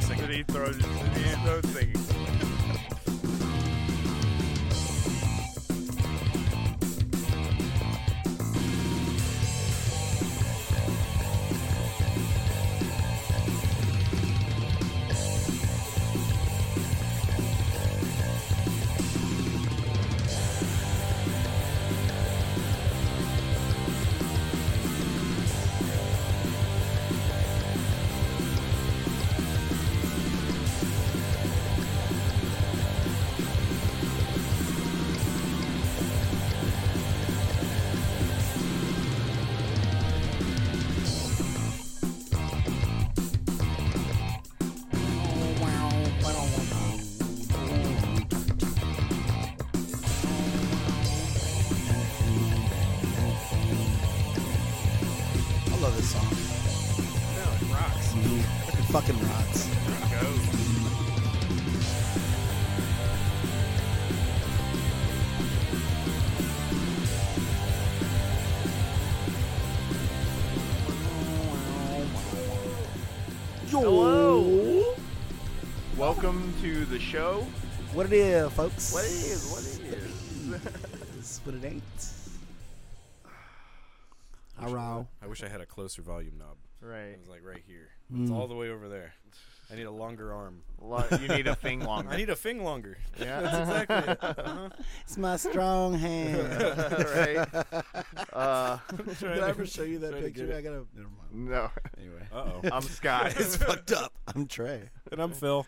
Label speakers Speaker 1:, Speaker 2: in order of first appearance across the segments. Speaker 1: throws it to the end zone singing.
Speaker 2: I love this song.
Speaker 1: No, it rocks.
Speaker 2: It fucking rocks.
Speaker 1: It goes.
Speaker 2: Yo.
Speaker 1: Hello. Welcome to the show.
Speaker 2: What it is, folks?
Speaker 1: What is? What it is?
Speaker 2: It's what it ain't. Hello.
Speaker 3: I wish I had a closer volume knob.
Speaker 1: Right.
Speaker 3: It was like right here. It's all the way over there. I need a longer arm.
Speaker 1: Lo- You need a thing longer.
Speaker 3: I need a thing longer.
Speaker 1: yeah.
Speaker 3: Exactly. Uh-huh.
Speaker 2: It's my strong hand.
Speaker 1: right. Uh,
Speaker 2: Did I ever show you that
Speaker 3: Trying to get
Speaker 2: picture?
Speaker 3: it.
Speaker 2: I gotta. Never mind.
Speaker 1: no.
Speaker 2: Anyway,
Speaker 3: Uh oh.
Speaker 1: I'm Scott.
Speaker 2: it's fucked up. I'm Trey.
Speaker 3: and I'm Phil.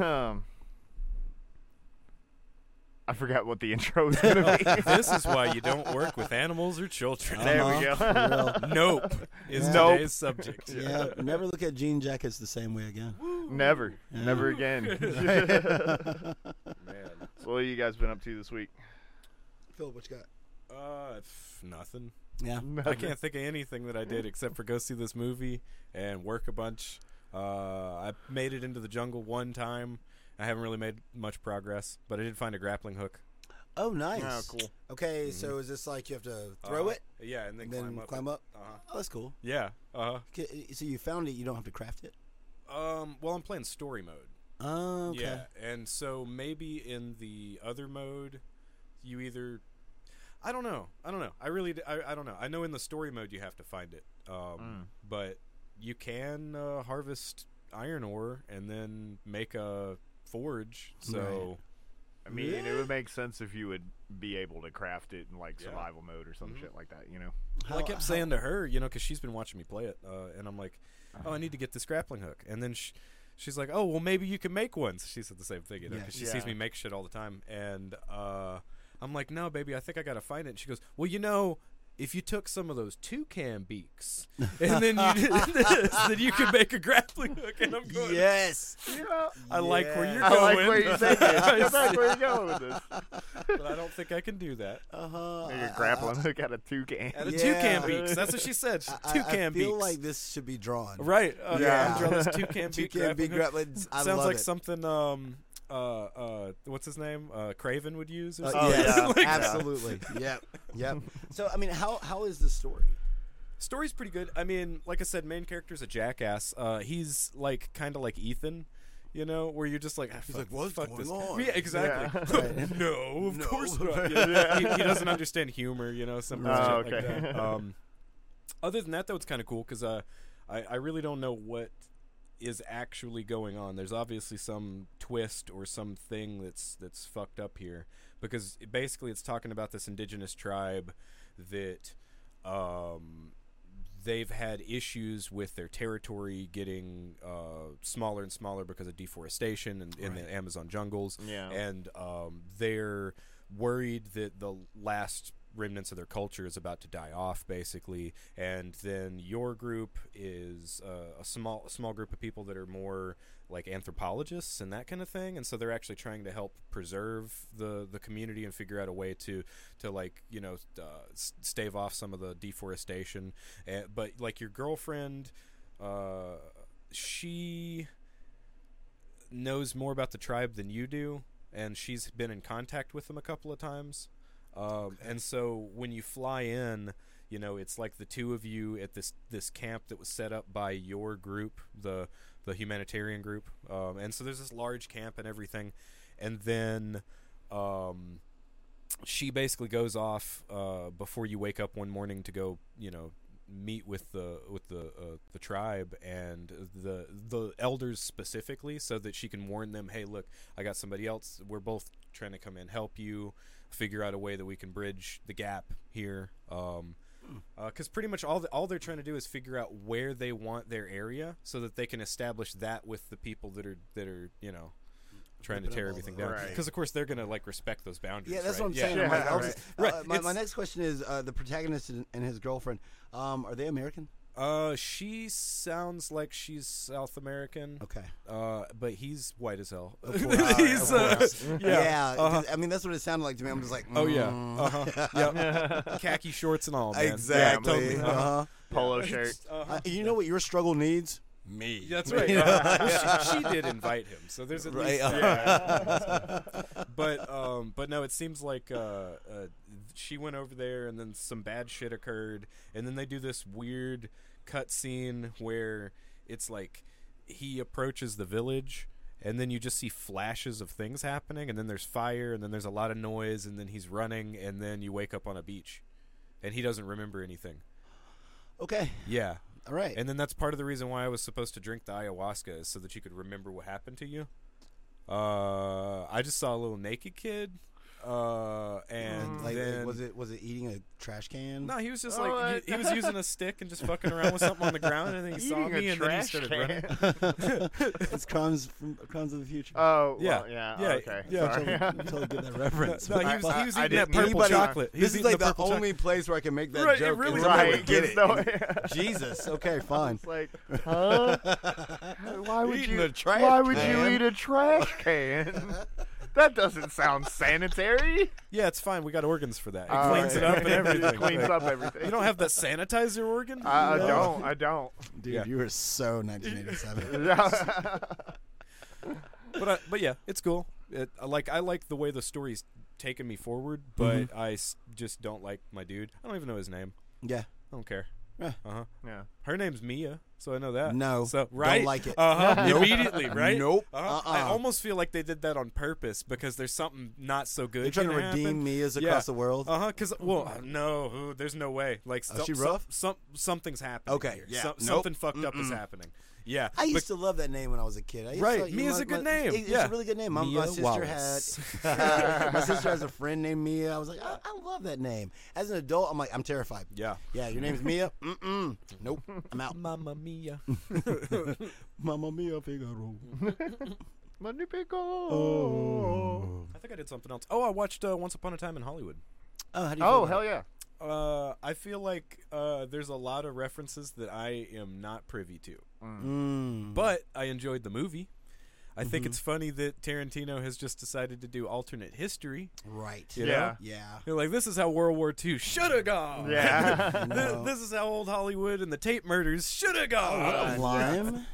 Speaker 1: um, I forgot what the intro was going to be.
Speaker 3: This is why you don't work with animals or children.
Speaker 1: There we go.
Speaker 2: Uh-huh.
Speaker 3: Nope is
Speaker 1: Nope.
Speaker 3: today's subject.
Speaker 2: For real. Yeah. Never look at jean jackets the same way again.
Speaker 1: Never.
Speaker 2: Yeah.
Speaker 1: Never again.
Speaker 3: Man.
Speaker 1: so what have you guys been up to this week?
Speaker 2: Phil, what you got?
Speaker 3: Uh, f- nothing.
Speaker 2: Yeah.
Speaker 3: I can't think of anything that I did except for go see this movie and work a bunch. Uh, I made it into the jungle one time. I haven't really made much progress, but I did find a grappling hook.
Speaker 2: Oh, nice.
Speaker 1: Oh, cool.
Speaker 2: Okay, so is this like you have to throw
Speaker 3: Uh,
Speaker 2: it
Speaker 3: Yeah, and then,
Speaker 2: and then
Speaker 3: climb up. Uh-huh.
Speaker 2: Oh, that's cool.
Speaker 3: Yeah. Uh-huh.
Speaker 2: Okay, so you found it. You don't have to craft it.
Speaker 3: Um, well, I'm playing story mode.
Speaker 2: Oh, okay.
Speaker 3: Yeah, and so maybe in the other mode, you either, I don't know, I don't know. I really, d- I, I don't know. I know in the story mode you have to find it, um, but you can uh, harvest iron ore and then make a forge. So
Speaker 1: I mean, it would make sense if you would be able to craft it in like
Speaker 3: Yeah. Mm-hmm.
Speaker 1: survival mode or some shit like that, you know?
Speaker 3: Well, I kept saying to her, you know, because she's been watching me play it, uh, and I'm like, oh, I
Speaker 2: Uh-huh.
Speaker 3: need to get this grappling hook, and then sh she's like, oh, well, maybe you can make ones. She said the same thing, you know,
Speaker 2: Yeah.
Speaker 3: 'cause she sees
Speaker 1: Yeah.
Speaker 3: me make shit all the time, and uh, I'm like, no, baby, I think I gotta find it. And she goes, well, you know. If you took some of those toucan beaks and then you did this, then you could make a grappling hook. And I'm going,
Speaker 2: yes.
Speaker 3: I like where you're
Speaker 2: Yeah.
Speaker 1: I
Speaker 3: going.
Speaker 1: like where you're thinking. I like where you're going with this.
Speaker 3: but I don't think I can do that.
Speaker 2: Uh huh.
Speaker 1: You're grappling hook at a toucan.
Speaker 3: And a
Speaker 2: Yeah.
Speaker 3: toucan beaks. That's what she said. She-
Speaker 2: I, I
Speaker 3: toucan
Speaker 2: feel
Speaker 3: beaks.
Speaker 2: like this should be drawn.
Speaker 3: Right. Uh,
Speaker 2: Yeah.
Speaker 3: yeah. Umbrellas, toucan beak
Speaker 2: Toucan beak
Speaker 3: grappling hook.
Speaker 2: grappling.
Speaker 3: S-
Speaker 2: I
Speaker 3: Sounds
Speaker 2: love
Speaker 3: like
Speaker 2: it.
Speaker 3: something. Um. Uh. Uh. What's his name? Uh. Craven would use. Or
Speaker 2: Uh,
Speaker 3: something.
Speaker 1: Oh,
Speaker 2: yes,
Speaker 1: yeah. Like-
Speaker 2: absolutely. yep. Yep. So I mean, how how is the story?
Speaker 3: Story's pretty good. I mean, like I said, main character's a jackass. Uh. He's like kind of like Ethan. You know, where you're just like, ah,
Speaker 2: He's
Speaker 3: fuck-
Speaker 2: like, "What's
Speaker 3: fuck
Speaker 2: going
Speaker 3: this.
Speaker 2: on?"
Speaker 3: Yeah, exactly.
Speaker 2: Yeah. Right.
Speaker 3: no, of
Speaker 2: No.
Speaker 3: course not. You know, he, he doesn't understand humor. You know, some
Speaker 1: Oh,
Speaker 3: shit
Speaker 1: okay.
Speaker 3: like that. Um, other than that, though, it's kind of cool because uh, I, I really don't know what is actually going on. There's obviously some twist or something that's that's fucked up here because it- basically it's talking about this indigenous tribe that um, they've had issues with their territory getting uh, smaller and smaller because of deforestation and in the Amazon jungles,
Speaker 1: Yeah.
Speaker 3: and um, they're worried that the last remnants of their culture is about to die off basically and then your group is uh, a small small group of people that are more like anthropologists and that kind of thing and so they're actually trying to help preserve the the community and figure out a way to to like you know uh, s- stave off some of the deforestation uh, but like your girlfriend uh she knows more about the tribe than you do, and she's been in contact with them a couple of times. Um, and so when you fly in, you know it's like the two of you at this this camp that was set up by your group, the the humanitarian group. Um, and so there's this large camp and everything, and then um, she basically goes off uh, before you wake up one morning to go, you know, meet with the with the uh, the tribe and the the elders specifically, so that she can warn them, hey, look, I got somebody else. We're both trying to come in, help you, figure out a way that we can bridge the gap here. Um,
Speaker 2: Hmm.
Speaker 3: because pretty much all the, all they're trying to do is figure out where they want their area so that they can establish that with the people that are that are you know trying to
Speaker 2: Ripping up
Speaker 3: tear
Speaker 2: all
Speaker 3: everything
Speaker 2: the-
Speaker 3: down
Speaker 1: Right.
Speaker 3: because of course they're gonna like respect those boundaries
Speaker 2: Yeah, that's what
Speaker 3: right?
Speaker 2: I'm saying. I'm
Speaker 1: Yeah,
Speaker 2: like, I'll
Speaker 1: right.
Speaker 2: just-
Speaker 3: Right,
Speaker 2: uh, my, my
Speaker 3: it's-
Speaker 2: next question is uh, the protagonist and, and his girlfriend. Um, are they American?
Speaker 3: uh she sounds like she's south american
Speaker 2: Okay.
Speaker 3: uh but he's white as hell
Speaker 2: course,
Speaker 3: he's
Speaker 2: of
Speaker 3: uh,
Speaker 2: course.
Speaker 3: yeah, uh-huh.
Speaker 2: 'cause, I mean, that's what it sounded like to me. I'm just like,
Speaker 3: oh yeah
Speaker 2: mm,
Speaker 3: uh-huh. yeah khaki shorts and all man.
Speaker 2: exactly.
Speaker 1: Yeah, totally.
Speaker 2: uh-huh.
Speaker 1: Polo shirt.
Speaker 3: Uh-huh.
Speaker 2: Uh, you know what your struggle needs? Me.
Speaker 3: That's right. Well, she, she did invite him, so there's at
Speaker 2: Right.
Speaker 3: least that. but um, but no, it seems like uh, uh, she went over there, and then some bad shit occurred, and then they do this weird cut scene where it's like he approaches the village. And then you just see flashes of things happening, and then there's fire, and then there's a lot of noise, and then he's running, and then you wake up on a beach, and he doesn't remember anything.
Speaker 2: Okay.
Speaker 3: Yeah,
Speaker 2: All right.
Speaker 3: and then that's part of the reason why I was supposed to drink the ayahuasca is so that you could remember what happened to you. Uh, I just saw a little naked kid, uh, and
Speaker 2: Mm. Like, like,
Speaker 3: then
Speaker 2: was it was it eating a trash can?
Speaker 3: No, he was just
Speaker 1: Oh,
Speaker 3: like
Speaker 1: I-
Speaker 3: he, he was using a stick and just fucking around with something on the ground, and then he saw
Speaker 1: Eating
Speaker 3: me
Speaker 1: a
Speaker 3: and then he
Speaker 1: trash
Speaker 3: started running.
Speaker 1: can.
Speaker 2: it's crumbs from crumbs of the future.
Speaker 1: Oh,
Speaker 3: Yeah.
Speaker 1: well, yeah.
Speaker 3: Yeah,
Speaker 1: Okay.
Speaker 3: Uh, yeah,
Speaker 1: Sorry.
Speaker 2: totally, totally get that reference.
Speaker 3: No, he was,
Speaker 1: I-
Speaker 3: he was
Speaker 1: I
Speaker 3: eating that
Speaker 1: didn't
Speaker 3: purple
Speaker 1: anybody-
Speaker 3: chocolate. He was
Speaker 2: this is
Speaker 3: eating
Speaker 2: like the,
Speaker 3: purple
Speaker 2: only place where I can make that
Speaker 3: Right, it
Speaker 2: joke. and
Speaker 3: really
Speaker 2: somebody
Speaker 3: is.
Speaker 2: would get it.
Speaker 1: Right,
Speaker 2: And- Jesus. Okay, fine.
Speaker 1: It's like, huh? Why would
Speaker 2: Eating
Speaker 1: you?
Speaker 2: a trash
Speaker 1: why would
Speaker 2: can?
Speaker 1: you eat a trash can? that doesn't sound sanitary.
Speaker 3: chocolate. Yeah, it's fine. We got organs for that. It
Speaker 1: Uh,
Speaker 3: cleans it up and
Speaker 1: it
Speaker 3: everything.
Speaker 1: cleans
Speaker 3: Like,
Speaker 1: up everything.
Speaker 3: You don't have the sanitizer organ.
Speaker 1: I, I
Speaker 3: No.
Speaker 1: don't. I don't.
Speaker 2: Dude,
Speaker 3: Yeah.
Speaker 2: you were so 1987.
Speaker 3: but I, but yeah, it's cool. It, I like I like the way the story's taken me forward, but
Speaker 2: Mm-hmm.
Speaker 3: I s- just don't like my dude. I don't even know his name.
Speaker 2: yeah.
Speaker 3: I don't care.
Speaker 2: Eh.
Speaker 3: Uh huh.
Speaker 1: yeah.
Speaker 3: Her name's Mia, so I know that.
Speaker 2: No,
Speaker 3: so
Speaker 2: don't
Speaker 3: right,
Speaker 2: like it.
Speaker 3: Uh huh.
Speaker 2: Nope.
Speaker 3: Immediately, right?
Speaker 2: Nope.
Speaker 3: Uh-huh. I
Speaker 2: Uh-uh.
Speaker 3: almost feel like they did that on purpose because there's something not so good.
Speaker 2: They're trying to
Speaker 3: gonna happen.
Speaker 2: redeem me as across the world.
Speaker 3: Uh huh. Because well, uh, no, ooh, there's no way. Like
Speaker 2: Oh, she
Speaker 3: some-
Speaker 2: rough?
Speaker 3: Some, something's happening.
Speaker 2: Okay,
Speaker 3: Here.
Speaker 2: yeah,
Speaker 3: Some-
Speaker 2: nope,
Speaker 3: Something fucked up is happening. Yeah.
Speaker 2: I used to love that name when I was a kid. I used
Speaker 3: Right,
Speaker 2: to, like,
Speaker 3: Mia's
Speaker 2: my-
Speaker 3: a good
Speaker 2: my-
Speaker 3: name,
Speaker 2: it- It's
Speaker 3: yeah.
Speaker 2: a really good name. My, my
Speaker 3: Mia
Speaker 2: sister
Speaker 3: Wallace.
Speaker 2: had. my sister has a friend named Mia. I was like, I, I love that name. As an adult, I'm like, I'm terrified.
Speaker 3: yeah.
Speaker 2: Yeah, your name's Mia. Mm-mm. Nope, I'm out.
Speaker 3: Mamma Mia.
Speaker 2: Mamma Mia Figaro.
Speaker 1: Money pickle.
Speaker 3: I think I did something else. Oh, I watched uh, Once Upon a Time in Hollywood.
Speaker 2: Oh, how do you feel
Speaker 1: Oh
Speaker 2: about
Speaker 1: hell
Speaker 2: it?
Speaker 1: yeah!
Speaker 3: Uh, I feel like uh, there's a lot of references that I am not privy to,
Speaker 2: Mm.
Speaker 3: but I enjoyed the movie. I think
Speaker 2: Mm-hmm.
Speaker 3: it's funny that Tarantino has just decided to do alternate history.
Speaker 2: Right.
Speaker 3: You
Speaker 1: Yeah.
Speaker 3: Know?
Speaker 2: Yeah.
Speaker 3: You're like, this is how World War II should have gone.
Speaker 1: Yeah.
Speaker 3: Th- this is how old Hollywood and the Tape murders should have
Speaker 2: Hello,
Speaker 3: gone.
Speaker 2: Lime.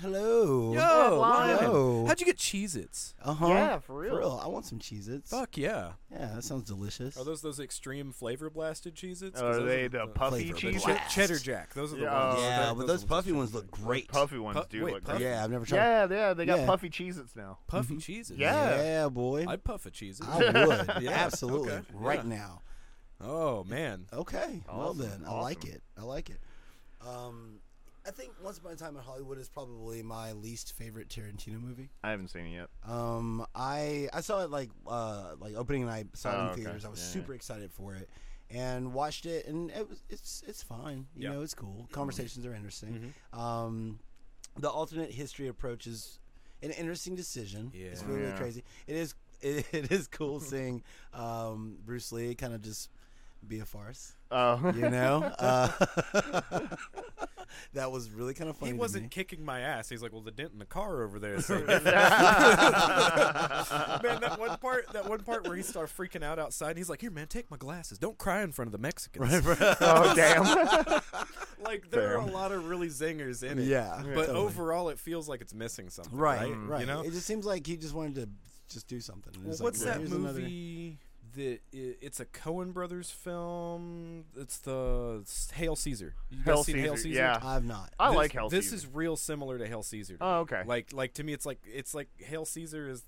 Speaker 2: Hello.
Speaker 3: Yo,
Speaker 1: Lime.
Speaker 3: Lime.
Speaker 2: Yo.
Speaker 3: how'd you get Cheez-Its?
Speaker 2: Uh-huh.
Speaker 1: Yeah, for real.
Speaker 2: For real. I want some Cheez-Its.
Speaker 3: Fuck yeah!
Speaker 2: Yeah, that sounds delicious.
Speaker 3: Are those those extreme flavor blasted Cheez-Its? 'Cause
Speaker 1: Are
Speaker 3: those
Speaker 1: they the
Speaker 2: flavor,
Speaker 1: puffy
Speaker 2: but
Speaker 1: cheese?
Speaker 3: Ch-
Speaker 2: Blast.
Speaker 3: cheddar jack? Those are the
Speaker 1: Yeah.
Speaker 3: ones.
Speaker 2: yeah,
Speaker 3: oh, that-
Speaker 2: but
Speaker 3: are
Speaker 2: those
Speaker 3: the
Speaker 2: puffy
Speaker 3: that-
Speaker 2: ones look great.
Speaker 1: Puffy ones
Speaker 3: Pu-
Speaker 1: do
Speaker 3: wait,
Speaker 1: look
Speaker 3: uh, puffy?
Speaker 1: great.
Speaker 2: Yeah, I've never tried.
Speaker 1: Yeah, yeah, they got
Speaker 2: Yeah.
Speaker 1: puffy Cheez-Its now.
Speaker 3: puffy cheeses.
Speaker 1: Yeah.
Speaker 2: Yeah, boy.
Speaker 3: I'd puff a cheese.
Speaker 2: I would.
Speaker 3: Yeah,
Speaker 2: Absolutely.
Speaker 3: okay,
Speaker 2: Right
Speaker 3: yeah.
Speaker 2: now.
Speaker 3: Oh man.
Speaker 2: Okay. Well
Speaker 1: Awesome,
Speaker 2: then, I like
Speaker 1: awesome.
Speaker 2: it. I like it. Um, I think Once Upon a Time in Hollywood is probably my least favorite Tarantino movie.
Speaker 1: I haven't seen it yet.
Speaker 2: Um, I I saw it like uh like opening night, saw it
Speaker 1: Oh,
Speaker 2: in
Speaker 1: okay.
Speaker 2: theaters. I was
Speaker 1: Yeah,
Speaker 2: super excited for it, and watched it, and it was it's it's fine. You
Speaker 3: Yeah.
Speaker 2: know, it's cool.
Speaker 1: Mm-hmm.
Speaker 2: Conversations are interesting. Um, the alternate history approach is an interesting decision. it's
Speaker 3: Yeah.
Speaker 2: really
Speaker 1: Yeah.
Speaker 2: crazy. It is it, it is cool seeing um Bruce Lee kind of just be a farce.
Speaker 1: Oh,
Speaker 2: You know, uh, that was really kind of funny.
Speaker 3: He
Speaker 2: to
Speaker 3: wasn't
Speaker 2: me.
Speaker 3: kicking my ass. He's like, well, the dent in the car over there. is so different." man, that one part, that one part where he started freaking out outside, and he's like, "Here, man, take my glasses. Don't cry in front of the Mexicans."
Speaker 1: oh damn!
Speaker 3: Like there are a
Speaker 1: Damn.
Speaker 3: lot of really zingers in it.
Speaker 2: Yeah,
Speaker 3: But
Speaker 2: totally.
Speaker 3: overall, it feels like it's missing something.
Speaker 2: Right,
Speaker 3: Right.
Speaker 2: right.
Speaker 3: You know.
Speaker 2: it just seems like he just wanted to just do something. And
Speaker 3: Well,
Speaker 2: it's like,
Speaker 3: what's
Speaker 2: well,
Speaker 3: that
Speaker 2: here's another-
Speaker 3: movie? the i it's a Cohen Brothers film. It's the s- Hail Caesar. You guys
Speaker 1: Hail
Speaker 3: seen Hail
Speaker 1: Caesar,
Speaker 3: Caesar?
Speaker 1: yeah.
Speaker 2: I've not.
Speaker 1: I
Speaker 3: This-
Speaker 1: like Hell
Speaker 3: This
Speaker 1: Caesar.
Speaker 3: is real similar to Hail Caesar. to me.
Speaker 1: oh okay.
Speaker 3: Like like to me, it's like it's like Hail Caesar is.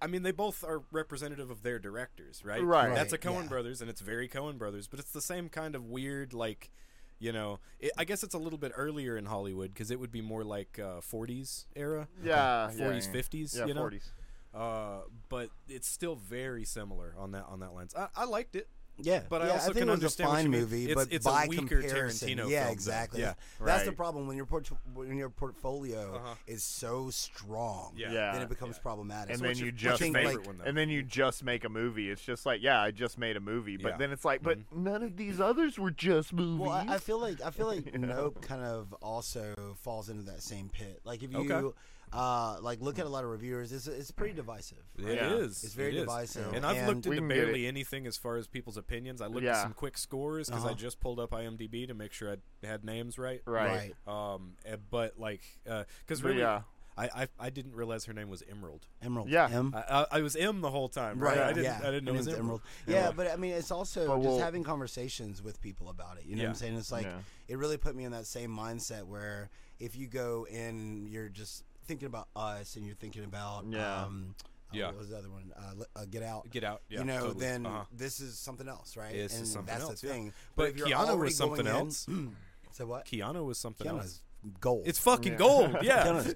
Speaker 3: I mean, they both are representative of their directors, right?
Speaker 1: Right.
Speaker 3: That's a
Speaker 2: Right,
Speaker 3: Cohen
Speaker 2: yeah.
Speaker 3: Brothers, and it's very Cohen Brothers, but it's the same kind of weird like. You know, it, I guess it's a little bit earlier in Hollywood because it would be more like uh, 40s era,
Speaker 1: yeah,
Speaker 3: 40s,
Speaker 1: Uh, yeah, yeah.
Speaker 3: 50s.
Speaker 1: Yeah,
Speaker 3: you know,
Speaker 1: 40s.
Speaker 3: uh, but it's still very similar on that on that lens. I, I liked it,
Speaker 2: Yeah,
Speaker 3: but I
Speaker 2: yeah,
Speaker 3: also
Speaker 2: think
Speaker 3: can
Speaker 2: it was
Speaker 3: understand
Speaker 2: a
Speaker 3: what
Speaker 2: fine
Speaker 3: you mean.
Speaker 2: movie,
Speaker 3: It's-
Speaker 2: but
Speaker 3: it's a
Speaker 2: by
Speaker 3: weaker
Speaker 2: comparison,
Speaker 3: Tarantino
Speaker 2: yeah,
Speaker 3: film, though.
Speaker 2: exactly.
Speaker 3: Yeah,
Speaker 2: that's the
Speaker 1: right.
Speaker 2: problem when your port- when your portfolio
Speaker 3: Uh-huh.
Speaker 2: is so strong,
Speaker 3: Yeah.
Speaker 1: Yeah.
Speaker 2: then it becomes
Speaker 3: yeah.
Speaker 2: problematic.
Speaker 1: and
Speaker 2: So
Speaker 1: then
Speaker 2: what's
Speaker 1: you
Speaker 2: your- what's
Speaker 1: just
Speaker 2: your
Speaker 3: your
Speaker 1: make
Speaker 3: favorite one, though?
Speaker 1: and then you just make a movie. It's just like, yeah, I just made a movie, but
Speaker 3: Yeah.
Speaker 1: then it's like, but none of these others were just movies.
Speaker 2: Well, I, I feel like I feel like
Speaker 1: You know?
Speaker 2: Nope kind of also falls into that same pit. Like if you
Speaker 3: Okay.
Speaker 2: uh, like look at a lot of reviewers, it's it's pretty divisive.
Speaker 3: It
Speaker 2: right?
Speaker 1: Yeah.
Speaker 3: is.
Speaker 2: It's very
Speaker 3: It is.
Speaker 2: divisive,
Speaker 3: And I've looked
Speaker 1: We
Speaker 3: into
Speaker 1: can get
Speaker 3: barely anything as far as people's opinions. I looked at
Speaker 1: Yeah.
Speaker 3: some quick scores because I
Speaker 2: Uh-huh.
Speaker 3: just pulled up IMDb to make sure I had names right.
Speaker 1: right.
Speaker 2: right.
Speaker 3: Um, eh, but like, because
Speaker 1: But
Speaker 3: really,
Speaker 1: yeah.
Speaker 3: I, I I didn't realize her name was Emerald.
Speaker 2: Emerald.
Speaker 1: Yeah.
Speaker 2: M.
Speaker 3: I, I, I was M the whole time, right?
Speaker 2: Right.
Speaker 3: I didn't
Speaker 2: yeah.
Speaker 3: I didn't know
Speaker 2: Her
Speaker 3: it was
Speaker 2: name's
Speaker 3: Emerald.
Speaker 2: Yeah,
Speaker 3: Yeah.
Speaker 2: but I mean, it's also
Speaker 1: But
Speaker 2: just
Speaker 1: we'll-
Speaker 2: having conversations with people about it. You know what I'm
Speaker 3: Yeah.
Speaker 2: saying? It's like
Speaker 1: Yeah.
Speaker 2: it really put me in that same mindset where if you go in, you're just thinking about us and you're thinking about
Speaker 1: Yeah.
Speaker 2: um, uh,
Speaker 3: Yeah.
Speaker 2: What was the other one? Uh, Le- uh, Get Out.
Speaker 3: Get out, yeah,
Speaker 2: you know,
Speaker 3: totally.
Speaker 2: then
Speaker 3: Uh-huh.
Speaker 2: this is something else, right?
Speaker 3: This is
Speaker 2: and
Speaker 3: something
Speaker 2: that's
Speaker 3: else,
Speaker 2: the
Speaker 3: yeah.
Speaker 2: thing.
Speaker 3: But
Speaker 2: if you're
Speaker 3: Keanu was
Speaker 2: already
Speaker 3: something
Speaker 2: going in-
Speaker 3: else.
Speaker 2: so what?
Speaker 3: Keanu was something else.
Speaker 2: Keanu's gold.
Speaker 3: It's fucking
Speaker 1: Yeah.
Speaker 3: gold. Yeah,
Speaker 2: Keanu's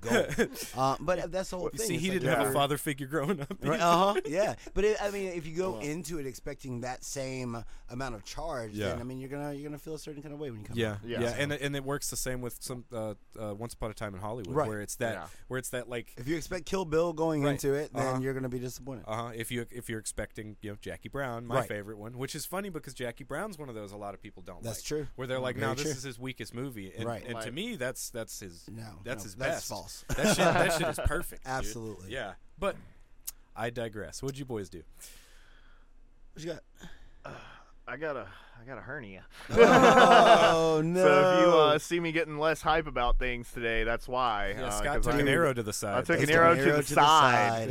Speaker 2: gold. uh, but that's the whole
Speaker 3: you
Speaker 2: thing.
Speaker 3: see,
Speaker 2: It's
Speaker 3: he
Speaker 2: like
Speaker 3: didn't have a
Speaker 2: you're-
Speaker 3: father figure growing up.
Speaker 2: Right, uh huh. Yeah, but it, I mean, if you go into it expecting that same amount of charge,
Speaker 3: Yeah.
Speaker 2: then I mean, you're gonna you're gonna feel a certain kind of way when you come.
Speaker 3: Yeah,
Speaker 2: out.
Speaker 3: yeah,
Speaker 1: Yeah.
Speaker 3: and and it works the same with some uh, uh, Once Upon a Time in Hollywood,
Speaker 2: Right.
Speaker 3: where it's that
Speaker 1: Yeah.
Speaker 3: where it's that like
Speaker 2: If you expect Kill Bill going
Speaker 3: Right.
Speaker 2: into it, then
Speaker 3: Uh-huh.
Speaker 2: you're gonna be disappointed.
Speaker 3: uh huh. If you if you're expecting you know Jackie Brown, my
Speaker 2: Right.
Speaker 3: favorite one, which is funny because Jackie Brown's one of those a lot of people don't.
Speaker 2: That's
Speaker 3: like,
Speaker 2: true.
Speaker 3: Where they're like,
Speaker 2: Very
Speaker 3: no, this
Speaker 2: true.
Speaker 3: is his weakest movie, and,
Speaker 2: Right.
Speaker 3: and to
Speaker 1: Right.
Speaker 3: me, that's that's his
Speaker 2: No,
Speaker 3: that's
Speaker 2: no,
Speaker 3: his
Speaker 2: that's
Speaker 3: best.
Speaker 2: false.
Speaker 3: That shit, that shit is perfect. dude.
Speaker 2: Absolutely.
Speaker 3: Yeah, but I digress. What'd you boys do?
Speaker 2: What you got?
Speaker 1: I got a I got a hernia.
Speaker 2: oh no!
Speaker 1: So if you uh, see me getting less hype about things today, that's why.
Speaker 3: Yeah,
Speaker 1: uh,
Speaker 3: Scott
Speaker 1: 'cause
Speaker 3: took
Speaker 1: I-
Speaker 3: an arrow to the side.
Speaker 1: I took
Speaker 2: That's
Speaker 1: an
Speaker 2: an
Speaker 1: arrow to
Speaker 2: arrow
Speaker 1: the
Speaker 2: to the
Speaker 1: side.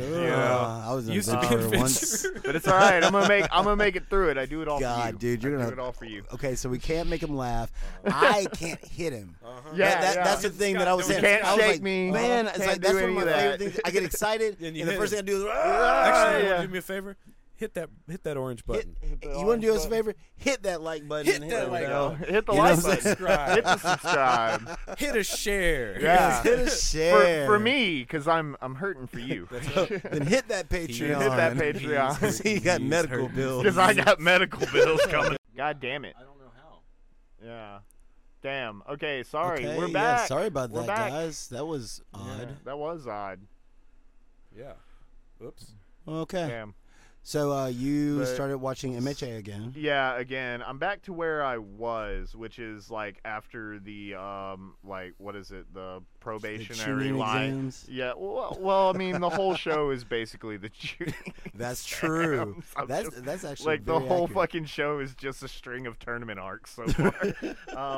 Speaker 2: side.
Speaker 1: you
Speaker 3: Oh.
Speaker 1: know.
Speaker 2: Uh, I was an
Speaker 3: Used to be
Speaker 2: adventurer
Speaker 3: an
Speaker 2: once.
Speaker 3: adventurer.
Speaker 1: But it's all right. I'm gonna make I'm gonna make it through it. I do it all for you.
Speaker 2: God, dude, you're
Speaker 1: I
Speaker 2: gonna
Speaker 1: do it all for you.
Speaker 2: Okay, so we can't make him laugh. I can't hit him.
Speaker 3: Uh-huh.
Speaker 1: Yeah,
Speaker 2: That- that-
Speaker 1: yeah.
Speaker 2: That's the thing that I was
Speaker 3: You
Speaker 2: saying.
Speaker 1: can't
Speaker 2: I was
Speaker 1: shake
Speaker 2: like,
Speaker 1: me.
Speaker 2: man. It's
Speaker 1: Can't
Speaker 2: like that's
Speaker 1: do
Speaker 2: one of
Speaker 1: any
Speaker 2: my
Speaker 1: of that.
Speaker 2: favorite things. I get excited,
Speaker 3: And
Speaker 2: and,
Speaker 3: you
Speaker 2: the
Speaker 3: hit
Speaker 2: first
Speaker 3: him.
Speaker 2: thing I do is
Speaker 1: Ah,
Speaker 3: Actually, you wanna
Speaker 1: yeah.
Speaker 3: do me a favor. Hit that hit that orange
Speaker 2: hit,
Speaker 3: button.
Speaker 1: Hit the
Speaker 2: you want
Speaker 1: like
Speaker 2: to do us a
Speaker 1: button.
Speaker 2: favor? Hit that like button.
Speaker 3: Hit
Speaker 2: and
Speaker 3: that
Speaker 1: There we
Speaker 3: like
Speaker 1: go. Hit the
Speaker 2: You know what
Speaker 1: like
Speaker 2: I'm
Speaker 1: button.
Speaker 2: saying?
Speaker 3: Subscribe.
Speaker 1: Hit the subscribe.
Speaker 3: hit a share.
Speaker 1: Yeah.
Speaker 2: Hit a
Speaker 1: for,
Speaker 2: share
Speaker 1: for me, because I'm I'm hurting for you.
Speaker 2: Then hit that Patreon.
Speaker 1: Hit that
Speaker 2: Because
Speaker 1: Patreon.
Speaker 2: he got
Speaker 3: He's
Speaker 2: medical
Speaker 3: hurting.
Speaker 2: bills.
Speaker 1: Because I got medical bills coming. God damn it.
Speaker 3: I don't know how.
Speaker 1: Yeah. Damn. Okay. Sorry.
Speaker 2: Okay,
Speaker 1: We're
Speaker 2: yeah,
Speaker 1: back.
Speaker 2: sorry about
Speaker 1: We're
Speaker 2: that,
Speaker 1: back.
Speaker 2: guys. That was odd.
Speaker 1: That was odd.
Speaker 3: Yeah. Oops.
Speaker 2: Okay.
Speaker 1: Damn.
Speaker 2: So uh, you
Speaker 1: But-
Speaker 2: started watching MHA again.
Speaker 1: Yeah. Again, I'm back to where I was, which is like after the um, like what is it? The probationary
Speaker 2: tuning
Speaker 1: line.
Speaker 2: exams.
Speaker 1: Yeah. Well, well, I mean, the whole show is basically the shooting.
Speaker 2: That's true.
Speaker 1: I'm
Speaker 2: that's
Speaker 1: just-
Speaker 2: that's actually
Speaker 1: like the
Speaker 2: very
Speaker 1: whole
Speaker 2: accurate.
Speaker 1: fucking show is just a string of tournament arcs so far.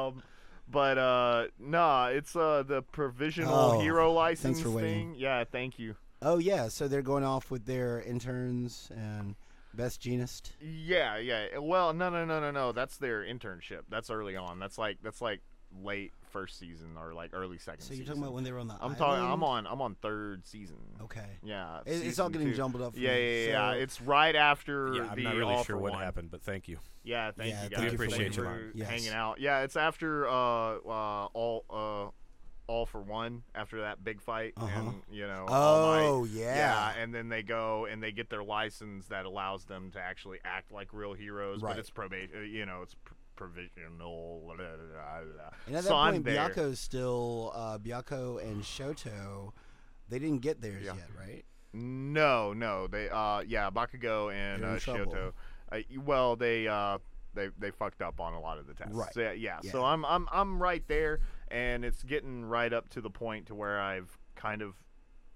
Speaker 1: um, but uh, nah, it's uh the provisional
Speaker 2: Oh,
Speaker 1: hero license
Speaker 2: thanks for waiting.
Speaker 1: thing. Yeah, thank you.
Speaker 2: Oh yeah, so they're going off with their interns and best genist.
Speaker 1: Yeah, yeah. Well, no, no, no, no, no. That's their internship. That's early on. That's like that's like late first season or like early second.
Speaker 2: So you're
Speaker 1: season.
Speaker 2: talking about when they were on the
Speaker 1: I'm
Speaker 2: island?
Speaker 1: talking. I'm on. I'm on third season.
Speaker 2: Okay.
Speaker 1: Yeah,
Speaker 2: It- it's all
Speaker 1: season
Speaker 2: getting
Speaker 1: two.
Speaker 2: jumbled up for
Speaker 1: Yeah,
Speaker 2: me,
Speaker 1: yeah, yeah.
Speaker 2: so-
Speaker 1: It's right after
Speaker 3: Yeah, I'm
Speaker 1: the
Speaker 3: not really
Speaker 1: all
Speaker 3: sure
Speaker 1: for
Speaker 3: what
Speaker 1: one.
Speaker 3: happened, but thank you.
Speaker 1: Yeah, thank
Speaker 2: Yeah,
Speaker 1: you
Speaker 2: thank
Speaker 1: guys.
Speaker 2: you
Speaker 1: for
Speaker 2: for
Speaker 1: thank you
Speaker 3: waiting.
Speaker 1: for
Speaker 2: Yes.
Speaker 1: hanging out. Yeah, it's after uh, uh, all uh, all for one after that big fight
Speaker 2: Uh-huh.
Speaker 1: and you know all
Speaker 2: Oh
Speaker 1: night.
Speaker 2: yeah.
Speaker 1: and then they go and they get their license that allows them to actually act like real heroes,
Speaker 2: Right.
Speaker 1: but it's probation, you know, it's pr- provisional. Blah, blah, blah, blah.
Speaker 2: And at that
Speaker 1: so I'm
Speaker 2: point,
Speaker 1: there.
Speaker 2: Biako's still uh, Biako and Shoto. They didn't get theirs
Speaker 1: Yeah.
Speaker 2: yet, right?
Speaker 1: No, no, they uh yeah, Bakugo and
Speaker 2: They're in
Speaker 1: uh,
Speaker 2: trouble.
Speaker 1: Shoto. Uh, well, they uh they they fucked up on a lot of the tests.
Speaker 2: Right.
Speaker 1: So, yeah, yeah. So
Speaker 2: Yeah.
Speaker 1: I'm I'm I'm right there and it's getting right up to the point to where I've kind of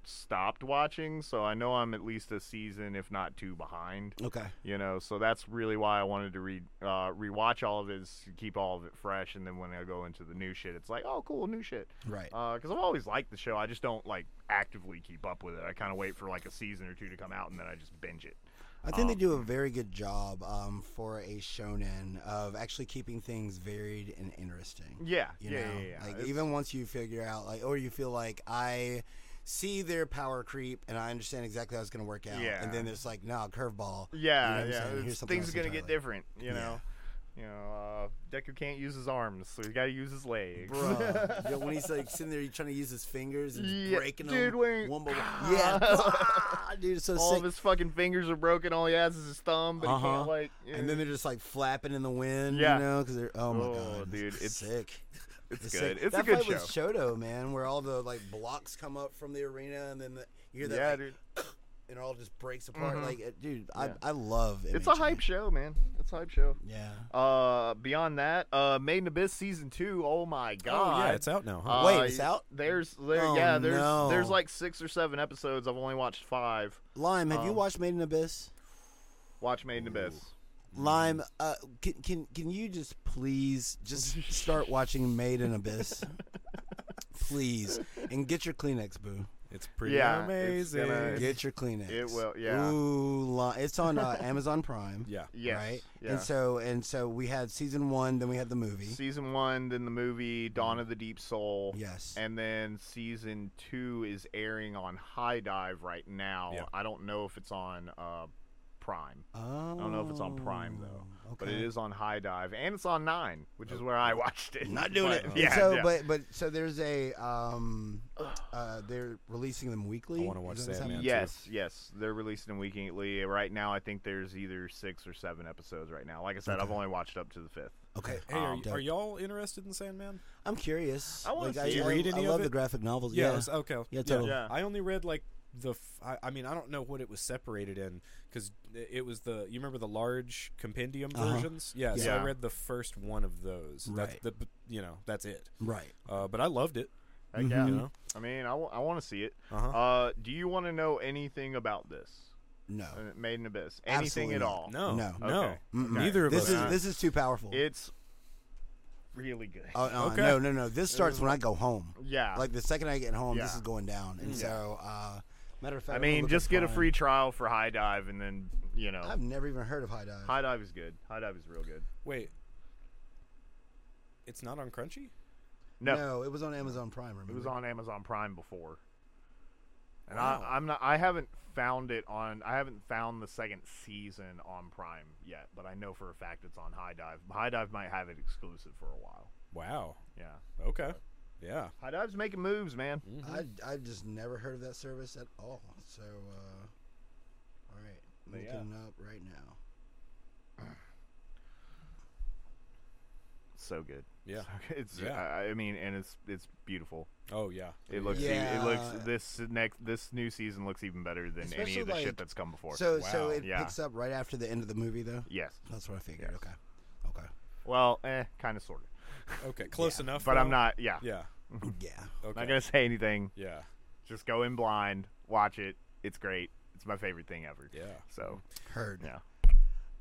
Speaker 1: stopped watching, so I know I'm at least a season, if not two, behind.
Speaker 2: Okay.
Speaker 1: You know, so that's really why I wanted to re uh, rewatch all of it, is to keep all of it fresh, and then when I go into the new shit, it's like, oh, cool, new shit.
Speaker 2: Right.
Speaker 1: Because Uh, I've always liked the show, I just don't like actively keep up with it. I kind of wait for like a season or two to come out, and then I just binge it.
Speaker 2: I think they
Speaker 1: um,
Speaker 2: do a very good job um, for a shonen of actually keeping things varied and interesting.
Speaker 1: Yeah,
Speaker 2: you
Speaker 1: yeah,
Speaker 2: know?
Speaker 1: yeah, yeah.
Speaker 2: Like
Speaker 1: It's-
Speaker 2: even once you figure out, like, or you feel like I see their power creep and I understand exactly how it's going to work out,
Speaker 1: Yeah.
Speaker 2: and then it's like, nah, curveball.
Speaker 1: Yeah,
Speaker 2: You know what I'm saying?
Speaker 1: yeah.
Speaker 2: Here's
Speaker 1: it's-
Speaker 2: something
Speaker 1: Things
Speaker 2: else
Speaker 1: are gonna get
Speaker 2: entirely.
Speaker 1: different, you
Speaker 2: Yeah.
Speaker 1: know. You know, uh, Deku can't use his arms, so he's got to use his legs.
Speaker 2: Bruh. You know, when he's like sitting there trying to use his fingers and just
Speaker 1: Yeah,
Speaker 2: breaking
Speaker 1: dude,
Speaker 2: them
Speaker 1: when-
Speaker 2: one by one. Yeah, dude, it's so
Speaker 1: all
Speaker 2: sick.
Speaker 1: of his fucking fingers are broken. All he has is his thumb, but he
Speaker 2: Uh-huh.
Speaker 1: can't like.
Speaker 2: and then they're just like flapping in the wind,
Speaker 1: Yeah.
Speaker 2: you know, because they're oh my
Speaker 1: Oh,
Speaker 2: god,
Speaker 1: dude, it's-
Speaker 2: sick.
Speaker 1: it's
Speaker 2: sick.
Speaker 1: good. It's
Speaker 2: that
Speaker 1: a good
Speaker 2: fight
Speaker 1: show.
Speaker 2: with Shoto, man, where all the like blocks come up from the arena, and then the, you hear that,
Speaker 1: yeah,
Speaker 2: like,
Speaker 1: dude.
Speaker 2: and it all just breaks apart.
Speaker 1: Mhm.
Speaker 2: Like, it- dude,
Speaker 1: Yeah.
Speaker 2: I I love.
Speaker 1: It's a
Speaker 2: MHA.
Speaker 1: hype show, man. It's a hype show.
Speaker 2: Yeah.
Speaker 1: Uh, beyond that, uh, Maiden Abyss season two. Oh my god.
Speaker 3: Oh yeah, it's out now. Huh?
Speaker 1: Uh,
Speaker 2: Wait, it's out?
Speaker 1: There's, there,
Speaker 2: Oh,
Speaker 1: yeah, there's,
Speaker 2: no.
Speaker 1: there's like six or seven episodes. I've only watched five.
Speaker 2: Lime, have you
Speaker 1: Um,
Speaker 2: watched Made in Abyss?
Speaker 1: Watch Maiden Abyss. Mm.
Speaker 2: Lime, uh, can can can you just please just start watching Made in Abyss, please, and get your Kleenex, boo.
Speaker 3: it's pretty
Speaker 1: Yeah, it's
Speaker 3: amazing.
Speaker 1: gonna-
Speaker 2: Get your Kleenex.
Speaker 1: It will, yeah.
Speaker 2: Ooh, Lime, it's on uh, Amazon Prime.
Speaker 3: yeah.
Speaker 1: Yes.
Speaker 2: Right.
Speaker 1: Yeah.
Speaker 2: And so and so we had season one, then we had the movie.
Speaker 1: season one, then the movie Dawn of the Deep Soul.
Speaker 2: yes.
Speaker 1: And then season two is airing on High Dive right now.
Speaker 3: Yeah.
Speaker 1: I don't know if it's on uh, Prime,
Speaker 2: oh.
Speaker 1: don't know if it's on Prime, though,
Speaker 2: Okay. Oh.
Speaker 1: but it is on High Dive, and it's on Nine, which is where I watched it.
Speaker 2: Not doing
Speaker 1: But-
Speaker 2: it.
Speaker 1: Yeah.
Speaker 2: so,
Speaker 1: yeah.
Speaker 2: but but so there's a um, uh, they're releasing them weekly.
Speaker 3: I wanna watch
Speaker 2: Is what's
Speaker 3: that, man.
Speaker 2: happening?
Speaker 3: Yeah.
Speaker 1: yes, yes, they're releasing them weekly. Right now, I think there's either six or seven episodes right now. Like I said, I've
Speaker 2: Okay.
Speaker 1: only watched up to the fifth.
Speaker 2: Okay.
Speaker 3: Hey, are,
Speaker 1: Um,
Speaker 3: y- are y'all interested in Sandman?
Speaker 2: I'm curious.
Speaker 1: I wanna
Speaker 2: like,
Speaker 1: see
Speaker 2: I,
Speaker 1: it.
Speaker 2: I,
Speaker 3: Read
Speaker 2: I
Speaker 3: any of
Speaker 2: love
Speaker 3: it?
Speaker 2: the graphic novels.
Speaker 3: Yeah.
Speaker 2: Yeah.
Speaker 3: it's- okay.
Speaker 2: Yeah, totally.
Speaker 1: Yeah.
Speaker 3: I only read like the. F- I, I mean, I don't know what it was separated in because it was the. You remember the large compendium
Speaker 2: Uh-huh.
Speaker 3: versions? Yeah, So
Speaker 1: Yeah.
Speaker 3: I read the first one of those.
Speaker 2: Right.
Speaker 3: That's the. b- You know, that's it.
Speaker 2: Right.
Speaker 3: Uh, but I loved it.
Speaker 1: Heck yeah.
Speaker 3: You know.
Speaker 1: I mean, I want to see it.
Speaker 3: Uh-huh.
Speaker 1: Uh, do you want to know anything about this?
Speaker 2: No.
Speaker 1: Uh, Made in Abyss.
Speaker 2: Absolutely
Speaker 1: Anything at
Speaker 2: not.
Speaker 1: all?
Speaker 3: No.
Speaker 2: No.
Speaker 3: No.
Speaker 1: Oh. Okay.
Speaker 2: Mm-mm.
Speaker 3: Neither of
Speaker 2: This
Speaker 3: us.
Speaker 2: is
Speaker 1: Uh,
Speaker 2: this is too powerful.
Speaker 1: It's really good.
Speaker 2: oh, no,
Speaker 3: okay.
Speaker 2: no, no, no. This starts when I go home.
Speaker 1: yeah.
Speaker 2: Like the second I get home, this
Speaker 1: Yeah.
Speaker 2: is going down. And so, uh, matter of fact,
Speaker 1: I
Speaker 2: I'm gonna
Speaker 1: mean,
Speaker 2: look
Speaker 1: just
Speaker 2: up
Speaker 1: get a
Speaker 2: Prime.
Speaker 1: free trial for High Dive, and then you know,
Speaker 2: I've never even heard of High Dive.
Speaker 1: High Dive is good. High Dive is real good.
Speaker 3: Wait. It's not on Crunchy.
Speaker 1: No,
Speaker 2: it was on Amazon Prime. Remember?
Speaker 1: it was on Amazon Prime before, and
Speaker 3: Wow.
Speaker 1: I, I'm not. I haven't found it on. I haven't found the second season on Prime yet, but I know for a fact it's on High Dive. High Dive might have it exclusive for a while.
Speaker 3: Wow.
Speaker 1: Yeah,
Speaker 3: Okay. Yeah. Mm-hmm.
Speaker 1: High Dive's making moves, man.
Speaker 2: I I just never heard of that service at all. So, uh, all right, I'm
Speaker 1: But
Speaker 2: looking
Speaker 1: yeah.
Speaker 2: it up right now.
Speaker 1: So good.
Speaker 3: Yeah.
Speaker 1: It's.
Speaker 3: Yeah.
Speaker 1: I, I mean, and it's it's beautiful.
Speaker 3: Oh yeah.
Speaker 1: It looks. e-
Speaker 2: Yeah.
Speaker 1: It looks. This next. This new season looks even better than any
Speaker 2: Especially,
Speaker 1: of the shit
Speaker 2: like-
Speaker 1: that's come before.
Speaker 2: So so
Speaker 3: Wow.
Speaker 2: it
Speaker 1: Yeah.
Speaker 2: picks up right after the end of the movie, though.
Speaker 1: yes.
Speaker 2: That's what I figured.
Speaker 1: Yes.
Speaker 2: Okay, okay,
Speaker 1: Well, eh, kind of sort of.
Speaker 3: Okay. Close enough.
Speaker 1: But I'm
Speaker 3: though.
Speaker 1: not. Yeah.
Speaker 3: Yeah.
Speaker 2: yeah.
Speaker 3: Okay.
Speaker 1: Not gonna say anything.
Speaker 3: Yeah.
Speaker 1: Just go in blind. Watch it. It's great. It's my favorite thing ever.
Speaker 3: Yeah.
Speaker 1: So
Speaker 2: Heard.
Speaker 1: yeah.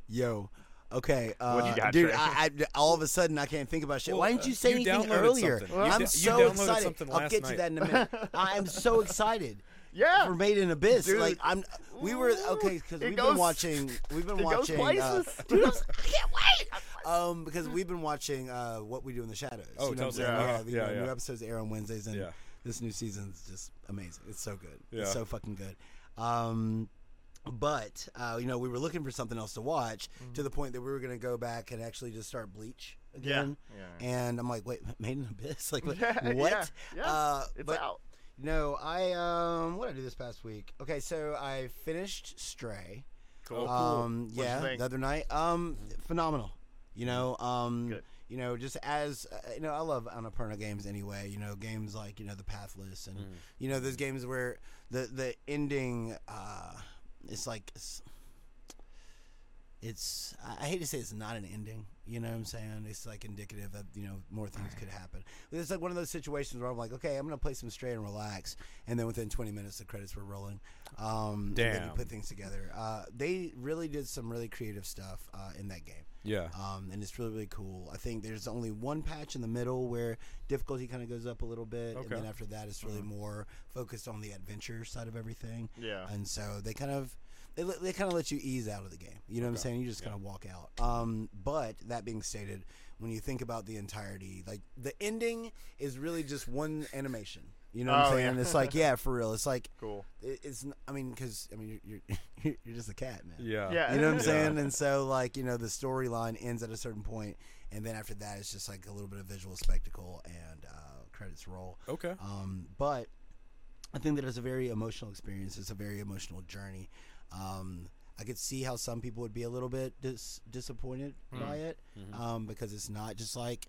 Speaker 2: Yo. Okay, uh,
Speaker 1: What you got,
Speaker 2: dude.
Speaker 1: Trey?
Speaker 2: I, I, all of a sudden, I can't think about shit.
Speaker 3: Well,
Speaker 2: Why didn't
Speaker 3: uh,
Speaker 2: you say
Speaker 3: you
Speaker 2: anything
Speaker 3: downloaded
Speaker 2: earlier?
Speaker 3: something. You
Speaker 2: I'm
Speaker 3: d- you
Speaker 2: so
Speaker 3: downloaded
Speaker 2: excited.
Speaker 3: something
Speaker 2: I'll
Speaker 3: last
Speaker 2: get to
Speaker 3: night.
Speaker 2: that in a minute. I am so excited.
Speaker 1: Yeah.
Speaker 2: We're made in abyss.
Speaker 1: Dude.
Speaker 2: Like I'm, we were
Speaker 1: Ooh,
Speaker 2: okay because
Speaker 1: it
Speaker 2: we've
Speaker 1: goes-
Speaker 2: been watching. We've been
Speaker 1: it goes
Speaker 2: watching. uh,
Speaker 1: places.
Speaker 2: dude, I was- I can't wait. Um, because we've been watching uh, what we do in the shadows.
Speaker 3: Oh,
Speaker 2: you know what I'm
Speaker 3: totally.
Speaker 2: saying?
Speaker 3: Yeah,
Speaker 2: Yeah, the, you
Speaker 3: yeah,
Speaker 2: know,
Speaker 3: yeah.
Speaker 2: new episodes air on Wednesdays, and
Speaker 3: Yeah.
Speaker 2: this new season's just amazing. It's so good.
Speaker 3: Yeah.
Speaker 2: It's so fucking good. Um, but uh, you know, we were looking for something else to watch to the point that we were going to go back and actually just start Bleach again.
Speaker 1: Mm-hmm. Yeah.
Speaker 2: And I'm like, wait, Made in Abyss? Like, what?
Speaker 1: Yeah,
Speaker 2: what?
Speaker 1: yeah, yeah.
Speaker 2: Uh,
Speaker 1: It's
Speaker 2: but
Speaker 1: out.
Speaker 2: no, I um, what did I do this past week? Okay, so I finished Stray.
Speaker 3: Oh, Cool.
Speaker 2: Um,
Speaker 1: Oh, What'd you
Speaker 2: yeah,
Speaker 1: think?
Speaker 2: the other night. Um, phenomenal. You know, um,
Speaker 1: Good.
Speaker 2: you know, just as uh, you know, I love Annapurna games anyway. You know, games like you know the Pathless and you know those games where the the ending uh, it's like. It's, it's I- I hate to say it's not an ending. You know what I'm saying? It's like indicative of you know more things could happen. But it's like one of those situations where I'm like, okay, I'm gonna play some Stray and relax, and then within 20 minutes the credits were rolling. Um, and then you
Speaker 3: Damn.
Speaker 2: put things together. Uh, they really did some really creative stuff uh, in that game.
Speaker 3: Yeah.
Speaker 2: Um, and it's really really cool. I think there's only one patch in the middle where difficulty kind of goes up a little bit, and
Speaker 3: Okay.
Speaker 2: then after that, it's really
Speaker 1: Uh-huh.
Speaker 2: more focused on the adventure side of everything.
Speaker 1: Yeah.
Speaker 2: And so they kind of they, let- they kind of let you ease out of the game. You know what I'm saying? You just kind of walk out. Um, but that being stated, when you think about the entirety, like the ending is really just one animation. You know what I'm
Speaker 1: Oh,
Speaker 2: saying?
Speaker 1: yeah.
Speaker 2: It's like yeah, for real. It's like
Speaker 1: Cool.
Speaker 2: it, it's. n- I mean, because I mean, you're, you're you're just a cat, man.
Speaker 3: Yeah.
Speaker 1: Yeah.
Speaker 2: You know what I'm
Speaker 3: Yeah.
Speaker 2: saying? And so, like, you know, the storyline ends at a certain point, and then after that, it's just like a little bit of visual spectacle and uh, credits roll.
Speaker 3: Okay.
Speaker 2: Um, but I think that it's a very emotional experience. It's a very emotional journey. Um, I could see how some people would be a little bit dis- disappointed
Speaker 1: Hmm.
Speaker 2: by it
Speaker 1: Mm-hmm.
Speaker 2: um, because it's not just like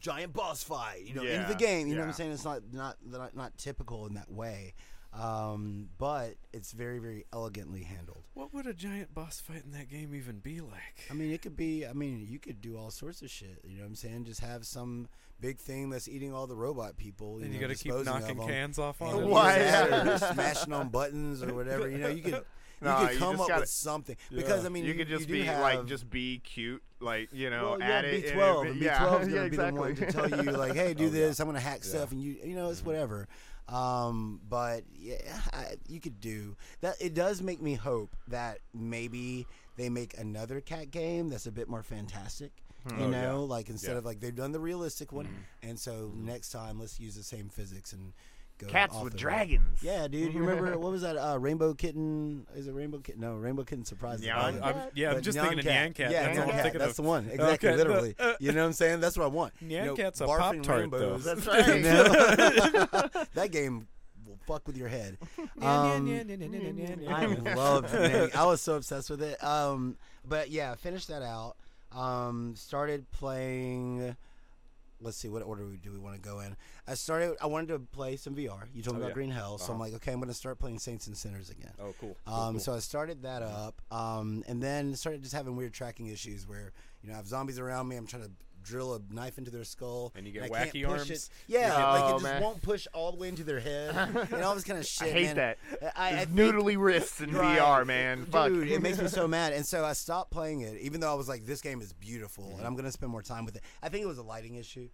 Speaker 2: giant boss fight, you know, end of the
Speaker 1: Yeah,
Speaker 2: game. You know what I'm
Speaker 1: yeah.
Speaker 2: saying? It's not not not, not typical in that way. Um, but it's very, very elegantly handled.
Speaker 3: What would a giant boss fight in that game even be like?
Speaker 2: I mean, it could be. I mean, you could do all sorts of shit. You know what I'm saying? Just have some big thing that's eating all the robot people. You
Speaker 3: and
Speaker 2: know,
Speaker 3: you got to keep
Speaker 2: disposing of
Speaker 3: knocking
Speaker 2: them.
Speaker 3: cans off
Speaker 2: And
Speaker 3: on it.
Speaker 1: Why?
Speaker 2: yeah, or smashing on buttons or whatever. You know, you could. You
Speaker 1: Nah,
Speaker 2: could
Speaker 1: you
Speaker 2: come
Speaker 1: just
Speaker 2: up
Speaker 1: gotta-
Speaker 2: with something because I mean,
Speaker 1: you could just
Speaker 2: do
Speaker 1: be
Speaker 2: have,
Speaker 1: like, just be cute, like you know,
Speaker 2: well, you have
Speaker 1: at it. and
Speaker 2: B12,
Speaker 1: it-
Speaker 2: and
Speaker 1: yeah,
Speaker 2: B12 is gonna be
Speaker 1: yeah,
Speaker 2: the
Speaker 1: exactly.
Speaker 2: one to tell you like, hey, do
Speaker 3: Oh, yeah.
Speaker 2: this. I'm gonna hack
Speaker 3: Yeah.
Speaker 2: stuff, and you, you know, it's whatever. Um, but yeah, I, you could do that. It does make me hope that maybe they make another cat game that's a bit more fantastic. You
Speaker 1: Hmm.
Speaker 3: Oh,
Speaker 2: know,
Speaker 3: yeah.
Speaker 2: like instead
Speaker 3: Yeah.
Speaker 2: of like they've done the realistic one, and so next time let's use the same physics and go
Speaker 1: Cats
Speaker 2: off
Speaker 1: with
Speaker 2: the-
Speaker 1: dragons.
Speaker 2: Yeah, dude, you remember what was that? Uh, Rainbow Kitten? Is it Rainbow Kitten? No, Rainbow Kitten surprise.
Speaker 1: Yeah,
Speaker 3: I'm, I'm, yeah, I'm
Speaker 2: But
Speaker 3: just
Speaker 2: Nyan
Speaker 3: thinking of Nyan
Speaker 2: Yeah,
Speaker 3: Cat. That's
Speaker 1: Nyan
Speaker 2: Nyan
Speaker 3: all I'm
Speaker 2: Cat,
Speaker 3: thinking
Speaker 2: that's
Speaker 3: of.
Speaker 2: the one. Exactly,
Speaker 3: the-
Speaker 2: literally.
Speaker 3: uh,
Speaker 2: you know what I'm saying? That's what I want.
Speaker 3: Nyan
Speaker 2: You know,
Speaker 3: Cat's a
Speaker 2: barfing
Speaker 3: Pop-Tart, though.
Speaker 2: rainbows.
Speaker 1: That's
Speaker 2: You
Speaker 1: right.
Speaker 2: know? that game will fuck with your head. Um, I loved Nanny. I was so obsessed with it. Um, but yeah, finished that out. Um, started playing. Let's see, what order do we want to go in? I started. I wanted to play some VR. You told me
Speaker 3: Oh,
Speaker 2: about
Speaker 3: yeah.
Speaker 2: Green Hell, so I'm
Speaker 3: Uh-huh.
Speaker 2: like, okay, I'm going to start playing Saints and Sinners again.
Speaker 3: Oh, cool. cool,
Speaker 2: Um,
Speaker 3: cool. Mm-hmm.
Speaker 2: So I started that up, um, and then started just having weird tracking issues where you know I have zombies around me. I'm trying to drill a knife into their skull,
Speaker 3: And you get
Speaker 2: I can't
Speaker 3: wacky
Speaker 2: push
Speaker 3: arms?
Speaker 2: It. Yeah,
Speaker 1: get-
Speaker 2: like it
Speaker 1: Oh,
Speaker 2: just
Speaker 1: man.
Speaker 2: won't push all the way into their head, and all this kind of shit.
Speaker 1: I hate
Speaker 2: man.
Speaker 1: that.
Speaker 2: I, I
Speaker 1: There's
Speaker 2: think-
Speaker 1: noodly wrists in
Speaker 2: Right.
Speaker 1: VR, man. Fuck.
Speaker 2: Dude, it makes me so mad. And so I stopped playing it, even though I was like, this game is beautiful and
Speaker 3: Mm-hmm.
Speaker 2: I'm going to spend more time with it. I think it was a lighting issue.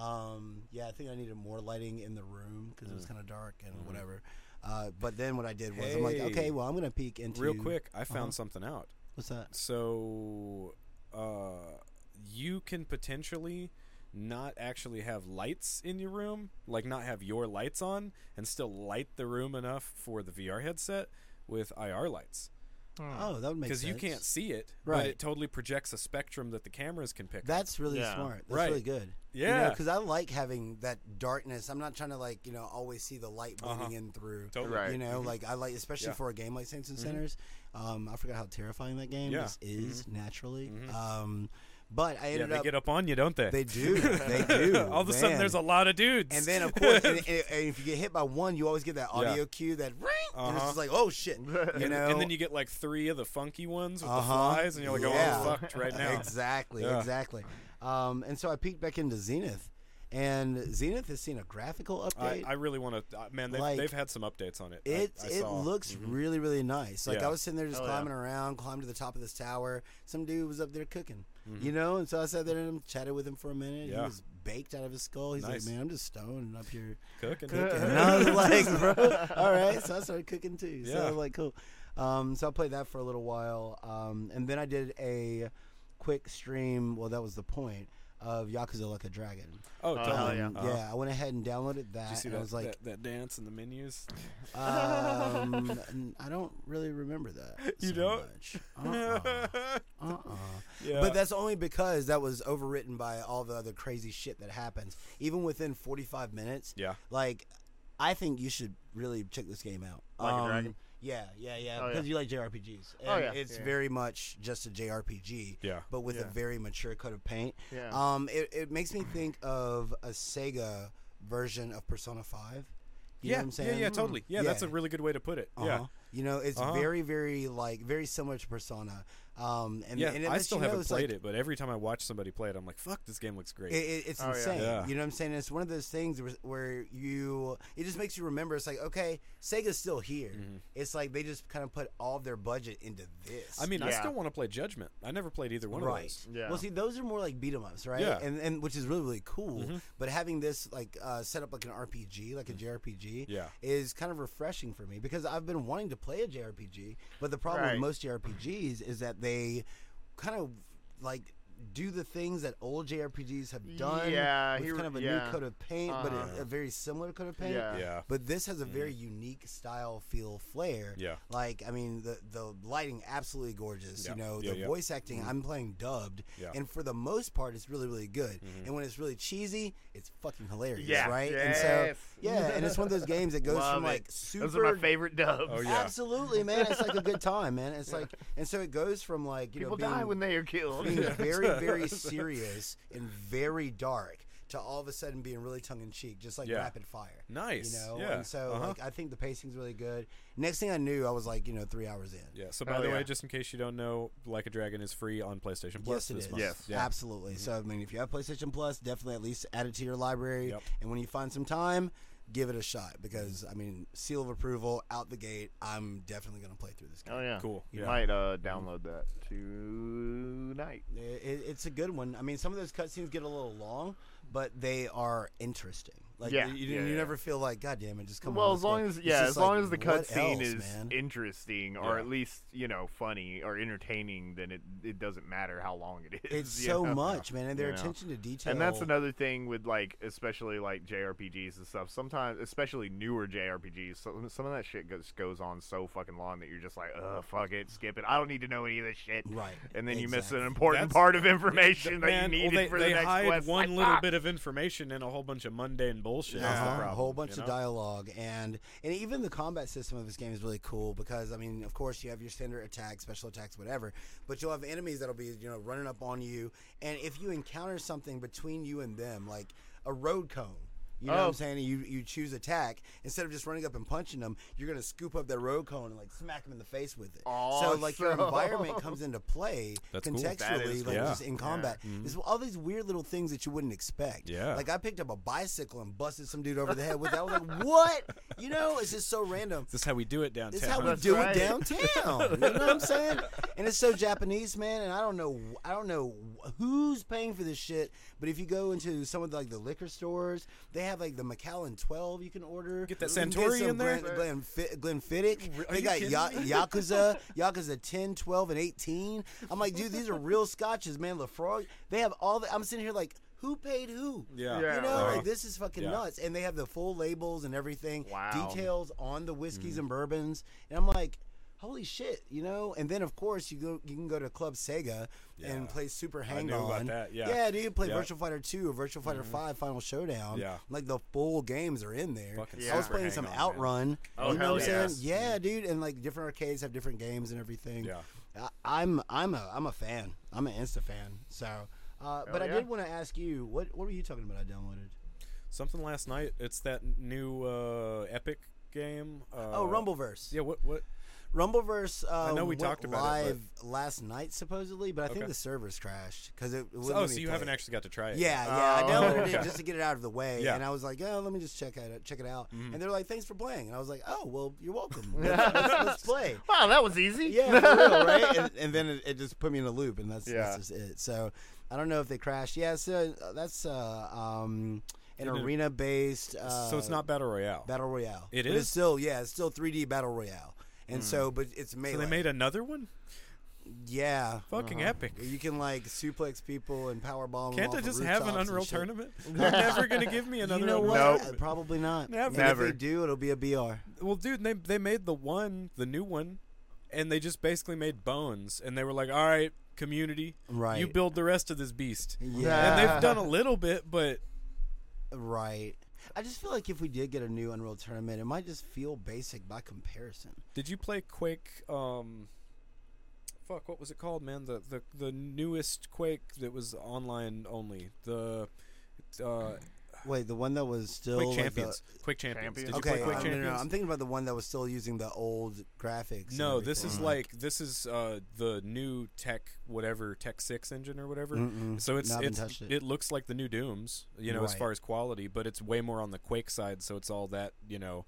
Speaker 2: Um, yeah, I think I needed more lighting in the room because it
Speaker 3: Mm.
Speaker 2: was kind of dark and whatever. Uh, but then what I did was I'm like,
Speaker 3: Mm-hmm. Hey.
Speaker 2: okay, well, I'm going to peek into.
Speaker 3: Real quick, I
Speaker 2: Uh-huh.
Speaker 3: found something out.
Speaker 2: What's that?
Speaker 3: So, uh, you can potentially not actually have lights in your room, like not have your lights on, and still light the room enough for the VR headset with IR lights.
Speaker 2: Oh, that would make sense.
Speaker 3: Because Mm. you can't see it,
Speaker 2: Right.
Speaker 3: but it totally projects a spectrum that the cameras can pick. up.
Speaker 2: That's really
Speaker 1: Yeah.
Speaker 2: smart. That's
Speaker 3: Right.
Speaker 2: really good.
Speaker 3: Yeah.
Speaker 2: Because I like having that darkness. I'm not trying to, like, you know, always see the light
Speaker 3: Uh-huh.
Speaker 2: bleeding in through.
Speaker 3: Totally.
Speaker 1: Right.
Speaker 2: You know, like I like, especially
Speaker 3: Mm-hmm. Yeah. Mm-hmm.
Speaker 2: for a game like Saints and Sinners. Um, I forgot how terrifying that game
Speaker 3: Yeah. Mm-hmm.
Speaker 2: is, is naturally. Um, but I
Speaker 3: Yeah,
Speaker 2: ended
Speaker 3: they
Speaker 2: up.
Speaker 3: get up on you, don't they?
Speaker 2: They do. They do.
Speaker 3: All of a sudden,
Speaker 2: man.
Speaker 3: there's a lot of dudes.
Speaker 2: And then, of course, and, and- and if you get hit by one, you always get that
Speaker 3: Yeah.
Speaker 2: audio cue that ring, and it's
Speaker 3: Uh-huh.
Speaker 2: just like, oh shit, you
Speaker 3: And-
Speaker 2: know.
Speaker 3: and then you get like three of the funky ones with the
Speaker 2: Uh-huh.
Speaker 3: flies, and you're like, "Oh,
Speaker 2: Yeah.
Speaker 3: I'm fucked right now."
Speaker 2: Exactly,
Speaker 3: Yeah.
Speaker 2: exactly. Um, and so I peeked back into Zenith, and Zenith has seen a graphical
Speaker 3: I,
Speaker 2: update.
Speaker 3: I really want to. Uh, man, they've,
Speaker 2: Like,
Speaker 3: they've had some updates on it. I-
Speaker 2: It
Speaker 3: I
Speaker 2: it
Speaker 3: saw. Mm-hmm.
Speaker 2: looks really really nice. Like
Speaker 3: Yeah.
Speaker 2: I was sitting there just
Speaker 1: Oh, yeah.
Speaker 2: climbing around, climbed to the top of this tower. Some dude was up there cooking, you know. And so I sat there and chatted with him for a minute. He
Speaker 3: Mm-hmm. Yeah.
Speaker 2: was baked out of his skull. He's
Speaker 3: Nice.
Speaker 2: like, "Man, I'm just stoned up here
Speaker 3: cooking.
Speaker 2: cooking." and I was like, "Bro, all right." So I started cooking too. So I
Speaker 3: Yeah.
Speaker 2: was like, "Cool." Um, so I played that for a little while, um, and then I did a quick stream. Well, that was the point of Yakuza Like a Dragon.
Speaker 3: Oh,
Speaker 1: Uh,
Speaker 3: totally.
Speaker 1: yeah.
Speaker 2: Um,
Speaker 3: Uh-huh.
Speaker 2: I went ahead and downloaded that.
Speaker 3: Did you see
Speaker 2: and
Speaker 3: that,
Speaker 2: I was like,
Speaker 3: that, that dance in the menus?
Speaker 2: um, n- I don't really remember that.
Speaker 3: You
Speaker 2: so
Speaker 3: don't?
Speaker 2: Much. Uh-uh. Uh-uh.
Speaker 3: Yeah.
Speaker 2: But that's only because that was overwritten by all the other crazy shit that happens. Even within 45 minutes.
Speaker 3: Yeah.
Speaker 2: Like, I think you should really check this game out. Um,
Speaker 1: Like a Dragon?
Speaker 2: Yeah, yeah, yeah.
Speaker 1: Oh, yeah.
Speaker 2: because you like JRPGs. And
Speaker 1: Oh, yeah.
Speaker 2: It's
Speaker 1: Yeah.
Speaker 2: very much just a JRPG.
Speaker 3: Yeah.
Speaker 2: But with a
Speaker 1: Yeah.
Speaker 2: very mature coat of paint.
Speaker 1: Yeah.
Speaker 2: Um, it, it makes me think of a Sega version of Persona 5. You know
Speaker 3: yeah,
Speaker 2: what I'm
Speaker 3: yeah,
Speaker 2: saying?
Speaker 3: yeah, totally. Yeah, that's a
Speaker 2: Yeah.
Speaker 3: really good way to put it.
Speaker 2: Uh-huh.
Speaker 3: Yeah,
Speaker 2: You know, it's
Speaker 3: Uh-huh.
Speaker 2: very, very like very similar to Persona. Um, and,
Speaker 3: yeah,
Speaker 2: and it
Speaker 3: I
Speaker 2: lets
Speaker 3: still
Speaker 2: you know,
Speaker 3: haven't
Speaker 2: it's
Speaker 3: played
Speaker 2: like-
Speaker 3: it, but every time I watch somebody play it, I'm like, "Fuck, this game looks great."
Speaker 2: It, it, it's
Speaker 1: Oh, yeah.
Speaker 2: insane.
Speaker 3: Yeah.
Speaker 2: You know what I'm saying? It's one of those things where, where you it just makes you remember. It's like okay, Sega's still here.
Speaker 3: Mm-hmm.
Speaker 2: It's like they just kind of put all of their budget into this.
Speaker 3: I mean, I
Speaker 1: Yeah.
Speaker 3: still want to play Judgment. I never played either one of
Speaker 2: right.
Speaker 3: those.
Speaker 1: Yeah.
Speaker 2: Well, see, those are more like beat 'em ups, right?
Speaker 3: Yeah. Mm-hmm.
Speaker 2: And and which is really really cool. But having this like uh, set up like an RPG, like a JRPG,
Speaker 3: Yeah.
Speaker 2: is kind of refreshing for me because I've been wanting to play a JRPG, but the problem with
Speaker 1: Right.
Speaker 2: most JRPGs is that they kind of like do the things that old JRPGs have done.
Speaker 1: Yeah,
Speaker 2: with
Speaker 1: he-
Speaker 2: kind of a new
Speaker 1: yeah.
Speaker 2: coat of paint, but
Speaker 1: Uh-huh.
Speaker 2: a, a very similar coat of paint.
Speaker 1: Yeah. Mm.
Speaker 3: Yeah.
Speaker 2: But this has a very unique style, feel, flair.
Speaker 3: Yeah.
Speaker 2: Like, I mean, the the lighting absolutely gorgeous.
Speaker 3: Yeah.
Speaker 2: You know,
Speaker 3: Yeah,
Speaker 2: the
Speaker 3: yeah.
Speaker 2: voice acting.
Speaker 1: Mm-hmm.
Speaker 2: I'm playing dubbed,
Speaker 3: Yeah.
Speaker 2: and for the most part, it's really really good. And when it's really cheesy, it's fucking hilarious,
Speaker 1: Mm-hmm. Yeah.
Speaker 2: right? And so,
Speaker 1: Yes.
Speaker 2: yeah, and it's one of those games that goes
Speaker 1: Love
Speaker 2: from
Speaker 1: it.
Speaker 2: like super
Speaker 1: Those are my favorite dubs.
Speaker 3: Oh, yeah.
Speaker 2: Absolutely, man. It's like a good time, man. It's like, and so it goes from like you
Speaker 1: People
Speaker 2: know being,
Speaker 1: die when they are killed.
Speaker 2: being very, very serious and very dark to all of a sudden being really tongue in cheek, just like
Speaker 3: Yeah.
Speaker 2: rapid fire.
Speaker 3: Nice.
Speaker 2: You know,
Speaker 3: Yeah.
Speaker 2: and so
Speaker 3: Uh-huh.
Speaker 2: like I think the pacing's really good. Next thing I knew, I was like, you know, three hours in.
Speaker 3: Yeah. So by
Speaker 1: Hell
Speaker 3: the
Speaker 1: yeah.
Speaker 3: way, just in case you don't know, Like a Dragon is free on PlayStation Plus
Speaker 2: Yes, it
Speaker 3: this
Speaker 2: is.
Speaker 3: month.
Speaker 1: Yes.
Speaker 3: Yeah. Mm-hmm.
Speaker 2: Absolutely. So I mean, if you have PlayStation Plus, definitely at least add it to your library.
Speaker 3: Yep.
Speaker 2: And when you find some time, give it a shot because I mean, seal of approval out the gate. I'm definitely going to play through this game.
Speaker 1: Oh yeah.
Speaker 3: Cool.
Speaker 1: You
Speaker 3: Yeah.
Speaker 1: might uh, download that tonight.
Speaker 2: I- it, it's a good one. I mean, some of those cutscenes get a little long, but they are interesting. Like
Speaker 1: Yeah,
Speaker 2: you, you,
Speaker 1: yeah,
Speaker 2: you
Speaker 1: yeah.
Speaker 2: never feel like, God damn it, just come
Speaker 1: well,
Speaker 2: on.
Speaker 1: as long as yeah, as long as the cutscene is interesting or
Speaker 3: Yeah.
Speaker 1: at least you know funny or entertaining, then it it doesn't matter how long it is.
Speaker 2: It's
Speaker 1: you
Speaker 2: so
Speaker 1: know?
Speaker 2: much, man, and their
Speaker 1: You know.
Speaker 2: attention to detail.
Speaker 1: And that's another thing with like, especially like JRPGs and stuff. Sometimes, especially newer JRPGs, some, some of that shit goes goes on so fucking long that you're just like, ugh, fuck it, skip it. I don't need to know any of this shit.
Speaker 2: Right.
Speaker 1: And then you miss an
Speaker 2: Exactly.
Speaker 1: important
Speaker 3: That's-
Speaker 1: part of information that
Speaker 3: Man,
Speaker 1: you
Speaker 3: well,
Speaker 1: needed
Speaker 3: they,
Speaker 1: for
Speaker 3: they
Speaker 1: the next
Speaker 3: hide
Speaker 1: quest.
Speaker 3: one
Speaker 1: Like,
Speaker 3: little
Speaker 1: ah!
Speaker 3: bit of information and a whole bunch of mundane bullshit. That's the
Speaker 2: Uh-huh.
Speaker 3: problem,
Speaker 2: a whole bunch
Speaker 3: you
Speaker 2: of
Speaker 3: know?
Speaker 2: dialogue and and even the combat system of this game is really cool because I mean of course you have your standard attacks, special attacks, whatever, but you'll have enemies that'll be you know running up on you, and if you encounter something between you and them, like a road cone. You know what
Speaker 1: Oh.
Speaker 2: I'm saying? You you choose attack instead of just running up and punching them. You're gonna scoop up that road cone and like smack them in the face with it. So like your
Speaker 1: Awesome.
Speaker 2: environment comes into play
Speaker 3: That's cool.
Speaker 2: contextually,
Speaker 3: That
Speaker 1: is
Speaker 2: like
Speaker 3: cool. Mm-hmm.
Speaker 2: just in
Speaker 1: Yeah.
Speaker 2: combat. There's all these weird little things that you wouldn't expect.
Speaker 3: Yeah.
Speaker 2: Like I picked up a bicycle and busted some dude over the head with it. I was like, what? You know, it's just so random.
Speaker 3: This is how we do it downtown.
Speaker 2: This is how we
Speaker 1: That's
Speaker 2: do
Speaker 1: right.
Speaker 2: it downtown. You know what I'm saying? And it's so Japanese, man. And I don't know, I don't know who's paying for this shit. But if you go into some of the, like the liquor stores, they have like the Macallan 12 you can order.
Speaker 3: Get that
Speaker 2: You can
Speaker 3: Suntory
Speaker 2: some
Speaker 3: in there?
Speaker 2: Glen, Glen, Fi- Glenfiddich.
Speaker 3: Are
Speaker 2: They
Speaker 3: you
Speaker 2: got
Speaker 3: kidding
Speaker 2: Ya-
Speaker 3: me?
Speaker 2: Yakuza, Yakuza 10, 12, and 18. I'm like, dude, these are real scotches, man. Lafroy. They have all the. I'm sitting here like, who paid who?
Speaker 3: Yeah.
Speaker 1: Yeah.
Speaker 2: You know,
Speaker 1: Right.
Speaker 2: like this is fucking
Speaker 3: Yeah.
Speaker 2: nuts. And they have the full labels and everything,
Speaker 1: Wow.
Speaker 2: details on the whiskeys
Speaker 3: Mm-hmm.
Speaker 2: and bourbons. And I'm like, holy shit, you know? And then of course you go you can go to Club Sega
Speaker 3: Yeah.
Speaker 2: and play Super
Speaker 3: I
Speaker 2: Hang
Speaker 3: knew
Speaker 2: On.
Speaker 3: about that, yeah.
Speaker 2: Yeah, dude, play
Speaker 3: Yeah. Mm-hmm.
Speaker 2: Virtual Fighter Two or Virtual Fighter Five Final Showdown.
Speaker 3: Yeah.
Speaker 2: Like the full games are in there.
Speaker 3: Fucking
Speaker 2: I was
Speaker 1: Super
Speaker 2: playing
Speaker 3: Hang
Speaker 2: some
Speaker 3: On, man.
Speaker 2: Outrun.
Speaker 1: Oh,
Speaker 2: you know what I'm
Speaker 1: hell
Speaker 2: saying?
Speaker 1: yes.
Speaker 2: Yeah, dude. And like different arcades have different games and everything.
Speaker 3: Mm-hmm. Yeah.
Speaker 2: I, I'm I'm a I'm a fan. I'm an Insta fan. So uh, but I
Speaker 1: yeah.
Speaker 2: did want to ask you, what what were you talking about? I downloaded.
Speaker 3: Something last night. It's that new uh, Epic game. Uh,
Speaker 2: Oh, Rumbleverse.
Speaker 3: Yeah. What? What?
Speaker 2: Rumbleverse. Uh,
Speaker 3: I know we
Speaker 2: went
Speaker 3: talked about it,
Speaker 2: live
Speaker 3: but-
Speaker 2: last night supposedly, but I think
Speaker 3: Okay.
Speaker 2: the servers crashed because it. wouldn't
Speaker 3: oh,
Speaker 2: let
Speaker 3: so
Speaker 2: me
Speaker 3: you
Speaker 2: play
Speaker 3: haven't
Speaker 2: it.
Speaker 3: actually got to try it.
Speaker 2: Yeah, yeah.
Speaker 1: Oh,
Speaker 2: I downloaded
Speaker 3: okay.
Speaker 2: it just to get it out of the way,
Speaker 3: Yeah. Mm-hmm.
Speaker 2: and I was like, "Oh, let me just check it check it out." And they're like, "Thanks for playing," and I was like, "Oh, well, you're welcome. Let's, let's- let's play."
Speaker 1: Wow, that was easy.
Speaker 2: Yeah, for real, right? And, and then it, it just put me in a loop, and that's,
Speaker 1: Yeah.
Speaker 2: that's just it. So I don't know if they crashed. Yeah, so uh, that's uh, um, an
Speaker 3: Didn't it-
Speaker 2: arena based. Uh,
Speaker 3: So it's not battle royale.
Speaker 2: battle royale.
Speaker 3: It
Speaker 2: But
Speaker 3: is? Hmm.
Speaker 2: it's still yeah, it's still 3D battle royale, and so but it's melee.
Speaker 3: so they made another one.
Speaker 2: Yeah.
Speaker 3: Fucking epic.
Speaker 2: Where You can like suplex people and power bomb.
Speaker 3: Can't I
Speaker 2: them Uh-huh. off of
Speaker 3: just have an
Speaker 2: rooftops and
Speaker 3: Unreal
Speaker 2: shit.
Speaker 3: tournament? They're never gonna give me
Speaker 2: You
Speaker 3: another.
Speaker 2: know
Speaker 3: Unreal
Speaker 2: what?
Speaker 1: Nope.
Speaker 2: Uh,
Speaker 3: Tournament.
Speaker 2: Probably not.
Speaker 3: Never.
Speaker 2: And
Speaker 1: Never.
Speaker 2: If they do, it'll be a BR.
Speaker 3: Well, dude, they they made the one, the new one, and they just basically made bones, and they were like, "All right, community, you
Speaker 2: Right.
Speaker 3: build the rest of this beast."
Speaker 2: Yeah.
Speaker 3: and they've done a little bit, but
Speaker 2: Right. I just feel like if we did get a new Unreal tournament, it might just feel basic by comparison.
Speaker 3: did you play Quake? Um, fuck, what was it called, man? The the the newest Quake that was online only. The uh,
Speaker 2: Wait, the one that was still
Speaker 3: Quick
Speaker 2: like the-
Speaker 3: Champions. Quick Champions. Did you
Speaker 1: Champions.
Speaker 2: okay,
Speaker 3: play Quick
Speaker 2: I'm, no, no,
Speaker 3: Champions?
Speaker 2: no, I'm thinking about the one that was still using the old graphics. and
Speaker 3: No, this is
Speaker 2: everything.
Speaker 3: like this is uh, the new Tech whatever Tech Six engine or whatever.
Speaker 2: Mm-mm.
Speaker 3: So it's
Speaker 2: Not been
Speaker 3: it's
Speaker 2: touched
Speaker 3: it.
Speaker 2: it.
Speaker 3: looks like the new Dooms, you know, as
Speaker 2: Right.
Speaker 3: far as quality, but it's way more on the Quake side. So it's all that you know,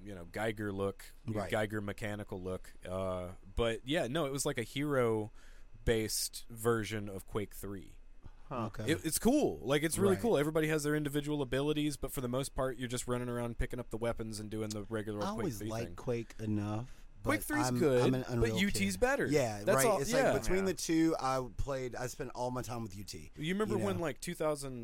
Speaker 3: you know Geiger look,
Speaker 2: Right.
Speaker 3: Geiger mechanical look. Uh, but yeah, no, it was like a hero based version of Quake Three.
Speaker 2: okay.
Speaker 3: It, it's cool. Like it's really
Speaker 2: Right.
Speaker 3: cool. Everybody has their individual abilities, but for the most part, you're just running around picking up the weapons and doing the regular
Speaker 2: I
Speaker 3: old Quake
Speaker 2: always
Speaker 3: Three
Speaker 2: like
Speaker 3: thing.
Speaker 2: Quake enough. but
Speaker 3: Quake 3's
Speaker 2: I'm-
Speaker 3: good,
Speaker 2: I'm an
Speaker 3: but
Speaker 2: Unreal
Speaker 3: UT's
Speaker 2: kid.
Speaker 3: better.
Speaker 2: Yeah,
Speaker 3: That's
Speaker 2: right.
Speaker 3: All,
Speaker 2: it's
Speaker 3: yeah.
Speaker 2: like between
Speaker 1: Yeah.
Speaker 2: the two, I played. I spent all my time with UT.
Speaker 3: You remember
Speaker 2: you
Speaker 3: when
Speaker 2: know.
Speaker 3: like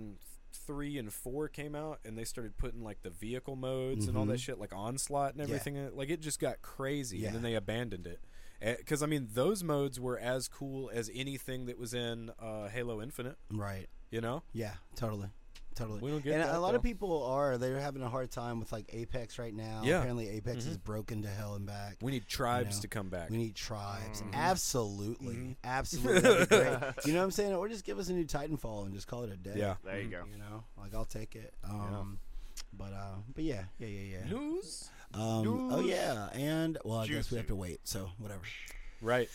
Speaker 3: 2003 and 4 came out and they started putting like the vehicle modes and all that shit like onslaught and
Speaker 2: Mm-hmm. Yeah.
Speaker 3: everything in it? like it just got crazy and then
Speaker 2: Yeah.
Speaker 3: they abandoned it. Cuz I mean those modes were as cool as anything that was in uh, Halo Infinite,
Speaker 2: Right.
Speaker 3: you know?
Speaker 2: Yeah. Totally. Totally.
Speaker 3: We don't get
Speaker 2: and
Speaker 3: that,
Speaker 2: a lot of
Speaker 3: though.
Speaker 2: people are they're having a hard time with like Apex right now.
Speaker 3: Yeah. Mm-hmm.
Speaker 2: Apparently, Apex is broken to hell and back.
Speaker 3: We Mm-hmm. need tribes
Speaker 2: know,
Speaker 3: to come back.
Speaker 2: We need tribes. Absolutely.
Speaker 3: Mm-hmm.
Speaker 2: Absolutely. That'd be great. you know what I'm saying? Or just give us a new Titanfall and just call it a day.
Speaker 3: Yeah.
Speaker 1: There you go.
Speaker 2: You know, like I'll take it. Um, But uh, but yeah, yeah, yeah, yeah.
Speaker 3: News?
Speaker 2: Um, oh yeah, and well, I guess
Speaker 1: Juicy.
Speaker 2: we have to wait. So whatever.
Speaker 3: Right.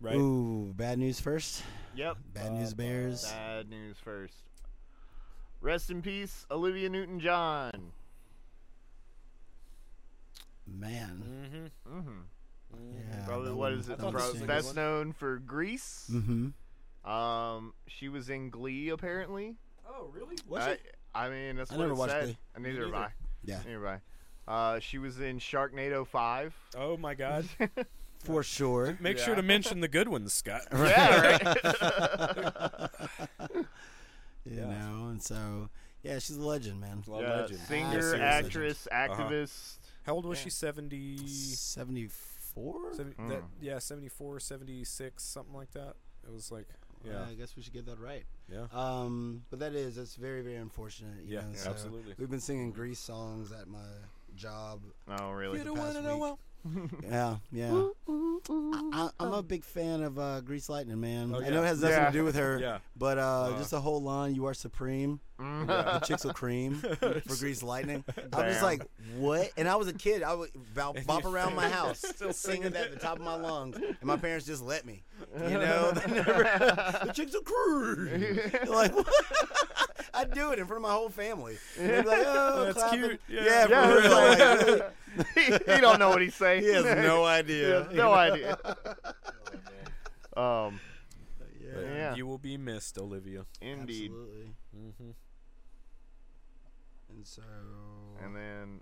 Speaker 3: Right.
Speaker 2: Ooh, bad news first.
Speaker 1: Yep.
Speaker 2: Bad
Speaker 1: Uh,
Speaker 2: news bears.
Speaker 1: Bad news first. Rest in peace, Olivia Newton-John.
Speaker 2: Man.
Speaker 3: Mhm.
Speaker 2: Yeah,
Speaker 1: Mm-hmm. Probably
Speaker 2: that
Speaker 1: what
Speaker 2: one-
Speaker 1: is it?
Speaker 2: that one
Speaker 1: Pro-
Speaker 2: stinks.
Speaker 1: best known for Greece.
Speaker 2: Mhm.
Speaker 1: Um, she was in Glee apparently.
Speaker 3: Oh, really?
Speaker 2: Was
Speaker 1: I,
Speaker 2: it?
Speaker 1: I mean, that's
Speaker 2: I
Speaker 1: what
Speaker 2: never
Speaker 1: it
Speaker 2: watched
Speaker 1: said.
Speaker 2: Glee.
Speaker 1: And neither have I.
Speaker 2: Yeah,
Speaker 1: Neither have I. Uh, she was in Sharknado Five.
Speaker 3: Oh my god.
Speaker 2: for sure.
Speaker 3: Make sure
Speaker 1: Yeah.
Speaker 3: to mention the good ones, Scott.
Speaker 1: Yeah, right.
Speaker 2: You
Speaker 3: Yeah.
Speaker 2: know, and so yeah, she's a legend, man.
Speaker 3: Well,
Speaker 1: yeah,
Speaker 3: legend.
Speaker 1: singer,
Speaker 2: Absolute
Speaker 1: actress,
Speaker 3: Uh-huh.
Speaker 1: activist.
Speaker 3: How old was she? 70
Speaker 2: Seventy-four.
Speaker 3: Seven
Speaker 1: Hmm.
Speaker 3: that, yeah, 74, 76, something like that. It was like, yeah,
Speaker 2: I guess we should get that right.
Speaker 3: yeah.
Speaker 2: Um, but that is it's very very unfortunate. You
Speaker 3: Yeah,
Speaker 2: know,
Speaker 3: yeah,
Speaker 2: so
Speaker 3: absolutely.
Speaker 2: We've been singing Grease songs at my job.
Speaker 1: Oh, really?
Speaker 2: don't wanna know Yeah, yeah. I, I, I'm a big fan of uh, Grease Lightning, man.
Speaker 3: Oh,
Speaker 2: I know it
Speaker 3: yeah.
Speaker 2: has nothing
Speaker 1: Yeah.
Speaker 2: to do with her,
Speaker 3: Yeah. Uh-huh. Mm-hmm.
Speaker 2: but uh, just the whole line "You are supreme." The chicks will cream for Grease Lightning. I'm just
Speaker 1: Damn.
Speaker 2: like, what? And I was a kid. I would bop, bop
Speaker 3: you're
Speaker 2: around my house,
Speaker 3: still
Speaker 2: still
Speaker 3: singing
Speaker 2: singing that at the top of my lungs, and my parents just let me. You know, They never- the
Speaker 1: never.
Speaker 2: chicks will cream. like, I'd do it in front of my whole family. And they'd be like, oh,
Speaker 3: That's
Speaker 2: clapping.
Speaker 3: cute. Yeah.
Speaker 2: yeah, for
Speaker 1: Yeah.
Speaker 2: real. Like, really?
Speaker 1: he, he don't know what he's saying.
Speaker 2: He has no
Speaker 1: He
Speaker 2: idea.
Speaker 1: has no idea. um,
Speaker 3: But
Speaker 1: Yeah.
Speaker 3: You will be missed, Olivia.
Speaker 1: indeed.
Speaker 2: Absolutely.
Speaker 3: Mm-hmm.
Speaker 2: And so,
Speaker 1: And then,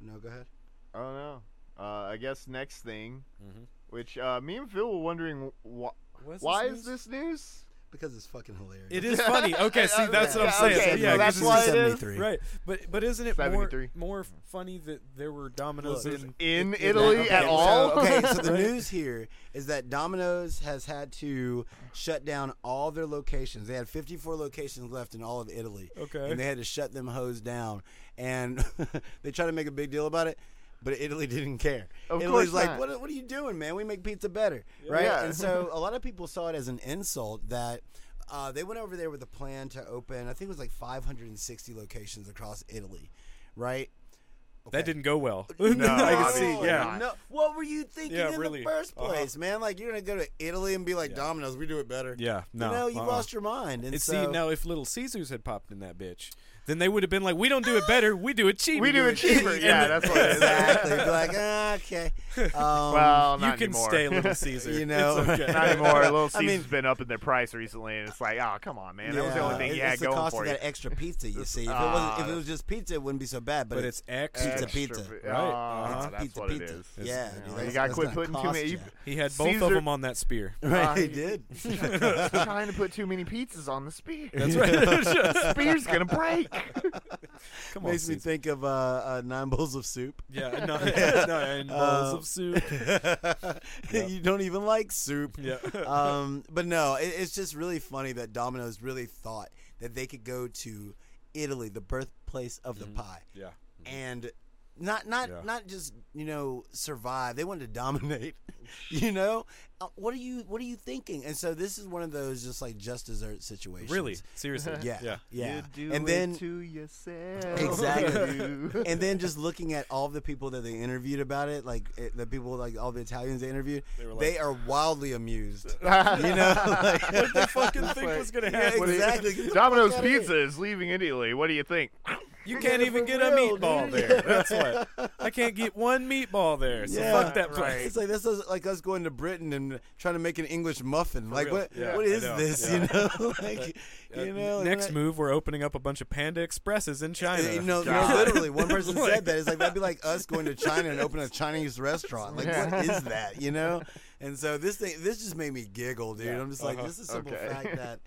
Speaker 2: no, go ahead.
Speaker 1: I don't know. Uh, I guess next thing,
Speaker 3: Mm-hmm.
Speaker 1: which uh, me and Phil were wondering, wh- why is this news?
Speaker 2: Because it's fucking hilarious.
Speaker 3: It is funny. Okay, see, that's what I'm
Speaker 1: Okay,
Speaker 3: saying.
Speaker 1: so
Speaker 3: yeah, 'cause
Speaker 1: that's
Speaker 3: it's-
Speaker 1: why it is.
Speaker 3: Right, but but isn't it more,
Speaker 1: 73.
Speaker 3: more funny that there were dominoes
Speaker 2: Look,
Speaker 3: in?
Speaker 1: In
Speaker 3: it-
Speaker 1: Italy
Speaker 3: okay,
Speaker 1: at
Speaker 3: so-
Speaker 1: all?
Speaker 2: So, okay, so the news here is that Domino's has had to shut down all their locations. They had 54 locations left in all of Italy.
Speaker 1: Oh,
Speaker 3: Okay.
Speaker 2: And they had to shut them hoes down. And they tried to make a big deal about it. But Italy didn't care.
Speaker 1: Of
Speaker 2: Italy's
Speaker 1: course
Speaker 2: like,
Speaker 1: not.
Speaker 2: What, what are you doing, man? We make pizza better, right?
Speaker 1: Yeah.
Speaker 2: And so a lot of people saw it as an insult that uh, they went over there with a plan to open. I think it was like 560 locations across Italy, right?
Speaker 3: That didn't go well. I can
Speaker 1: obviously
Speaker 3: see. Yeah.
Speaker 1: not.
Speaker 2: No, what were you thinking
Speaker 3: Yeah,
Speaker 2: in
Speaker 3: really.
Speaker 2: the first
Speaker 3: Uh-huh.
Speaker 2: place, man? Like you're gonna go to Italy and be like
Speaker 3: Yeah.
Speaker 2: Domino's, we do it better.
Speaker 3: Yeah, no,
Speaker 2: you know, you
Speaker 3: uh-uh.
Speaker 2: lost your mind. And
Speaker 3: And see,
Speaker 2: so,
Speaker 3: now if Little Caesars had popped in that bitch, then they would have been like, "We don't do it better. We do it cheaper.
Speaker 1: We do it cheaper.
Speaker 3: And
Speaker 1: Yeah,
Speaker 3: the-
Speaker 1: that's what it is.
Speaker 2: exactly. Be like, "Ah, okay. Um,
Speaker 1: Well,
Speaker 3: you
Speaker 1: not
Speaker 3: can
Speaker 1: anymore.
Speaker 3: stay, Little Caesar.
Speaker 2: You know,
Speaker 3: It's okay.
Speaker 1: not anymore. Little
Speaker 2: I
Speaker 1: Caesar's
Speaker 2: mean-
Speaker 1: been up in their price recently, and it's like, oh, come on, man. That was the
Speaker 2: yeah,
Speaker 1: only thing you
Speaker 2: it's
Speaker 1: had
Speaker 2: the
Speaker 1: going
Speaker 2: cost
Speaker 1: for
Speaker 2: of
Speaker 1: you.
Speaker 2: that extra pizza. You see, if it
Speaker 1: Ah,
Speaker 2: wasn't, if it was just pizza, it wouldn't be so bad. But,
Speaker 3: but it's extra.
Speaker 2: Pizza,
Speaker 1: Extra
Speaker 2: pizza.
Speaker 1: pi-
Speaker 3: Right.
Speaker 1: Ah,
Speaker 3: Uh-huh.
Speaker 1: that's
Speaker 2: pizza,
Speaker 1: what
Speaker 2: pizza.
Speaker 1: it is.
Speaker 2: Yeah,
Speaker 1: You,
Speaker 2: dude,
Speaker 1: know, you
Speaker 2: that's-
Speaker 1: gotta
Speaker 2: that's
Speaker 1: quit
Speaker 2: gonna
Speaker 1: putting too
Speaker 2: cost
Speaker 1: many. e- Uh,
Speaker 2: ya.
Speaker 3: He had both of
Speaker 1: Caesar-
Speaker 3: them on that spear.
Speaker 2: right.
Speaker 1: I-
Speaker 2: They did.
Speaker 1: trying to put too many pizzas on the spear.
Speaker 3: That's right.
Speaker 1: Spear's gonna break.
Speaker 3: Come on,
Speaker 2: Makes me
Speaker 3: Caesar.
Speaker 2: think of uh, uh, nine bowls of soup.
Speaker 3: Yeah, no, no, and bowls
Speaker 2: Uh,
Speaker 3: of soup.
Speaker 2: you don't even like soup.
Speaker 3: Yeah.
Speaker 2: um, but no, it, it's just really funny that Domino's really thought
Speaker 1: Mm-hmm.
Speaker 2: that they could go to Italy, the birthplace of the pie,
Speaker 3: Yeah.
Speaker 2: and not not
Speaker 3: Yeah.
Speaker 2: not just you know survive. They wanted to dominate. you know, Uh, what are you what are you thinking? And so this is one of those just like just dessert situations.
Speaker 3: Really? Seriously?
Speaker 2: Yeah.
Speaker 3: Yeah.
Speaker 2: Yeah.
Speaker 1: You do
Speaker 2: and
Speaker 1: it
Speaker 2: then
Speaker 1: to yourself.
Speaker 2: Exactly.
Speaker 1: You.
Speaker 2: and then just looking at all the people that they interviewed about it, like it, the people like all the Italians they interviewed, they,
Speaker 3: were like-
Speaker 2: are wildly amused.
Speaker 1: you
Speaker 2: You know, like,
Speaker 3: What they fucking think
Speaker 1: like-
Speaker 3: was gonna
Speaker 2: Yeah,
Speaker 3: happen?
Speaker 2: exactly. Get the fuck
Speaker 1: Domino's
Speaker 2: outta here.
Speaker 1: Pizza is leaving Italy. What do you think?
Speaker 3: You can't even
Speaker 2: for
Speaker 3: get a
Speaker 2: real,
Speaker 3: meatball
Speaker 2: dude.
Speaker 3: there. That's what. I can't get one meatball there. So
Speaker 2: Yeah.
Speaker 3: fuck that
Speaker 1: Right.
Speaker 3: place.
Speaker 2: It's like this is like us going to Britain and trying to make an English muffin. like
Speaker 3: real.
Speaker 2: what?
Speaker 3: Yeah,
Speaker 2: what
Speaker 3: I
Speaker 2: is
Speaker 3: know.
Speaker 2: this?
Speaker 3: Yeah.
Speaker 2: You know, like
Speaker 3: Uh,
Speaker 2: you know.
Speaker 3: next
Speaker 2: we're not-
Speaker 3: move, we're opening up a bunch of Panda Expresses in China.
Speaker 2: Uh, You know, no,
Speaker 1: God.
Speaker 2: literally, one person
Speaker 3: Like-
Speaker 2: said that. It's like that'd be like us going to China and opening a Chinese restaurant. Like, what is that? You know? And so this thing, this just made me giggle, dude.
Speaker 3: Yeah,
Speaker 2: I'm just like,
Speaker 3: uh-huh.
Speaker 2: this is simple
Speaker 1: Okay.
Speaker 2: fact that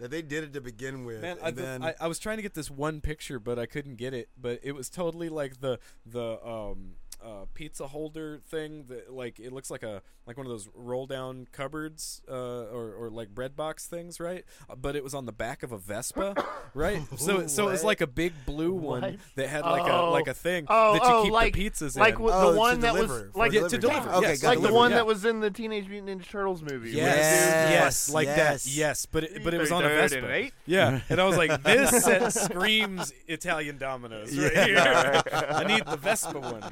Speaker 2: that they did it to begin with,
Speaker 3: Man,
Speaker 2: and
Speaker 3: I,
Speaker 2: then
Speaker 3: I, I was trying to get this one picture, but I couldn't get it. But it was totally like the the um, uh, pizza holder thing. That like it looks like a like one of those roll down cupboards uh, or or like bread box things, right? Uh, But it was on the back of a Vespa, right? So it- so it was
Speaker 2: What?
Speaker 3: like a big blue
Speaker 1: What?
Speaker 3: one that had like a like a thing
Speaker 1: Oh,
Speaker 3: that you
Speaker 1: oh,
Speaker 3: keep
Speaker 1: like,
Speaker 3: the pizzas
Speaker 1: like
Speaker 3: in.
Speaker 1: what-
Speaker 2: Oh,
Speaker 1: the
Speaker 2: to
Speaker 1: one that
Speaker 2: deliver,
Speaker 1: was
Speaker 2: for
Speaker 1: like
Speaker 3: Yeah, to
Speaker 2: delivery.
Speaker 3: deliver,
Speaker 2: Okay,
Speaker 3: yes,
Speaker 2: got
Speaker 1: like the
Speaker 2: delivery,
Speaker 1: one
Speaker 3: yeah.
Speaker 1: that was in the Teenage Mutant Ninja Turtles movie. where the dude-
Speaker 3: Yes,
Speaker 2: Yes,
Speaker 3: yes, like that.
Speaker 2: yes.
Speaker 3: Yes, but it, but it was on a
Speaker 1: Third and
Speaker 3: Vespa.
Speaker 1: eighth?
Speaker 3: Yeah, and I was like, this set screams Italian Domino's right
Speaker 2: Yeah.
Speaker 3: here. I need the Vespa one.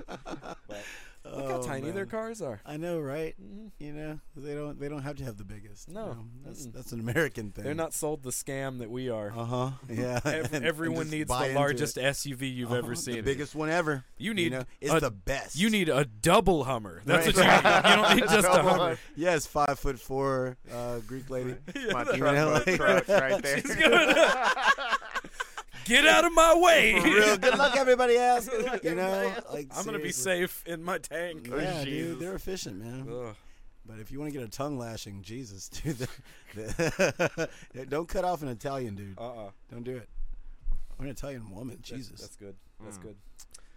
Speaker 3: Look how
Speaker 2: Oh,
Speaker 3: tiny
Speaker 2: man.
Speaker 3: their cars are.
Speaker 2: I know, right? You know, they don't they don't have to have the biggest. you
Speaker 3: No.
Speaker 2: know? that's
Speaker 3: Mm-mm.
Speaker 2: that's an American thing.
Speaker 3: They're not sold the scam that we are.
Speaker 2: Uh huh. Yeah.
Speaker 3: Ev-
Speaker 2: And- and
Speaker 3: Everyone
Speaker 2: just
Speaker 3: needs
Speaker 2: buy
Speaker 3: the
Speaker 2: into
Speaker 3: largest
Speaker 2: it.
Speaker 3: SUV you've
Speaker 2: Uh-huh,
Speaker 3: ever seen.
Speaker 2: The biggest one ever.
Speaker 3: You need
Speaker 2: know, it's
Speaker 3: a-
Speaker 2: the best.
Speaker 3: You need a double Hummer. That's
Speaker 2: Right.
Speaker 3: what you need. You don't need just a
Speaker 1: Double
Speaker 3: Hummer.
Speaker 2: Yes, five foot four uh, Greek lady.
Speaker 1: My
Speaker 2: You
Speaker 1: truck,
Speaker 2: know,
Speaker 1: my
Speaker 2: like-
Speaker 1: truck right there.
Speaker 3: She's gonna get out of my way.
Speaker 2: Real good luck, everybody else. Good luck,
Speaker 1: luck,
Speaker 2: you know,
Speaker 1: everybody else.
Speaker 2: like
Speaker 3: I'm gonna be
Speaker 2: seriously.
Speaker 3: safe in my tank.
Speaker 2: Yeah,
Speaker 1: Jesus.
Speaker 2: dude, they're efficient, man.
Speaker 3: Ugh.
Speaker 2: But if you want to get a tongue lashing, Jesus, dude, the, the- don't cut off an Italian dude.
Speaker 3: Uh-uh.
Speaker 2: Don't do it. Or an Italian woman, Jesus.
Speaker 3: That's good. That's good.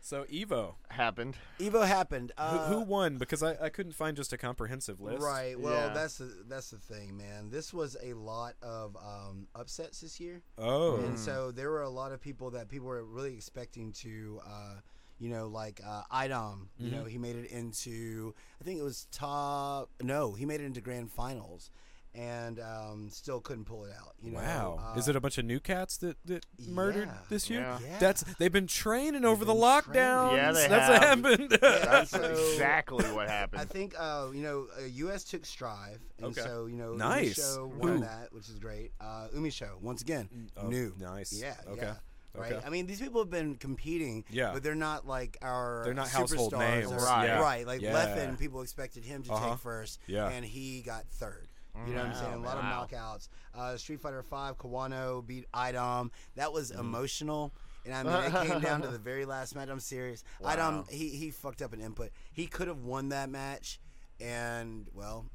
Speaker 3: So Evo,
Speaker 1: Happened.
Speaker 2: Evo happened. Uh,
Speaker 3: who, who won? Because I, I couldn't find just a comprehensive list.
Speaker 2: Right. Well,
Speaker 1: Yeah.
Speaker 2: that's the, that's the thing, man. This was a lot of um, upsets this year.
Speaker 3: Oh.
Speaker 2: And so there were a lot of people that people were really expecting to, uh, you know, like uh, Idom. You
Speaker 3: Mm-hmm.
Speaker 2: know, he made it into I think it was top. No, he made it into grand finals, and um, still couldn't pull it out. You know,
Speaker 3: Wow.
Speaker 2: Uh,
Speaker 3: Is it a bunch of new cats that, that murdered
Speaker 2: yeah.
Speaker 3: this year?
Speaker 1: Yeah.
Speaker 2: Yeah.
Speaker 3: That's they've been training over the
Speaker 2: been
Speaker 3: lockdowns.
Speaker 2: training.
Speaker 1: Yeah, they
Speaker 3: That's
Speaker 1: have.
Speaker 3: what happened.
Speaker 2: Yeah.
Speaker 1: That's
Speaker 2: So-
Speaker 1: exactly what
Speaker 2: I
Speaker 1: happened.
Speaker 2: think uh, you know uh, U.S. took Strive, and
Speaker 3: Okay.
Speaker 2: so you know
Speaker 3: Nice.
Speaker 2: Umisho won
Speaker 3: Ooh.
Speaker 2: that, which is great. Uh, Umisho once again
Speaker 3: oh,
Speaker 2: new,
Speaker 3: nice.
Speaker 2: yeah,
Speaker 3: Okay.
Speaker 2: yeah, right.
Speaker 3: Okay.
Speaker 2: I mean, these people have been competing,
Speaker 3: Yeah.
Speaker 2: but they're not like our
Speaker 3: They're not
Speaker 2: superstars
Speaker 3: household names.
Speaker 2: or-
Speaker 1: Right. Yeah.
Speaker 2: right. Like
Speaker 3: Yeah.
Speaker 2: Leffen, people expected him to
Speaker 3: Uh-huh.
Speaker 2: take first,
Speaker 3: Yeah.
Speaker 2: and he got third. You know what I'm
Speaker 1: Wow,
Speaker 2: saying? A lot
Speaker 1: Oh, wow.
Speaker 2: of knockouts. Uh, Street Fighter Five, Kawano beat Idom. That was
Speaker 3: Mm.
Speaker 2: emotional. And I mean, it came down to the very last match. I'm serious.
Speaker 1: Wow.
Speaker 2: Idom, he, he fucked up an input. He could have won that match, and well,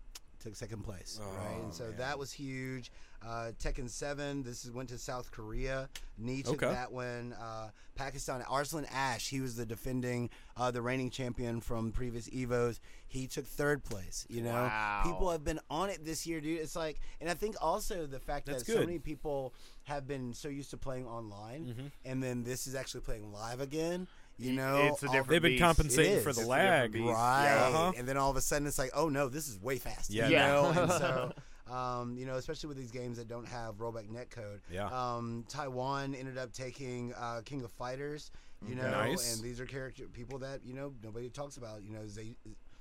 Speaker 2: took second place,
Speaker 1: Oh,
Speaker 2: right? And so that was huge. Uh, Tekken Seven. This is, went to South Korea. Nee took
Speaker 3: Okay.
Speaker 2: that one. Uh, Pakistan. Arslan Ash. He was the defending, uh, the reigning champion from previous Evos. He took third place. You know,
Speaker 1: Wow.
Speaker 2: people have been on it this year, dude. It's like, and I think also the fact
Speaker 3: That's
Speaker 2: that so
Speaker 3: good. Mm-hmm.
Speaker 2: many people have been so used to playing online, and then this is actually playing live again. You know,
Speaker 1: it's a
Speaker 2: all-
Speaker 1: different
Speaker 3: They've been
Speaker 1: beast.
Speaker 3: compensating
Speaker 2: It
Speaker 3: for
Speaker 2: is.
Speaker 3: the
Speaker 1: It's a different
Speaker 3: lag.
Speaker 1: beast.
Speaker 2: Right.
Speaker 1: Yeah.
Speaker 3: Uh-huh.
Speaker 2: And then all of a sudden it's like, oh no, this is way faster.
Speaker 3: Yeah.
Speaker 2: You
Speaker 1: Yeah.
Speaker 2: know? and so, um, you know, especially with these games that don't have rollback netcode.
Speaker 3: Yeah.
Speaker 2: Um, Taiwan ended up taking uh, King of Fighters, you know,
Speaker 3: Nice.
Speaker 2: and these are character people that, you know, nobody talks about, you know, Z.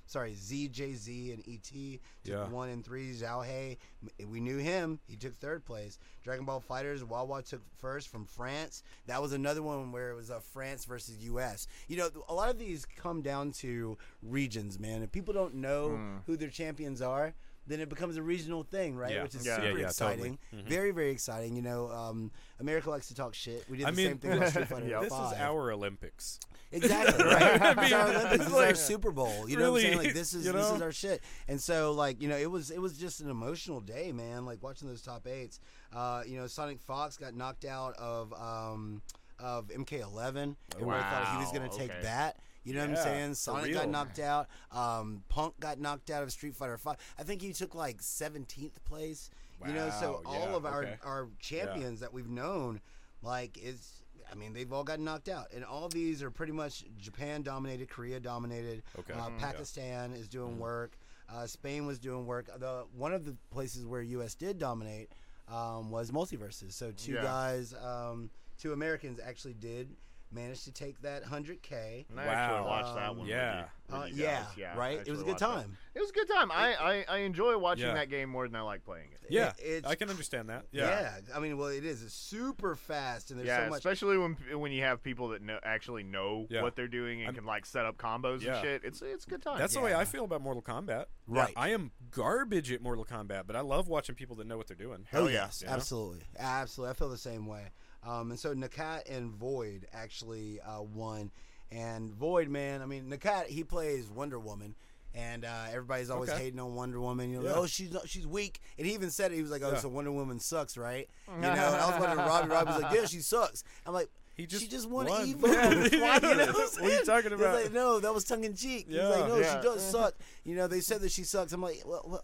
Speaker 2: Sorry, ZJZ and ET took
Speaker 3: Yeah.
Speaker 2: one and three. Zhao He, m- we knew him. He took third place. Dragon Ball Fighters, Wawa took first from France. That was another one where it was uh, France versus U.S. You know, a lot of these come down to regions, man. If people don't know
Speaker 3: Hmm.
Speaker 2: who their champions are, then it becomes a regional thing, right?
Speaker 3: Yeah.
Speaker 2: Which is
Speaker 1: Yeah.
Speaker 2: super
Speaker 3: Yeah, yeah, totally.
Speaker 2: exciting, very, very exciting. You know, um, America likes to talk shit. We did
Speaker 3: I
Speaker 2: the
Speaker 3: mean,
Speaker 2: same thing with Street Fighter
Speaker 1: Yep.
Speaker 3: this is
Speaker 2: Five.
Speaker 3: our Olympics.
Speaker 2: Exactly. Right.
Speaker 3: I
Speaker 2: This is our
Speaker 3: mean,
Speaker 2: Olympics. This
Speaker 3: it's
Speaker 2: is our
Speaker 3: like-
Speaker 2: Super Bowl. You know what I'm saying?
Speaker 3: Really,
Speaker 2: Like this is
Speaker 3: you
Speaker 2: this
Speaker 3: know?
Speaker 2: is our shit. And so like you know it was it was just an emotional day, man. Like watching those top eights. Uh, you know Sonic Fox got knocked out of um, of MK11. Everybody thought he was going
Speaker 1: Wow,
Speaker 2: to take
Speaker 1: okay.
Speaker 2: that. You know what
Speaker 3: Yeah,
Speaker 2: I'm saying?
Speaker 3: for
Speaker 2: Sonic got
Speaker 3: real.
Speaker 2: knocked out. Um, Punk got knocked out of Street Fighter Five. I think he took like 17th place. You know, so
Speaker 3: Wow,
Speaker 2: all
Speaker 3: yeah,
Speaker 2: of our
Speaker 3: okay.
Speaker 2: our champions that we've known, like it's. I mean, they've all gotten knocked out, and all these are pretty much Japan dominated, Korea dominated.
Speaker 3: Okay.
Speaker 2: Uh,
Speaker 3: Mm, yeah.
Speaker 2: Pakistan is doing work. Uh, Spain was doing work. The one of the places where U.S. did dominate um, was multiverses. So two
Speaker 1: Yeah.
Speaker 2: guys, um, two Americans actually did manage to take that 100K.
Speaker 1: And I actually
Speaker 3: Wow.
Speaker 1: watched that one. with
Speaker 3: Yeah.
Speaker 1: you-
Speaker 2: Uh,
Speaker 1: with you
Speaker 2: yeah,
Speaker 1: guys. I
Speaker 2: right. It
Speaker 1: actually
Speaker 2: was a good
Speaker 1: watched that.
Speaker 2: time.
Speaker 1: It was a good time. I, I, I enjoy watching
Speaker 3: Yeah.
Speaker 1: that game more than I like playing it.
Speaker 3: Yeah,
Speaker 2: it's
Speaker 3: I can understand that. Yeah.
Speaker 2: Yeah. I mean, well, it is. It's super fast, and there's
Speaker 1: yeah,
Speaker 2: so much.
Speaker 1: especially when when you have people that know, actually know
Speaker 3: Yeah.
Speaker 1: what they're doing and
Speaker 3: I'm-
Speaker 1: can like set up combos
Speaker 3: Yeah.
Speaker 1: and shit. It's it's a good time.
Speaker 3: That's the way
Speaker 2: Yeah.
Speaker 3: I feel about Mortal Kombat.
Speaker 2: Right.
Speaker 3: I am garbage at Mortal Kombat, but I love watching people that know what they're doing.
Speaker 2: Oh
Speaker 1: Hell yeah.
Speaker 2: yes,
Speaker 3: You know?
Speaker 2: absolutely, absolutely. I feel the same way. Um, and so Nakat and Void actually uh, won, and Void man, I mean Nakat he plays Wonder Woman, and uh, everybody's always
Speaker 3: Okay.
Speaker 2: hating on Wonder Woman. You know,
Speaker 3: Yeah.
Speaker 2: oh she's not, she's weak, and he even said it. He was like, oh,
Speaker 3: Yeah.
Speaker 2: so Wonder Woman sucks, right? You know, and I was wondering, Robbie, Robbie was like, yeah, she sucks. I'm like.
Speaker 3: He just
Speaker 2: she just won,
Speaker 3: won.
Speaker 2: evil.
Speaker 3: Yeah.
Speaker 2: You know what I'm
Speaker 3: What are you
Speaker 2: saying?
Speaker 3: talking
Speaker 2: He's
Speaker 3: about?
Speaker 2: like, no, that was tongue in cheek. He's like,
Speaker 3: Yeah.
Speaker 2: no,
Speaker 1: Yeah.
Speaker 2: she does suck. You know, they said that she sucks. I'm like, well, well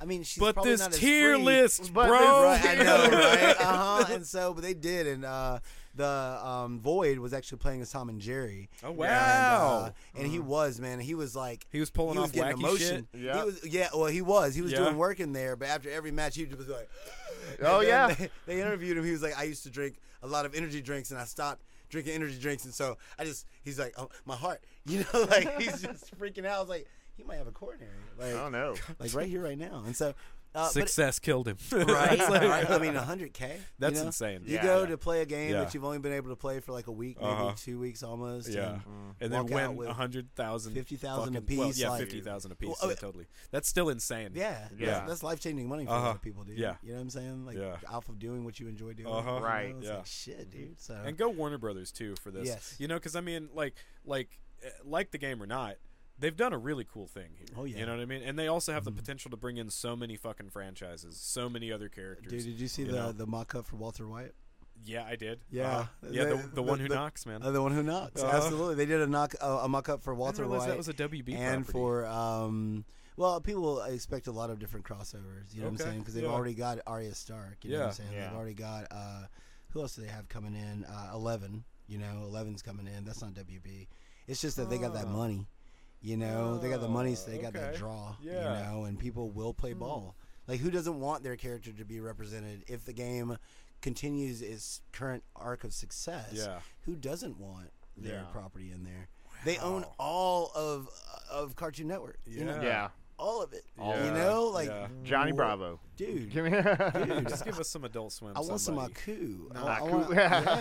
Speaker 2: I mean, she's
Speaker 3: but
Speaker 2: probably
Speaker 3: this
Speaker 2: not as
Speaker 3: tier
Speaker 2: free.
Speaker 3: list,
Speaker 1: But
Speaker 3: bro.
Speaker 2: Right,
Speaker 1: this-
Speaker 2: I know, right? Uh huh. And so, but they did, and uh, the um, Void was actually playing as Tom and Jerry.
Speaker 3: Oh,
Speaker 2: And,
Speaker 3: wow. Mm.
Speaker 2: uh, And, he was, man. He was like,
Speaker 3: He was pulling
Speaker 2: he was
Speaker 3: off
Speaker 2: getting
Speaker 3: wacky
Speaker 2: emotion.
Speaker 3: shit.
Speaker 1: Yeah.
Speaker 2: He was, yeah. Well, he was. He was
Speaker 3: Yeah.
Speaker 2: doing work in there, but after every match, he was like,
Speaker 1: Oh,
Speaker 2: And then
Speaker 1: yeah.
Speaker 2: They, they interviewed him. He was like, I used to drink a lot of energy drinks, and I stopped. Drinking energy drinks, and so I just, he's like, oh, my heart, you know, like he's just freaking out. I was like, he might have a coronary,
Speaker 1: I don't
Speaker 2: like,
Speaker 1: know.
Speaker 2: like right here, right now. And so, uh, but
Speaker 3: Success killed him.
Speaker 2: right?
Speaker 3: It's like-
Speaker 2: right? I mean, 100k.
Speaker 3: That's
Speaker 2: you know?
Speaker 3: insane.
Speaker 2: You
Speaker 1: Yeah.
Speaker 2: go to play a game
Speaker 3: Yeah.
Speaker 2: that you've only been able to play for like a week, maybe
Speaker 3: Uh-huh.
Speaker 2: two weeks almost.
Speaker 3: Yeah,
Speaker 2: and-
Speaker 3: and then
Speaker 2: Walk out
Speaker 3: win
Speaker 2: with
Speaker 3: a hundred thousand,
Speaker 2: 50,000
Speaker 3: fucking- Well,
Speaker 2: apiece,
Speaker 3: yeah,
Speaker 2: like-
Speaker 3: fifty thousand apiece.
Speaker 2: Well, oh,
Speaker 3: yeah, totally. That's still insane.
Speaker 2: yeah,
Speaker 1: Yeah.
Speaker 2: That's, life changing money for a
Speaker 3: Uh-huh.
Speaker 2: lot of people, dude.
Speaker 3: Yeah.
Speaker 2: you know what I'm saying? Like
Speaker 3: Yeah.
Speaker 2: off of doing what you enjoy doing,
Speaker 3: Uh-huh.
Speaker 2: you know?
Speaker 1: Right,
Speaker 2: It's
Speaker 3: yeah.
Speaker 2: like, shit, dude. So
Speaker 3: and go Warner Brothers too for this.
Speaker 2: Yes.
Speaker 3: you know, because I mean, like, like, eh, like the game or not, they've done a really cool thing here.
Speaker 2: Oh, yeah. Mm-hmm.
Speaker 3: you know what I mean. And they also have the potential to bring in so many fucking franchises, so many other characters.
Speaker 2: dude, did you see
Speaker 3: you
Speaker 2: the
Speaker 3: know.
Speaker 2: the mock up for Walter White?
Speaker 3: yeah, I did.
Speaker 2: Yeah.
Speaker 3: Uh-huh. yeah, the,
Speaker 2: They-
Speaker 3: the, one
Speaker 2: the-
Speaker 3: who
Speaker 2: the-
Speaker 3: knocks, man.
Speaker 2: Uh, the one who knocks.
Speaker 3: Uh-huh.
Speaker 2: Absolutely, they did a knock uh, a mock up for
Speaker 3: I didn't
Speaker 2: Walter
Speaker 3: realize
Speaker 2: White.
Speaker 3: that was a WB
Speaker 2: and
Speaker 3: property.
Speaker 2: for um well people expect a lot of different crossovers you know what i'm
Speaker 3: Okay,
Speaker 2: saying because they've
Speaker 3: yeah.
Speaker 2: already got Arya stark you know what i'm
Speaker 3: Yeah.
Speaker 2: saying
Speaker 1: Yeah.
Speaker 2: they've already got uh who else do they have coming in uh 11 you know 11's coming in that's not wb it's just that they got that
Speaker 3: Oh.
Speaker 2: money you know they got the money so
Speaker 3: Oh,
Speaker 2: they got that
Speaker 3: okay.
Speaker 2: draw
Speaker 3: Yeah. Hmm.
Speaker 2: you know and people will play ball like who doesn't want their character to be represented if the game continues its current arc of success
Speaker 3: yeah,
Speaker 2: who doesn't want their
Speaker 1: Yeah.
Speaker 2: property in there? They own
Speaker 3: Wow.
Speaker 2: all of of Cartoon Network. You know?
Speaker 3: Yeah.
Speaker 1: Yeah,
Speaker 2: all of it.
Speaker 1: All
Speaker 2: you
Speaker 1: of it.
Speaker 2: know, like
Speaker 3: Yeah.
Speaker 1: Johnny
Speaker 2: wha-
Speaker 1: Bravo.
Speaker 2: dude.
Speaker 1: Give me.
Speaker 2: Dude,
Speaker 3: just give us some Adult Swim.
Speaker 2: I want some
Speaker 3: somebody.
Speaker 2: Aku. I,
Speaker 3: Nah,
Speaker 2: I
Speaker 1: Aku.
Speaker 2: want-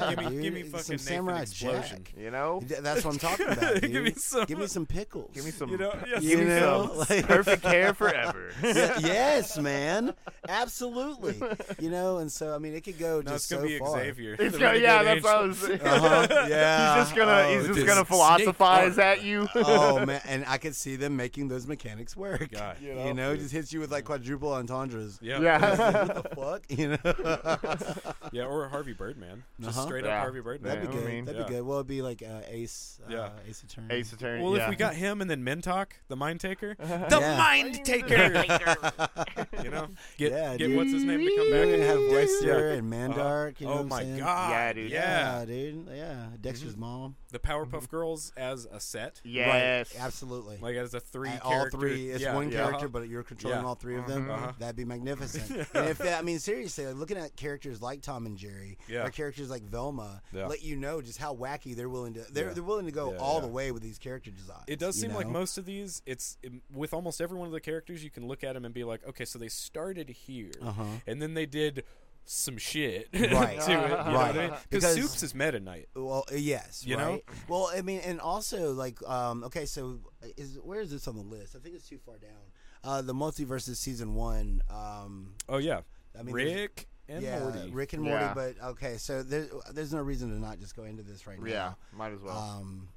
Speaker 3: Give me-
Speaker 2: dude,
Speaker 3: give me
Speaker 2: some
Speaker 3: fucking Nathan
Speaker 2: Samurai
Speaker 3: Explosion.
Speaker 2: Jack.
Speaker 1: you know,
Speaker 2: Th- That's what I'm talking about. Dude.
Speaker 3: Give me some-
Speaker 2: Give me some pickles.
Speaker 1: give me some.
Speaker 3: You know, yeah.
Speaker 1: give
Speaker 2: You
Speaker 1: me
Speaker 2: know,
Speaker 1: some
Speaker 2: like-
Speaker 1: perfect hair forever.
Speaker 2: Yeah, yes, man. Absolutely. You know, and so I mean, it could go
Speaker 3: No, it's
Speaker 2: just
Speaker 3: gonna
Speaker 2: so
Speaker 3: be
Speaker 2: far.
Speaker 3: Xavier.
Speaker 1: It's
Speaker 3: the
Speaker 1: gonna, yeah,
Speaker 3: Renegade
Speaker 1: that's what I
Speaker 3: Angel.
Speaker 1: was. saying.
Speaker 2: Uh-huh, yeah.
Speaker 1: he's just gonna,
Speaker 2: Oh,
Speaker 1: he's just
Speaker 3: this
Speaker 1: gonna
Speaker 3: snake
Speaker 1: philosophize
Speaker 3: art.
Speaker 1: at you.
Speaker 2: oh man, and I could see them making those mechanics work.
Speaker 3: God.
Speaker 2: you
Speaker 1: You
Speaker 2: know,
Speaker 1: know?
Speaker 2: just hits you with like quadruple entendres.
Speaker 3: Yeah.
Speaker 1: yeah.
Speaker 2: what the fuck? You know,
Speaker 3: Yeah, or Harvey Birdman. Just
Speaker 2: Uh-huh.
Speaker 3: straight
Speaker 1: Yeah.
Speaker 3: up Harvey Birdman.
Speaker 2: that'd be
Speaker 1: know what
Speaker 2: good.
Speaker 1: I mean?
Speaker 2: that'd be
Speaker 3: Yeah.
Speaker 2: good. Well, it'd be like uh, Ace, uh,
Speaker 3: Yeah.
Speaker 2: Ace Attorney.
Speaker 1: Ace Attorney.
Speaker 3: Well,
Speaker 1: yeah.
Speaker 3: if we got him and then Mentok, the Mind Taker,
Speaker 2: The
Speaker 3: the
Speaker 2: Yeah.
Speaker 3: Mind Taker, you know, get
Speaker 2: Yeah,
Speaker 3: get
Speaker 2: dude.
Speaker 3: what's his name to come
Speaker 2: You're
Speaker 3: back
Speaker 2: gonna
Speaker 3: and
Speaker 2: have Voicer
Speaker 3: Yeah.
Speaker 2: and Mandark. You know
Speaker 3: oh
Speaker 2: what I'm
Speaker 3: my
Speaker 2: saying?
Speaker 3: god,
Speaker 1: Yeah, dude.
Speaker 3: yeah. Mm-hmm.
Speaker 2: Yeah, Mm-hmm. dude. Yeah, Dexter's mom.
Speaker 3: the Powerpuff Girls as a set,
Speaker 1: yes,
Speaker 2: right. absolutely.
Speaker 3: like as a three,
Speaker 2: Uh, all
Speaker 3: character-
Speaker 2: three. It's
Speaker 3: yeah,
Speaker 2: one
Speaker 3: yeah.
Speaker 2: character, but you're controlling
Speaker 3: Yeah.
Speaker 2: all three of them.
Speaker 3: Uh-huh.
Speaker 2: That'd be magnificent. And if that, I mean seriously, like, looking at characters like Tom and Jerry,
Speaker 3: Yeah.
Speaker 2: or characters like Velma,
Speaker 3: Yeah.
Speaker 2: let you know just how wacky they're willing to. They're
Speaker 3: Yeah.
Speaker 2: they're willing to go
Speaker 3: Yeah,
Speaker 2: all
Speaker 3: yeah.
Speaker 2: the way with these character designs.
Speaker 3: It does
Speaker 2: you
Speaker 3: seem like
Speaker 2: know?
Speaker 3: most of these, it's im- with almost every one of the characters, you can look at them and be like, okay, so they started here,
Speaker 2: Uh-huh.
Speaker 3: and then they did some shit
Speaker 2: Right.
Speaker 3: to it, you know
Speaker 2: Right.
Speaker 3: what I mean?
Speaker 2: Because-
Speaker 3: Because Soups is Meta Knight.
Speaker 2: Well, uh, yes,
Speaker 3: You know?
Speaker 2: right? Well, I mean, and also like, um, okay, so is where is this on the list? I think it's too far down. Uh, the multiverses season one. Um,
Speaker 3: Oh yeah,
Speaker 2: I mean, there's-
Speaker 3: Rick and
Speaker 2: yeah,
Speaker 3: Morty.
Speaker 2: Rick and Morty.
Speaker 1: Yeah.
Speaker 2: But okay, so there's there's no reason to not just go into this right
Speaker 1: yeah,
Speaker 2: now.
Speaker 1: might as well.
Speaker 2: Um,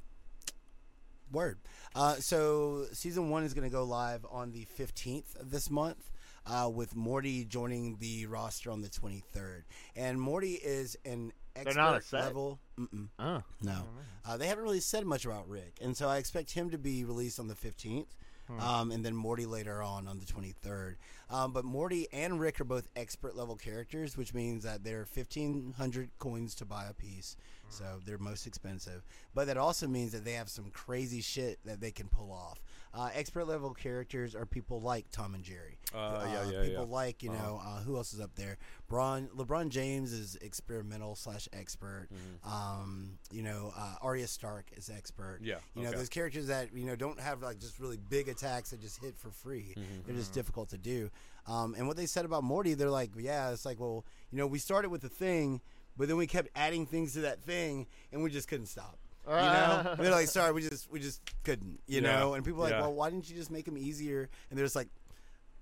Speaker 2: word. Uh, so season one is going to go live on the fifteenth of this month. Uh, with Morty joining the roster on the 23rd, and Morty is an expert
Speaker 1: not a set.
Speaker 2: level. Mm-mm.
Speaker 1: Uh,
Speaker 2: No, uh, they haven't really said much about Rick, and so I expect him to be released on the fifteenth. um, and then Morty later on on the 23rd. Um, but Morty and Rick are both expert level characters, which means that they're 1,500 coins to buy a piece, so they're most expensive. But that also means that they have some crazy shit that they can pull off. Uh, expert level characters are people like Tom and Jerry.
Speaker 3: Uh, yeah, Uh-huh. yeah,
Speaker 2: people
Speaker 3: yeah.
Speaker 2: like you know uh, who else is up there? Bron, LeBron James is experimental slash expert.
Speaker 3: Mm-hmm.
Speaker 2: Um, you know uh, Arya Stark is expert.
Speaker 3: Yeah,
Speaker 2: you know
Speaker 3: okay.
Speaker 2: those characters that you know don't have like just really big attacks that just hit for
Speaker 3: Mm-hmm,
Speaker 2: free. They're just difficult to do. Um, and what they said about Morty, they're like, yeah, it's like well, you know, we started with a thing, but then we kept adding things to that thing, and we just couldn't stop. You know, they're like, sorry, we just we just couldn't. You
Speaker 3: Yeah,
Speaker 2: know, and people are like,
Speaker 3: yeah.
Speaker 2: well, why didn't you just make them easier? And they're just like,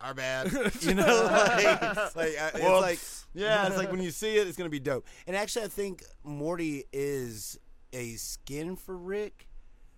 Speaker 2: our bad. You know, like, like I- it's like
Speaker 1: Whoops.
Speaker 2: yeah, it's like when you see it, it's gonna be dope. And actually, I think Morty is a skin for Rick.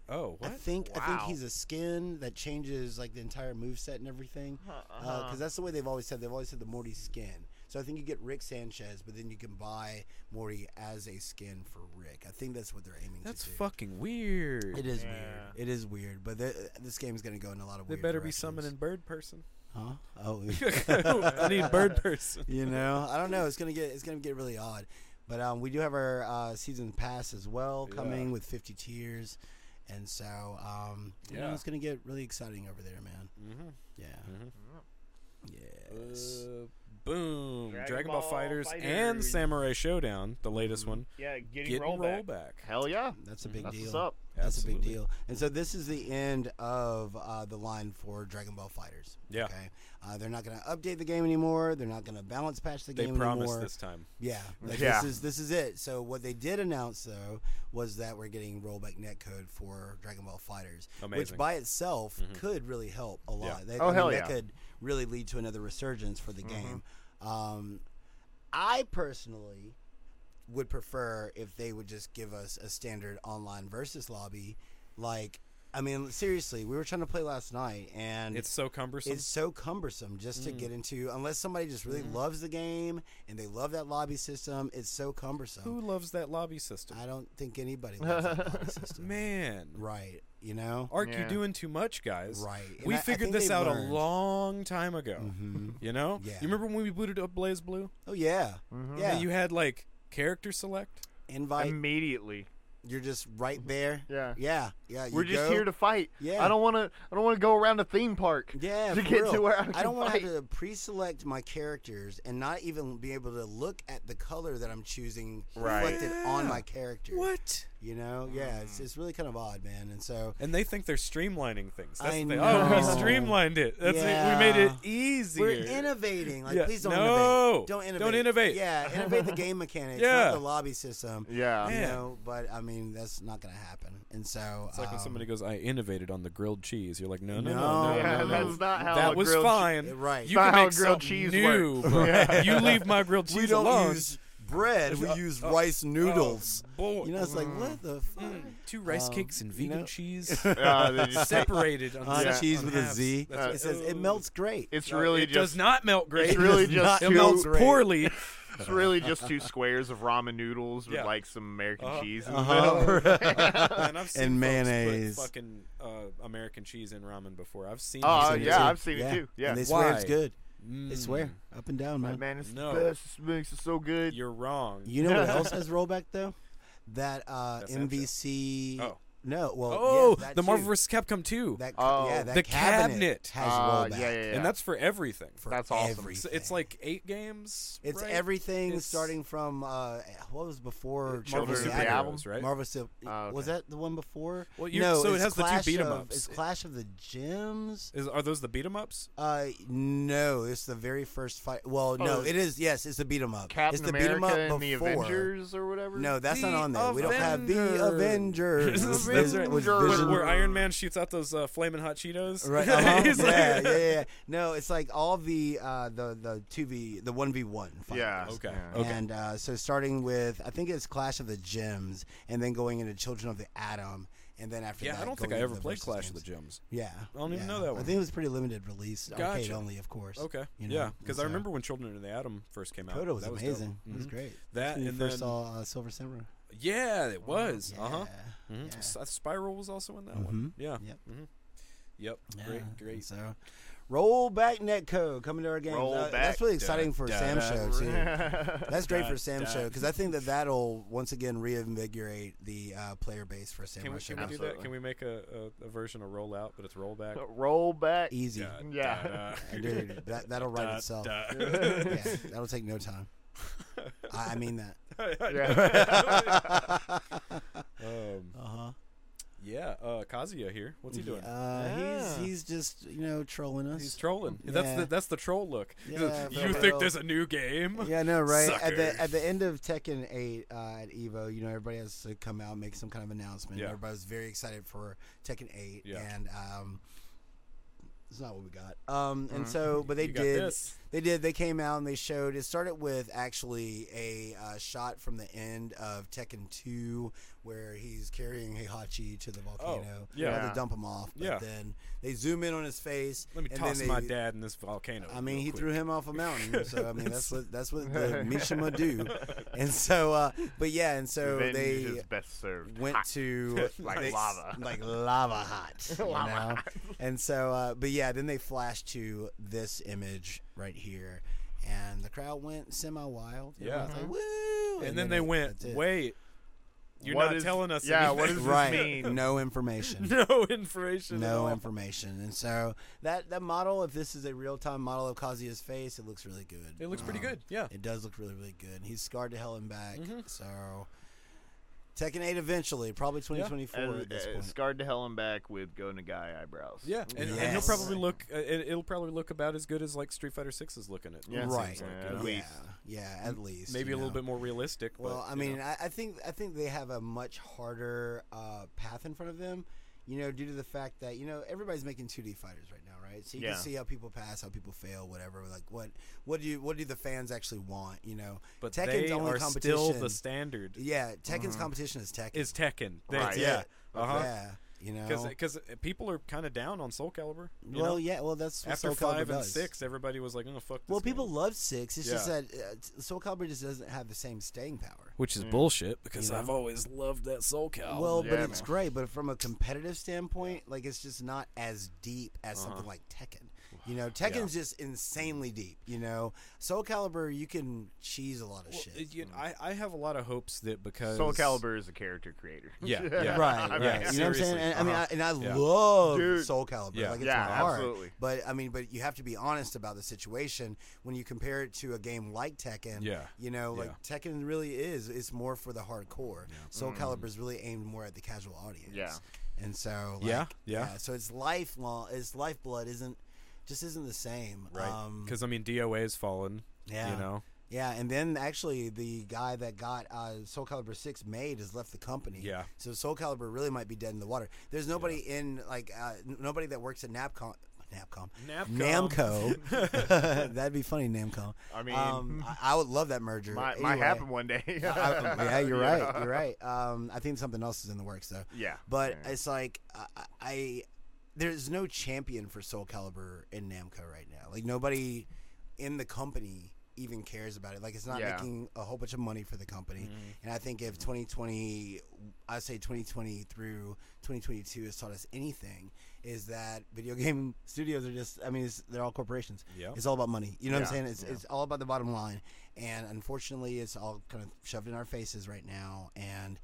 Speaker 3: Oh,
Speaker 2: I
Speaker 3: what?
Speaker 2: think I think
Speaker 1: Wow.
Speaker 2: he's a skin that changes like the entire moveset and everything. Because
Speaker 1: Uh, Uh-huh.
Speaker 2: that's the way they've always said. They've always said the Morty skin. So I think you get Rick Sanchez, but then you can buy Morty as a skin for Rick. I think that's what they're aiming
Speaker 3: That's
Speaker 2: to do.
Speaker 3: fucking weird.
Speaker 2: It is
Speaker 1: Yeah.
Speaker 2: weird. It is weird. But th- this game's gonna go in a lot of
Speaker 3: They
Speaker 2: weird.
Speaker 3: better be
Speaker 2: directions.
Speaker 3: summoning bird person.
Speaker 2: Huh? Oh.
Speaker 3: I need bird person.
Speaker 2: you know i don't know it's gonna get it's gonna get really odd but um, we do have our uh, season pass as well coming
Speaker 3: Yeah.
Speaker 2: with 50 tiers and so um, you know
Speaker 3: Yeah.
Speaker 2: it's gonna get really exciting over there man
Speaker 3: Mm-hmm.
Speaker 2: yeah
Speaker 3: Mhm.
Speaker 2: yes
Speaker 3: Uh, boom!
Speaker 1: Dragon
Speaker 3: Dragon, Ball,
Speaker 1: Ball
Speaker 3: Fighters and
Speaker 1: Fighters.
Speaker 3: Samurai Showdown, the latest one,
Speaker 1: Yeah, getting,
Speaker 3: getting
Speaker 1: rollback.
Speaker 3: rollback.
Speaker 1: Hell yeah,
Speaker 2: that's a big
Speaker 1: that's
Speaker 2: deal
Speaker 1: what's up.
Speaker 2: that's a
Speaker 3: Absolutely.
Speaker 2: big deal and so this is the end of uh, the line for dragon ball fighters
Speaker 3: Yeah.
Speaker 2: okay uh, they're not gonna update the game anymore they're not gonna balance patch the
Speaker 3: They
Speaker 2: game
Speaker 3: promised
Speaker 2: anymore
Speaker 3: this time.
Speaker 2: Yeah, like
Speaker 1: Mm-hmm. Yeah.
Speaker 2: this is this is it. So what they did announce though was that we're getting rollback netcode for Dragon Ball Fighters, which
Speaker 3: Amazing.
Speaker 2: by itself could really help a lot.
Speaker 3: Yeah.
Speaker 2: That,
Speaker 1: Mm-hmm. Oh, hell
Speaker 2: That
Speaker 1: yeah. Mm-hmm.
Speaker 2: could really lead to another resurgence for the game. Um, I personally would prefer if they would just give us a standard online versus lobby. Like, I mean, seriously, we were trying to play last night, and
Speaker 3: It's so cumbersome.
Speaker 2: it's so cumbersome just
Speaker 1: Mm.
Speaker 2: to get into unless somebody just really
Speaker 1: Mm-hmm.
Speaker 2: loves the game and they love that lobby system it's so cumbersome
Speaker 3: Who loves that lobby system?
Speaker 2: i don't think anybody loves that lobby system
Speaker 3: Man,
Speaker 2: right you know
Speaker 3: Ark,
Speaker 1: Yeah.
Speaker 3: you're doing too much, guys.
Speaker 2: Right. And
Speaker 3: We
Speaker 2: I- I
Speaker 3: figured
Speaker 2: think
Speaker 3: this
Speaker 2: they've
Speaker 3: out
Speaker 2: learned. Mm-hmm.
Speaker 3: a long time ago. You know.
Speaker 2: Yeah.
Speaker 3: You remember when we booted up Blaze Blue?
Speaker 2: oh yeah yeah
Speaker 1: Mm-hmm.
Speaker 3: And you had like character select.
Speaker 2: invite
Speaker 1: Immediately.
Speaker 2: you're just right there
Speaker 1: Mm-hmm. Yeah.
Speaker 2: yeah yeah you
Speaker 1: We're just
Speaker 2: go.
Speaker 1: here to fight.
Speaker 2: Yeah.
Speaker 1: I don't want to. I don't want to go around a theme park.
Speaker 2: yeah,
Speaker 1: To
Speaker 2: for
Speaker 1: get
Speaker 2: real.
Speaker 1: to where I,
Speaker 2: I don't
Speaker 1: want
Speaker 2: want to have to pre-select my characters and not even be able to look at the color that I'm choosing
Speaker 1: Right.
Speaker 2: reflected on
Speaker 3: Yeah.
Speaker 2: my character.
Speaker 3: What?
Speaker 2: You know? Yeah, it's,
Speaker 1: Mm.
Speaker 2: it's really kind of odd, man. And so
Speaker 3: And they think they're streamlining things. That's
Speaker 2: I
Speaker 3: the thing. Oh, we
Speaker 2: know.
Speaker 3: streamlined it. That's
Speaker 2: Yeah.
Speaker 3: it. We made it easier.
Speaker 2: We're innovating. Like,
Speaker 3: Yeah.
Speaker 2: please don't
Speaker 3: No.
Speaker 2: innovate. Don't innovate.
Speaker 3: Don't innovate.
Speaker 2: Yeah, innovate the game mechanics,
Speaker 3: Yeah.
Speaker 2: not the lobby system.
Speaker 1: Yeah.
Speaker 2: You
Speaker 3: Man.
Speaker 2: know, but I mean, that's not going to happen. And so,
Speaker 3: It's like when
Speaker 2: um,
Speaker 3: somebody goes, "I innovated on the grilled cheese." You're like, "No, no,
Speaker 2: No.
Speaker 3: no, no,
Speaker 1: Yeah,
Speaker 3: no, no.
Speaker 1: that's not how
Speaker 3: that
Speaker 1: a
Speaker 3: was
Speaker 1: grilled che-
Speaker 3: fine."
Speaker 2: Yeah, right.
Speaker 3: You
Speaker 1: Not
Speaker 3: can
Speaker 1: how
Speaker 3: make
Speaker 1: grilled
Speaker 3: something
Speaker 1: cheese
Speaker 3: new.
Speaker 1: works.
Speaker 3: bro.
Speaker 1: Yeah.
Speaker 3: You leave my grilled cheese
Speaker 2: we don't
Speaker 3: alone.
Speaker 2: use bread,
Speaker 3: uh,
Speaker 2: we use rice noodles.
Speaker 3: Oh, Boy, Mm,
Speaker 2: You know, it's like, what
Speaker 3: oh.
Speaker 2: the fuck?
Speaker 3: two rice
Speaker 2: um,
Speaker 3: cakes and
Speaker 2: you
Speaker 3: vegan
Speaker 2: know-
Speaker 3: cheese
Speaker 1: Uh, they just-
Speaker 3: separated on
Speaker 2: Uh,
Speaker 3: half-
Speaker 2: cheese
Speaker 3: on
Speaker 2: with a
Speaker 3: halves.
Speaker 2: Z.
Speaker 3: That's
Speaker 1: Uh,
Speaker 3: what-
Speaker 2: It says it
Speaker 3: Ooh.
Speaker 2: melts great.
Speaker 1: it's
Speaker 3: No,
Speaker 1: really
Speaker 3: it
Speaker 1: just.
Speaker 3: does not melt great.
Speaker 1: It's really
Speaker 3: It does
Speaker 1: just
Speaker 3: not-
Speaker 1: two-
Speaker 3: it melts
Speaker 2: great.
Speaker 3: poorly.
Speaker 1: It's really just two squares of ramen noodles with
Speaker 3: Yeah.
Speaker 1: like some American
Speaker 3: Uh-huh.
Speaker 1: cheese in
Speaker 2: Uh-huh.
Speaker 1: the middle.
Speaker 2: And
Speaker 3: Man, I've seen folks put
Speaker 2: mayonnaise.
Speaker 3: fucking uh, American cheese in ramen before. I've seen.
Speaker 1: Oh
Speaker 3: this in
Speaker 1: yeah,
Speaker 3: YouTube.
Speaker 1: I've seen it too. Yeah.
Speaker 2: And they swear it's
Speaker 3: Why?
Speaker 2: good. They
Speaker 3: Mm,
Speaker 2: swear. Up and down, man.
Speaker 1: Man, it's
Speaker 3: No.
Speaker 1: the best. This makes it so good.
Speaker 3: You're wrong.
Speaker 2: You know what else has rollback, though? That uh,
Speaker 3: That Snapchat.
Speaker 2: MVC.
Speaker 3: Oh.
Speaker 2: No, well.
Speaker 3: oh,
Speaker 2: yes, that
Speaker 3: the Marvel
Speaker 2: too.
Speaker 3: vs. Capcom 2.
Speaker 2: That,
Speaker 1: Oh.
Speaker 2: yeah, that
Speaker 3: The
Speaker 2: cabinet,
Speaker 3: cabinet.
Speaker 2: has
Speaker 1: Uh,
Speaker 2: rollback.
Speaker 1: yeah, yeah, yeah.
Speaker 3: And that's for everything.
Speaker 2: for
Speaker 1: That's awesome.
Speaker 2: everything.
Speaker 3: So it's like eight games.
Speaker 2: It's
Speaker 3: right?
Speaker 2: everything
Speaker 3: It's-
Speaker 2: starting from uh, what was before
Speaker 1: Children
Speaker 3: Marvel
Speaker 1: of
Speaker 2: Marvel
Speaker 1: the
Speaker 3: Superheroes,
Speaker 2: Superheroes,
Speaker 1: Atom.
Speaker 3: right?
Speaker 2: Marvel Sil-
Speaker 1: Oh,
Speaker 2: was
Speaker 1: okay.
Speaker 2: that the one before?
Speaker 3: Well, you're-
Speaker 2: no,
Speaker 3: so it
Speaker 2: it's
Speaker 3: has the two
Speaker 2: Clash
Speaker 3: beat 'em
Speaker 2: of-
Speaker 3: ups.
Speaker 2: It's Clash of the Gems.
Speaker 3: Is, are those the beat 'em ups?
Speaker 2: Uh, no, it's the very first fight. Well, no,
Speaker 1: it's-
Speaker 2: it is. Yes, it's the beat 'em up.
Speaker 1: Oh, Captain
Speaker 2: it's the
Speaker 1: America
Speaker 2: beat 'em up
Speaker 1: and
Speaker 2: before.
Speaker 1: the Avengers or whatever.
Speaker 2: No, that's not
Speaker 3: The
Speaker 2: on there. We don't have the Avengers.
Speaker 3: Avengers.
Speaker 2: With-
Speaker 3: That's right.
Speaker 2: with
Speaker 1: Avengers.
Speaker 2: Vision-
Speaker 3: Where Iron Man shoots out those uh, flaming hot Cheetos.
Speaker 2: Right. uh-huh.
Speaker 3: He's like-
Speaker 2: yeah, yeah, yeah. No, it's like all the uh, the the two v the one v one.
Speaker 1: Yeah.
Speaker 3: Okay.
Speaker 1: Yeah.
Speaker 3: Okay.
Speaker 2: And uh, so starting with I think it's Clash of the Gems, and then going into Children of the Atom, and then after that.
Speaker 3: Yeah, I don't think
Speaker 2: going into
Speaker 3: I ever
Speaker 2: the
Speaker 3: played
Speaker 2: versus
Speaker 3: Clash of
Speaker 2: games.
Speaker 3: the Gems.
Speaker 2: Yeah,
Speaker 3: I don't even
Speaker 2: yeah.
Speaker 3: know that
Speaker 2: I
Speaker 3: one.
Speaker 2: think it was pretty limited release, arcade
Speaker 3: Gotcha.
Speaker 2: only, of course.
Speaker 3: Okay.
Speaker 2: You know,
Speaker 3: yeah, because
Speaker 2: and
Speaker 3: I
Speaker 2: so-
Speaker 3: remember when Children of the Atom first came out.
Speaker 2: Kodo was
Speaker 3: that dope.
Speaker 2: amazing. It was
Speaker 3: Mhm.
Speaker 2: great.
Speaker 3: That
Speaker 2: That's when you
Speaker 3: and
Speaker 2: first
Speaker 3: then
Speaker 2: saw uh, Silver Samurai.
Speaker 3: yeah, it was.
Speaker 2: Yeah.
Speaker 3: Uh huh.
Speaker 2: Yeah. Mm-hmm.
Speaker 3: S- Spiral was also in that one. Yeah.
Speaker 2: Yep.
Speaker 3: Mhm. Yep. Great. Great.
Speaker 2: So, roll back netcode coming to our game.
Speaker 1: Roll back,
Speaker 2: that's really exciting for
Speaker 3: da,
Speaker 2: Sam's
Speaker 3: da,
Speaker 2: show too. That's great
Speaker 3: da,
Speaker 2: for Sam's
Speaker 3: da.
Speaker 2: show because I think that that'll once again reinvigorate the uh, player base for Sam.
Speaker 3: Can we,
Speaker 2: show.
Speaker 3: can we do that?
Speaker 1: Absolutely.
Speaker 3: Can we make a, a, a version of Rollout, but it's Rollback?
Speaker 1: Roll back.
Speaker 2: Easy,
Speaker 3: Da,
Speaker 1: Yeah.
Speaker 3: da, da.
Speaker 2: dude. That that'll write
Speaker 3: Da,
Speaker 2: itself.
Speaker 3: da.
Speaker 2: Yeah, that'll take no time. I, I mean that.
Speaker 3: um,
Speaker 2: Uh huh.
Speaker 3: yeah, uh, Kazuya here. What's he doing?
Speaker 2: Uh,
Speaker 1: Yeah.
Speaker 2: He's he's just you know trolling us.
Speaker 3: He's trolling. That's
Speaker 2: Yeah.
Speaker 3: the that's the troll look. He's
Speaker 2: Yeah, for
Speaker 3: like, you
Speaker 2: real.
Speaker 3: think there's a new game?
Speaker 2: Yeah, no, right. At
Speaker 3: Sucker.
Speaker 2: the at the end of Tekken Eight uh, at Evo, you know everybody has to come out and make some kind of announcement.
Speaker 3: Yeah.
Speaker 2: Everybody was very excited for Tekken Eight,
Speaker 3: Yeah.
Speaker 2: and um, it's not what we got. Um, and so, but they
Speaker 3: Mm-hmm. You got
Speaker 2: did.
Speaker 3: this.
Speaker 2: They did. They came out and they showed. It started with actually a uh, shot from the end of Tekken Two, where he's carrying Heihachi to the volcano.
Speaker 3: Oh, yeah.
Speaker 2: About to dump him off. But
Speaker 3: Yeah.
Speaker 2: Then they zoom in on his face.
Speaker 3: Let me
Speaker 2: and then
Speaker 3: toss my
Speaker 2: they-
Speaker 3: dad in this volcano.
Speaker 2: I mean,
Speaker 3: real
Speaker 2: he
Speaker 3: quick.
Speaker 2: threw him off a mountain. So I mean, that's what that's what the Mishima do. And so, uh, but yeah, and so
Speaker 1: Revenge
Speaker 2: they
Speaker 1: is best served
Speaker 2: went
Speaker 1: hot.
Speaker 2: to
Speaker 1: Like
Speaker 2: they-
Speaker 1: lava.
Speaker 2: like lava hot, you
Speaker 1: Lava
Speaker 2: know? And so, uh, but yeah, then they flashed to this image right here, and the crowd went semi wild.
Speaker 3: Yeah.
Speaker 2: like, woo!
Speaker 3: And, then, they
Speaker 2: it-
Speaker 3: went,
Speaker 2: that's it.
Speaker 3: wait, you're
Speaker 1: What
Speaker 3: not
Speaker 1: is-
Speaker 3: telling us
Speaker 1: yeah,
Speaker 3: anything.
Speaker 1: what does this
Speaker 2: right,
Speaker 1: mean?
Speaker 2: no information.
Speaker 3: no information. at
Speaker 2: No
Speaker 3: all.
Speaker 2: information, and so that that model, if this is a real time model of Kazuya's face, it looks really good.
Speaker 3: It looks pretty
Speaker 2: Um,
Speaker 3: good. Yeah.
Speaker 2: It does look really, really good. And he's scarred to hell and back.
Speaker 1: Mm-hmm.
Speaker 2: So Tekken 8 eventually, probably 2024
Speaker 1: And,
Speaker 2: at this
Speaker 1: uh,
Speaker 2: point.
Speaker 1: scarred to hell and back with go Nagai eyebrows.
Speaker 3: Yeah, and, and he'll
Speaker 2: Yes.
Speaker 3: probably look. Uh, it, it'll probably look about as good as like Street Fighter Six is looking at. it
Speaker 1: Yeah.
Speaker 3: seems
Speaker 2: right.
Speaker 3: like,
Speaker 1: Yeah.
Speaker 3: you know?
Speaker 1: At
Speaker 2: yeah.
Speaker 1: least.
Speaker 2: Yeah, at least.
Speaker 3: Maybe
Speaker 2: you
Speaker 3: a little
Speaker 2: know.
Speaker 3: bit more realistic.
Speaker 2: Well,
Speaker 3: but,
Speaker 2: I
Speaker 3: you know.
Speaker 2: mean, I, I think I think they have a much harder uh, path in front of them. You know, due to the fact that you know everybody's making 2D fighters right now, right? So you
Speaker 1: Yeah.
Speaker 2: can see how people pass, how people fail, whatever. Like what what do you what do the fans actually want? You know,
Speaker 3: but
Speaker 2: Tekken's
Speaker 3: they
Speaker 2: only
Speaker 3: are
Speaker 2: competition.
Speaker 3: still the standard.
Speaker 2: yeah, Tekken's competition is Tekken.
Speaker 3: Is Tekken? They-
Speaker 1: Right.
Speaker 3: Yeah.
Speaker 2: That's it.
Speaker 3: Uh huh.
Speaker 2: Yeah, you know.
Speaker 3: Because people are kind of down on Soul Calibur. You
Speaker 2: well,
Speaker 3: know?
Speaker 2: yeah, well that's what
Speaker 3: after
Speaker 2: Soul Calibur
Speaker 3: five and
Speaker 2: does.
Speaker 3: six, everybody was like, "Oh fuck." This
Speaker 2: Well,
Speaker 3: game."
Speaker 2: people love six. It's just
Speaker 3: Yeah.
Speaker 2: that uh, t- Soul Calibur just doesn't have the same staying power.
Speaker 3: which is bullshit because
Speaker 2: You know?
Speaker 3: I've always loved that Soul Calibur.
Speaker 2: well, but
Speaker 1: Oh, yeah,
Speaker 2: it's
Speaker 1: man.
Speaker 2: great. But from a competitive standpoint, like it's just not as deep as
Speaker 1: Uh-huh.
Speaker 2: something like Tekken. You know, Tekken's just insanely deep. You know, Soul Calibur, you can cheese a lot of
Speaker 3: Well,
Speaker 2: shit.
Speaker 3: you know, I, I have a lot of hopes that because
Speaker 1: Soul Calibur is a character creator.
Speaker 3: Yeah, yeah.
Speaker 2: Right,
Speaker 1: I
Speaker 2: right.
Speaker 1: mean,
Speaker 2: You know what I'm saying?
Speaker 3: seriously.
Speaker 2: And, I mean, I,
Speaker 3: Uh-huh.
Speaker 2: and I
Speaker 3: Yeah.
Speaker 2: love
Speaker 1: Dude.
Speaker 2: Soul Calibur.
Speaker 3: Yeah.
Speaker 2: Like it's
Speaker 1: Yeah,
Speaker 2: my heart.
Speaker 1: absolutely.
Speaker 2: But I mean, but you have to be honest about the situation when you compare it to a game like Tekken.
Speaker 3: Yeah. Mm.
Speaker 2: You know, like Tekken really is. It's more for the hardcore. Soul Calibur is really aimed more at the casual audience.
Speaker 1: Yeah.
Speaker 2: And so. Like,
Speaker 3: Yeah, yeah.
Speaker 2: So it's lifelong. It's lifeblood isn't just isn't the same.
Speaker 3: right?
Speaker 2: Um,
Speaker 3: Because I mean, DOA's fallen.
Speaker 2: yeah.
Speaker 3: you know.
Speaker 2: Yeah, and then actually the guy that got uh, Soul Calibur six made has left the company.
Speaker 3: Yeah.
Speaker 2: so Soul Calibur really might be dead in the water. There's nobody in like uh, n- nobody that works at Napcom. Napcom.
Speaker 3: Napcom.
Speaker 2: Namco. That'd be funny, Namco.
Speaker 1: I mean-
Speaker 2: um, I, I would love that merger.
Speaker 1: Might, might
Speaker 2: Anyway,
Speaker 1: happen one day.
Speaker 2: I- yeah, you're
Speaker 1: Yeah.
Speaker 2: right. You're right. Um, I think something else is in the works though.
Speaker 1: Yeah.
Speaker 2: But
Speaker 1: Yeah.
Speaker 2: it's like I, I- I there's no champion for Soul Calibur in Namco right now. Like nobody in the company even cares about it. Like it's not
Speaker 1: Yeah. Mm-hmm.
Speaker 2: making a whole bunch of money for the company. And I think if 2020, I say 2020 through 2022 has taught us anything, is that video game studios are just. I mean, it's, they're all corporations.
Speaker 3: Yeah.
Speaker 2: It's all about money. You know what I'm
Speaker 1: Yeah.
Speaker 2: saying? It's, it's all about the bottom line. And unfortunately, it's all kind of shoved in our faces right now. And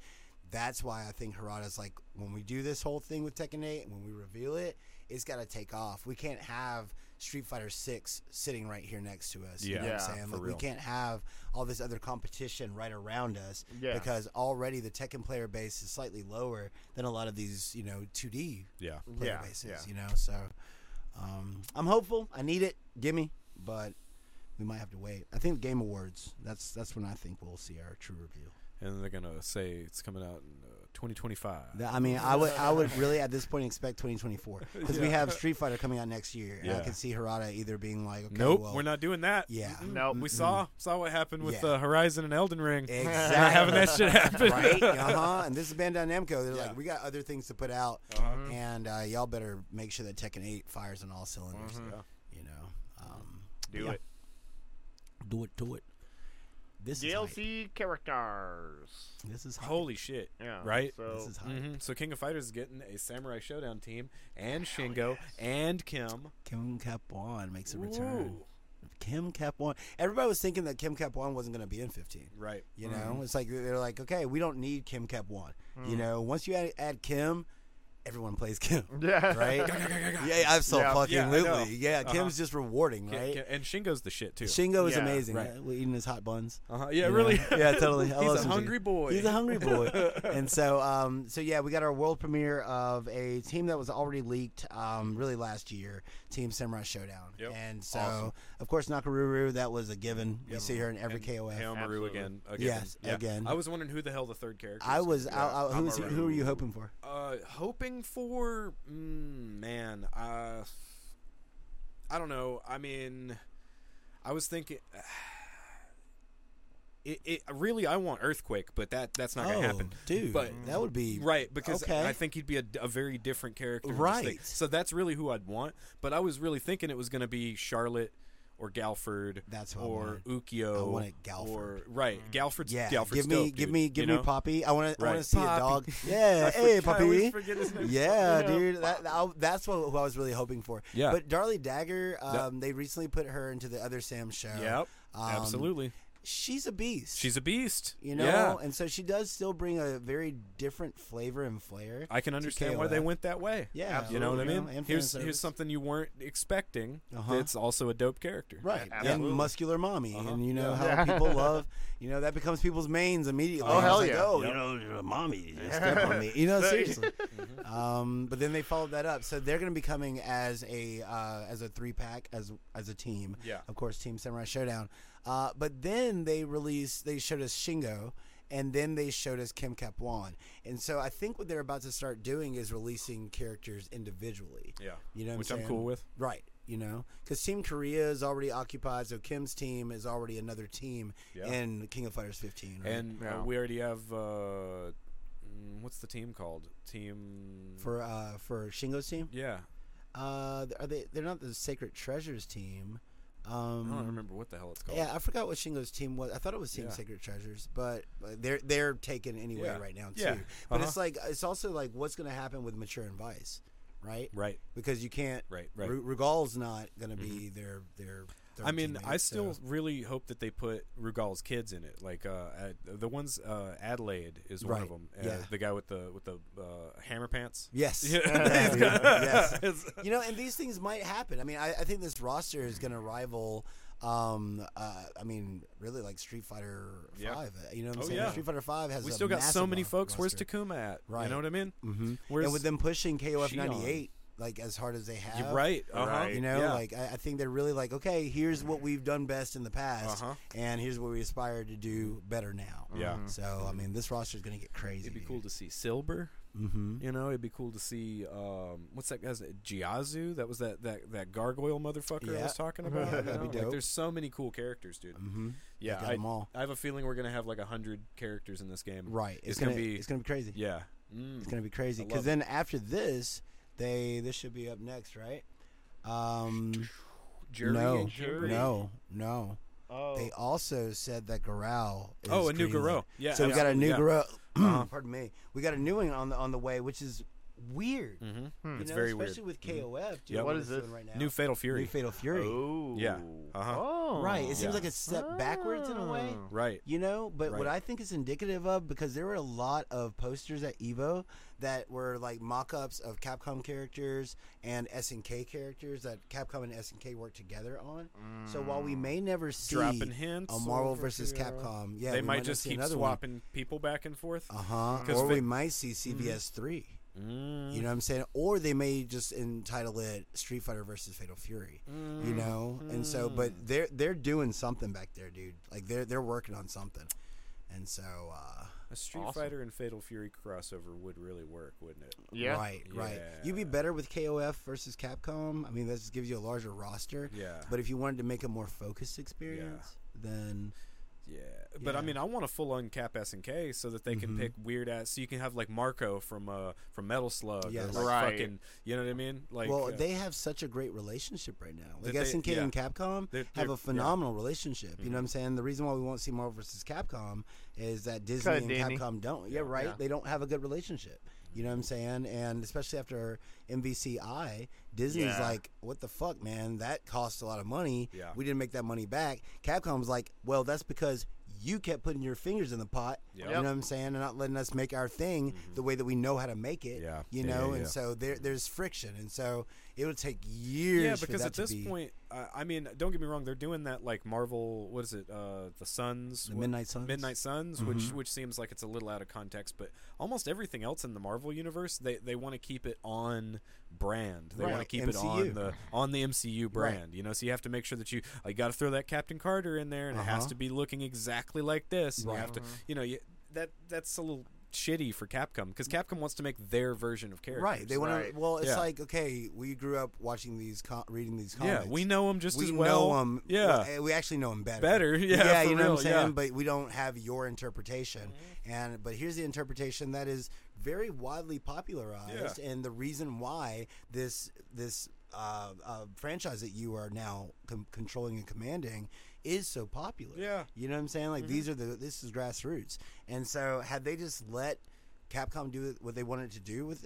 Speaker 2: that's why I think Harada's like, when we do this whole thing with Tekken 8, when we reveal it, it's got to take off. We can't have Street Fighter 6 sitting right here next to us. You know
Speaker 3: Yeah.
Speaker 2: what
Speaker 1: Yeah,
Speaker 2: I'm saying?
Speaker 3: for
Speaker 2: Like,
Speaker 3: real.
Speaker 2: we can't have all this other competition right around us
Speaker 1: Yeah.
Speaker 2: because already the Tekken player base is slightly lower than a lot of these, you know, 2D
Speaker 3: Yeah,
Speaker 2: player
Speaker 1: Yeah,
Speaker 2: bases,
Speaker 1: yeah.
Speaker 2: you know. So um, I'm hopeful. I need it. Gimme, but we might have to wait. I think Game Awards. That's that's when I think we'll see our true review.
Speaker 3: and they're gonna say it's coming out in uh, 2025.
Speaker 2: That- I mean, I would I would really at this point expect 2024 because we have Street Fighter coming out next year, and I
Speaker 3: Yeah.
Speaker 2: can see Harada either being like, okay,
Speaker 3: nope,
Speaker 2: well,
Speaker 3: we're not doing that.
Speaker 2: Yeah.
Speaker 3: Mm-mm.
Speaker 1: Nope.
Speaker 3: we saw saw what happened with
Speaker 2: Yeah.
Speaker 3: uh, Horizon and Elden Ring.
Speaker 2: Exactly.
Speaker 3: Not having that shit happen.
Speaker 2: right? Uh huh. And this is Bandai Namco. They're
Speaker 3: Yeah. Uh-huh.
Speaker 2: like, we got other things to put out, and uh, y'all better make sure that Tekken 8 fires on all cylinders.
Speaker 3: Mm-hmm. Yeah.
Speaker 2: You know, um,
Speaker 1: Do
Speaker 2: yeah.
Speaker 1: it.
Speaker 2: do it, do it. This is hype.
Speaker 1: DLC characters.
Speaker 2: This is hype.
Speaker 3: Holy shit!
Speaker 1: Yeah.
Speaker 3: Right?
Speaker 1: So
Speaker 2: This is hype.
Speaker 3: hmm So King of Fighters is getting a Samurai Showdown team and Shingo and Kim.
Speaker 2: Kim Capon makes a return.
Speaker 3: Ooh.
Speaker 2: Kim Capon. Everybody was thinking that Kim Capon wasn't going to be in 15.
Speaker 3: Right.
Speaker 2: You know, it's like they're like, okay, we don't need Kim Capon. You know, once you add, add Kim, everyone plays Kim,
Speaker 1: yeah.
Speaker 2: right? yeah, I'm so
Speaker 1: Yeah.
Speaker 2: fucking
Speaker 3: Yeah, I know.
Speaker 2: literally. Yeah,
Speaker 3: Uh-huh.
Speaker 2: Kim's just rewarding,
Speaker 3: Ki-
Speaker 2: right?
Speaker 3: ki- and Shingo's the shit too.
Speaker 2: Shingo is
Speaker 1: Yeah,
Speaker 2: amazing.
Speaker 3: right.
Speaker 2: We're eating his hot buns.
Speaker 3: uh-huh. Yeah,
Speaker 2: You
Speaker 3: really.
Speaker 2: know? Yeah, totally. I
Speaker 3: He's
Speaker 2: love
Speaker 3: a
Speaker 2: some
Speaker 3: hungry
Speaker 2: Shingo.
Speaker 3: boy.
Speaker 2: He's a hungry boy. and so, um, so yeah, we got our world premiere of a team that was already leaked, um, really last year, Team Samurai Showdown.
Speaker 3: Yep.
Speaker 2: And so,
Speaker 3: Awesome.
Speaker 2: of course, Nakaruru, that was a given. We
Speaker 3: Yep.
Speaker 2: see her in every
Speaker 3: And
Speaker 2: KOF.
Speaker 3: Haomaru
Speaker 1: Absolutely.
Speaker 3: again. again.
Speaker 2: Yes,
Speaker 3: Yeah.
Speaker 2: again.
Speaker 3: I was wondering who the hell the third character.
Speaker 2: I
Speaker 3: is.
Speaker 2: was. I, I,
Speaker 1: Yeah,
Speaker 2: who's, who are you
Speaker 1: Amaru.
Speaker 2: hoping for?
Speaker 3: uh, hoping for. Mm, man, uh, I don't know. I mean, I was thinking. It, it really I want earthquake, but that that's not gonna happen.
Speaker 2: dude.
Speaker 3: But
Speaker 2: that would be
Speaker 3: Right, because
Speaker 2: Oh. Okay.
Speaker 3: I think he'd be a, d- a very different character. in this thing.
Speaker 2: Right.
Speaker 3: So that's really who I'd want. But I was really thinking it was going to be Charlotte or Galford.
Speaker 2: That's who I
Speaker 3: or
Speaker 2: wanted.
Speaker 3: Ukyo.
Speaker 2: I wanted
Speaker 3: Or,
Speaker 2: Galford. Mm.
Speaker 3: right, Galford's
Speaker 2: Yeah,
Speaker 3: Galford's
Speaker 2: give me, give
Speaker 3: dope, dude,
Speaker 2: me, give
Speaker 3: you
Speaker 2: me
Speaker 3: know?
Speaker 2: Poppy. I want to, I want to
Speaker 3: Right.
Speaker 2: see a
Speaker 3: Poppy.
Speaker 2: dog. Yeah,
Speaker 3: I
Speaker 2: hey,
Speaker 3: forget- I always
Speaker 2: Poppy.
Speaker 3: forget his name.
Speaker 2: Yeah,
Speaker 3: You know?
Speaker 2: dude, that, I, that's what, what I was really hoping for.
Speaker 3: Yeah.
Speaker 2: But Darlie Dagger, um, they recently put her into the other Sam show.
Speaker 3: Yep,
Speaker 2: Um,
Speaker 3: absolutely.
Speaker 2: She's a beast.
Speaker 3: She's a beast.
Speaker 2: you know,
Speaker 3: yeah.
Speaker 2: and so she does still bring a very different flavor and flair.
Speaker 3: I can understand why they
Speaker 2: KOF.
Speaker 3: went that way.
Speaker 2: Yeah,
Speaker 3: You know what I
Speaker 2: absolutely.
Speaker 3: mean?
Speaker 2: And fan
Speaker 3: Here's
Speaker 2: service.
Speaker 3: here's something you weren't expecting.
Speaker 2: Uh-huh.
Speaker 3: That's also a dope character.
Speaker 2: Right, and
Speaker 1: Absolutely.
Speaker 2: muscular mommy,
Speaker 3: Uh-huh.
Speaker 2: and you know how
Speaker 1: Yeah.
Speaker 2: people love, you know that becomes people's mains immediately.
Speaker 1: Oh,
Speaker 2: It's
Speaker 1: hell
Speaker 2: like,
Speaker 1: yeah.
Speaker 2: Oh,
Speaker 3: Yep.
Speaker 2: you know, you're a mommy, you step on me, you know,
Speaker 1: So-
Speaker 2: seriously. um, but then they followed that up, so they're going to be coming as a uh, as a three pack as as a team.
Speaker 3: Yeah.
Speaker 2: of course, Team Samurai Showdown. Uh, but then they released, they showed us Shingo. And then they showed us Kim Capwan, and so I think what they're about to start doing is releasing characters individually.
Speaker 3: Yeah.
Speaker 2: You know what
Speaker 3: Which
Speaker 2: I'm
Speaker 3: I'm cool
Speaker 2: saying?
Speaker 3: with.
Speaker 2: Right. You know, because Team Korea is already occupied, so Kim's team is already another team
Speaker 3: Yeah.
Speaker 2: in King of Fighters 15. right?
Speaker 3: And
Speaker 1: Yeah.
Speaker 3: uh, we already have uh, mm, what's the team called? Team
Speaker 2: for uh, for Shingo's team,
Speaker 3: yeah.
Speaker 2: uh, are they? They're not the Sacred Treasures team.
Speaker 3: I don't
Speaker 2: Um,
Speaker 3: remember what the hell it's called.
Speaker 2: yeah, I forgot what Shingo's team was. I thought it was Team
Speaker 3: Oh. Yeah.
Speaker 2: Sacred Treasures, but uh, they're they're taken anyway
Speaker 3: Yeah.
Speaker 2: right now too.
Speaker 3: Yeah.
Speaker 2: But
Speaker 3: Uh-huh.
Speaker 2: it's like it's also like what's going to happen with Mature and Vice, right?
Speaker 3: Right.
Speaker 2: Because you can't.
Speaker 3: Right, right. Mm-hmm.
Speaker 2: Ru- Rugal's not going to be their their. third
Speaker 3: I mean, I
Speaker 2: teammate,
Speaker 3: still
Speaker 2: so-
Speaker 3: really hope that they put Rugal's kids in it. Like uh, at, the ones uh, Adelaide is one of
Speaker 2: Right,
Speaker 3: them. Uh,
Speaker 2: yeah.
Speaker 3: The guy with the with the uh, hammer pants.
Speaker 2: Yes.
Speaker 3: Yeah.
Speaker 2: Yeah, yeah, yes.
Speaker 3: It's-
Speaker 2: You know, and these things might happen. I mean, I, I think this roster is going to rival. Um, uh, I mean, really, like Street Fighter
Speaker 3: Yeah.
Speaker 2: Five. uh, You know what I'm
Speaker 3: Oh,
Speaker 2: saying?
Speaker 3: yeah.
Speaker 2: Street Fighter Five has.
Speaker 3: we
Speaker 2: a
Speaker 3: still got so
Speaker 2: massive
Speaker 3: many
Speaker 2: ro-
Speaker 3: folks. Where's
Speaker 2: roster.
Speaker 3: Takuma at?
Speaker 2: Right.
Speaker 3: You know what I mean?
Speaker 2: Mhm.
Speaker 3: Where's
Speaker 2: and with them pushing KOF
Speaker 3: Shion?
Speaker 2: ninety eight like as hard as they have,
Speaker 3: You're right. Uh-huh.
Speaker 1: Right.
Speaker 2: You know,
Speaker 3: Yeah.
Speaker 2: like I, I think they're really like, okay, here's what we've done best in the past,
Speaker 3: Uh-huh.
Speaker 2: and here's what we aspire to do better now.
Speaker 3: Yeah. Mhm.
Speaker 2: So I mean, this roster is going to get crazy.
Speaker 3: It'd be cool to see Silber.
Speaker 2: Mm-hmm.
Speaker 3: You know, it'd be cool to see um, what's that guy's name? Giazu? That was that that, that gargoyle motherfucker I
Speaker 2: Yeah.
Speaker 3: was talking about.
Speaker 2: That'd be
Speaker 3: you know?
Speaker 2: dope.
Speaker 3: Like, there's so many cool characters, dude.
Speaker 2: Mm-hmm.
Speaker 3: Yeah,
Speaker 2: got
Speaker 3: I,
Speaker 2: 'em all.
Speaker 3: I have a feeling we're gonna have like a hundred characters in this game.
Speaker 2: Right.
Speaker 3: It's, gonna, be.
Speaker 2: It's going to be crazy.
Speaker 3: yeah. Mm.
Speaker 2: It's gonna be crazy
Speaker 3: I
Speaker 2: because
Speaker 3: love
Speaker 2: then after this, they this should be up next, right? Um,
Speaker 3: Jury
Speaker 2: no,
Speaker 3: and jury.
Speaker 2: no, no.
Speaker 1: Oh.
Speaker 2: They also said that Garou. Is
Speaker 3: Oh, a new
Speaker 2: greenlit.
Speaker 3: Garou. Yeah,
Speaker 2: So we got a new
Speaker 3: absolutely, yeah.
Speaker 2: Garou.
Speaker 3: Uh-huh.
Speaker 2: pardon me. We got a new one on the on the way, which is weird.
Speaker 3: Mm-hmm.
Speaker 2: you
Speaker 3: It's
Speaker 2: know,
Speaker 3: very weird. Mm-hmm.
Speaker 2: especially with KOF. Dude, what
Speaker 3: Yep.
Speaker 1: What
Speaker 2: is
Speaker 1: is
Speaker 2: this
Speaker 1: this?
Speaker 2: one right now?
Speaker 3: New Fatal Fury.
Speaker 2: New Fatal Fury.
Speaker 1: Oh.
Speaker 3: Yeah. Uh-huh.
Speaker 1: Oh.
Speaker 2: Right. It seems
Speaker 3: Yeah.
Speaker 2: like a step backwards in a way.
Speaker 1: Oh.
Speaker 3: right.
Speaker 2: You know, but what
Speaker 3: Right.
Speaker 2: I think is indicative of because there were a lot of posters at Evo that were like mock-ups of Capcom characters and SNK characters that Capcom and SNK worked together on. So while we may never see
Speaker 3: Mm. Dropping hints
Speaker 2: a Marvel
Speaker 3: over
Speaker 2: versus
Speaker 3: here. uh,
Speaker 2: Capcom, yeah,
Speaker 3: they
Speaker 2: we
Speaker 3: might just keep
Speaker 2: another
Speaker 3: swapping people back and forth.
Speaker 2: Uh huh.
Speaker 3: 'Cause Mm-hmm.
Speaker 2: Or
Speaker 3: they-
Speaker 2: we might see CBS three.
Speaker 3: Mm.
Speaker 2: You know what I'm saying? Or they may just entitle it Street Fighter versus Fatal Fury. You know? And so but they're they're doing something back there, dude. Like they're they're working on something. And so uh
Speaker 3: A Street
Speaker 1: Awesome.
Speaker 3: Fighter and Fatal Fury crossover would really work, wouldn't it?
Speaker 1: Yeah.
Speaker 2: right, right. You'd be
Speaker 3: Yeah.
Speaker 2: better with KOF versus Capcom. I mean that just gives you a larger roster.
Speaker 3: Yeah.
Speaker 2: But if you wanted to make a more focused experience, then
Speaker 3: Yeah, but I
Speaker 2: Yeah.
Speaker 3: mean, I want a full-on Cap S and K so that they can
Speaker 2: Mhm.
Speaker 3: pick weird ass. So you can have like Marco from uh from Metal Slug,
Speaker 2: Yes.
Speaker 3: or like
Speaker 1: Right.
Speaker 3: fucking, you know what I mean? Like,
Speaker 2: well,
Speaker 3: uh,
Speaker 2: they have such a great relationship right now. Like
Speaker 3: That they-
Speaker 2: SNK and Capcom
Speaker 3: They're-
Speaker 2: have
Speaker 3: they're- Mm-hmm.
Speaker 2: a phenomenal relationship. You know what I'm saying? The reason why we won't see Marvel versus Capcom is that Disney
Speaker 1: Cut,
Speaker 2: and
Speaker 1: Disney.
Speaker 2: Capcom don't. Yeah, right. They don't have a good relationship. You know what I'm saying? And especially after MVCI, Disney's
Speaker 1: Yeah.
Speaker 2: like, "What the fuck, man? That cost a lot of money.
Speaker 3: Yeah.
Speaker 2: We didn't make that money back." Capcom's like, "Well, that's because you kept putting your fingers in the pot.
Speaker 3: Yep. Mm-hmm.
Speaker 2: You know what I'm saying? And not letting us make our thing the way that we know how to make it.
Speaker 3: Yeah.
Speaker 2: You
Speaker 3: Yeah,
Speaker 2: know,
Speaker 3: yeah,
Speaker 2: and
Speaker 3: yeah.
Speaker 2: so there, there's friction, and so it would take years.
Speaker 3: yeah,
Speaker 2: for
Speaker 3: because
Speaker 2: that
Speaker 3: at
Speaker 2: to
Speaker 3: this
Speaker 2: be
Speaker 3: point, I, I mean, don't get me wrong, they're doing that like Marvel. What is it? Uh, the Suns,
Speaker 2: the
Speaker 3: what-
Speaker 2: Midnight Suns. Mm-hmm.
Speaker 3: Midnight Suns, which which seems like it's a little out of context, but almost everything else in the Marvel universe, they they want to keep it on brand. They want to
Speaker 2: Right.
Speaker 3: keep it
Speaker 2: MCU.
Speaker 3: on the on the MCU brand. You know, so you have to make sure that you I got to throw that Captain Carter in there, and it has
Speaker 2: Uh-huh.
Speaker 3: to be looking exactly like this. And You have to, you know, you, that that's a little shitty for Capcom because Capcom wants to make their version of characters.
Speaker 2: Right. They want
Speaker 1: Right.
Speaker 2: to. Well, it's
Speaker 3: Yeah.
Speaker 2: like okay, we grew up watching these, co reading these
Speaker 3: yeah,
Speaker 2: comics.
Speaker 3: we know them just
Speaker 2: we
Speaker 3: as well.
Speaker 2: know 'em-
Speaker 3: Yeah.
Speaker 2: well, we actually know them better.
Speaker 3: Better, yeah, for
Speaker 2: you know
Speaker 3: real,
Speaker 2: what I'm saying.
Speaker 3: yeah. Mm-hmm.
Speaker 2: But we don't have your interpretation. And but here's the interpretation that is very widely popularized, and the reason why this this uh, uh, franchise that you are now com- controlling and commanding is so popular.
Speaker 3: Yeah. Mm-hmm.
Speaker 2: you know what I'm saying. Like these are the this is grassroots, and so had they just let Capcom do what they wanted to do with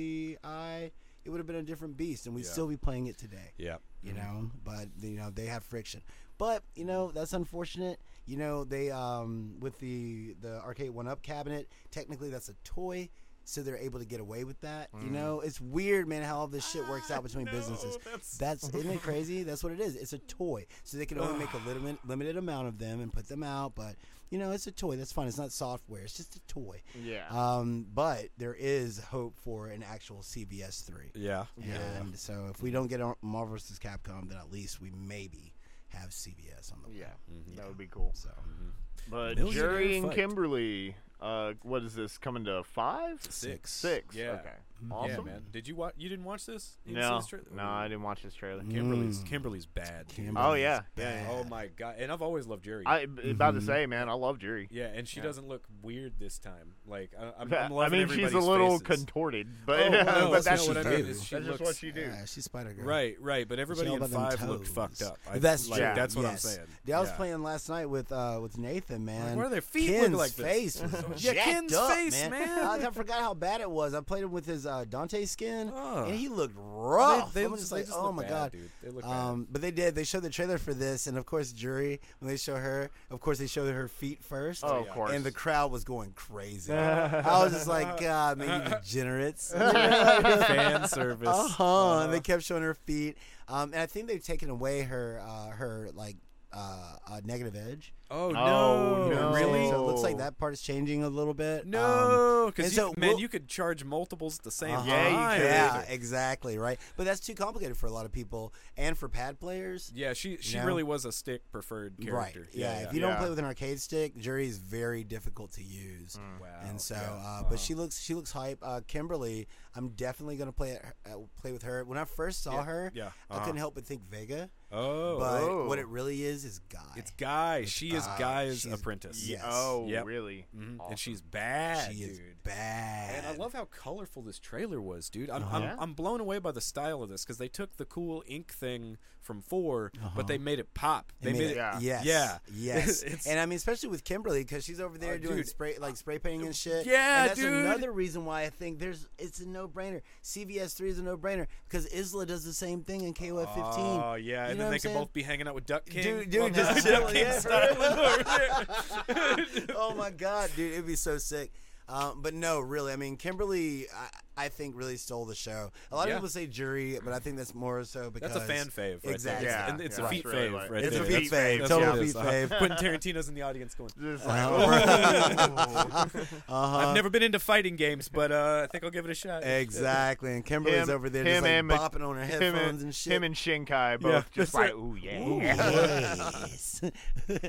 Speaker 2: MVCI. It would have been a different beast, and we'd
Speaker 3: Yeah.
Speaker 2: still be playing it today
Speaker 3: yeah.
Speaker 2: you know but you know they have friction but you know that's unfortunate you know they um with the the arcade one up cabinet technically that's a toy so they're able to get away with that you know it's weird man how all this shit works out between businesses
Speaker 3: that's-
Speaker 2: that's isn't it crazy that's what it is it's a toy so they can only make a limited limited amount of them and put them out but you know it's a toy that's fine it's not software it's just a toy
Speaker 1: Yeah.
Speaker 3: Uh,
Speaker 2: um but there is hope for an actual cbs 3
Speaker 3: Yeah.
Speaker 2: and so if we don't get Ar- Marvel vs. Capcom, then at least we maybe have CBS on the way.
Speaker 1: yeah. That would be cool.
Speaker 2: So
Speaker 1: But
Speaker 3: Millionaire
Speaker 1: Jerry and
Speaker 3: fight.
Speaker 1: Kimberly, uh, what is this coming to five,
Speaker 3: Six.
Speaker 1: six?
Speaker 3: Yeah.
Speaker 1: Okay. Awesome.
Speaker 3: Yeah, man. Did you watch? You didn't watch this? You didn't see
Speaker 1: No,
Speaker 3: this tra-
Speaker 1: no, I didn't watch this trailer.
Speaker 3: Mm. Kimberly's Kimberly's bad. dude.
Speaker 2: Mm. Kimberly
Speaker 1: Oh
Speaker 2: is
Speaker 1: yeah, yeah.
Speaker 2: bad.
Speaker 3: Oh my god! And I've always loved Jerry.
Speaker 1: I about to say, man, I love Jerry.
Speaker 3: Mm-hmm. yeah, and she
Speaker 1: Yeah.
Speaker 3: doesn't look weird this time. Like I, I'm,
Speaker 1: Yeah,
Speaker 3: I'm loving
Speaker 1: mean, she's a
Speaker 3: everybody's
Speaker 1: little
Speaker 3: faces.
Speaker 1: contorted, but,
Speaker 3: well, no,
Speaker 1: but
Speaker 3: that's
Speaker 1: that's
Speaker 3: not
Speaker 1: what
Speaker 3: what
Speaker 1: I
Speaker 3: I
Speaker 1: do.
Speaker 3: mean, is she
Speaker 1: that's just what
Speaker 3: looks-
Speaker 1: she do.
Speaker 2: Yeah, she's Spider Girl.
Speaker 3: Right, right. But
Speaker 2: But she
Speaker 3: everybody
Speaker 2: all
Speaker 3: in
Speaker 2: about them
Speaker 3: five looked
Speaker 2: toes.
Speaker 3: fucked up. I-
Speaker 2: that's
Speaker 3: like,
Speaker 2: true.
Speaker 3: That's what I'm
Speaker 2: yes.
Speaker 3: saying.
Speaker 2: Yeah, I was
Speaker 3: Yeah.
Speaker 2: playing last night with uh, with Nathan, man.
Speaker 3: what are their feet look
Speaker 2: Ken's
Speaker 3: like this?
Speaker 2: face was
Speaker 3: Yeah,
Speaker 2: jacked
Speaker 3: Ken's
Speaker 2: up,
Speaker 3: face, man.
Speaker 2: I, I forgot how bad it was. I played him with his uh, Dante skin,
Speaker 3: Oh.
Speaker 2: and he looked rough.
Speaker 3: They- they
Speaker 2: I was just
Speaker 3: just- they
Speaker 2: like,
Speaker 3: just
Speaker 2: oh
Speaker 3: look
Speaker 2: my
Speaker 3: bad,
Speaker 2: god,
Speaker 3: dude. They look bad.
Speaker 2: um, But they did. They showed the trailer for this, and of course, Jury when they show her, of course, they showed her feet first.
Speaker 1: Oh, of course.
Speaker 2: And the crowd was going crazy. I was just like, God, man, you degenerates.
Speaker 3: Fan service. Uh-huh.
Speaker 2: Uh huh.
Speaker 1: Uh-huh.
Speaker 2: And they kept showing her feet, um, and I think they've taken away her uh, her like uh, uh, negative edge.
Speaker 3: Oh
Speaker 1: Oh,
Speaker 3: no!
Speaker 1: no.
Speaker 3: Really?
Speaker 2: So it looks like
Speaker 1: No.
Speaker 2: that part is changing a little bit. Um,
Speaker 3: No, because
Speaker 2: and so
Speaker 3: man,
Speaker 2: we'll-
Speaker 3: you could charge multiples at the same
Speaker 2: Uh-huh.
Speaker 1: Yeah, you
Speaker 3: time.
Speaker 1: could.
Speaker 2: yeah, exactly, right. But that's too complicated for a lot of people, and for pad players.
Speaker 3: Yeah, she she
Speaker 2: No.
Speaker 3: really was a stick preferred character.
Speaker 2: Right. Yeah.
Speaker 3: yeah.
Speaker 2: If you don't
Speaker 1: Yeah.
Speaker 2: play with an arcade stick, jury is very difficult to use.
Speaker 3: Wow.
Speaker 2: And so,
Speaker 3: Mm. Oh, yeah. Uh-huh.
Speaker 2: uh, but she looks she looks hype. Uh, Kimberly, I'm definitely gonna play it, uh, play with her. When I first saw
Speaker 3: Yeah,
Speaker 2: her,
Speaker 3: yeah,
Speaker 2: I
Speaker 3: uh-huh.
Speaker 2: couldn't help but think Vega.
Speaker 3: oh,
Speaker 2: but
Speaker 1: Oh.
Speaker 2: what it really is is Guy.
Speaker 3: it's Guy. she
Speaker 2: Guy.
Speaker 3: is Guy's
Speaker 2: She's-
Speaker 3: apprentice.
Speaker 2: yeah. Yes.
Speaker 1: Oh,
Speaker 3: Yep.
Speaker 1: really?
Speaker 3: Mhm.
Speaker 1: Awesome.
Speaker 3: And she's bad,
Speaker 2: she
Speaker 3: dude.
Speaker 2: is bad.
Speaker 3: And I love how colorful this trailer was, dude. I'm,
Speaker 1: Yeah.
Speaker 2: Uh-huh.
Speaker 3: I'm, I'm blown away by the style of this because they took the cool ink thing from 4 but
Speaker 2: Uh-huh.
Speaker 3: they made it pop. They, made, it.
Speaker 1: Yeah.
Speaker 2: Yes.
Speaker 3: Yeah.
Speaker 2: Yes.
Speaker 3: It's-
Speaker 2: and I mean, especially with Kimberly, because she's over there
Speaker 3: Oh,
Speaker 2: doing
Speaker 3: dude.
Speaker 2: spray, like spray painting and shit.
Speaker 3: Yeah,
Speaker 2: and that's
Speaker 3: dude.
Speaker 2: another reason why I think there's it's a no brainer. CVS three is a no brainer because Isla does the same thing in KOF fifteen.
Speaker 3: Oh yeah,
Speaker 2: You know what
Speaker 3: and then they
Speaker 2: I'm
Speaker 3: can
Speaker 2: saying?
Speaker 3: both be hanging out with Duck King.
Speaker 2: Dude, dude,
Speaker 3: on
Speaker 2: just
Speaker 3: the
Speaker 2: chill,
Speaker 3: Duck
Speaker 2: yeah,
Speaker 3: King
Speaker 2: for
Speaker 3: style over here.
Speaker 2: oh my god, dude, it'd be so sick. Um, but no, really, I mean, Kimberly, I, I think really stole the show. A lot
Speaker 3: Yeah.
Speaker 2: of people say jury, but I think that's more so because
Speaker 3: That's a fan fave, right
Speaker 2: Exactly.
Speaker 3: There.
Speaker 1: Yeah,
Speaker 3: and it's
Speaker 1: yeah.
Speaker 3: a feet
Speaker 1: That's
Speaker 3: fave,
Speaker 1: really right.
Speaker 3: right
Speaker 2: It's a
Speaker 3: there.
Speaker 2: feet
Speaker 3: That's-
Speaker 2: fave,
Speaker 3: that's
Speaker 2: total
Speaker 3: what it
Speaker 2: feet
Speaker 3: is.
Speaker 2: fave.
Speaker 3: Quentin Tarantino's in the audience going.
Speaker 1: Just like,
Speaker 3: Oh.
Speaker 2: Uh-huh.
Speaker 3: I've never been into fighting games, but uh, I think I'll give it a shot.
Speaker 2: exactly, and Kimberly's
Speaker 1: Him-
Speaker 2: over there
Speaker 1: him
Speaker 2: just like
Speaker 1: and Mc-
Speaker 2: bopping on her
Speaker 1: him
Speaker 2: headphones
Speaker 1: and,
Speaker 2: and shit.
Speaker 1: him and Shinkai both
Speaker 3: Yeah,
Speaker 1: just
Speaker 3: that's
Speaker 1: like,
Speaker 3: right.
Speaker 1: ooh yeah.
Speaker 2: Ooh, yes.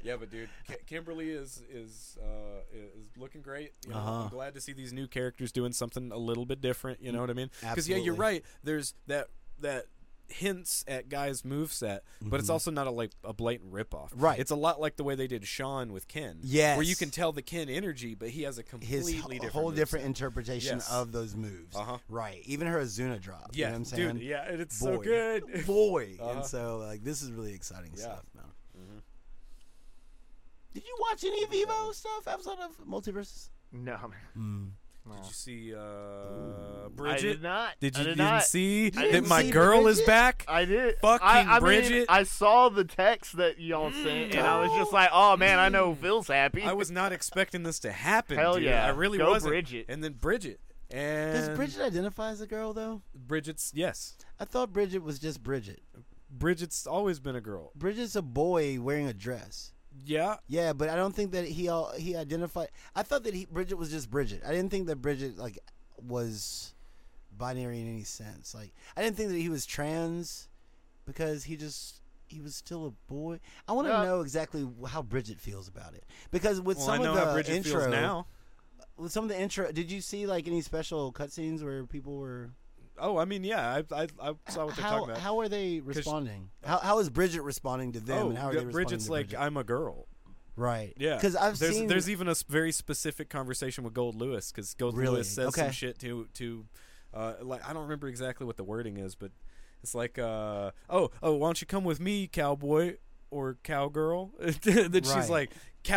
Speaker 3: Yeah, but dude, Ki- Kimberly is is uh, is looking great. You know,
Speaker 2: Uh-huh.
Speaker 3: I'm glad to see these new characters doing something a little bit different. You know what I mean? Because yeah, you're
Speaker 2: Absolutely.
Speaker 3: right. There's that that hints at guys' moveset, but it's
Speaker 2: Mhm.
Speaker 3: also not a like a blatant ripoff.
Speaker 2: Right.
Speaker 3: It's a lot like the way they did Sean with Ken.
Speaker 2: Yes.
Speaker 3: Where you can tell the Ken energy, but he has a
Speaker 2: his
Speaker 3: completely
Speaker 2: h-
Speaker 3: different
Speaker 2: whole
Speaker 3: moveset.
Speaker 2: different interpretation
Speaker 3: Yes.
Speaker 2: of those moves.
Speaker 3: Uh-huh.
Speaker 2: Right. Even her Azuna drop.
Speaker 3: Yeah,
Speaker 2: You know what I'm saying?
Speaker 3: dude. Yeah, and it's so
Speaker 2: Boy.
Speaker 3: good.
Speaker 2: Boy.
Speaker 3: Uh-huh.
Speaker 2: And so like this is really exciting
Speaker 3: Yeah. Mm-hmm.
Speaker 2: stuff, man. Did you watch any of Evo stuff outside of Multiverses?
Speaker 1: No, man.
Speaker 2: Hmm.
Speaker 3: Did
Speaker 1: No.
Speaker 3: you see uh,
Speaker 1: I
Speaker 3: Bridget?
Speaker 1: did not.
Speaker 3: Did you
Speaker 1: I did
Speaker 3: didn't
Speaker 1: not.
Speaker 3: see that
Speaker 2: didn't
Speaker 3: my
Speaker 2: see
Speaker 3: girl is
Speaker 2: Bridget?
Speaker 3: back?
Speaker 1: I did.
Speaker 3: Fucking
Speaker 1: I, I Mean,
Speaker 3: Bridget.
Speaker 1: I saw the text that y'all sent, and I was just like, "Oh man, I
Speaker 2: Mm.
Speaker 1: know Phil's happy."
Speaker 3: I was not expecting this to happen.
Speaker 1: Hell
Speaker 3: dude.
Speaker 1: yeah.
Speaker 3: I really
Speaker 1: Go
Speaker 3: wasn't.
Speaker 1: Bridget.
Speaker 3: And then Bridget. And
Speaker 2: Does Bridget identify as a girl though?
Speaker 3: Bridget's yes.
Speaker 2: I thought Bridget was just Bridget.
Speaker 3: Bridget's always been a girl.
Speaker 2: Bridget's a boy wearing a dress.
Speaker 3: Yeah.
Speaker 2: Yeah, but I don't think that he all he identified. I thought that he Bridget was just Bridget. I didn't think that Bridget like was binary in any sense. Like I didn't think that he was trans because he just he was still a boy. I want to
Speaker 1: Yeah.
Speaker 2: know exactly how Bridget feels about it because with
Speaker 3: Well, I
Speaker 2: some
Speaker 3: know
Speaker 2: of the
Speaker 3: how Bridget
Speaker 2: intro,
Speaker 3: feels now.
Speaker 2: with some of the intro, did you see like any special cutscenes where people were?
Speaker 3: Oh, I mean, yeah, I I, I saw what they're
Speaker 2: how
Speaker 3: talking about.
Speaker 2: how are they responding? How how is Bridget responding to them?
Speaker 3: oh,
Speaker 2: and how are
Speaker 3: yeah,
Speaker 2: they responding
Speaker 3: Bridget's
Speaker 2: to
Speaker 3: like,
Speaker 2: Bridget?
Speaker 3: I'm a girl.
Speaker 2: right?
Speaker 3: Yeah,
Speaker 2: because I've
Speaker 3: there's,
Speaker 2: seen
Speaker 3: there's even a s- very specific conversation with Gold Lewis because Gold
Speaker 2: Really?
Speaker 3: Lewis says some
Speaker 2: Okay.
Speaker 3: shit to to uh, like I don't remember exactly what the wording is, but it's like uh, oh oh why don't you come with me cowboy or cowgirl? then
Speaker 2: Right.
Speaker 3: she's like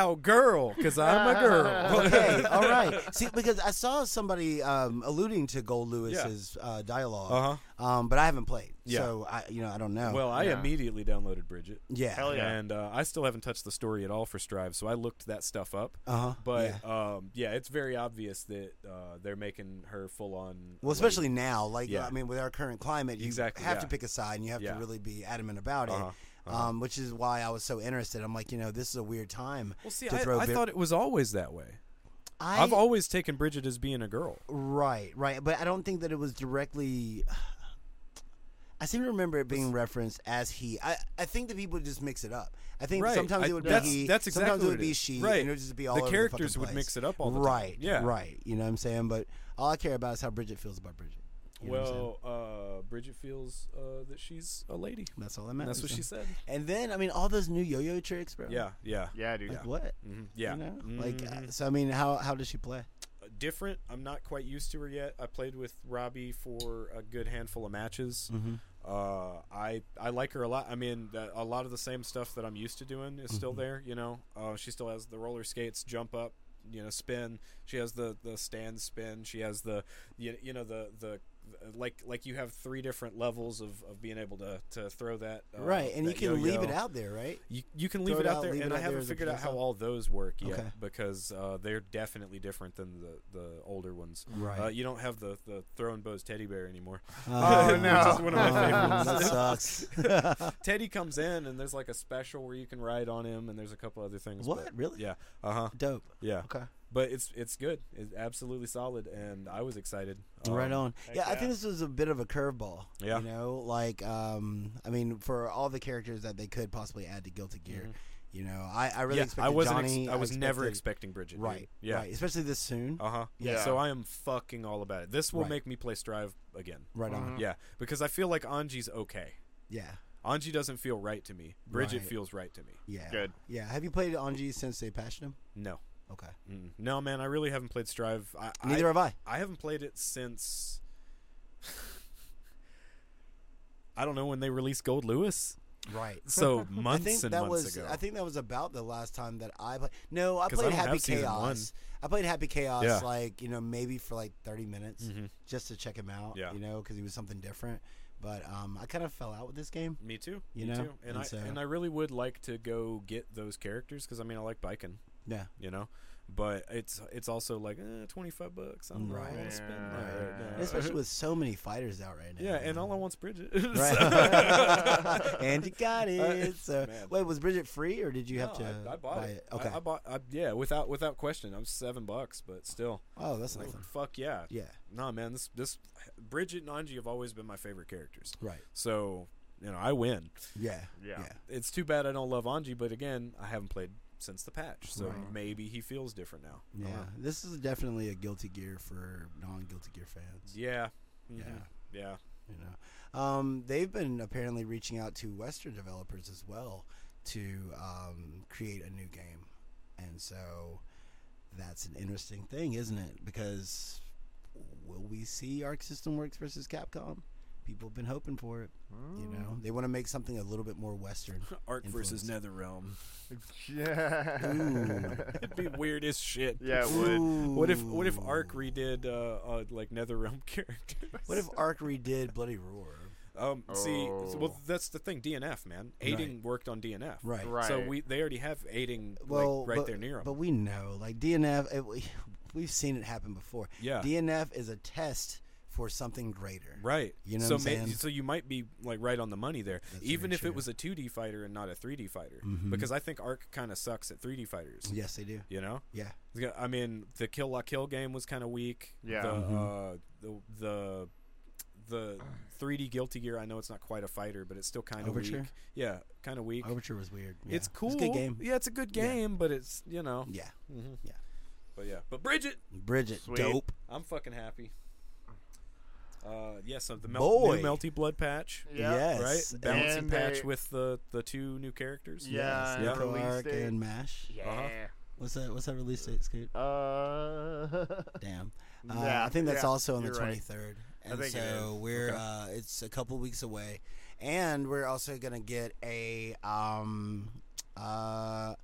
Speaker 3: cowgirl because I'm a girl.
Speaker 2: okay, all right. See, because I saw somebody um, alluding to Gold Lewis's uh, dialog
Speaker 3: Uh
Speaker 2: um, but I haven't played,
Speaker 3: Yeah.
Speaker 2: so I, you know, I don't know.
Speaker 3: huh. Well, I
Speaker 1: Yeah.
Speaker 3: immediately downloaded Bridget.
Speaker 2: yeah,
Speaker 1: Hell yeah.
Speaker 3: And uh, I still haven't touched the story at all for Strive, so I looked that stuff up.
Speaker 2: uh-huh.
Speaker 3: But
Speaker 2: yeah.
Speaker 3: um, yeah, it's very obvious that uh, they're making her full on.
Speaker 2: well, especially now, like
Speaker 3: Yeah.
Speaker 2: I mean, with our current climate, you
Speaker 3: Exactly,
Speaker 2: have
Speaker 3: yeah.
Speaker 2: to pick a side, and you have
Speaker 3: Yeah.
Speaker 2: to really be adamant about
Speaker 3: Uh-huh,
Speaker 2: it. Um, which is why I was so interested. I'm like, you know, this is a weird time
Speaker 3: Well, see,
Speaker 2: to
Speaker 3: I,
Speaker 2: throw.
Speaker 3: I
Speaker 2: bit-
Speaker 3: thought it was always that way. I,
Speaker 2: I,
Speaker 3: have always taken Bridget as being a girl.
Speaker 2: Right, right. But I don't think that it was directly. I seem to remember it being referenced as he. I, I think that people just mix it up. I think
Speaker 3: Right.
Speaker 2: sometimes
Speaker 3: I-
Speaker 2: it would
Speaker 3: that's-
Speaker 2: be he.
Speaker 3: that's
Speaker 2: sometimes
Speaker 3: exactly
Speaker 2: it
Speaker 3: what
Speaker 2: would
Speaker 3: it
Speaker 2: be
Speaker 3: is.
Speaker 2: she.
Speaker 3: Right.
Speaker 2: And it would just be
Speaker 3: The
Speaker 2: all over
Speaker 3: characters
Speaker 2: fucking
Speaker 3: would
Speaker 2: place.
Speaker 3: mix it up all the time.
Speaker 2: Right.
Speaker 3: Yeah.
Speaker 2: Right. You know what I'm saying? But all I care about is how Bridget feels about Bridget. You know what I'm saying?
Speaker 3: well, uh, Bridget feels uh, that she's a lady.
Speaker 2: that's all that matters.
Speaker 3: That's what she said.
Speaker 2: And then I mean, all those new yo-yo tricks, bro.
Speaker 3: Yeah, yeah,
Speaker 1: yeah, dude.
Speaker 2: Like what?
Speaker 3: mhm, yeah.
Speaker 2: You know? Like
Speaker 3: Mhm.
Speaker 2: uh, so. I mean, how how does she play?
Speaker 3: different. I'm not quite used to her yet. I played with Robbie for a good handful of matches.
Speaker 2: Mm-hmm.
Speaker 3: Uh, I I like her a lot. I mean, that, a lot of the same stuff that I'm used to doing is
Speaker 2: Mm-hmm.
Speaker 3: still there. You know, uh, she still has the roller skates, jump up, you know, spin. She has the the stand spin. She has the you, you know the the like like you have three different levels of, of being able to to throw that uh,
Speaker 2: right. And you
Speaker 3: that
Speaker 2: can leave it
Speaker 3: yo-yo.
Speaker 2: out there, right?
Speaker 3: You, you can leave
Speaker 2: Throw
Speaker 3: it
Speaker 2: it
Speaker 3: out
Speaker 2: out,
Speaker 3: there,
Speaker 2: leave
Speaker 3: and
Speaker 2: it
Speaker 3: I
Speaker 2: out there
Speaker 3: haven't
Speaker 2: as a
Speaker 3: figured out how
Speaker 2: placeholder.
Speaker 3: all those work yet
Speaker 2: Okay.
Speaker 3: because uh, they're definitely different than the, the older ones.
Speaker 2: Right.
Speaker 3: Uh, you don't have the, the throwing bows teddy bear anymore.
Speaker 1: Oh, no.
Speaker 3: Which is one of my favorites.
Speaker 2: Um, that sucks.
Speaker 3: Teddy comes in, and there's like a special where you can ride on him, and there's a couple other things.
Speaker 2: What?
Speaker 3: but-
Speaker 2: Really?
Speaker 3: Yeah. Uh huh.
Speaker 2: Dope.
Speaker 3: Yeah.
Speaker 2: Okay.
Speaker 3: But it's it's good. It's absolutely solid, and I was excited.
Speaker 2: right
Speaker 3: Um,
Speaker 2: on.
Speaker 3: heck
Speaker 2: Yeah, I think this was a bit of a curveball.
Speaker 3: Yeah.
Speaker 2: You know, like, um, I mean, for all the characters that they could possibly add to Guilty Gear, you know, I, I really
Speaker 3: Mm-hmm. yeah,
Speaker 2: expected
Speaker 3: I wasn't. ex-
Speaker 2: Johnny. uh,
Speaker 3: I was never
Speaker 2: expected-
Speaker 3: expecting Bridget. dude.
Speaker 2: Right.
Speaker 3: Yeah.
Speaker 2: Right. Especially this soon.
Speaker 3: Uh huh.
Speaker 1: Yeah.
Speaker 3: So I am fucking all about it. This will
Speaker 2: Right.
Speaker 3: make me play Strive again.
Speaker 2: right on.
Speaker 3: Yeah, because I feel like Angie's okay.
Speaker 2: Yeah.
Speaker 3: Anji doesn't feel right to me. Bridget
Speaker 2: Right.
Speaker 3: feels right to me.
Speaker 2: Yeah.
Speaker 1: Good.
Speaker 2: Yeah. Have you played Anji since they patched him?
Speaker 3: No.
Speaker 2: Okay.
Speaker 3: Mm. No, man, I really haven't played Strive. I,
Speaker 2: Neither
Speaker 3: I,
Speaker 2: have I.
Speaker 3: I haven't played it since. I don't know when they released Gold Lewis.
Speaker 2: Right.
Speaker 3: So
Speaker 2: I
Speaker 3: months
Speaker 2: think
Speaker 3: and
Speaker 2: that
Speaker 3: months
Speaker 2: was.
Speaker 3: ago.
Speaker 2: I think that was about the last time that I played. No, I
Speaker 3: 'Cause I
Speaker 2: played
Speaker 3: don't have
Speaker 2: Happy
Speaker 3: season
Speaker 2: Chaos.
Speaker 3: one.
Speaker 2: I played Happy Chaos
Speaker 3: Yeah.
Speaker 2: like you know maybe for like thirty minutes
Speaker 3: Mhm.
Speaker 2: just to check him out.
Speaker 3: Yeah.
Speaker 2: You know because he was something different. But um, I kind of fell out with this game.
Speaker 3: me too.
Speaker 2: You
Speaker 3: me
Speaker 2: know?
Speaker 3: too. And,
Speaker 2: And
Speaker 3: I
Speaker 2: so-
Speaker 3: and I really would like to go get those characters because I mean I like biking,
Speaker 2: Yeah.
Speaker 3: you know. But it's it's also like eh, twenty five bucks. I don't know. I
Speaker 2: Right.
Speaker 3: want to spend that right
Speaker 1: Yeah.
Speaker 3: now.
Speaker 2: Especially with so many fighters out right now.
Speaker 3: yeah, and all I want's Bridget. So-
Speaker 2: Right. and you got it. So
Speaker 3: man.
Speaker 2: wait, was Bridget free or did you have
Speaker 3: Uh, No,
Speaker 2: to
Speaker 3: I, I bought
Speaker 2: buy
Speaker 3: it.
Speaker 2: it?
Speaker 3: I-
Speaker 2: Okay.
Speaker 3: I, bought. I, yeah, without without question, I'm seven bucks, but still,
Speaker 2: oh, that's nice.
Speaker 3: fuck yeah.
Speaker 2: Yeah.
Speaker 3: Nah, man, this this Bridget and Anji have always been my favorite characters.
Speaker 2: Right.
Speaker 3: So you know, I win.
Speaker 2: Yeah.
Speaker 1: Yeah.
Speaker 3: It's too bad I don't love Anji, but again, I haven't played since the patch, so
Speaker 2: Right.
Speaker 3: maybe he feels different now.
Speaker 2: Yeah.
Speaker 3: Uh,
Speaker 2: This is definitely a Guilty Gear for non-Guilty Gear fans.
Speaker 3: yeah, Mhm.
Speaker 2: Yeah.
Speaker 3: yeah.
Speaker 2: You know, Um, they've been apparently reaching out to Western developers as well to um, create a new game, and so that's an interesting thing, isn't it? Because will we see Arc System Works versus Capcom? People have been hoping for it. You know,
Speaker 3: Mm.
Speaker 2: they want to make something a little bit more Western.
Speaker 4: Arc versus
Speaker 2: influence.
Speaker 4: NetherRealm.
Speaker 1: Yeah.
Speaker 3: It'd be weird as shit.
Speaker 1: yeah, it would.
Speaker 3: What if What if
Speaker 2: Ooh.
Speaker 3: Ark redid uh, uh like NetherRealm characters?
Speaker 2: What if Arc redid Bloody Roar?
Speaker 3: Um, see, s- well,
Speaker 1: Oh.
Speaker 3: that's the thing. DNF, man. Aiding worked on DNF.
Speaker 2: Right.
Speaker 1: Right.
Speaker 3: So we they already have aiding like,
Speaker 2: Well,
Speaker 3: right
Speaker 2: but,
Speaker 3: there near them.
Speaker 2: But we know, like DNF, it, we, we've seen it happen before.
Speaker 3: Yeah.
Speaker 2: DNF is a test for something greater.
Speaker 3: right.
Speaker 2: You know
Speaker 3: so
Speaker 2: what I'm saying?
Speaker 3: so you might be like right on the money there,
Speaker 2: That's
Speaker 3: even
Speaker 2: very
Speaker 3: if
Speaker 2: true. Mm-hmm.
Speaker 3: it was a 2D fighter and not a 3D fighter, because I think Ark kind of sucks at 3D fighters.
Speaker 2: Yes, they do.
Speaker 3: You know,
Speaker 2: Yeah.
Speaker 3: Yeah, I mean, the Kill La Kill game was kind of weak.
Speaker 1: Yeah.
Speaker 3: The,
Speaker 2: Mhm.
Speaker 3: uh, the the the 3D Guilty Gear. I know it's not quite a fighter, but it's still kind of
Speaker 2: Overture?
Speaker 3: weak. Yeah, kind of weak.
Speaker 2: Overture was weird. Yeah.
Speaker 3: It's cool.
Speaker 2: It's a good game.
Speaker 3: Yeah, it's a good
Speaker 2: Yeah.
Speaker 3: game, but it's you know.
Speaker 2: Yeah.
Speaker 3: Mhm.
Speaker 2: Yeah.
Speaker 3: But yeah, but Bridget,
Speaker 2: Bridget,
Speaker 1: Sweet.
Speaker 2: dope.
Speaker 3: I'm fucking happy. Uh, yeah, so the mel-
Speaker 2: Boy.
Speaker 3: new melty blood patch,
Speaker 1: Yeah.
Speaker 2: Yes.
Speaker 3: right? Balancing
Speaker 1: And
Speaker 3: patch
Speaker 1: they-
Speaker 3: with the the two new characters.
Speaker 1: Yeah.
Speaker 3: Yeah.
Speaker 2: Pro
Speaker 1: Release
Speaker 2: Arc
Speaker 1: date.
Speaker 2: and Mash.
Speaker 1: Yeah.
Speaker 2: What's that? What's that release date, Scoot?
Speaker 1: Uh.
Speaker 2: Damn. Uh,
Speaker 1: Yeah,
Speaker 2: I think that's
Speaker 1: yeah,
Speaker 2: also on the
Speaker 1: you're right.
Speaker 2: 23rd. And
Speaker 1: think it
Speaker 2: so
Speaker 1: is.
Speaker 2: we're uh, it's a couple weeks away, and we're also gonna get a um uh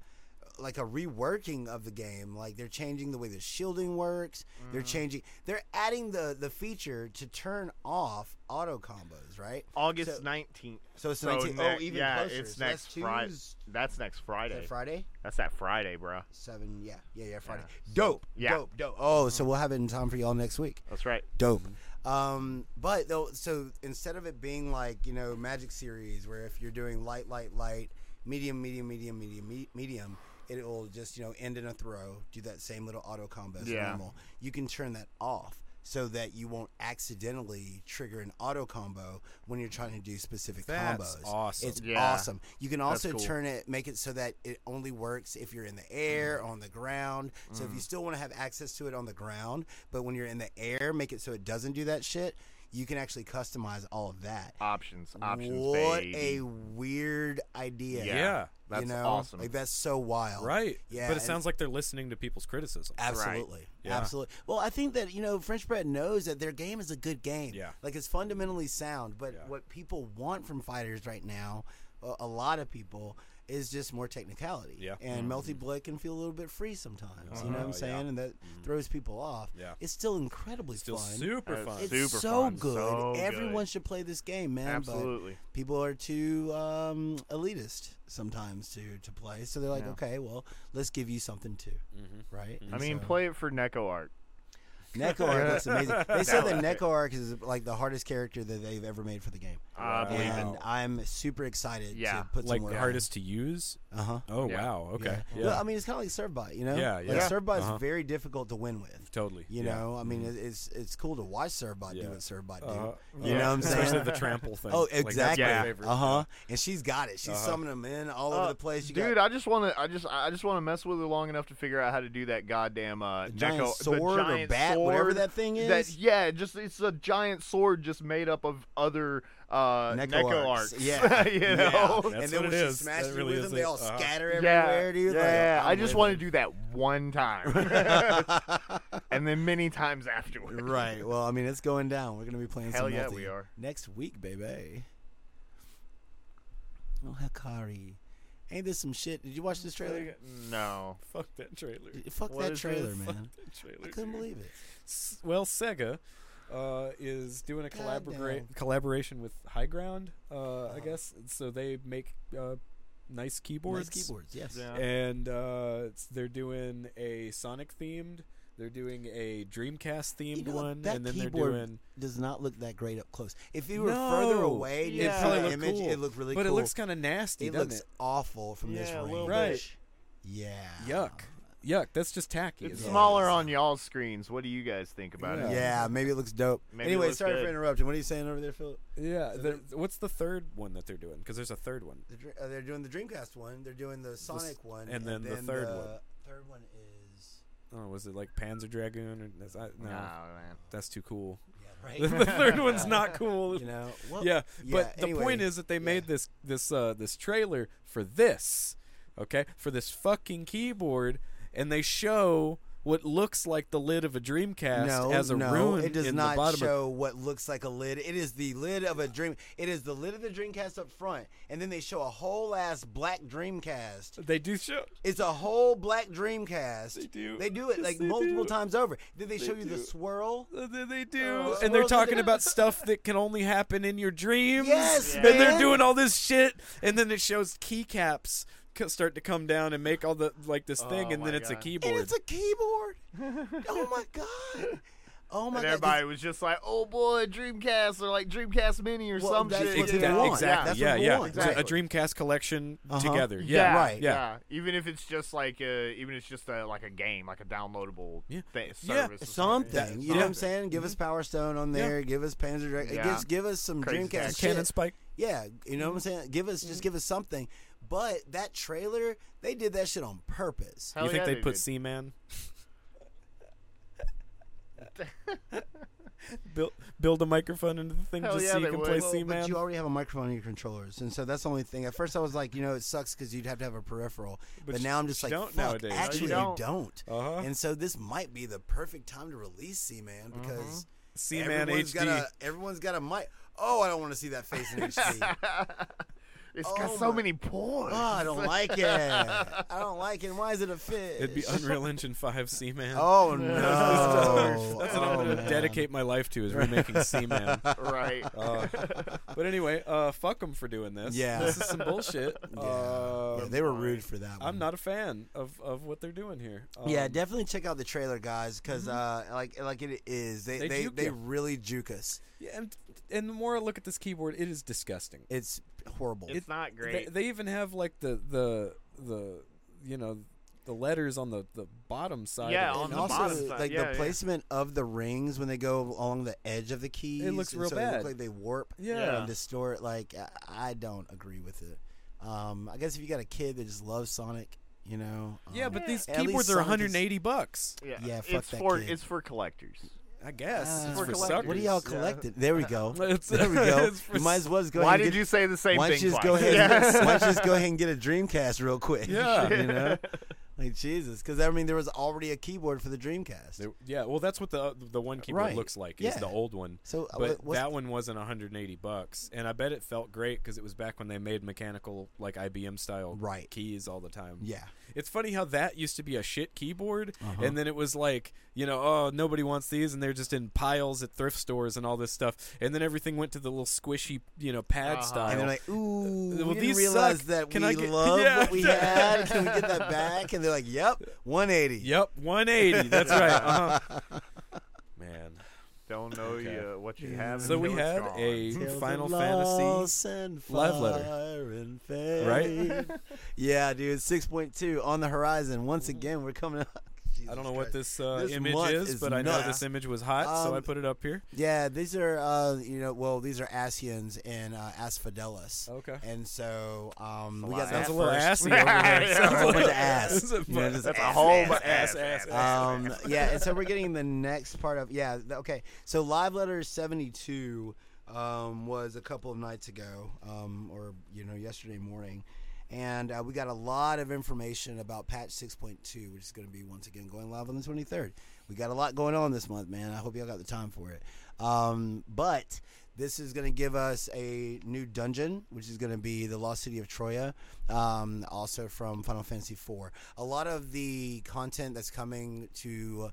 Speaker 2: like a reworking of the game. Like they're changing the way the shielding works.
Speaker 1: Mm-hmm.
Speaker 2: They're changing. They're adding the the feature to turn off auto combos. Right. So-
Speaker 1: August nineteenth.
Speaker 2: So it's
Speaker 1: Oh, So
Speaker 2: 19.
Speaker 1: ne-
Speaker 2: oh, even
Speaker 1: yeah,
Speaker 2: closer.
Speaker 1: it's
Speaker 2: So that's
Speaker 1: next Fri-
Speaker 2: Tues-
Speaker 1: That's next
Speaker 2: is
Speaker 1: Friday.
Speaker 2: that Friday.
Speaker 1: That's that Friday, bro.
Speaker 2: Seven. Yeah. Yeah. Yeah. Friday.
Speaker 1: Yeah.
Speaker 2: Dope.
Speaker 1: Yeah. Mm-hmm.
Speaker 2: Dope. Dope. Oh, so we'll have it in time for y'all next week.
Speaker 1: That's right.
Speaker 2: Dope. Um, but though, so instead of it being like you know Magic series, where if you're doing light, light, light, medium, medium, medium, medium, me- medium, it will just you know end in a throw, do that same little auto combo as
Speaker 1: Yeah.
Speaker 2: normal. You can turn that off so that you won't accidentally trigger an auto combo when you're trying to do specific
Speaker 3: That's
Speaker 2: combos.
Speaker 3: awesome.
Speaker 2: It's
Speaker 1: Yeah.
Speaker 2: awesome. You can also
Speaker 1: cool.
Speaker 2: turn it, make it so that it only works if you're in the air,
Speaker 1: Mm-hmm.
Speaker 2: on the ground. So if you still want to have access to it on the ground, but when you're in the air, make it so it doesn't do that shit. You can actually customize all of that.
Speaker 1: Options. Options.
Speaker 2: what
Speaker 1: baby.
Speaker 2: a weird idea!
Speaker 1: Yeah.
Speaker 3: Yeah.
Speaker 1: That's
Speaker 2: you know,
Speaker 1: awesome.
Speaker 2: like that's so wild,
Speaker 3: right.
Speaker 2: Yeah,
Speaker 3: But it
Speaker 2: and-
Speaker 3: sounds like they're listening to people's criticism.
Speaker 2: Absolutely.
Speaker 3: Yeah.
Speaker 2: Absolutely. Well, I think that, you know, French Bread knows that their game is a good game.
Speaker 3: Yeah.
Speaker 2: Like it's fundamentally sound, but
Speaker 3: Yeah.
Speaker 2: what people want from fighters right now, a, a lot of people is just more technicality.
Speaker 3: Yeah. Mm-hmm.
Speaker 2: And Melty Blood can feel a little bit free sometimes. You know what
Speaker 3: Uh-huh.
Speaker 2: I'm saying?
Speaker 3: Yeah.
Speaker 2: And that throws people off.
Speaker 3: Yeah.
Speaker 2: It's still incredibly
Speaker 3: Still
Speaker 2: fun.
Speaker 3: super
Speaker 1: That's
Speaker 3: fun.
Speaker 2: it's
Speaker 1: Super
Speaker 2: so
Speaker 1: fun.
Speaker 2: good.
Speaker 1: So good.
Speaker 2: Everyone should play this game, man. But
Speaker 1: Absolutely.
Speaker 2: people are too um, elitist sometimes to to play. So they're like,
Speaker 1: Yeah.
Speaker 2: okay, well, let's give you something too,
Speaker 3: Mm-hmm.
Speaker 2: right?
Speaker 1: I
Speaker 2: And
Speaker 1: mean,
Speaker 2: so-
Speaker 1: play it for Neko Art.
Speaker 2: Neko arc looks amazing. They said that
Speaker 1: That
Speaker 2: Neko arc is like the hardest character that they've ever made for the game,
Speaker 1: I believe it.
Speaker 2: and I'm super excited
Speaker 1: Yeah,
Speaker 2: to put
Speaker 3: like
Speaker 2: some work.
Speaker 3: the hardest to use.
Speaker 2: Uh huh.
Speaker 3: Oh
Speaker 1: Yeah.
Speaker 3: wow. Okay.
Speaker 2: Yeah.
Speaker 3: Yeah.
Speaker 2: Well, I mean, it's kind of like Servbot, you know.
Speaker 3: Yeah,
Speaker 2: Like,
Speaker 3: yeah.
Speaker 2: Servbot's
Speaker 3: Uh-huh.
Speaker 2: very difficult to win with.
Speaker 3: totally.
Speaker 2: You
Speaker 3: yeah. Mm-hmm.
Speaker 2: know, I mean, it- it's it's cool to watch Servbot
Speaker 3: Yeah.
Speaker 2: do what Servbot do.
Speaker 3: Uh,
Speaker 2: You know
Speaker 1: yeah.
Speaker 2: what I'm
Speaker 3: Especially
Speaker 2: saying?
Speaker 3: the trample thing.
Speaker 2: Oh,
Speaker 3: Like, that's my
Speaker 2: exactly.
Speaker 3: favorite.
Speaker 2: uh huh. And she's got it. She's
Speaker 3: Uh-huh.
Speaker 2: summoning them in all over
Speaker 1: Uh,
Speaker 2: the place. You
Speaker 1: Dude,
Speaker 2: got,
Speaker 1: I just want to, I just, I just want to mess with her long enough to figure out how to do that goddamn uh,
Speaker 2: The giant
Speaker 1: Neko,
Speaker 2: sword
Speaker 1: the
Speaker 2: or
Speaker 1: giant
Speaker 2: bat, whatever
Speaker 1: sword
Speaker 2: that thing
Speaker 1: That
Speaker 2: is?
Speaker 1: yeah, just it's a giant sword just made up of other uh,
Speaker 2: Neko
Speaker 1: Neko
Speaker 2: arcs.
Speaker 1: arcs.
Speaker 2: Yeah.
Speaker 1: you
Speaker 2: Yeah.
Speaker 1: know.
Speaker 3: That's
Speaker 2: and then
Speaker 3: what
Speaker 2: when
Speaker 3: it
Speaker 2: she
Speaker 3: is.
Speaker 2: smashes
Speaker 3: That
Speaker 2: it
Speaker 3: really
Speaker 2: with
Speaker 3: is
Speaker 2: them, they
Speaker 3: it.
Speaker 2: all
Speaker 3: Uh-huh.
Speaker 2: scatter
Speaker 1: Yeah,
Speaker 2: everywhere, dude. Like,
Speaker 1: yeah. I
Speaker 2: I'm
Speaker 1: just
Speaker 2: with
Speaker 1: want
Speaker 2: it.
Speaker 1: to do that one time, and then many times afterwards.
Speaker 2: Right. Well, I mean, it's going down. We're going to be playing
Speaker 1: Hell
Speaker 2: some
Speaker 1: yeah,
Speaker 2: multi
Speaker 1: we are.
Speaker 2: next week, baby. Oh, Hikari. Ain't this some shit? Did you watch this trailer?
Speaker 1: No.
Speaker 3: Fuck that trailer.
Speaker 2: Dude, Fuck
Speaker 1: What
Speaker 2: that
Speaker 1: is
Speaker 2: trailer,
Speaker 1: this?
Speaker 2: man.
Speaker 3: That trailer.
Speaker 2: I couldn't
Speaker 3: dude.
Speaker 2: believe it.
Speaker 3: S- well, Sega uh, is doing a
Speaker 2: Goddamn.
Speaker 3: collabora- collaboration with High Ground, uh,
Speaker 2: Oh.
Speaker 3: I guess. So they make uh, nice
Speaker 2: Nice
Speaker 3: keyboards. Uh-huh.
Speaker 2: keyboards, yes.
Speaker 1: Yeah.
Speaker 3: And uh, it's- they're doing a Sonic themed. They're doing a Dreamcast themed
Speaker 2: You know what?
Speaker 3: one,
Speaker 2: that
Speaker 3: and then they're
Speaker 2: keyboard
Speaker 3: doing.
Speaker 2: does not look that great up close. If you were
Speaker 3: No.
Speaker 2: further away, and you
Speaker 1: Yeah.
Speaker 2: see
Speaker 1: probably
Speaker 2: the
Speaker 1: looked
Speaker 2: image,
Speaker 3: cool.
Speaker 2: it looked really
Speaker 3: but
Speaker 2: cool.
Speaker 3: it looks kind of nasty,
Speaker 2: it
Speaker 3: doesn't
Speaker 2: looks
Speaker 3: it?
Speaker 2: awful from this
Speaker 1: Yeah, a
Speaker 2: range.
Speaker 1: little
Speaker 3: Right.
Speaker 1: bit.
Speaker 2: Yeah.
Speaker 3: Yuck. Yuck. That's just tacky.
Speaker 1: It's
Speaker 3: isn't it?
Speaker 1: smaller on y'all's screens. What do you guys think about it?
Speaker 2: Yeah, maybe it looks dope.
Speaker 1: Maybe it
Speaker 2: anyway,
Speaker 1: looks
Speaker 2: sorry for
Speaker 1: good.
Speaker 2: interrupting. What are you saying over there, Philip?
Speaker 3: Yeah. the- what's the third one that they're doing? Because there's a third one.
Speaker 2: The, dr- uh, they're doing the Dreamcast one. They're doing the Sonic one,
Speaker 3: and then the third one.
Speaker 2: Third one is
Speaker 3: Oh, was it like Panzer Dragoon? Or, that's, I, no,
Speaker 1: Nah, man.
Speaker 3: that's too cool.
Speaker 2: yeah, right?
Speaker 3: the third one's not cool.
Speaker 2: you know, well,
Speaker 3: yeah,
Speaker 2: yeah,
Speaker 3: but the point
Speaker 2: anyway,
Speaker 3: is that they made this this uh, this trailer for this, okay, for this fucking keyboard, and they show what looks like the lid of a Dreamcast
Speaker 2: no,
Speaker 3: as a
Speaker 2: no,
Speaker 3: ruin
Speaker 2: it does
Speaker 3: in
Speaker 2: not
Speaker 3: the bottom.
Speaker 2: show what looks like a lid. It is the lid of a dream. It is the lid of the Dreamcast up front, and then they show a whole ass black Dreamcast.
Speaker 3: of, they do show.
Speaker 2: It's a whole black Dreamcast.
Speaker 3: They do.
Speaker 2: They do it
Speaker 3: Yes,
Speaker 2: like
Speaker 3: they
Speaker 2: multiple
Speaker 3: do.
Speaker 2: times over. Then they, show you the
Speaker 3: do.
Speaker 2: swirl.
Speaker 3: They, they do,
Speaker 2: Oh,
Speaker 3: and they're
Speaker 2: well,
Speaker 3: talking
Speaker 2: they-
Speaker 3: about stuff that can only happen in your dreams.
Speaker 2: Yes,
Speaker 3: and they're
Speaker 2: man.
Speaker 3: doing all this shit, and then it shows keycaps co- start to come down and make all the like this thing,
Speaker 1: Oh
Speaker 3: and then
Speaker 1: my
Speaker 3: it's a
Speaker 1: God.
Speaker 3: keyboard.
Speaker 2: And it's a keyboard. oh my god. Oh my
Speaker 1: and
Speaker 2: god.
Speaker 1: everybody was just like, "Oh boy, Dreamcast!" or like Dreamcast Mini or
Speaker 2: Well,
Speaker 1: some
Speaker 2: that's
Speaker 1: shit.
Speaker 2: what
Speaker 1: you
Speaker 2: they
Speaker 1: know?
Speaker 2: want.
Speaker 3: Exactly.
Speaker 2: That's
Speaker 3: yeah,
Speaker 2: what we
Speaker 3: yeah.
Speaker 2: want.
Speaker 3: It's a-
Speaker 1: Exactly.
Speaker 3: A Dreamcast collection
Speaker 2: Uh-huh.
Speaker 3: together.
Speaker 1: Yeah,
Speaker 3: Yeah.
Speaker 2: right.
Speaker 3: Yeah.
Speaker 1: Yeah. Even if it's just like a, even if it's just a, like a game, like a downloadable
Speaker 3: Yeah.
Speaker 1: thi-
Speaker 3: Yeah,
Speaker 1: service. or
Speaker 2: Something,
Speaker 3: That-
Speaker 2: you know what I'm
Speaker 1: something.
Speaker 2: saying? Give
Speaker 3: Mm-hmm.
Speaker 2: us Power Stone on there. Give us Panzer Dragon.
Speaker 1: Yeah.
Speaker 2: Gives, give us some
Speaker 1: Crazy
Speaker 2: Dreamcast
Speaker 1: stuff.
Speaker 2: shit.
Speaker 3: Cannon Spike.
Speaker 2: Yeah, you know what I'm
Speaker 3: Mm-hmm.
Speaker 2: saying? Give us just give us something. But that trailer, they did that shit on purpose.
Speaker 1: Hell
Speaker 3: you think
Speaker 1: yeah,
Speaker 3: they
Speaker 1: they
Speaker 3: put
Speaker 1: did.
Speaker 3: Seaman? build build a microphone into the thing
Speaker 1: Hell
Speaker 3: just
Speaker 1: yeah,
Speaker 3: so you
Speaker 1: they
Speaker 3: can
Speaker 1: would.
Speaker 3: play
Speaker 1: Well, but
Speaker 2: But
Speaker 3: Seaman.
Speaker 2: you already have a microphone in your controllers, and so that's the only thing. At first, I was like, you know, it sucks because you'd have to have a peripheral. But,
Speaker 3: But you-
Speaker 2: now I'm just
Speaker 3: you
Speaker 2: like,
Speaker 3: don't
Speaker 2: fuck,
Speaker 3: nowadays. No, you
Speaker 2: actually,
Speaker 1: don't.
Speaker 2: you don't.
Speaker 3: Uh-huh.
Speaker 2: And so this might be the perfect time to release C-Man because
Speaker 3: Seaman
Speaker 2: everyone's
Speaker 3: HD.
Speaker 2: got a everyone's got a mic. Oh, I don't want to see that face in HD.
Speaker 1: It's
Speaker 2: Oh
Speaker 1: got so
Speaker 2: my-
Speaker 1: many pores.
Speaker 2: oh, I don't like it. I don't like it. Why is it a fish?
Speaker 3: It'd be Unreal Engine 5 Seaman.
Speaker 2: Oh no!
Speaker 3: That's what I'm
Speaker 2: Oh,
Speaker 3: going to
Speaker 2: man.
Speaker 3: dedicate my life to is remaking Seaman.
Speaker 1: right.
Speaker 3: Uh, but anyway, uh, fuck them for doing this.
Speaker 2: Yeah.
Speaker 3: This is some bullshit.
Speaker 2: Yeah.
Speaker 3: Uh,
Speaker 2: Yeah, they were rude for that. One.
Speaker 3: I'm not a fan of, of what they're doing here.
Speaker 2: Yeah,
Speaker 3: Um, Mm-hmm.
Speaker 2: definitely check out the trailer, guys, because uh, like like it is. They
Speaker 3: They
Speaker 2: they,
Speaker 3: juke
Speaker 2: they
Speaker 3: you.
Speaker 2: really juke us.
Speaker 3: Yeah, and and the more I look at this keyboard, it is disgusting.
Speaker 2: It's horrible.
Speaker 1: It's not
Speaker 3: They,
Speaker 1: great.
Speaker 3: they even have like the the the you know the letters on the the bottom side.
Speaker 1: Yeah,
Speaker 3: of it.
Speaker 1: on
Speaker 2: and
Speaker 1: the
Speaker 2: also,
Speaker 1: bottom side,
Speaker 2: like
Speaker 1: yeah,
Speaker 2: the
Speaker 1: yeah.
Speaker 2: placement of the rings when they go along the edge of the keys,
Speaker 3: looks
Speaker 2: and
Speaker 3: real
Speaker 2: so They
Speaker 3: bad.
Speaker 2: look like they warp
Speaker 3: Yeah.
Speaker 2: and distort. Like I- I don't agree with it. Um, I guess if you got a kid that just loves Sonic, you know.
Speaker 3: Yeah,
Speaker 2: um,
Speaker 3: but these
Speaker 2: at least
Speaker 3: keyboards are
Speaker 2: Sonic is-
Speaker 3: 180 bucks.
Speaker 1: yeah,
Speaker 2: yeah, fuck
Speaker 1: it's
Speaker 2: that
Speaker 1: for
Speaker 2: kid.
Speaker 1: it's for collectors.
Speaker 3: I guess
Speaker 2: Uh,
Speaker 3: it's
Speaker 2: For
Speaker 3: for
Speaker 1: collectors.
Speaker 3: suckers.
Speaker 2: What do y'all
Speaker 1: Yeah.
Speaker 2: collected? There we go.
Speaker 3: It's-
Speaker 2: there we go.
Speaker 3: it's for
Speaker 2: You might as well just go.
Speaker 1: Why
Speaker 2: ahead and
Speaker 1: did
Speaker 2: get-
Speaker 1: you say the same
Speaker 2: why don't
Speaker 1: thing
Speaker 2: you just
Speaker 1: twice?
Speaker 2: go ahead?
Speaker 1: Yeah.
Speaker 2: And, why don't you just go ahead and get a Dreamcast real quick?
Speaker 3: Yeah.
Speaker 2: you know, like Jesus, because I mean, there was already a keyboard for the Dreamcast.
Speaker 3: They- yeah, well, that's what the uh, the one keyboard
Speaker 2: Right.
Speaker 3: looks like.
Speaker 2: Yeah.
Speaker 3: Is the old one.
Speaker 2: So, uh,
Speaker 3: but
Speaker 2: what- what's-
Speaker 3: that one wasn't 180 bucks, and I bet it felt great because it was back when they made mechanical like IBM style
Speaker 2: Right.
Speaker 3: keys all the time.
Speaker 2: yeah, Uh-huh.
Speaker 3: It's funny how that used to be a shit keyboard, and then it was like, you know, oh, nobody wants these, and they're just in piles at thrift stores and all this stuff. And then everything went to the little squishy, you know, pad
Speaker 1: Uh-huh.
Speaker 3: style.
Speaker 2: and they're like, "Ooh,
Speaker 3: Well,
Speaker 2: we didn't
Speaker 3: these
Speaker 2: realize
Speaker 3: suck.
Speaker 2: that
Speaker 3: Can
Speaker 2: we
Speaker 3: I get-
Speaker 2: love
Speaker 3: Yeah.
Speaker 2: what we had. Can we get that back?" And they're like, "Yep, 180."
Speaker 3: yep, 180. That's right. Uh-huh. Man.
Speaker 1: Don't know
Speaker 3: Okay.
Speaker 1: you, what you have.
Speaker 3: So we
Speaker 1: until it's
Speaker 3: had
Speaker 1: gone.
Speaker 3: a
Speaker 2: Tales of
Speaker 3: Final Fantasy.
Speaker 2: loss and
Speaker 3: live letter.
Speaker 2: fire and
Speaker 3: Right?
Speaker 2: fame. yeah, dude, six point two on the horizon. Once again, we're coming up.
Speaker 3: Mm-hmm. I don't
Speaker 2: Jesus
Speaker 3: know what
Speaker 2: Christ.
Speaker 3: this, uh,
Speaker 2: This
Speaker 3: image
Speaker 2: month
Speaker 3: is,
Speaker 2: is
Speaker 3: but I know
Speaker 2: nuts.
Speaker 3: this image was hot, so I
Speaker 2: Um,
Speaker 3: put it up here.
Speaker 2: Yeah, these are uh, you know, well, these are Asians and uh, Asphodelus.
Speaker 3: Okay.
Speaker 2: And so um, we
Speaker 1: lot
Speaker 2: got
Speaker 1: of
Speaker 2: that
Speaker 3: Sounds
Speaker 2: first.
Speaker 3: Oh. a little assy over there.
Speaker 1: Yeah.
Speaker 3: Sounds
Speaker 2: A bunch
Speaker 3: like-
Speaker 2: of ass.
Speaker 3: This is
Speaker 2: You know,
Speaker 3: bu-
Speaker 2: just
Speaker 1: That's a
Speaker 2: ass,
Speaker 1: whole
Speaker 2: ass,
Speaker 1: bu- ass, ass,
Speaker 2: Um, yeah, and so we're getting the next part of yeah. th- Okay, so live letter seventy two um, was a couple of nights ago, um, or you know yesterday morning, and uh, we got a lot of information about patch six point two, which is going to be once again going live on the twenty third. We got a lot going on this month, man. I hope y'all got the time for it. Um, but this is going to give us a new dungeon, which is going to be the Lost City of Troya, um, also from Final Fantasy IV. A lot of the content that's coming to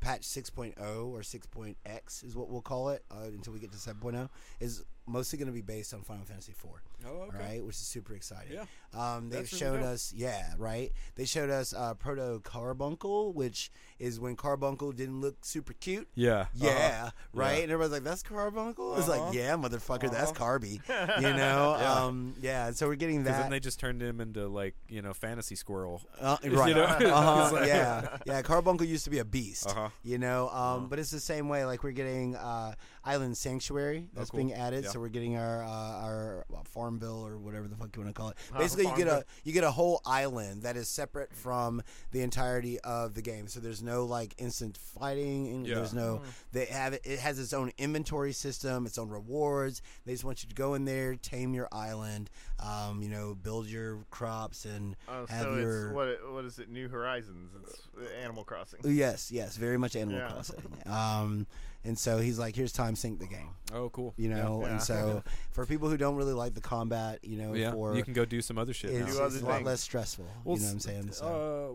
Speaker 2: patch 6.0 or 6.x is what we'll call it uh, until we get to 7.0 is mostly going to be based on Final Fantasy IV.
Speaker 3: Oh, okay.
Speaker 2: All Um, right, which is super exciting.
Speaker 3: Yeah.
Speaker 2: Um, they've
Speaker 3: That's really
Speaker 2: shown
Speaker 3: dope.
Speaker 2: us, yeah, right. They showed us uh, Proto Carbuncle, which is when Carbuncle didn't look super cute.
Speaker 3: Yeah. Uh-huh.
Speaker 2: Yeah, right. And everybody's like, "That's Carbuncle." It's like,
Speaker 3: Uh-huh.
Speaker 2: "Yeah, motherfucker, that's Carby." You know, yeah. um, yeah. and So we're getting
Speaker 3: Because
Speaker 2: that,
Speaker 3: then they just turned him into like you know fantasy squirrel.
Speaker 2: uh, right?
Speaker 3: know?
Speaker 2: uh-huh,
Speaker 3: It's like-
Speaker 2: yeah, yeah. Carbuncle used to be a beast,
Speaker 3: Uh-huh.
Speaker 2: you know. Um, But it's the same way. Like we're getting uh, Island Sanctuary that's
Speaker 3: Oh, cool.
Speaker 2: being added,
Speaker 3: Yeah.
Speaker 2: so we're getting our uh, our farm bill or whatever the fuck you want to call it.
Speaker 3: Ah,
Speaker 1: Uh,
Speaker 2: Basically, you
Speaker 1: farm
Speaker 2: get
Speaker 1: bill.
Speaker 2: a you get a whole island that is separate from the entirety of the game. So there's no like instant fighting, and
Speaker 3: Yeah.
Speaker 2: there's
Speaker 1: Hmm.
Speaker 2: no they have it has its own inventory system, its own rewards. They just want you to go in there, tame your island, um, you know, build your crops and
Speaker 1: Oh,
Speaker 2: have
Speaker 1: so
Speaker 2: your
Speaker 1: it's what? What is it? New Horizons. It's uh, Animal Crossing.
Speaker 2: Yes, yes, very much Animal
Speaker 1: Yeah.
Speaker 2: Crossing. Um, and so he's like, "Here's time sync the game,"
Speaker 3: Oh, cool.
Speaker 2: you know.
Speaker 1: Yeah.
Speaker 2: And so for people who don't really like the combat, you know,
Speaker 3: yeah,
Speaker 2: for
Speaker 3: you can go do some other shit.
Speaker 2: it's,
Speaker 1: Do
Speaker 3: now.
Speaker 1: other
Speaker 2: it's a lot
Speaker 1: things.
Speaker 2: less stressful. you know what I'm
Speaker 3: s-
Speaker 2: saying? So.
Speaker 3: Uh,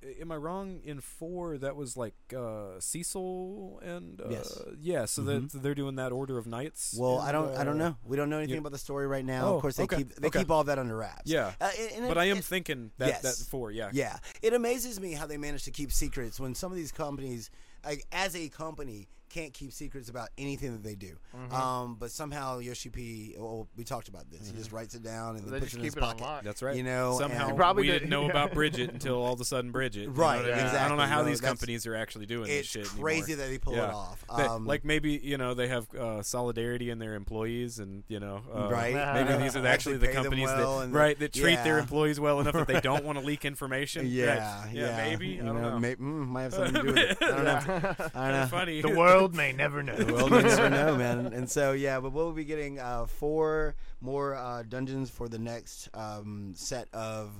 Speaker 3: w- am I wrong? In four, that was like uh, Cecil and uh,
Speaker 2: Yes. Mm-hmm.
Speaker 3: yeah. So they're, they're doing that order of knights.
Speaker 2: well,
Speaker 3: and,
Speaker 2: I don't, I don't
Speaker 3: uh,
Speaker 2: know. We don't know anything
Speaker 3: you-
Speaker 2: about the story right now.
Speaker 3: Oh,
Speaker 2: of course, they
Speaker 3: okay,
Speaker 2: keep they
Speaker 3: okay.
Speaker 2: keep all that under wraps.
Speaker 3: Yeah.
Speaker 2: Uh, and- and
Speaker 3: But
Speaker 2: it-
Speaker 3: I am
Speaker 2: it-
Speaker 3: thinking that
Speaker 2: Yes.
Speaker 3: that four. Yeah.
Speaker 2: Yeah, it amazes me how they manage to keep secrets when some of these companies, like as a company, can't keep secrets about anything that they do.
Speaker 3: Mm-hmm.
Speaker 2: Um, but somehow Yoshi P, well, we talked about this.
Speaker 3: Mm-hmm.
Speaker 2: He just writes it down and
Speaker 1: They
Speaker 2: then puts
Speaker 1: just
Speaker 2: it in his
Speaker 1: keep it
Speaker 2: pocket.
Speaker 1: unlocked.
Speaker 3: That's right.
Speaker 2: You know,
Speaker 3: somehow
Speaker 2: and-
Speaker 1: Probably
Speaker 3: we
Speaker 1: did-
Speaker 3: didn't know
Speaker 1: yeah.
Speaker 3: about Bridget until all of a sudden Bridget. you know
Speaker 2: Right,
Speaker 3: what I mean? I
Speaker 2: exactly,
Speaker 3: don't know how
Speaker 2: no,
Speaker 3: these
Speaker 2: that's-
Speaker 3: companies are actually doing this
Speaker 2: It's
Speaker 3: shit.
Speaker 2: crazy
Speaker 3: anymore.
Speaker 2: that they pull
Speaker 3: yeah.
Speaker 2: it off.
Speaker 3: They-
Speaker 2: Um,
Speaker 3: like maybe you know they have uh, solidarity in their employees, and you know, uh,
Speaker 2: right?
Speaker 3: Maybe
Speaker 1: Yeah.
Speaker 3: these are actually the
Speaker 2: pay them
Speaker 3: companies
Speaker 2: well
Speaker 3: that
Speaker 2: and-
Speaker 3: right that treat their
Speaker 2: yeah.
Speaker 3: employees well enough that they don't want to leak information.
Speaker 2: Yeah,
Speaker 3: That-
Speaker 2: yeah,
Speaker 3: yeah, maybe.
Speaker 2: You
Speaker 3: I don't know.
Speaker 2: May, mm, might have something to do with it. I don't know. I don't know.
Speaker 3: Funny.
Speaker 1: the world may never know.
Speaker 2: Well, you never
Speaker 3: uh,
Speaker 2: know, man. And so, yeah, but we'll be getting uh, four more uh, dungeons for the next um, set of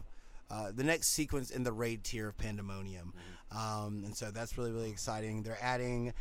Speaker 2: uh, the next sequence in the raid tier of Pandemonium.
Speaker 3: Mm-hmm.
Speaker 2: Um, and so that's really, really exciting. They're adding.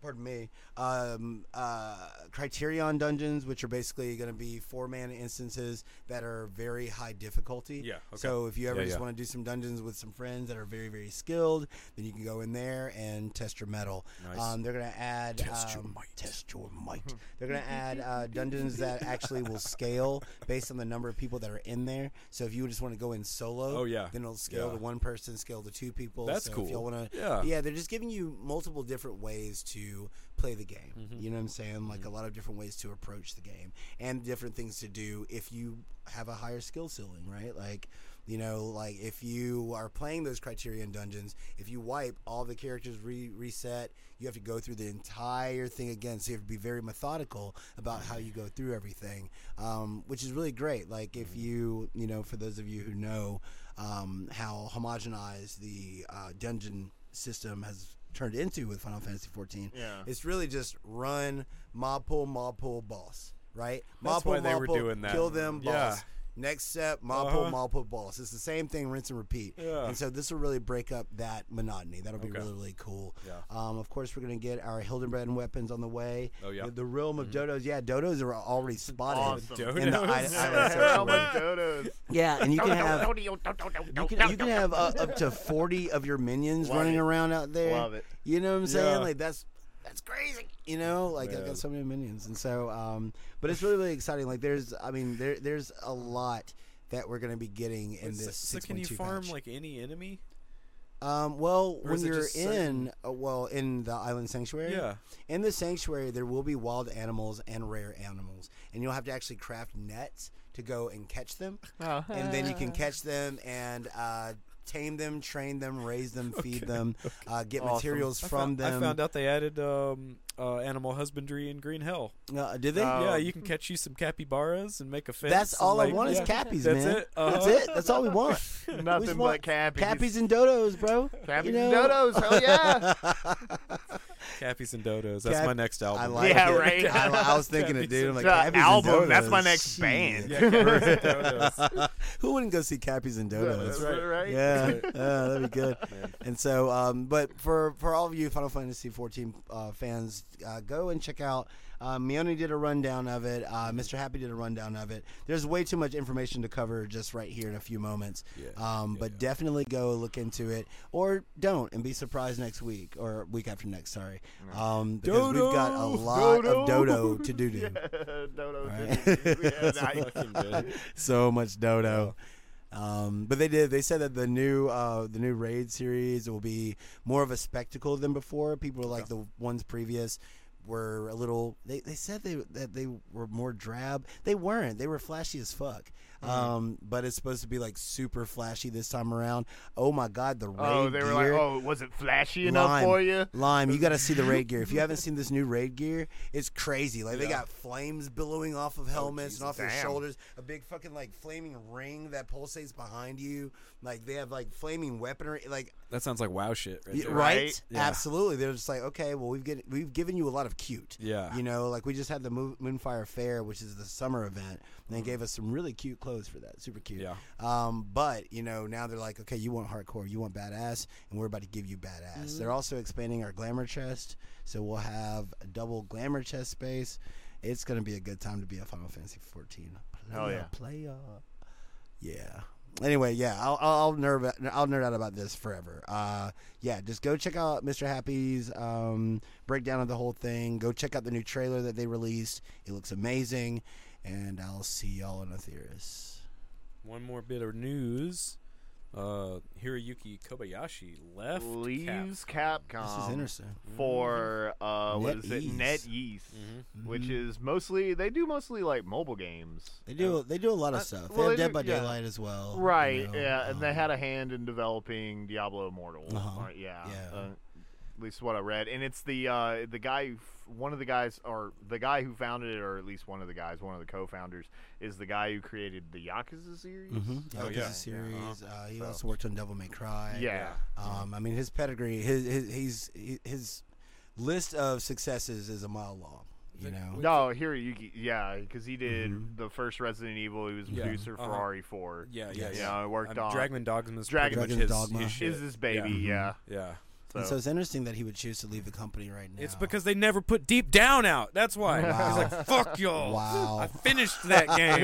Speaker 2: Pardon me. Um, uh, Criterion dungeons, which are basically going to be four man instances that are very high difficulty.
Speaker 3: Yeah, okay.
Speaker 2: So if you ever
Speaker 3: Yeah,
Speaker 2: just
Speaker 3: yeah.
Speaker 2: want to do some dungeons with some friends that are very, very skilled, then you can go in there and test your metal.
Speaker 3: Nice.
Speaker 2: Um, they're going to add
Speaker 3: Test your
Speaker 2: um,
Speaker 3: might. Hmm.
Speaker 2: Test your might. They're gonna add uh, dungeons that actually will scale based on the number of people that are in there. So if you just want to go in solo,
Speaker 3: Oh, yeah.
Speaker 2: then it'll scale
Speaker 3: Yeah.
Speaker 2: to one person, scale to two people.
Speaker 3: That's
Speaker 2: so
Speaker 3: cool.
Speaker 2: If y'all wanna,
Speaker 3: Yeah.
Speaker 2: they're just giving you multiple different ways to play the game. You know what I'm saying? Like a lot of different ways to approach the game and different things to do if you have a higher skill ceiling, right? Like. You know, like if you are playing those Criterion dungeons, if you wipe, all the characters re- reset. You have to go through the entire thing again, so you have to be very methodical about how you go through everything, um, which is really great. Like if you, you know, for those of you who know um, how homogenized the uh, dungeon system has turned into with Final Fantasy 14,
Speaker 1: Yeah.
Speaker 2: it's really just run mob pull, mob pull, boss, right?
Speaker 3: That's
Speaker 2: mob pull,
Speaker 3: why they
Speaker 2: mob
Speaker 3: were
Speaker 2: pull,
Speaker 3: doing that.
Speaker 2: Kill them, boss.
Speaker 3: Yeah.
Speaker 2: Next step, mob pull,
Speaker 3: Uh-huh.
Speaker 2: mob pull, boss. It's the same thing, rinse and repeat.
Speaker 3: Yeah.
Speaker 2: And so this will really break up that monotony. That'll be
Speaker 3: Okay.
Speaker 2: really, really cool.
Speaker 3: Yeah.
Speaker 2: Um, of course, we're gonna get our Hildenbrand weapons on the way.
Speaker 3: Oh, yeah.
Speaker 2: The, the realm of dodos. Yeah, dodos are already spotted.
Speaker 1: Awesome.
Speaker 3: Dodos.
Speaker 2: In the I-
Speaker 1: Yeah,
Speaker 2: I-
Speaker 1: how
Speaker 2: I-
Speaker 1: much dodos.
Speaker 2: Yeah, and you can have
Speaker 4: you
Speaker 2: you can, you can have uh, up to forty of your minions
Speaker 1: Love
Speaker 2: running
Speaker 1: it.
Speaker 2: around out there.
Speaker 1: Love it.
Speaker 2: You know what I'm saying?
Speaker 3: Yeah.
Speaker 2: Like that's that's crazy. You know, like I've
Speaker 3: Man.
Speaker 2: got so many minions, and so um, but it's really really exciting. Like there's, I mean, there there's a lot that we're gonna be getting in
Speaker 3: So-
Speaker 2: this
Speaker 3: so
Speaker 2: six
Speaker 3: can
Speaker 2: point
Speaker 3: you
Speaker 2: two
Speaker 3: farm
Speaker 2: patch.
Speaker 3: like any enemy?
Speaker 2: Um, well,
Speaker 3: Or
Speaker 2: when
Speaker 3: is it
Speaker 2: you're
Speaker 3: just certain-
Speaker 2: in, uh, well, in the island sanctuary,
Speaker 3: Yeah.
Speaker 2: in the sanctuary there will be wild animals and rare animals, and you'll have to actually craft nets to go and catch them,
Speaker 1: Oh.
Speaker 2: and then you can catch them and uh, tame them, train them, raise them, feed them, uh, get
Speaker 1: Awesome.
Speaker 2: materials
Speaker 3: I
Speaker 2: from
Speaker 3: found, I
Speaker 2: them.
Speaker 3: found out they added um, uh, animal husbandry in Green Hell.
Speaker 2: Uh, did they?
Speaker 1: Uh,
Speaker 3: yeah,
Speaker 1: Um,
Speaker 3: you can catch you some capybaras and make a fence.
Speaker 2: That's
Speaker 3: and,
Speaker 2: all I
Speaker 3: Oh, like,
Speaker 2: want
Speaker 3: yeah.
Speaker 2: is cappies,
Speaker 3: That's
Speaker 2: man.
Speaker 3: it. Uh-huh.
Speaker 2: That's it. That's all we want. We just
Speaker 1: Nothing
Speaker 2: want
Speaker 1: but cappies.
Speaker 2: Cappies and dodos, bro.
Speaker 1: Cappies
Speaker 2: You know?
Speaker 1: and dodos. Hell yeah.
Speaker 3: Cappies and dodos. That's
Speaker 2: Cap-
Speaker 3: my next album.
Speaker 2: I like
Speaker 1: Yeah,
Speaker 2: it.
Speaker 1: right.
Speaker 2: I, I was thinking it, dude. I'm like,
Speaker 1: The
Speaker 2: Cappies and
Speaker 1: album, that's my
Speaker 2: Dodos.
Speaker 1: next band.
Speaker 3: Yeah, cappies and dodos.
Speaker 2: Who wouldn't go see Cappies and Dodos?
Speaker 1: That's right. right?
Speaker 2: Yeah, yeah, that'd be good. And so, um, but for for all of you Final Fantasy 14 uh, fans, uh, go and check out. Uh, Mione did a rundown of it. Uh, Mr. Happy did a rundown of it. There's way too much information to cover just right here in a few moments.
Speaker 3: Yeah,
Speaker 2: um,
Speaker 3: yeah,
Speaker 2: but
Speaker 3: yeah.
Speaker 2: definitely go look into it, or don't, and be surprised next week or week after next. Sorry, um, because we've got a
Speaker 3: Dodo!
Speaker 2: lot of
Speaker 1: Dodo!
Speaker 2: dodo to do do.
Speaker 1: dodos.
Speaker 2: Right.
Speaker 1: Yeah,
Speaker 3: That's
Speaker 1: nice.
Speaker 3: fucking good.
Speaker 2: so much dodo. Um, but they did. They said that the new uh, the new raid series will be more of a spectacle than before. People were like the ones previous were a little. They, they said they that they were more drab. They weren't. They were flashy as fuck.
Speaker 1: Mm.
Speaker 2: Um, but it's supposed to be like super flashy this time around. Oh my god, the raid
Speaker 1: Oh, they were
Speaker 2: gear.
Speaker 1: like, oh, was it flashy enough for you?
Speaker 2: Lime, you got to see the raid gear. If you haven't seen this new raid gear, it's crazy. Like they got flames billowing off of helmets and off their
Speaker 1: Damn.
Speaker 2: shoulders. A big fucking like flaming ring that pulsates behind you. Like they have like flaming weaponry. Like
Speaker 3: That sounds like wow shit, right?
Speaker 2: Y-
Speaker 3: there.
Speaker 2: right?
Speaker 1: right?
Speaker 3: Yeah.
Speaker 2: Absolutely. They're just like, okay, well, we've get, we've given you a lot of cute.
Speaker 3: Yeah.
Speaker 2: You know, like we just had the Moon, Moonfire Fair, which is the summer event, and they gave us some really cute clothes for that. Super cute.
Speaker 3: Mm-hmm. Yeah.
Speaker 2: Um, but you know, now they're like, okay, you want hardcore, you want badass, and we're about to give you badass. They're also expanding our glamour chest, so we'll have a double glamour chest space. It's gonna be a good time to be a Final Fantasy 14 player.
Speaker 1: Hell yeah.
Speaker 2: Player. Yeah. Anyway, yeah, I'll I'll I'll nerd I'll nerd out about this forever. Uh, yeah, just go check out Mr. Happy's um, breakdown of the whole thing. Go check out the new trailer that they released. It looks amazing, and I'll see y'all in Aetheris.
Speaker 3: One more bit of news. Uh, Hiroyuki Kobayashi left. Cap.
Speaker 1: Leaves
Speaker 2: This
Speaker 1: Capcom
Speaker 2: is interesting. Mm-hmm.
Speaker 1: for uh, what is it?
Speaker 2: NetEase.
Speaker 1: NetEase, which
Speaker 2: Mm-hmm.
Speaker 1: is mostly they do mostly like mobile games.
Speaker 2: They do they do a lot of stuff.
Speaker 1: uh, well,
Speaker 2: they have
Speaker 1: they
Speaker 2: Dead
Speaker 1: do-
Speaker 2: by
Speaker 1: yeah.
Speaker 2: Daylight as well, you
Speaker 1: Right,
Speaker 2: know,
Speaker 1: yeah, and they
Speaker 2: um,
Speaker 1: had a hand in developing Diablo Immortal.
Speaker 2: Uh-huh,
Speaker 1: uh, yeah,
Speaker 2: yeah.
Speaker 1: uh, at least what I read. And it's the uh, the guy, who f- one of the guys, or the guy who founded it, or at least one of the guys, one of the co-founders, is the guy who created the Yakuza series.
Speaker 2: mhm,
Speaker 3: Oh,
Speaker 2: Yakuza
Speaker 3: yeah.
Speaker 2: series. Uh, he
Speaker 1: Uh-huh. So-
Speaker 2: also worked on Devil May Cry.
Speaker 1: Yeah.
Speaker 2: Um, I mean, his pedigree, his his he's, he- his list of successes is a mile long. You
Speaker 3: The-
Speaker 2: know,
Speaker 1: No, Hiroyuki, yeah, because he did
Speaker 2: Mm-hmm.
Speaker 1: the first Resident Evil. He was
Speaker 3: Yeah,
Speaker 1: producer for
Speaker 3: uh-huh.
Speaker 1: RE4.
Speaker 3: Yeah, yeah,
Speaker 2: Yes.
Speaker 1: You know,
Speaker 3: yeah.
Speaker 1: I worked
Speaker 3: Um,
Speaker 1: on
Speaker 3: Dragon Dogma.
Speaker 1: Dragon
Speaker 3: his,
Speaker 2: Dogma.
Speaker 3: his shit.
Speaker 1: Is this baby? Yeah.
Speaker 3: Yeah.
Speaker 1: So,
Speaker 2: and so it's interesting that he would choose to leave the company right now.
Speaker 3: It's because they never put Deep Down out. That's why.
Speaker 2: Wow.
Speaker 3: He's like, fuck y'all.
Speaker 2: Wow.
Speaker 3: oh, I finished that game.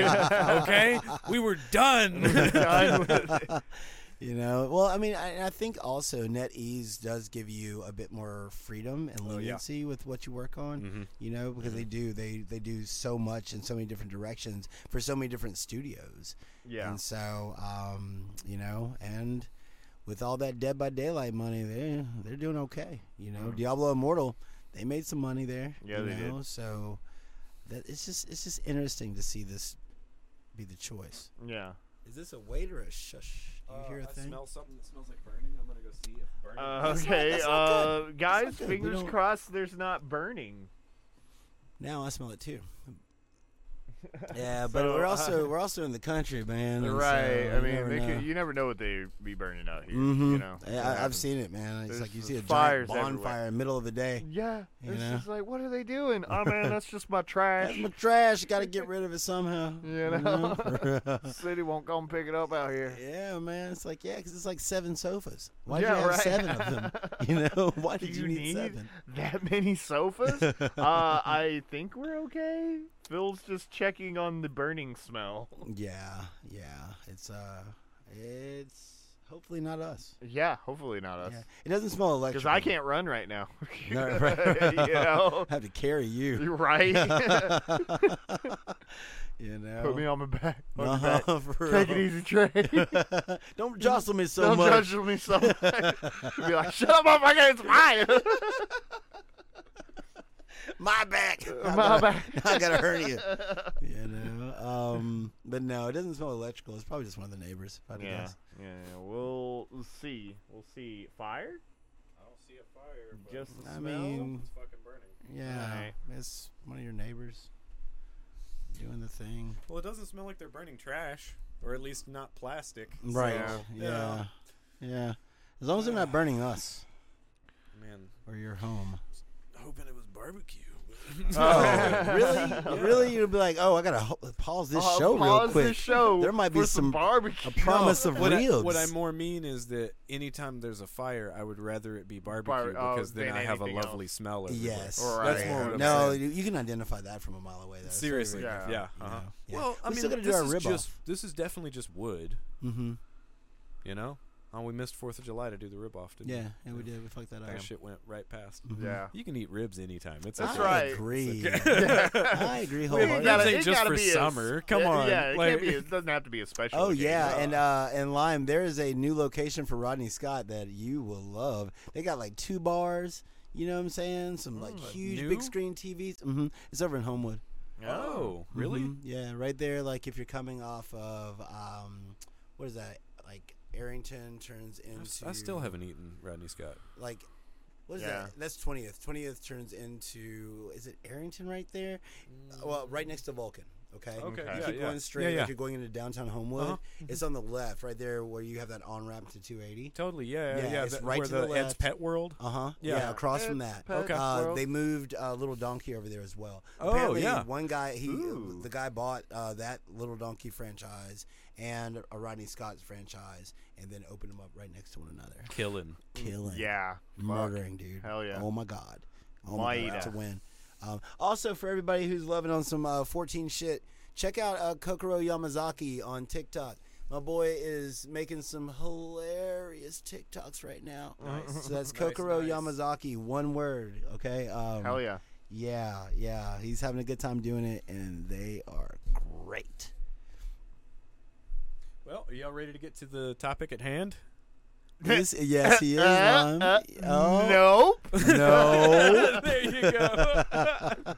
Speaker 3: okay? We were done.
Speaker 1: Done with it.
Speaker 2: you know, well, I mean, I, I think also NetEase does give you a bit more freedom and
Speaker 3: Oh, yeah. Mm-hmm.
Speaker 2: leniency with what you work on. You know, because they do they they do so much in so many different directions for so many different studios.
Speaker 1: Yeah.
Speaker 2: and so um, you know, and with all that Dead by Daylight money, they they're doing okay. You know, Diablo Immortal, they made some money there.
Speaker 1: Mm-hmm. Yeah,
Speaker 2: you
Speaker 1: they did.
Speaker 2: know? So that it's just it's just interesting to see this be the choice.
Speaker 1: yeah.
Speaker 2: Is this a wait or a shush? Do you hear a
Speaker 4: Uh, I
Speaker 2: thing?
Speaker 4: smell something that smells like burning. I'm gonna go see if burning.
Speaker 1: Uh,
Speaker 2: That's not-
Speaker 1: okay,
Speaker 2: that's not
Speaker 1: uh,
Speaker 2: good.
Speaker 1: guys,
Speaker 2: That's not good. We
Speaker 1: fingers
Speaker 2: don't-
Speaker 1: crossed. There's not burning.
Speaker 2: Now I smell it too. Yeah, but
Speaker 1: So,
Speaker 2: we're
Speaker 1: uh,
Speaker 2: also we're also in the country, man. and
Speaker 1: Right.
Speaker 2: so
Speaker 1: I
Speaker 2: you
Speaker 1: mean,
Speaker 2: never
Speaker 1: they
Speaker 2: know.
Speaker 1: could, you never know what they be burning out here.
Speaker 2: Mhm.
Speaker 1: You know,
Speaker 2: I-
Speaker 1: It
Speaker 2: I, I've
Speaker 1: happens.
Speaker 2: seen it, man. It's
Speaker 1: There's
Speaker 2: like you
Speaker 1: just
Speaker 2: see a
Speaker 1: fires
Speaker 2: giant
Speaker 1: everywhere.
Speaker 2: bonfire in the middle of the day.
Speaker 1: Yeah,
Speaker 2: You
Speaker 1: it's
Speaker 2: know?
Speaker 1: just like, what are they doing? Oh man, that's just my trash.
Speaker 2: That's my trash. Got to get rid of it somehow.
Speaker 1: You know? City won't come pick it up out here.
Speaker 2: yeah, man. It's like yeah, because it's like seven sofas. Why do
Speaker 1: Yeah,
Speaker 2: you have
Speaker 1: right.
Speaker 2: seven of them? You know? Why
Speaker 1: Do
Speaker 2: did you,
Speaker 1: you
Speaker 2: need,
Speaker 1: need
Speaker 2: seven?
Speaker 1: that many sofas? uh, I think we're okay. Phil's just checking on the burning smell.
Speaker 2: Yeah, yeah. It's uh, it's hopefully not us.
Speaker 1: Yeah, hopefully not us.
Speaker 2: Yeah. It doesn't smell electric.
Speaker 1: Because I can't run right now.
Speaker 2: No, right.
Speaker 1: you know?
Speaker 2: I have to carry you.
Speaker 1: You're right.
Speaker 2: You know.
Speaker 1: Put me on my back. On my back.
Speaker 2: Uh-huh, for
Speaker 1: Take it
Speaker 2: real.
Speaker 1: easy, Trey.
Speaker 2: Don't jostle me so
Speaker 1: Don't
Speaker 2: much.
Speaker 1: judge me so much. Be like, shut up, motherfucker, it's mine.
Speaker 2: My back. I
Speaker 1: My
Speaker 2: got a-
Speaker 1: back.
Speaker 2: I got a hernia. you know. Um, but no, it doesn't smell electrical. It's probably just one of the neighbors. If I had to
Speaker 1: yeah.
Speaker 2: guess.
Speaker 1: yeah, we'll see. We'll see. Fire?
Speaker 4: I don't see a fire, but
Speaker 1: Just the
Speaker 2: I
Speaker 1: smell?
Speaker 2: mean,
Speaker 4: it's fucking burning.
Speaker 2: yeah,
Speaker 1: Alright.
Speaker 2: it's one of your neighbors doing the thing.
Speaker 3: well, it doesn't smell like they're burning trash, or at least not plastic. so-
Speaker 2: Right. yeah.
Speaker 3: yeah.
Speaker 2: Yeah. As long as they're not burning us
Speaker 3: Man,
Speaker 2: or your home.
Speaker 3: hoping it was barbecue.
Speaker 2: Oh, really? Really? You'd be like, oh, I gotta ho- pause this
Speaker 1: I'll
Speaker 2: show real
Speaker 1: Uh, pause
Speaker 2: quick.
Speaker 1: This show
Speaker 2: There might be
Speaker 1: for some,
Speaker 2: some-
Speaker 1: barbecue.
Speaker 2: A promise of
Speaker 3: what I,
Speaker 2: ribs.
Speaker 3: what I more mean is that anytime there's a fire, I would rather it be barbecue
Speaker 1: oh,
Speaker 3: because then
Speaker 1: than
Speaker 3: I have a
Speaker 1: anything
Speaker 3: lovely
Speaker 1: else.
Speaker 3: smell. everywhere.
Speaker 2: yes.
Speaker 1: Right.
Speaker 3: That's more
Speaker 2: yeah.
Speaker 3: what I'm
Speaker 2: no,
Speaker 3: saying.
Speaker 2: you, you can identify that from a mile away. Though.
Speaker 3: Seriously.
Speaker 1: Yeah.
Speaker 3: Yeah.
Speaker 2: You
Speaker 3: uh-huh.
Speaker 2: know, yeah.
Speaker 3: Well, I
Speaker 2: We
Speaker 3: mean,
Speaker 2: still gotta do
Speaker 3: this
Speaker 2: our
Speaker 3: is
Speaker 2: rib
Speaker 3: just
Speaker 2: off.
Speaker 3: this is definitely just wood.
Speaker 2: Mm-hmm.
Speaker 3: You know, oh, we missed Fourth of July to do the rib off. Didn't
Speaker 2: Yeah,
Speaker 3: we?
Speaker 2: and we Mm-hmm. did. We fucked that up.
Speaker 3: That shit went right past.
Speaker 1: Yeah.
Speaker 3: You can eat ribs anytime. It's
Speaker 1: That's
Speaker 2: I
Speaker 3: okay.
Speaker 1: right.
Speaker 2: agree. I agree
Speaker 3: Well,
Speaker 2: wholeheartedly.
Speaker 3: gotta-
Speaker 1: it
Speaker 3: ain't just for
Speaker 1: be a-
Speaker 3: summer. Come
Speaker 1: yeah,
Speaker 3: on,
Speaker 1: Yeah, it,
Speaker 3: like-
Speaker 1: can't be, it doesn't have to be a special.
Speaker 2: Oh yeah,
Speaker 1: occasion.
Speaker 2: and uh, and Lime, there is a new location for Rodney Scott that you will love. They got like two bars. You know what I'm saying? Some like
Speaker 3: Mm,
Speaker 2: huge
Speaker 3: new?
Speaker 2: big screen TVs. hmm It's over in Homewood.
Speaker 3: Oh, really?
Speaker 2: Mhm. Yeah, right there. Like if you're coming off of um, what is that? Like Arrington turns
Speaker 3: I
Speaker 2: into.
Speaker 3: s- I still haven't eaten Rodney Scott.
Speaker 2: like what is
Speaker 1: Yeah.
Speaker 2: that? That's twentieth. Twentieth turns into is it Arrington right there? Uh, Well, right next to Vulcan. Okay.
Speaker 3: Okay,
Speaker 2: You
Speaker 1: yeah,
Speaker 2: keep
Speaker 3: yeah.
Speaker 2: going straight
Speaker 3: Yeah, yeah.
Speaker 2: like you're going into downtown Homewood.
Speaker 3: Uh-huh.
Speaker 2: It's on the left, right there where you have that on ramp to two eighty.
Speaker 3: Totally, yeah,
Speaker 2: Yeah,
Speaker 3: yeah.
Speaker 2: it's
Speaker 3: that-
Speaker 2: right
Speaker 3: where
Speaker 2: to the
Speaker 3: the Ed's
Speaker 2: left.
Speaker 3: Pet World.
Speaker 2: Uh huh. Yeah.
Speaker 3: Yeah.
Speaker 2: across from
Speaker 1: It's
Speaker 2: that.
Speaker 1: Pet
Speaker 2: Uh,
Speaker 1: World.
Speaker 2: they moved uh, Little Donkey over there as well.
Speaker 3: Oh,
Speaker 2: Apparently,
Speaker 3: yeah.
Speaker 2: One guy, he uh,
Speaker 1: Ooh.
Speaker 2: the guy bought uh, that Little Donkey franchise and a Rodney Scott's franchise, and then opened them up right next to one another.
Speaker 3: Killing.
Speaker 2: Killing.
Speaker 1: Mm, Yeah. fuck.
Speaker 2: murdering, dude.
Speaker 1: Hell yeah.
Speaker 2: Oh my god. Oh my god,
Speaker 1: Mighta.
Speaker 2: that's a win. Um, also, for everybody who's loving on some uh, 14 shit, check out uh, Kokoro Yamazaki on TikTok. My boy is making some hilarious TikToks right now. So that's Kokoro
Speaker 4: nice.
Speaker 2: Yamazaki, one word. Okay. Um,
Speaker 1: Hell yeah.
Speaker 2: yeah, yeah. He's having a good time doing it, and they are great.
Speaker 3: Well, are y'all ready to get to the topic at hand?
Speaker 2: This, yes, he is. Lon.
Speaker 1: Uh,
Speaker 2: oh,
Speaker 1: Nope.
Speaker 2: no.
Speaker 3: there you go.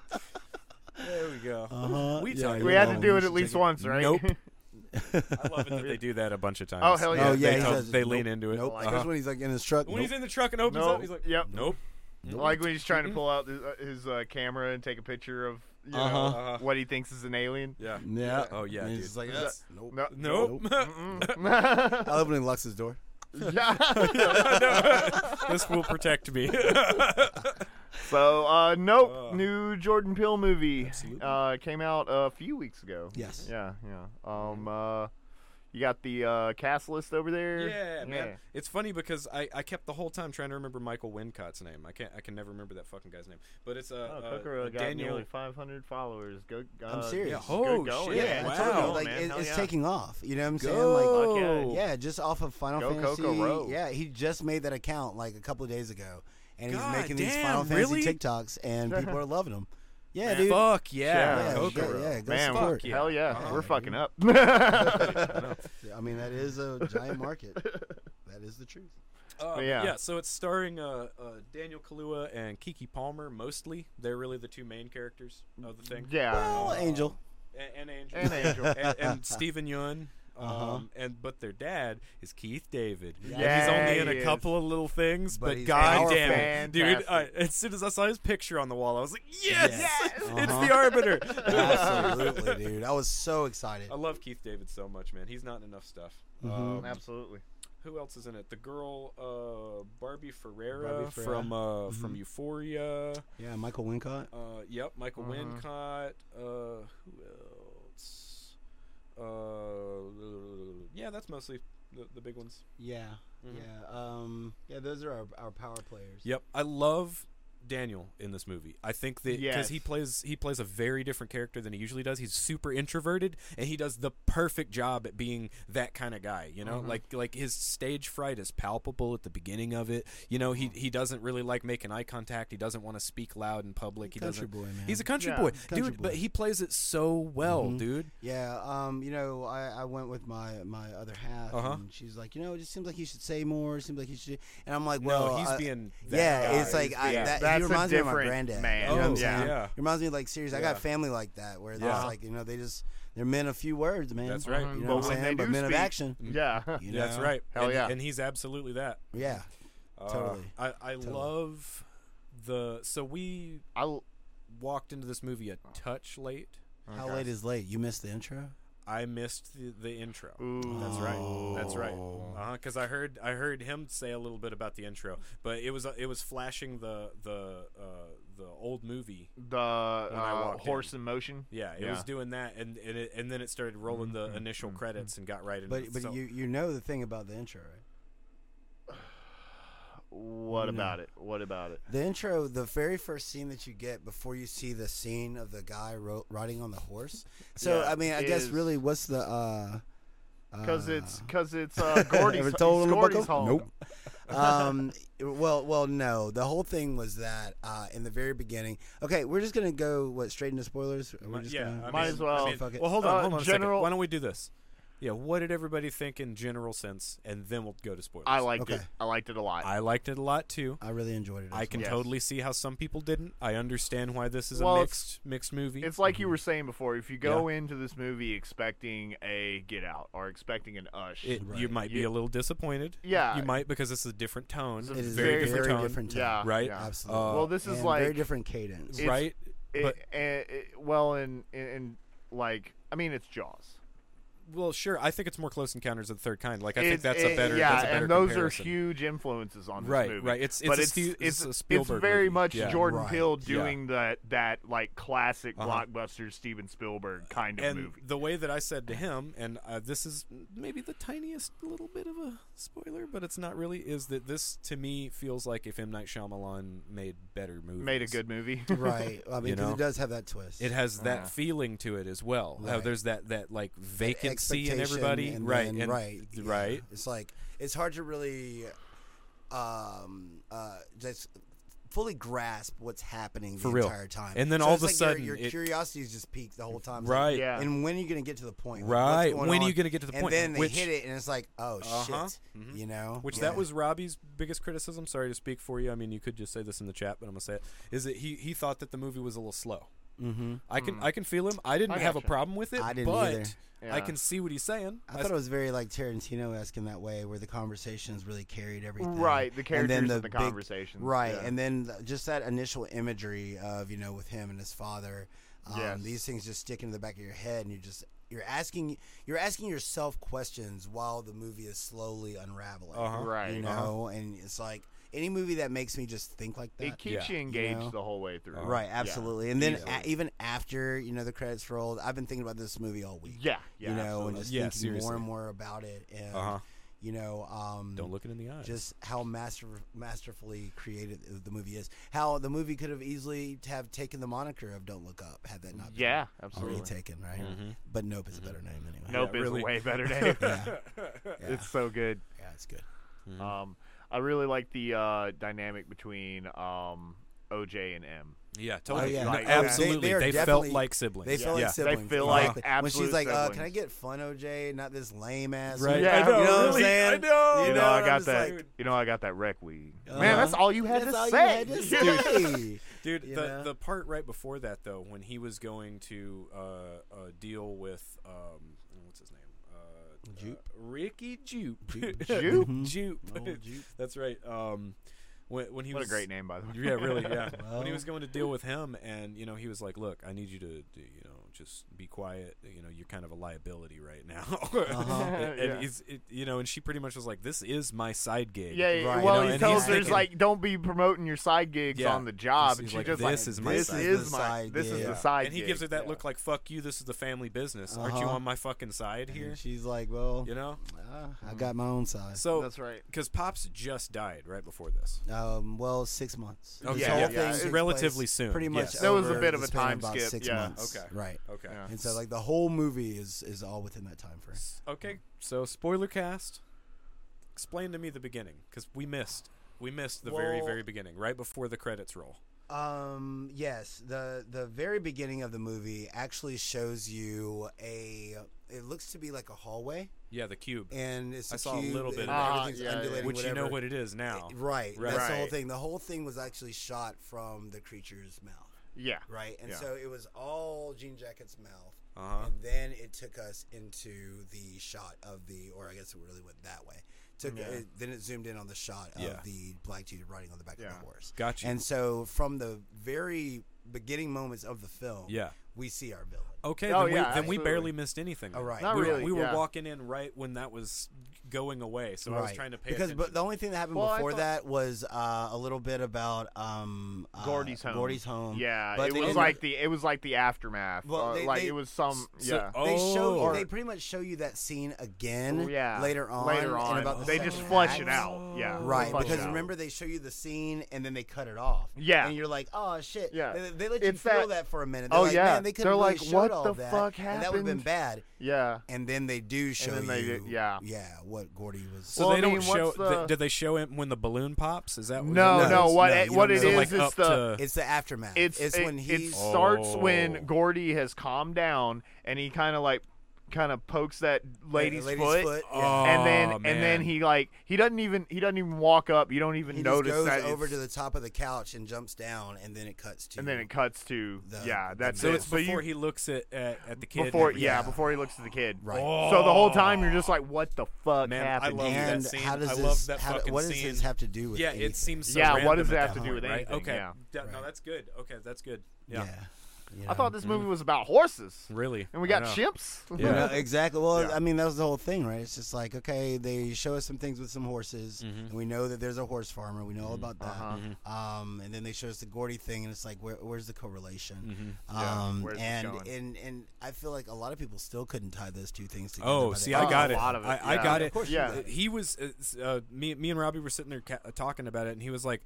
Speaker 3: there we go.
Speaker 2: Uh-huh.
Speaker 3: We
Speaker 2: Yeah,
Speaker 3: talked
Speaker 2: you're
Speaker 1: We had to
Speaker 2: wrong.
Speaker 1: do
Speaker 3: we
Speaker 1: it at
Speaker 3: should
Speaker 1: least
Speaker 3: take it.
Speaker 1: once, right?
Speaker 3: Nope. I love it that they do that a bunch of times.
Speaker 1: Oh, hell yeah.
Speaker 2: Oh yeah,
Speaker 3: they,
Speaker 2: he
Speaker 3: tell-
Speaker 2: says,
Speaker 3: they
Speaker 2: nope,
Speaker 3: lean into it.
Speaker 2: Nope.
Speaker 1: Like- uh-huh.
Speaker 2: Especially when he's like in his truck.
Speaker 3: When
Speaker 2: nope.
Speaker 3: he's in the truck and opens
Speaker 1: Nope.
Speaker 3: up, he's like,
Speaker 1: Yep.
Speaker 3: nope.
Speaker 1: Like when he's trying to pull out his, uh, his uh, camera and take a picture of you know, uh,
Speaker 2: Uh-huh.
Speaker 3: Uh-huh.
Speaker 1: what he thinks is an alien.
Speaker 3: Yeah.
Speaker 2: Yeah.
Speaker 3: Oh, yeah,
Speaker 2: And he's
Speaker 3: dude.
Speaker 2: just like,
Speaker 1: Yeah.
Speaker 2: "That's- nope.
Speaker 1: No. Mm.
Speaker 3: Nope.
Speaker 1: Mm-mm.
Speaker 2: I love when he locks his door.
Speaker 1: Yeah.
Speaker 3: this will protect me.
Speaker 1: So, uh, nope.
Speaker 3: Uh,
Speaker 1: New Jordan Peele movie
Speaker 3: Absolutely.
Speaker 1: uh, came out a few weeks ago.
Speaker 2: Yes.
Speaker 1: Yeah, yeah.
Speaker 3: Mm-hmm.
Speaker 1: Um, uh, you got the uh, cast list over there.
Speaker 3: Yeah, man. It's funny because I, I kept the whole time trying to remember Michael Wincott's name. I can't I can never remember that fucking guy's name. But it's uh,
Speaker 1: Oh,
Speaker 3: uh,
Speaker 1: Kokoro got
Speaker 3: Daniel.
Speaker 1: nearly 500 followers. Go. Uh,
Speaker 2: I'm serious.
Speaker 3: Yeah,
Speaker 2: It's
Speaker 3: oh
Speaker 1: good going.
Speaker 3: shit!
Speaker 1: Yeah,
Speaker 2: I
Speaker 3: wow,
Speaker 2: told you,
Speaker 1: Wow,
Speaker 2: like
Speaker 1: man,
Speaker 2: it-
Speaker 1: hell
Speaker 2: it's
Speaker 1: yeah.
Speaker 2: taking off. You know what I'm saying? Like,
Speaker 3: Go.
Speaker 1: Fuck
Speaker 2: yeah, just off of Final
Speaker 1: Go
Speaker 2: Fantasy.
Speaker 1: Kokoro.
Speaker 2: Yeah, he just made that account like a couple of days ago, and he's
Speaker 3: God
Speaker 2: making these Final
Speaker 3: damn, really?
Speaker 2: Fantasy TikToks, and people are loving him. Yeah,
Speaker 3: Man,
Speaker 2: dude.
Speaker 3: Fuck yeah,
Speaker 1: Yeah,
Speaker 3: Kokoro.
Speaker 2: yeah, yeah, go
Speaker 1: man,
Speaker 2: support.
Speaker 1: fuck hell yeah,
Speaker 3: Uh-huh.
Speaker 1: we're fucking up.
Speaker 2: I mean, that is a giant market. that is the truth.
Speaker 3: Um,
Speaker 1: yeah.
Speaker 3: yeah. so it's starring uh, uh, Daniel Kaluuya and Kiki Palmer mostly. They're really the two main characters of the thing.
Speaker 1: yeah.
Speaker 2: Well, Angel.
Speaker 3: A- and, Angel.
Speaker 1: And Angel.
Speaker 3: and, and Stephen Yun. Um,
Speaker 2: Uh-huh.
Speaker 3: And but their dad is Keith David.
Speaker 2: Yeah,
Speaker 3: and he's only
Speaker 1: he
Speaker 3: in a
Speaker 1: is.
Speaker 3: couple of little things,
Speaker 2: But
Speaker 3: but,
Speaker 2: he's
Speaker 3: god
Speaker 1: powerful.
Speaker 3: damn it, dude!
Speaker 1: Fantastic.
Speaker 3: I, as soon as I saw his picture on the wall, I was like, yes,
Speaker 2: Yes.
Speaker 3: it's
Speaker 2: Uh-huh.
Speaker 3: the Arbiter.
Speaker 2: Absolutely, dude. I was so excited.
Speaker 3: I love Keith David so much, man. He's not in enough stuff.
Speaker 1: Mm-hmm.
Speaker 3: Um,
Speaker 1: Absolutely.
Speaker 3: who else is in it? The girl, uh, Barbie Ferreira
Speaker 2: Barbie Ferrera.
Speaker 3: from uh, from Euphoria.
Speaker 2: Yeah, Michael Wincott.
Speaker 3: Uh, yep, Michael
Speaker 1: Uh-huh.
Speaker 3: Wincott. Uh, who else? Uh, yeah, that's mostly the, the big ones.
Speaker 2: Yeah,
Speaker 3: Mhm.
Speaker 2: yeah, um, yeah. Those are our, our power players.
Speaker 3: Yep, I love Daniel in this movie. I think that because he
Speaker 1: Yes.
Speaker 3: plays he plays a very different character than he usually does. He's super introverted, and he does the perfect job at being that kind of guy. You know, like like his stage fright is palpable at the beginning of it. You know, he he doesn't really like making eye contact. He doesn't want to speak loud in public. He
Speaker 2: Country
Speaker 3: doesn't.
Speaker 2: boy, man.
Speaker 3: He's a country
Speaker 1: Yeah,
Speaker 3: boy,
Speaker 2: country
Speaker 3: dude. But
Speaker 2: boy.
Speaker 3: he plays it so well,
Speaker 2: Mhm.
Speaker 3: dude.
Speaker 2: Yeah, um, you know, I, I went with my my other half,
Speaker 3: Uh-huh.
Speaker 2: and she's like, you know, it just seems like you should say more. It seems like you should, and I'm like,
Speaker 3: Well,
Speaker 2: well,
Speaker 3: no, he's
Speaker 2: I-
Speaker 3: being that
Speaker 2: yeah,
Speaker 3: guy.
Speaker 2: it's like I,
Speaker 3: Yeah.
Speaker 2: that,
Speaker 1: That's
Speaker 2: he
Speaker 1: a
Speaker 2: reminds me of my
Speaker 1: different
Speaker 2: granddad.
Speaker 1: man.
Speaker 2: You know what
Speaker 3: Oh,
Speaker 2: I'm saying?
Speaker 3: yeah.
Speaker 2: He reminds me like serious. I got
Speaker 3: Yeah.
Speaker 2: family like that where it's
Speaker 3: Yeah.
Speaker 2: like you know they just they're men of few words, man.
Speaker 3: That's right.
Speaker 2: You
Speaker 1: Mhm. But
Speaker 2: know what I'm
Speaker 1: when
Speaker 2: saying?
Speaker 1: they
Speaker 2: but
Speaker 1: do
Speaker 2: men
Speaker 1: speak-
Speaker 2: of action.
Speaker 1: Yeah.
Speaker 2: You know?
Speaker 3: That's right.
Speaker 1: Hell
Speaker 3: and,
Speaker 1: yeah.
Speaker 3: and he's absolutely that.
Speaker 2: Yeah.
Speaker 3: Uh,
Speaker 2: Totally.
Speaker 3: I, I love the so we
Speaker 1: I, okay.
Speaker 3: walked into this movie a touch late.
Speaker 1: Oh,
Speaker 2: How late is late? You missed the intro.
Speaker 3: I missed the, the intro.
Speaker 1: Ooh.
Speaker 3: That's right. That's right. Because I heard I heard him say a little bit about the intro, but it was uh, it was flashing the the uh, the old movie.
Speaker 1: The uh,
Speaker 3: walked in.
Speaker 1: horse in motion.
Speaker 3: Yeah, it
Speaker 1: Yeah. Mm-hmm.
Speaker 3: was doing that, and and, it, and then it started rolling the initial credits and got right into.
Speaker 2: But
Speaker 3: it.
Speaker 2: but
Speaker 3: So-
Speaker 2: you you know the thing about the intro, right?
Speaker 1: What about it? What about it?
Speaker 2: The intro, the very first scene that you get before you see the scene of the guy ro- riding on the horse. So
Speaker 1: Yeah,
Speaker 2: I mean, I
Speaker 1: it
Speaker 2: guess
Speaker 1: is.
Speaker 2: really, what's the? uh
Speaker 1: Because
Speaker 2: uh,
Speaker 1: it's because it's uh, Gordy's,
Speaker 2: Ever told
Speaker 1: it's
Speaker 2: on the
Speaker 1: Gordy's
Speaker 2: buckle?
Speaker 1: Hall.
Speaker 2: Nope. um, well, well, no. The whole thing was that uh, in the very beginning. Okay, we're just gonna go what straight into spoilers. We're just
Speaker 3: yeah,
Speaker 2: gonna,
Speaker 3: I
Speaker 1: Might
Speaker 3: mean-
Speaker 1: as well.
Speaker 3: I mean-
Speaker 2: Fuck it.
Speaker 3: well, hold on,
Speaker 1: Uh,
Speaker 3: hold on.
Speaker 1: general-
Speaker 3: a second. Why don't we do this? Yeah, what did everybody think in general sense, and then we'll go to spoilers.
Speaker 1: I liked it.
Speaker 2: Okay.
Speaker 1: I liked it a lot.
Speaker 3: I liked it a lot too.
Speaker 2: I really enjoyed it.
Speaker 3: I
Speaker 2: as
Speaker 3: can
Speaker 1: Yes.
Speaker 3: totally see how some people didn't. I understand why this is a
Speaker 1: Well, it's-
Speaker 3: mixed mixed movie.
Speaker 1: It's like you were saying before. If you go into this movie expecting a Get Out or expecting an Ush,
Speaker 3: It- You
Speaker 2: Right.
Speaker 3: might be a
Speaker 1: You-
Speaker 3: little disappointed.
Speaker 1: Yeah.
Speaker 3: You might because it's a different tone.
Speaker 1: It's a
Speaker 2: well. It is
Speaker 1: very
Speaker 2: a very
Speaker 1: different
Speaker 2: different,
Speaker 3: tone.
Speaker 2: tone.
Speaker 1: yeah,
Speaker 3: right?
Speaker 1: yeah.
Speaker 2: Absolutely.
Speaker 3: Uh,
Speaker 1: well, this is
Speaker 2: And
Speaker 1: like
Speaker 2: very different cadence.
Speaker 1: it's-
Speaker 3: right?
Speaker 1: it,
Speaker 3: but
Speaker 1: and- it- well, and, and and like I mean, it's Jaws.
Speaker 3: well, sure. I think it's more Close Encounters of the Third Kind. Like I think
Speaker 1: It-
Speaker 3: that's
Speaker 1: it-
Speaker 3: a better.
Speaker 1: yeah,
Speaker 3: that's a better
Speaker 1: and those
Speaker 3: comparison.
Speaker 1: are huge influences on this
Speaker 3: Right,
Speaker 1: movie.
Speaker 3: right. It's- it's
Speaker 1: but
Speaker 3: a
Speaker 1: it's
Speaker 3: Ste- it's
Speaker 1: it's
Speaker 3: a Spielberg movie.
Speaker 1: very much
Speaker 3: Yeah.
Speaker 1: Jordan
Speaker 2: Right.
Speaker 1: Peele
Speaker 3: Yeah.
Speaker 1: doing that that like classic
Speaker 3: Uh-huh.
Speaker 1: blockbuster Steven Spielberg kind of
Speaker 3: and
Speaker 1: movie.
Speaker 3: the way that I said to him, and uh, this is maybe the tiniest little bit of a spoiler, but it's not really. Is that this to me feels like if M Night Shyamalan made better movies,
Speaker 1: Made a good Ah. movie.
Speaker 2: right. I mean, 'cause
Speaker 3: know?
Speaker 2: it does have that twist.
Speaker 3: It has that
Speaker 1: Yeah.
Speaker 3: feeling to it as well. How
Speaker 2: Right.
Speaker 3: there's that that like vacancy in
Speaker 2: expectation
Speaker 3: everybody,
Speaker 2: and
Speaker 3: right?
Speaker 2: then-
Speaker 3: and-
Speaker 2: right,
Speaker 3: th-
Speaker 2: yeah.
Speaker 3: right.
Speaker 2: It's like it's hard to really, um, uh, just fully grasp what's happening
Speaker 3: For
Speaker 2: the
Speaker 3: real.
Speaker 2: entire time.
Speaker 3: And then
Speaker 2: So
Speaker 3: all
Speaker 2: it's
Speaker 3: of a
Speaker 2: like your-
Speaker 3: sudden
Speaker 2: your,
Speaker 3: it-
Speaker 2: curiosity is just peaked the whole time. It's
Speaker 3: Right.
Speaker 2: Like,
Speaker 1: Yeah.
Speaker 2: And when are you gonna get to the point? Like, what's
Speaker 3: Right.
Speaker 2: going
Speaker 3: When are you
Speaker 2: on?
Speaker 3: going to get to the
Speaker 2: and
Speaker 3: point?
Speaker 2: then they
Speaker 3: which,
Speaker 2: hit it, and it's like, oh
Speaker 3: Uh-huh.
Speaker 2: shit,
Speaker 3: Mhm.
Speaker 2: you know.
Speaker 3: Which
Speaker 2: Yeah.
Speaker 3: that was Robbie's biggest criticism. Sorry to speak for you. I mean, you could just say this in the chat, but I'm gonna say it. Is that he he thought that the movie was a little slow. Mm-hmm. I can I can feel him. I didn't
Speaker 1: I
Speaker 3: have a
Speaker 1: gotcha.
Speaker 3: problem with it.
Speaker 2: I didn't
Speaker 3: but
Speaker 2: either.
Speaker 3: I
Speaker 1: Yeah.
Speaker 3: can see what he's saying.
Speaker 2: I thought it was very like Tarantino esque in that way, where the conversations really carried everything.
Speaker 1: Right, the
Speaker 2: and
Speaker 1: characters
Speaker 2: then
Speaker 1: and
Speaker 2: the,
Speaker 1: the
Speaker 2: big-
Speaker 1: conversations,
Speaker 2: Right,
Speaker 1: yeah.
Speaker 2: and then th- just that initial imagery of you know with him and his father. Um,
Speaker 1: Yes.
Speaker 2: These things just stick into the back of your head, and you just you're asking you're asking yourself questions while the movie is slowly unraveling.
Speaker 3: Uh-huh.
Speaker 1: Right.
Speaker 2: You
Speaker 3: Uh-huh.
Speaker 2: know, and it's like any movie that makes me just think like that.
Speaker 1: It keeps
Speaker 3: yeah. Uh-huh.
Speaker 1: you engaged
Speaker 2: know?
Speaker 1: the whole way through.
Speaker 2: Right,
Speaker 1: Yeah.
Speaker 2: absolutely. And then
Speaker 1: Easily.
Speaker 2: a, even after you know the credits rolled, I've been thinking about this movie all week.
Speaker 1: Yeah, yeah.
Speaker 2: you know, and
Speaker 1: absolutely.
Speaker 2: just
Speaker 3: Yeah,
Speaker 2: thinking more
Speaker 3: seriously.
Speaker 2: and more about it, and
Speaker 3: Uh-huh.
Speaker 2: you know, um,
Speaker 3: Don't look it in the eye.
Speaker 2: just how master masterfully created the movie is. How the movie could have easily have taken the moniker of "Don't Look Up" had that not been
Speaker 1: yeah,
Speaker 2: already
Speaker 1: absolutely.
Speaker 2: taken, right?
Speaker 1: Mm-hmm.
Speaker 2: But Nope is a better name anyway.
Speaker 1: Nope
Speaker 3: Yeah,
Speaker 1: is
Speaker 3: really.
Speaker 1: a way better name.
Speaker 2: yeah,
Speaker 1: It's so good.
Speaker 2: yeah, it's good.
Speaker 3: Mm-hmm.
Speaker 1: Um, I really like the uh, dynamic between um, OJ and M.
Speaker 3: yeah, totally.
Speaker 2: oh, yeah.
Speaker 3: No,
Speaker 1: Like,
Speaker 3: absolutely.
Speaker 2: they- they are
Speaker 3: They, felt
Speaker 2: definitely-
Speaker 3: like siblings.
Speaker 2: They feel like
Speaker 3: yeah.
Speaker 2: siblings.
Speaker 1: feel
Speaker 2: yeah.
Speaker 1: like
Speaker 2: when she's
Speaker 1: absolute
Speaker 2: like, uh, "Can I
Speaker 1: siblings.
Speaker 2: get fun, OJ? Not this lame ass."
Speaker 3: Right.
Speaker 1: Yeah,
Speaker 2: you know
Speaker 1: I know,
Speaker 2: what I'm
Speaker 1: really,
Speaker 2: saying?
Speaker 3: I know.
Speaker 1: You know,
Speaker 2: Oh, I'm
Speaker 1: I got
Speaker 2: just
Speaker 1: that.
Speaker 2: like,
Speaker 1: you know, I got that rec weed.
Speaker 2: Uh-huh.
Speaker 1: Man, that's all you had
Speaker 2: That's
Speaker 1: to
Speaker 2: all you
Speaker 1: say.
Speaker 2: had to say.
Speaker 3: Dude,
Speaker 2: You
Speaker 3: the,
Speaker 2: know?
Speaker 3: the part right before that though, when he was going to uh, uh, deal with um, what's his name, uh,
Speaker 2: Jupe?
Speaker 3: uh, Ricky Jupe,
Speaker 2: Jupe.
Speaker 1: Jupe?
Speaker 3: Jupe.
Speaker 2: Old Jupe.
Speaker 3: That's right. Um, when when he
Speaker 1: what a
Speaker 3: was
Speaker 1: great name, by the way.
Speaker 3: yeah, really, yeah. when he
Speaker 2: Well.
Speaker 3: was going to deal with him, and you know, he was like, "Look, I need you to, do- you know, just be quiet. You know, you're kind of a liability right now."
Speaker 2: Uh-huh.
Speaker 3: and
Speaker 1: Yeah.
Speaker 3: he's, it, you know, and she pretty much was like, "This is my side gig."
Speaker 1: Yeah, yeah,
Speaker 2: Right.
Speaker 1: well,
Speaker 2: You know,
Speaker 1: he
Speaker 2: and
Speaker 1: tells
Speaker 2: he's
Speaker 1: her, he's
Speaker 2: thinking-
Speaker 1: like, don't be promoting your side gigs
Speaker 3: Yeah.
Speaker 1: on the job.
Speaker 3: He's-
Speaker 1: and
Speaker 3: he's
Speaker 1: she's
Speaker 3: like,
Speaker 1: just
Speaker 3: "This is my
Speaker 1: this
Speaker 2: side
Speaker 1: is
Speaker 2: gig."
Speaker 1: my,
Speaker 2: side
Speaker 1: this is
Speaker 2: gig.
Speaker 1: the
Speaker 2: Yeah.
Speaker 1: side
Speaker 3: And he gives her
Speaker 1: gig.
Speaker 3: that
Speaker 1: Yeah.
Speaker 3: look like, "Fuck you. This is the family business. Aren't you
Speaker 2: Uh-huh.
Speaker 3: on my fucking side here?"
Speaker 2: And she's like, "Well,
Speaker 3: You know.
Speaker 2: ah, I got my own size."
Speaker 3: So
Speaker 1: That's right.
Speaker 3: Because Pops just died right before this.
Speaker 2: Um, well, six months.
Speaker 3: Okay,
Speaker 2: This whole
Speaker 1: Oh, yeah,
Speaker 2: thing
Speaker 1: yeah.
Speaker 2: took
Speaker 1: It's
Speaker 3: relatively
Speaker 2: place
Speaker 3: soon,
Speaker 2: Pretty much.
Speaker 3: yes.
Speaker 1: There was a
Speaker 2: over
Speaker 1: bit
Speaker 2: the
Speaker 1: of a
Speaker 2: span
Speaker 1: time
Speaker 2: about
Speaker 1: skip,
Speaker 2: Six
Speaker 1: yeah,
Speaker 2: months.
Speaker 3: okay.
Speaker 2: Right.
Speaker 3: Okay.
Speaker 1: Yeah.
Speaker 2: And so, like, the whole movie is is all within that time frame.
Speaker 3: Okay. So spoiler cast. Explain to me the beginning, because we missed. We missed the very,
Speaker 2: Well-
Speaker 3: very beginning, right before the credits roll.
Speaker 2: Um. Yes. the The very beginning of the movie actually shows you a. It looks to be like a hallway,
Speaker 3: Yeah, the cube.
Speaker 2: and it's
Speaker 3: I
Speaker 2: a
Speaker 3: saw a
Speaker 2: cube
Speaker 3: little bit
Speaker 2: and
Speaker 3: of that.
Speaker 1: Ah,
Speaker 2: everything's
Speaker 1: yeah, yeah,
Speaker 2: undulating.
Speaker 1: yeah.
Speaker 3: Which you know
Speaker 2: whatever.
Speaker 3: what it is now.
Speaker 2: Right. That's the whole
Speaker 1: Right.
Speaker 2: thing. The whole thing was actually shot from the creature's mouth.
Speaker 1: Yeah.
Speaker 2: right? And
Speaker 1: Yeah.
Speaker 2: so it was all Jean Jacket's mouth,
Speaker 3: Uh-huh.
Speaker 2: and then it took us into the shot of the, or I guess it really went that way. Took
Speaker 1: Yeah.
Speaker 2: it, then it zoomed in on the shot of
Speaker 3: Yeah.
Speaker 2: the black dude riding on the back of
Speaker 1: Yeah.
Speaker 2: the horse.
Speaker 3: Got you.
Speaker 2: And so from the very beginning moments of the film,
Speaker 3: Yeah.
Speaker 2: we see our villain.
Speaker 3: Okay,
Speaker 1: Oh,
Speaker 3: then, we,
Speaker 1: yeah,
Speaker 3: then we
Speaker 1: absolutely.
Speaker 3: barely missed anything.
Speaker 2: Oh,
Speaker 3: then.
Speaker 2: right.
Speaker 1: Not
Speaker 3: we
Speaker 1: really,
Speaker 3: Were, we
Speaker 1: yeah.
Speaker 3: were walking in right when that was going away, so I was trying to pay
Speaker 2: because
Speaker 3: attention.
Speaker 2: but the only thing that happened
Speaker 1: Well, I
Speaker 2: before
Speaker 1: thought-
Speaker 2: that was uh, a little bit about um, uh,
Speaker 1: Gordy's home.
Speaker 2: Gordy's home.
Speaker 1: Yeah,
Speaker 2: But
Speaker 1: it
Speaker 2: they
Speaker 1: was
Speaker 2: didn't-
Speaker 1: like the it was like the aftermath.
Speaker 2: Well,
Speaker 1: uh,
Speaker 2: they-
Speaker 1: like
Speaker 2: they-
Speaker 1: it was some
Speaker 3: So-
Speaker 1: yeah.
Speaker 3: oh,
Speaker 2: They show
Speaker 3: Or-
Speaker 2: they pretty much show you that scene again
Speaker 1: Oh, yeah.
Speaker 2: later on.
Speaker 1: Later
Speaker 2: in
Speaker 1: on.
Speaker 2: about the
Speaker 1: they just
Speaker 2: second
Speaker 1: flush it
Speaker 2: act.
Speaker 1: out. Yeah. they
Speaker 2: Right,
Speaker 1: flush it
Speaker 2: because
Speaker 1: out.
Speaker 2: remember they show you the scene and then they cut it off.
Speaker 1: Yeah.
Speaker 2: and you're like, oh shit.
Speaker 1: Yeah.
Speaker 2: they, they let you
Speaker 1: It's
Speaker 2: feel
Speaker 1: that-
Speaker 2: that, for a minute.
Speaker 1: Oh,
Speaker 2: like,
Speaker 1: yeah.
Speaker 2: man, they could
Speaker 1: They're
Speaker 2: really
Speaker 1: like,
Speaker 2: showed
Speaker 1: "What
Speaker 2: all
Speaker 1: the
Speaker 2: that,
Speaker 1: fuck
Speaker 2: and that would have been
Speaker 1: happened?"
Speaker 2: bad.
Speaker 1: Yeah.
Speaker 2: And then they do show
Speaker 1: then they
Speaker 2: you,
Speaker 1: did- yeah.
Speaker 2: yeah, what Gordy was.
Speaker 3: so
Speaker 1: Well,
Speaker 3: they
Speaker 1: I
Speaker 3: don't
Speaker 1: mean,
Speaker 3: show.
Speaker 1: what's the-
Speaker 3: did they show him when the balloon pops? Is that what-
Speaker 2: No,
Speaker 1: No, no,
Speaker 2: it's-
Speaker 1: what
Speaker 2: Oh, no,
Speaker 1: it,
Speaker 2: you
Speaker 1: what
Speaker 2: don't
Speaker 1: it
Speaker 2: know.
Speaker 1: is
Speaker 2: So,
Speaker 3: like,
Speaker 1: is
Speaker 3: up
Speaker 1: the
Speaker 3: to-
Speaker 2: it's the aftermath.
Speaker 1: it's,
Speaker 2: when Oh,
Speaker 1: it,
Speaker 2: he's
Speaker 1: it starts when
Speaker 3: Oh.
Speaker 1: Gordy has calmed down and he kind of like kind of pokes that lady's,
Speaker 2: lady's
Speaker 1: foot,
Speaker 2: foot, yeah.
Speaker 3: Oh,
Speaker 1: and then and
Speaker 3: man.
Speaker 1: then he like he doesn't even he doesn't even walk up. You don't even
Speaker 2: He just
Speaker 1: notice
Speaker 2: goes
Speaker 1: that.
Speaker 2: over
Speaker 1: it's-
Speaker 2: to the top of the couch and jumps down, and then it cuts to.
Speaker 1: and then it cuts to
Speaker 2: The-
Speaker 1: yeah. That's
Speaker 3: So
Speaker 1: it.
Speaker 3: it's before
Speaker 1: you,
Speaker 3: he looks at at, at the kid. and
Speaker 1: before
Speaker 3: everything.
Speaker 1: yeah,
Speaker 2: yeah.
Speaker 1: before he looks at the kid.
Speaker 2: Right.
Speaker 1: So the whole time you're just like, what the fuck
Speaker 3: Oh. Man, I
Speaker 1: happened?
Speaker 3: love that
Speaker 2: and
Speaker 3: scene.
Speaker 2: how does
Speaker 3: I
Speaker 2: this?
Speaker 3: love that
Speaker 2: how,
Speaker 3: fucking
Speaker 2: what does
Speaker 3: scene.
Speaker 2: this have to do with?
Speaker 3: yeah,
Speaker 2: anything?
Speaker 3: it seems so
Speaker 1: Yeah, what
Speaker 3: random
Speaker 1: does it
Speaker 3: at
Speaker 1: have
Speaker 3: that
Speaker 1: to do with
Speaker 3: point, right?
Speaker 1: anything?
Speaker 3: Okay,
Speaker 1: Yeah.
Speaker 3: That- no,
Speaker 2: Right.
Speaker 3: that's good. Okay, that's good. Yeah,
Speaker 2: Yeah. you
Speaker 1: I thought
Speaker 2: know?
Speaker 1: this movie was about horses,
Speaker 3: really.
Speaker 1: and we
Speaker 3: I
Speaker 1: got
Speaker 3: know.
Speaker 1: chimps.
Speaker 2: You know,
Speaker 3: Yeah.
Speaker 2: exactly. Well,
Speaker 1: Yeah.
Speaker 2: I mean, that was the whole thing, right? It's just like, okay, they show us some things with some horses,
Speaker 3: Mm-hmm.
Speaker 2: and we know that there's a horse farmer. We know all about that.
Speaker 1: Uh-huh.
Speaker 2: Um, and then they show us the Gordy thing, and it's like, where, where's the correlation?
Speaker 3: Mm-hmm.
Speaker 1: Yeah,
Speaker 2: Um,
Speaker 1: where's this
Speaker 2: and
Speaker 1: going?
Speaker 2: and and I feel like a lot of people still couldn't tie those two things together.
Speaker 3: Oh,
Speaker 2: by the
Speaker 3: see,
Speaker 2: end.
Speaker 3: I
Speaker 1: Oh,
Speaker 3: got
Speaker 1: a
Speaker 3: it.
Speaker 1: lot of it.
Speaker 3: I, I
Speaker 1: Yeah.
Speaker 3: got
Speaker 1: Of
Speaker 3: it.
Speaker 2: course you
Speaker 1: Yeah.
Speaker 2: got it.
Speaker 3: he was. uh, s- Uh, me, me and Robbie were sitting there ca- uh, talking about it, and he was like,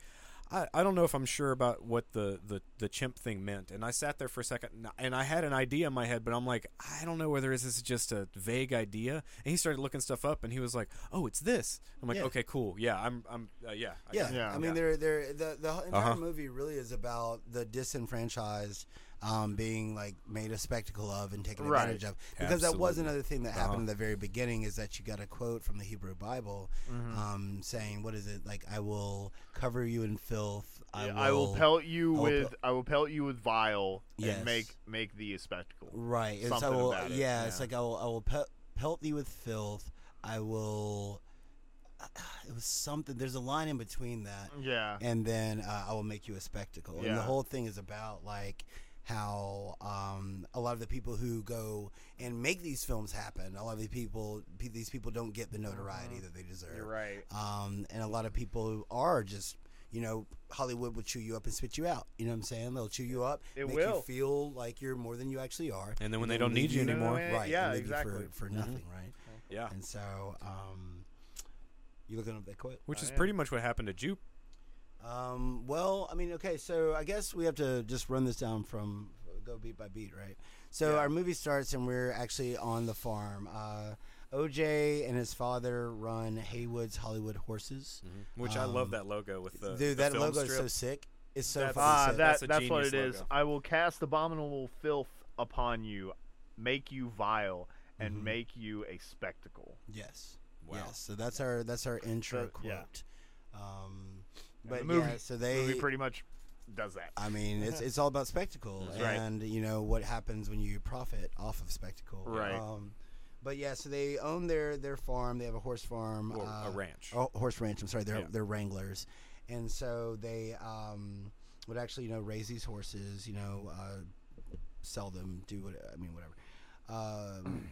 Speaker 3: I, "I don't know if I'm sure about what the, the the chimp thing meant." And I sat there for a second, and- and I had an idea in my head, but I'm like, I don't know whether this is just a vague idea. And he started looking stuff up, and he was like, "Oh, it's this." I'm like,
Speaker 2: Yeah.
Speaker 3: "Okay, cool. Yeah, I'm. I'm. Uh, yeah. I
Speaker 2: Yeah,
Speaker 3: got it."
Speaker 1: Yeah.
Speaker 2: I mean,
Speaker 1: Yeah.
Speaker 2: they're, they're, the the whole entire
Speaker 3: Uh-huh.
Speaker 2: movie really is about the disenfranchised um, being like made a spectacle of and taken
Speaker 1: Right.
Speaker 2: advantage of. Because that was
Speaker 3: Absolutely.
Speaker 2: another thing that happened in
Speaker 3: Uh-huh.
Speaker 2: the very beginning is that you got a quote from the Hebrew Bible
Speaker 1: Mm-hmm.
Speaker 2: um, saying, "What is it like? I will cover you in filth. I,
Speaker 1: Yeah,
Speaker 2: will,
Speaker 1: I will pelt you
Speaker 2: I will
Speaker 1: with
Speaker 2: pel-
Speaker 1: I will pelt you with vile
Speaker 2: Yes.
Speaker 1: and make make thee a spectacle.
Speaker 2: Right. It's, I
Speaker 1: something
Speaker 2: will,
Speaker 1: about it,
Speaker 2: yeah, It's
Speaker 1: yeah.
Speaker 2: like I will I will pe- pelt thee with filth. I will. It was something. There's a line in between that.
Speaker 1: Yeah.
Speaker 2: and then uh, I will make you a spectacle. And the
Speaker 1: Yeah.
Speaker 2: whole thing is about like how um, a lot of the people who go and make these films happen, a lot of the people, pe- these people don't get the notoriety that they deserve.
Speaker 1: Mm-hmm. You're right.
Speaker 2: Um, and a lot of people who are just, you know, Hollywood will chew you up and spit you out. You know what I'm saying? They'll chew you up,
Speaker 1: It
Speaker 2: make you
Speaker 1: will.
Speaker 2: feel like you're more than you actually are.
Speaker 3: And then when they
Speaker 2: then
Speaker 3: don't need
Speaker 2: leave
Speaker 3: you anymore. Mm-hmm.
Speaker 1: Yeah,
Speaker 2: right?
Speaker 1: yeah,
Speaker 2: and leave you
Speaker 1: exactly.
Speaker 2: For, for nothing, right?
Speaker 3: Yeah.
Speaker 2: And so, um, you looking up that quote?
Speaker 3: Which is
Speaker 1: Oh, yeah.
Speaker 3: pretty much what happened to Jupe.
Speaker 2: Um, well, I mean, okay, so I guess we have to just run this down from go beat by beat, right? So our movie starts and we're actually on the farm. Uh, OJ and his father run Haywood's Hollywood Horses.
Speaker 3: Which I love that logo with the the
Speaker 2: Um, Dude, that
Speaker 3: film
Speaker 2: logo is
Speaker 3: strip.
Speaker 2: so sick. It's so
Speaker 3: That's-
Speaker 2: fucking
Speaker 1: Ah,
Speaker 2: sick.
Speaker 1: that
Speaker 3: That's
Speaker 1: that's,
Speaker 3: a
Speaker 1: what
Speaker 3: genius
Speaker 1: it is.
Speaker 3: logo.
Speaker 1: I will cast abominable filth upon you, make you vile, and
Speaker 3: Mm-hmm.
Speaker 1: make you a spectacle.
Speaker 2: yes.
Speaker 3: Wow.
Speaker 2: Yes. So that's our that's our intro
Speaker 1: So-
Speaker 2: quote.
Speaker 1: yeah.
Speaker 2: Um,
Speaker 1: And
Speaker 2: but
Speaker 1: the movie,
Speaker 2: yeah, so
Speaker 1: the
Speaker 2: they
Speaker 1: movie pretty much does that.
Speaker 2: I mean, it's it's all about spectacle
Speaker 1: right.
Speaker 2: and you know what happens when you profit off of spectacle.
Speaker 1: Right.
Speaker 2: Um, but yeah, so they own their their farm. They have a horse farm,
Speaker 3: Well,
Speaker 2: uh,
Speaker 3: a ranch.
Speaker 2: Oh, horse ranch. I'm sorry, they're
Speaker 3: Yeah.
Speaker 2: they're wranglers, and so they um, would actually you know raise these horses. You know, uh, sell them. Do what I mean, whatever. Um,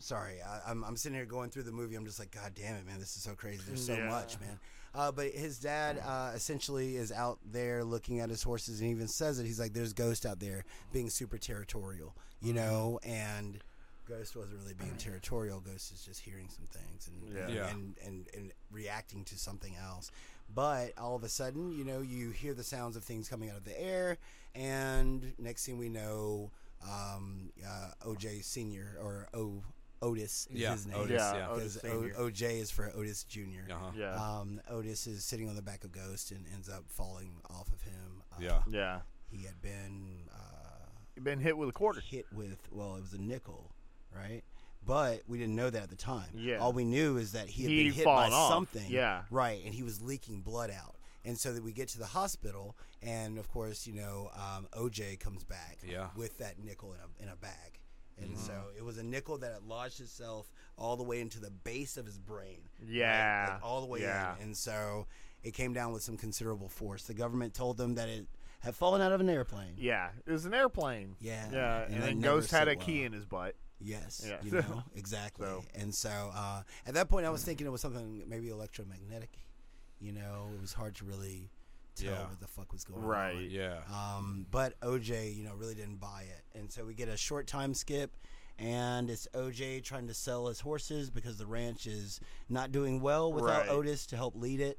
Speaker 2: Sorry, I, I'm, I'm sitting here going through the movie. I'm just like, God damn it, man, this is so crazy. There's so
Speaker 1: Yeah.
Speaker 2: much, man. Uh, but his dad uh, essentially is out there looking at his horses and even says it. He's like, there's Ghost out there being super territorial, you know? And Ghost wasn't really being territorial. Ghost is just hearing some things and,
Speaker 1: Yeah.
Speaker 3: Yeah.
Speaker 2: and, and, and reacting to something else. But all of a sudden, you know, you hear the sounds of things coming out of the air. And next thing we know, um, uh, OJ Senior or O Otis is
Speaker 3: Yeah,
Speaker 2: his name.
Speaker 3: Otis,
Speaker 1: Yeah, yeah.
Speaker 2: Because
Speaker 1: Otis
Speaker 2: o-
Speaker 1: Senior.
Speaker 2: OJ is for Otis Junior.
Speaker 3: Uh-huh.
Speaker 1: Yeah.
Speaker 2: Um, Otis is sitting on the back of Ghost and ends up falling off of him. Uh,
Speaker 3: Yeah.
Speaker 1: yeah.
Speaker 2: he had been uh,
Speaker 1: You've been hit with a quarter.
Speaker 2: hit with well, it was a nickel, right? But we didn't know that at the time.
Speaker 1: Yeah.
Speaker 2: All we knew is that he had
Speaker 1: He'd
Speaker 2: been hit by
Speaker 1: fallen off.
Speaker 2: something.
Speaker 1: Yeah.
Speaker 2: Right, and he was leaking blood out. And so that we get to the hospital, and of course, you know, um, OJ comes back
Speaker 3: Yeah.
Speaker 2: with that nickel in a, in a bag. And so it was a nickel that had lodged itself all the way into the base of his brain. right?
Speaker 1: Yeah,
Speaker 2: Like, all the way
Speaker 1: yeah.
Speaker 2: in. And so it came down with some considerable force. The government told them that it had fallen out of an airplane.
Speaker 1: Yeah. It was an airplane.
Speaker 2: Yeah,
Speaker 1: Yeah.
Speaker 2: and
Speaker 1: And,
Speaker 2: that
Speaker 1: then
Speaker 2: never
Speaker 1: Ghost had
Speaker 2: sit
Speaker 1: a key
Speaker 2: well.
Speaker 1: in his butt.
Speaker 2: Yes.
Speaker 1: Yeah.
Speaker 2: You know, exactly.
Speaker 1: So-
Speaker 2: And so uh, at that point, I was thinking it was something maybe electromagnetic. You know, it was hard to really tell
Speaker 3: Yeah.
Speaker 2: what the fuck was going on.
Speaker 1: Right.
Speaker 3: Yeah.
Speaker 2: Um, but OJ, you know, really didn't buy it. And so we get a short time skip, and it's OJ trying to sell his horses because the ranch is not doing well without
Speaker 1: Right. Mm-hmm.
Speaker 2: Otis to help lead it.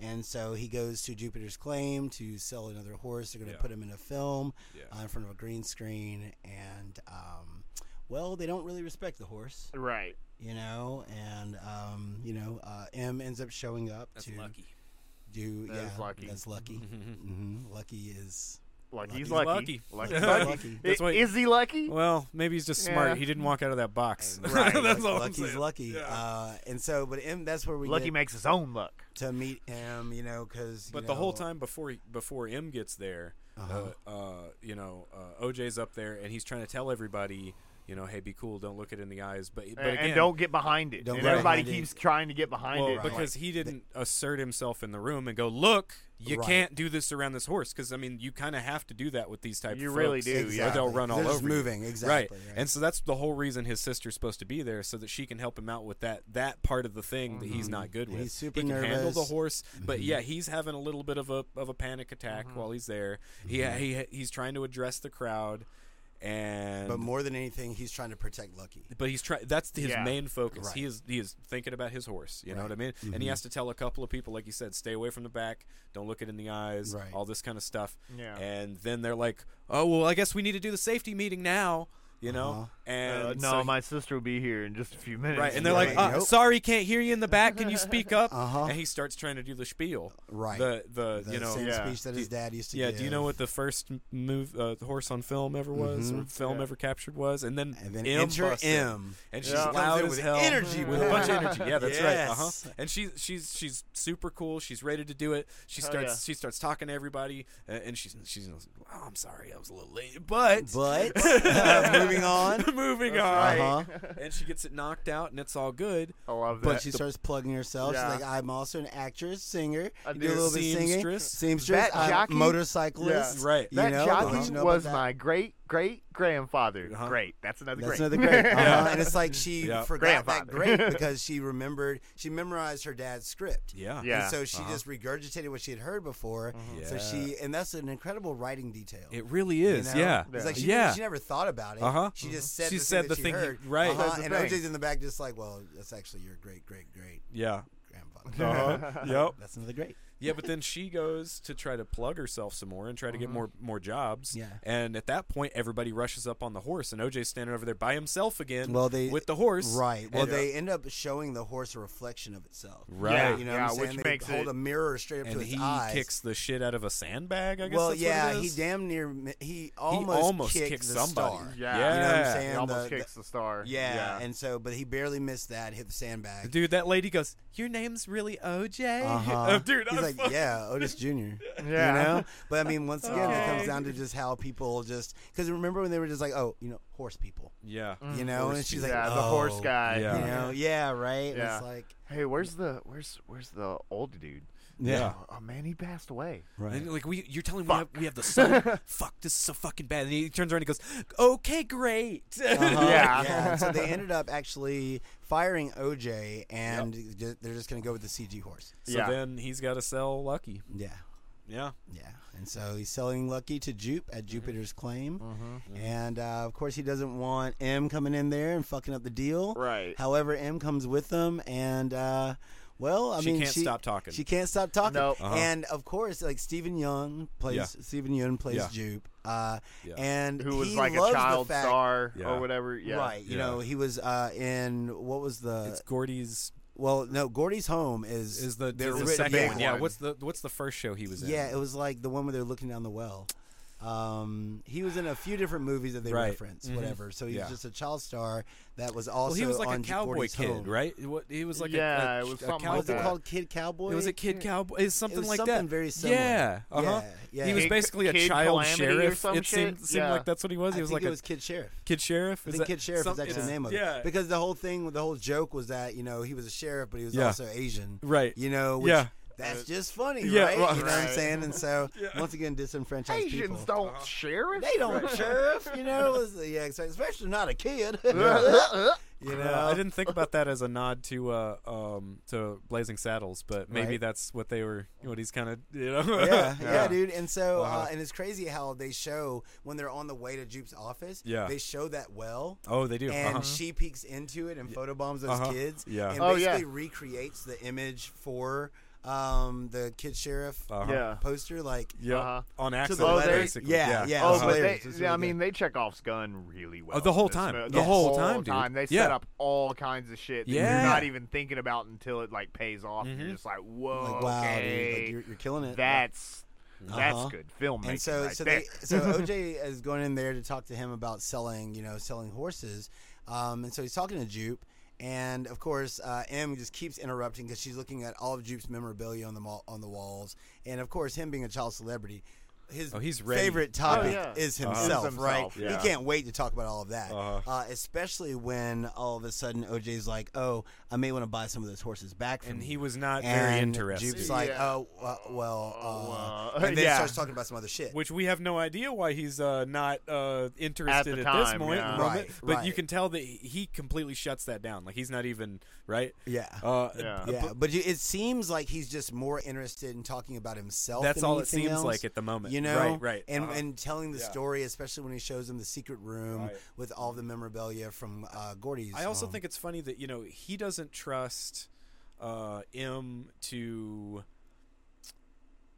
Speaker 2: And so he goes to Jupiter's Claim to sell another horse. They're going to
Speaker 3: Yeah.
Speaker 2: put him in a film
Speaker 3: Yeah.
Speaker 2: uh, in front of a green screen. And, um, well, they don't really respect the horse,
Speaker 1: Right.
Speaker 2: you know? And, um, you know, uh, M ends up showing up to do
Speaker 1: That
Speaker 2: yeah
Speaker 1: is lucky.
Speaker 2: that's lucky hmm lucky is
Speaker 1: Lucky. He's
Speaker 3: Lucky's
Speaker 1: lucky.
Speaker 3: lucky.
Speaker 1: Lucky's lucky.
Speaker 3: That's
Speaker 1: I-
Speaker 3: why-
Speaker 1: Is he lucky?
Speaker 3: Well, maybe he's just smart.
Speaker 1: Yeah.
Speaker 3: He didn't walk out of that box.
Speaker 1: Right.
Speaker 3: That's all I'm
Speaker 2: Lucky's
Speaker 3: saying.
Speaker 2: lucky.
Speaker 3: Yeah.
Speaker 2: Uh, and so, but him, that's where we
Speaker 1: lucky
Speaker 2: get
Speaker 1: makes his own luck.
Speaker 2: to meet him, you know, Uh-huh. because.
Speaker 3: But the whole time before he, before M gets there, uh uh, you know, uh, OJ's up there and he's trying to tell everybody, you know, hey, be cool, don't look it in the eyes, but but
Speaker 1: and,
Speaker 3: again,
Speaker 1: and don't get behind it.
Speaker 2: Don't
Speaker 1: and
Speaker 2: get
Speaker 1: everybody
Speaker 2: behind it.
Speaker 1: keeps trying to get behind
Speaker 3: well,
Speaker 1: it. like,
Speaker 3: because he didn't assert himself in the room and go, look, you
Speaker 2: Right.
Speaker 3: can't do this around this horse because I mean, you kind of have to do that with these type.
Speaker 1: You
Speaker 3: of
Speaker 1: really
Speaker 3: folks,
Speaker 1: do, yeah.
Speaker 3: Or they'll run
Speaker 2: They're
Speaker 3: all
Speaker 2: just
Speaker 3: over. you.
Speaker 2: moving, exactly,
Speaker 3: Right.
Speaker 2: right.
Speaker 3: and so that's the whole reason his sister's supposed to be there so that she can help him out with that that part of the thing that he's not good
Speaker 2: And
Speaker 3: with.
Speaker 2: Mm-hmm. he's super
Speaker 3: he can handle the
Speaker 2: nervous. Mm-hmm.
Speaker 3: horse, but yeah, he's having a little bit of a of a panic attack while he's there. He, he he's trying to address the crowd, and
Speaker 2: Mm-hmm. But more than anything, he's trying to protect Lucky.
Speaker 3: but he's trying. That's his
Speaker 1: Yeah.
Speaker 3: main focus. He
Speaker 2: Right. Mm-hmm.
Speaker 3: is he is thinking about his horse. You know what I mean? And he has to tell a couple of people, like you said, stay away from the back, don't look it in the eyes,
Speaker 2: Right.
Speaker 3: all this kind of stuff.
Speaker 1: Yeah.
Speaker 3: And then they're like, oh well, I guess we need to do the safety meeting now. You know?
Speaker 2: Uh-huh.
Speaker 3: And
Speaker 1: uh,
Speaker 3: so
Speaker 1: no,
Speaker 3: he-
Speaker 1: my sister will be here in just a few minutes.
Speaker 3: right. And they're
Speaker 2: Yeah.
Speaker 3: like, uh,
Speaker 2: Nope.
Speaker 3: sorry, can't hear you in the back. Can you speak up?
Speaker 2: Uh-huh.
Speaker 3: And he starts trying to do the spiel.
Speaker 2: Right.
Speaker 3: The the,
Speaker 2: The
Speaker 3: you know
Speaker 2: same
Speaker 1: yeah.
Speaker 2: speech that
Speaker 3: Do-
Speaker 2: his dad used to
Speaker 3: yeah,
Speaker 2: give.
Speaker 3: do you know what the first m- move uh, the horse on film ever was, or film
Speaker 1: Yeah.
Speaker 3: ever captured was? And then
Speaker 2: Mm-hmm. And then
Speaker 3: M
Speaker 2: enter
Speaker 3: busts in.
Speaker 2: M.
Speaker 3: and she's
Speaker 1: Yeah. Comes
Speaker 3: loud
Speaker 2: in
Speaker 3: as
Speaker 2: with
Speaker 3: hell,
Speaker 2: energy,
Speaker 3: with a bunch of
Speaker 2: boy.
Speaker 3: energy. Yeah, that's right.
Speaker 2: Yes.
Speaker 3: Uh-huh. And she's she's she's super cool. She's ready to do it. She
Speaker 1: Hell
Speaker 3: starts
Speaker 1: yeah.
Speaker 3: she starts talking to everybody, uh, and she's she's oh, I'm sorry, I was a little late, but
Speaker 2: But uh, moving on. Uh-huh.
Speaker 3: moving on. Uh-huh.
Speaker 1: right.
Speaker 3: And she gets it knocked out, and it's all good.
Speaker 1: I love
Speaker 2: "Uh," But
Speaker 1: that.
Speaker 2: she starts plugging herself.
Speaker 1: Yeah.
Speaker 2: She's like, "I'm also an actress, singer.
Speaker 1: I
Speaker 2: I do, a
Speaker 1: do
Speaker 2: little bit of singing,
Speaker 3: seamstress.
Speaker 2: seamstress,
Speaker 1: That
Speaker 2: I'm
Speaker 1: jockey-
Speaker 2: motorcyclist.
Speaker 1: Yeah.
Speaker 3: Right.
Speaker 2: you
Speaker 1: that
Speaker 2: know,
Speaker 1: jockey
Speaker 2: don't you know about
Speaker 1: was
Speaker 2: that?
Speaker 1: my great great grandfather.
Speaker 3: Uh-huh.
Speaker 1: Great. That's another
Speaker 2: That's
Speaker 1: great.
Speaker 2: another great. Uh-huh. And it's like she
Speaker 3: Yeah.
Speaker 2: forgot that
Speaker 1: Grandfather.
Speaker 2: great because she remembered she memorized her dad's script.
Speaker 3: Yeah. Uh-huh.
Speaker 1: Yeah. Mm-hmm.
Speaker 2: And so she just regurgitated what she had heard before. So
Speaker 3: Yeah.
Speaker 2: she and that's an incredible writing detail.
Speaker 3: It really is.
Speaker 2: you know?
Speaker 3: Yeah.
Speaker 2: It's like she,
Speaker 3: yeah.
Speaker 2: she never thought about it.
Speaker 3: Uh-huh.
Speaker 1: Mm-hmm.
Speaker 2: She just said
Speaker 3: She
Speaker 2: the
Speaker 3: said
Speaker 2: thing
Speaker 3: the
Speaker 2: that she
Speaker 3: thing he-
Speaker 2: heard.
Speaker 3: right.
Speaker 2: Uh-huh.
Speaker 1: That's
Speaker 2: And
Speaker 1: the thing.
Speaker 2: OJ's in the back just like, well, that's actually your great great great
Speaker 3: yeah.
Speaker 2: grandfather.
Speaker 3: Uh-huh. yep.
Speaker 2: That's another great.
Speaker 3: Yeah, but then she goes to try to plug herself some more and try to get more more jobs.
Speaker 2: Uh-huh. Yeah.
Speaker 3: And at that point, everybody rushes up on the horse, and OJ's standing over there by himself again.
Speaker 2: Well, they-
Speaker 3: with the horse,
Speaker 2: Right. Well,
Speaker 3: And-
Speaker 2: they end up showing the horse a reflection of itself.
Speaker 3: Right.
Speaker 1: Yeah,
Speaker 2: You know
Speaker 1: yeah,
Speaker 2: what I'm saying?
Speaker 1: which
Speaker 2: they
Speaker 1: makes
Speaker 2: hold
Speaker 1: it-
Speaker 2: a mirror straight up to
Speaker 3: uh, and
Speaker 2: his
Speaker 3: he
Speaker 2: eyes.
Speaker 3: kicks the shit out of a sandbag. I guess.
Speaker 2: well,
Speaker 3: that's
Speaker 2: yeah,
Speaker 3: what it
Speaker 2: he
Speaker 3: is.
Speaker 2: damn near mi- he
Speaker 3: He
Speaker 2: almost,
Speaker 3: almost
Speaker 2: kicked, the
Speaker 3: somebody.
Speaker 2: star.
Speaker 3: yeah.
Speaker 1: Yeah. You
Speaker 2: know what I'm saying?
Speaker 1: He
Speaker 2: And
Speaker 1: almost
Speaker 2: the-
Speaker 1: kicks the star.
Speaker 2: Yeah, and so but he barely missed that, hit the sandbag.
Speaker 3: Dude, that lady goes, "Your name's really OJ."
Speaker 2: Uh-huh.
Speaker 3: Dude, I
Speaker 2: he's like,
Speaker 3: fucking-
Speaker 2: yeah, Otis Jr.
Speaker 1: Yeah.
Speaker 2: You know, but I mean, once again, it
Speaker 3: Okay.
Speaker 2: comes down to just how people just because remember when they were just like, oh, you know, horse people,
Speaker 3: yeah.
Speaker 2: you know, and she's like,
Speaker 1: Mm. Yeah, the
Speaker 2: oh,
Speaker 1: horse guy.
Speaker 3: Yeah.
Speaker 2: you know, yeah, right. And
Speaker 1: Yeah.
Speaker 2: it's like,
Speaker 1: Hey, where's the where's where's the old dude?
Speaker 3: Yeah.
Speaker 1: Oh, oh, man, he passed away.
Speaker 2: right.
Speaker 3: And like we, you're telling me we have, we have the sun. Fuck, this is so fucking bad. And he turns around and goes, "Okay, great."
Speaker 2: Uh-huh,
Speaker 1: Yeah.
Speaker 2: and So they ended up actually firing OJ, and ju- they're just going to go with the CG horse.
Speaker 3: so
Speaker 1: Yeah.
Speaker 3: then he's got to sell Lucky.
Speaker 2: Yeah.
Speaker 3: Yeah.
Speaker 2: Yeah. And so he's selling Lucky to Jupe
Speaker 1: Mm-hmm.
Speaker 2: at Jupiter's claim. And uh, of course, he doesn't want M coming in there and fucking up the deal.
Speaker 1: Right.
Speaker 2: However, M comes with them, and uh, well, I
Speaker 3: She
Speaker 2: mean,
Speaker 3: can't
Speaker 2: she
Speaker 3: stop talking.
Speaker 2: She can't stop talking.
Speaker 1: Nope.
Speaker 3: Uh-huh.
Speaker 2: And of course, like Stephen Young plays
Speaker 3: Yeah.
Speaker 2: Stephen Young plays
Speaker 3: Yeah.
Speaker 2: Jupe, uh,
Speaker 3: Yeah.
Speaker 2: and
Speaker 1: Who was
Speaker 2: he
Speaker 1: like
Speaker 2: loves
Speaker 1: a child
Speaker 2: the fact,
Speaker 1: star
Speaker 3: Yeah.
Speaker 1: or whatever. Yeah.
Speaker 2: Right. You
Speaker 3: Yeah.
Speaker 2: know, he was uh, in what was the
Speaker 3: It's Gordy's
Speaker 2: well, no, Gordy's home is
Speaker 3: is the,
Speaker 2: they're
Speaker 3: is the
Speaker 2: writ-
Speaker 3: second
Speaker 2: big
Speaker 3: one. Yeah, what's the what's the first show he was in?
Speaker 2: yeah, it was like the one where they're looking down the well. Um, he was in a few different movies that they
Speaker 3: Right.
Speaker 2: reference,
Speaker 3: Mhm.
Speaker 2: whatever. So he's
Speaker 3: Yeah.
Speaker 2: just a child star that was also
Speaker 3: well, he was like
Speaker 2: on
Speaker 3: a cowboy
Speaker 2: Gordy's
Speaker 3: kid,
Speaker 2: Home.
Speaker 3: right? It wa- He was like a,
Speaker 1: Yeah,
Speaker 3: a,
Speaker 1: it was
Speaker 3: a
Speaker 1: something
Speaker 3: cowboy.
Speaker 1: like
Speaker 2: Was it
Speaker 1: that.
Speaker 2: called Kid Cowboy?
Speaker 3: It was a kid cowboy. It's
Speaker 2: It
Speaker 3: something
Speaker 2: was
Speaker 3: like
Speaker 2: something
Speaker 3: that.
Speaker 2: very similar.
Speaker 3: Yeah, uh-huh.
Speaker 2: yeah.
Speaker 3: He was
Speaker 1: Kid-
Speaker 3: basically a
Speaker 1: Kid
Speaker 3: child
Speaker 1: Calamity or
Speaker 3: sheriff.
Speaker 1: some
Speaker 3: It seemed,
Speaker 1: shit?
Speaker 3: seemed
Speaker 1: Yeah.
Speaker 3: like that's what he was.
Speaker 2: I
Speaker 3: He was
Speaker 2: think
Speaker 3: like
Speaker 2: it
Speaker 3: a
Speaker 2: was Kid Sheriff.
Speaker 3: kid sheriff.
Speaker 2: I
Speaker 3: Is
Speaker 2: think
Speaker 3: that
Speaker 2: Kid Sheriff
Speaker 3: some-
Speaker 2: is actually the name of it.
Speaker 3: Yeah,
Speaker 2: Because the whole thing, the whole joke was that you know he was a sheriff, but he was
Speaker 3: Yeah.
Speaker 2: also Asian.
Speaker 3: Right.
Speaker 2: You know. Which,
Speaker 3: Yeah. Uh,
Speaker 2: That's just funny,
Speaker 3: yeah,
Speaker 2: right?
Speaker 3: right.
Speaker 2: You know what I'm
Speaker 1: Right.
Speaker 2: saying? And so, once again, disenfranchised people. Uh-huh.
Speaker 1: Asians don't share it.
Speaker 2: They don't sheriff, you know. it's- Yeah, especially not a kid. You know,
Speaker 3: Uh, I didn't think about that as a nod to uh, um, to Blazing Saddles, but maybe
Speaker 2: Right.
Speaker 3: that's what they were. What he's kind of you know.
Speaker 2: yeah, yeah,
Speaker 1: Yeah.
Speaker 2: dude. And so, uh,
Speaker 3: Uh-huh.
Speaker 2: and it's crazy how they show when they're on the way to Jupe's office.
Speaker 3: Yeah.
Speaker 2: they show that well,
Speaker 3: oh, they do.
Speaker 2: and
Speaker 3: uh-huh.
Speaker 2: she peeks into it and photobombs those
Speaker 3: Uh-huh.
Speaker 2: kids.
Speaker 3: Yeah.
Speaker 2: and
Speaker 1: Oh, yeah.
Speaker 2: basically recreates the image for um, the kid sheriff
Speaker 3: Uh-huh.
Speaker 1: Yeah.
Speaker 2: poster, like
Speaker 3: Yeah.
Speaker 1: Uh-huh.
Speaker 3: On accident,
Speaker 1: Oh, they-
Speaker 3: basically. Uh-huh.
Speaker 2: yeah, yeah.
Speaker 1: Oh,
Speaker 2: it's
Speaker 1: but they,
Speaker 2: hilarious. It's
Speaker 1: yeah, I
Speaker 2: really
Speaker 1: mean,
Speaker 2: good.
Speaker 1: they check off's gun really well.
Speaker 3: Oh, the whole
Speaker 1: in this
Speaker 3: time.
Speaker 1: mo-
Speaker 3: The
Speaker 1: the
Speaker 3: whole
Speaker 1: whole
Speaker 3: time, dude.
Speaker 1: They
Speaker 3: Yeah.
Speaker 1: set up all kinds of shit that
Speaker 3: Yeah.
Speaker 1: you're not even thinking about until it like pays off.
Speaker 3: Mhm.
Speaker 1: You're just like, whoa,
Speaker 2: like wow, dude,
Speaker 1: Oh, okay,
Speaker 2: like, you're, you're killing it.
Speaker 1: that's That's
Speaker 2: Uh-huh.
Speaker 1: good filmmaking.
Speaker 2: and so
Speaker 1: right
Speaker 2: so
Speaker 1: there.
Speaker 2: they so OJ is going in there to talk to him about selling, you know, selling horses. Um, and so he's talking to Jupe, and of course uh, M just keeps interrupting because she's looking at all of Jupe's memorabilia on the mall, on the walls, and of course him being a child celebrity. His
Speaker 3: Oh, he's ready.
Speaker 2: favorite topic
Speaker 1: yeah.
Speaker 2: is
Speaker 1: Uh-huh. Is
Speaker 2: himself, right?
Speaker 1: himself, yeah.
Speaker 2: He can't wait to talk about all of that, uh
Speaker 3: Uh-huh.
Speaker 2: especially when all of a sudden OJ's like, "Oh, I may want to buy some of those horses back." From
Speaker 3: and
Speaker 2: you."
Speaker 3: he was not very
Speaker 2: and
Speaker 3: interested.
Speaker 2: Jupe's like,
Speaker 1: Yeah.
Speaker 2: "Oh, uh, well,"
Speaker 1: Oh,
Speaker 2: uh,
Speaker 1: uh,
Speaker 2: and then
Speaker 1: yeah.
Speaker 2: starts talking about some other shit.
Speaker 3: which we have no idea why he's uh, not uh, interested at, this
Speaker 1: the time,
Speaker 3: point.
Speaker 1: yeah.
Speaker 3: moment,
Speaker 2: Right,
Speaker 3: but you
Speaker 2: right.
Speaker 3: can tell that he- he completely shuts that down. Like he's not even right.
Speaker 2: Yeah.
Speaker 3: Uh,
Speaker 1: Yeah.
Speaker 3: b-
Speaker 2: yeah, but, you, it seems like he's just more interested in talking about himself.
Speaker 3: That's
Speaker 2: than
Speaker 3: all it
Speaker 2: anything
Speaker 3: seems
Speaker 2: else,
Speaker 3: like at the moment.
Speaker 2: You know,
Speaker 3: Right, right.
Speaker 2: and
Speaker 3: Uh-huh.
Speaker 2: and telling the
Speaker 3: Yeah.
Speaker 2: story, especially when he shows him the secret room
Speaker 3: Right.
Speaker 2: with all the memorabilia from uh, Gordy's.
Speaker 3: I also
Speaker 2: home.
Speaker 3: think it's funny that you know he doesn't trust uh, M to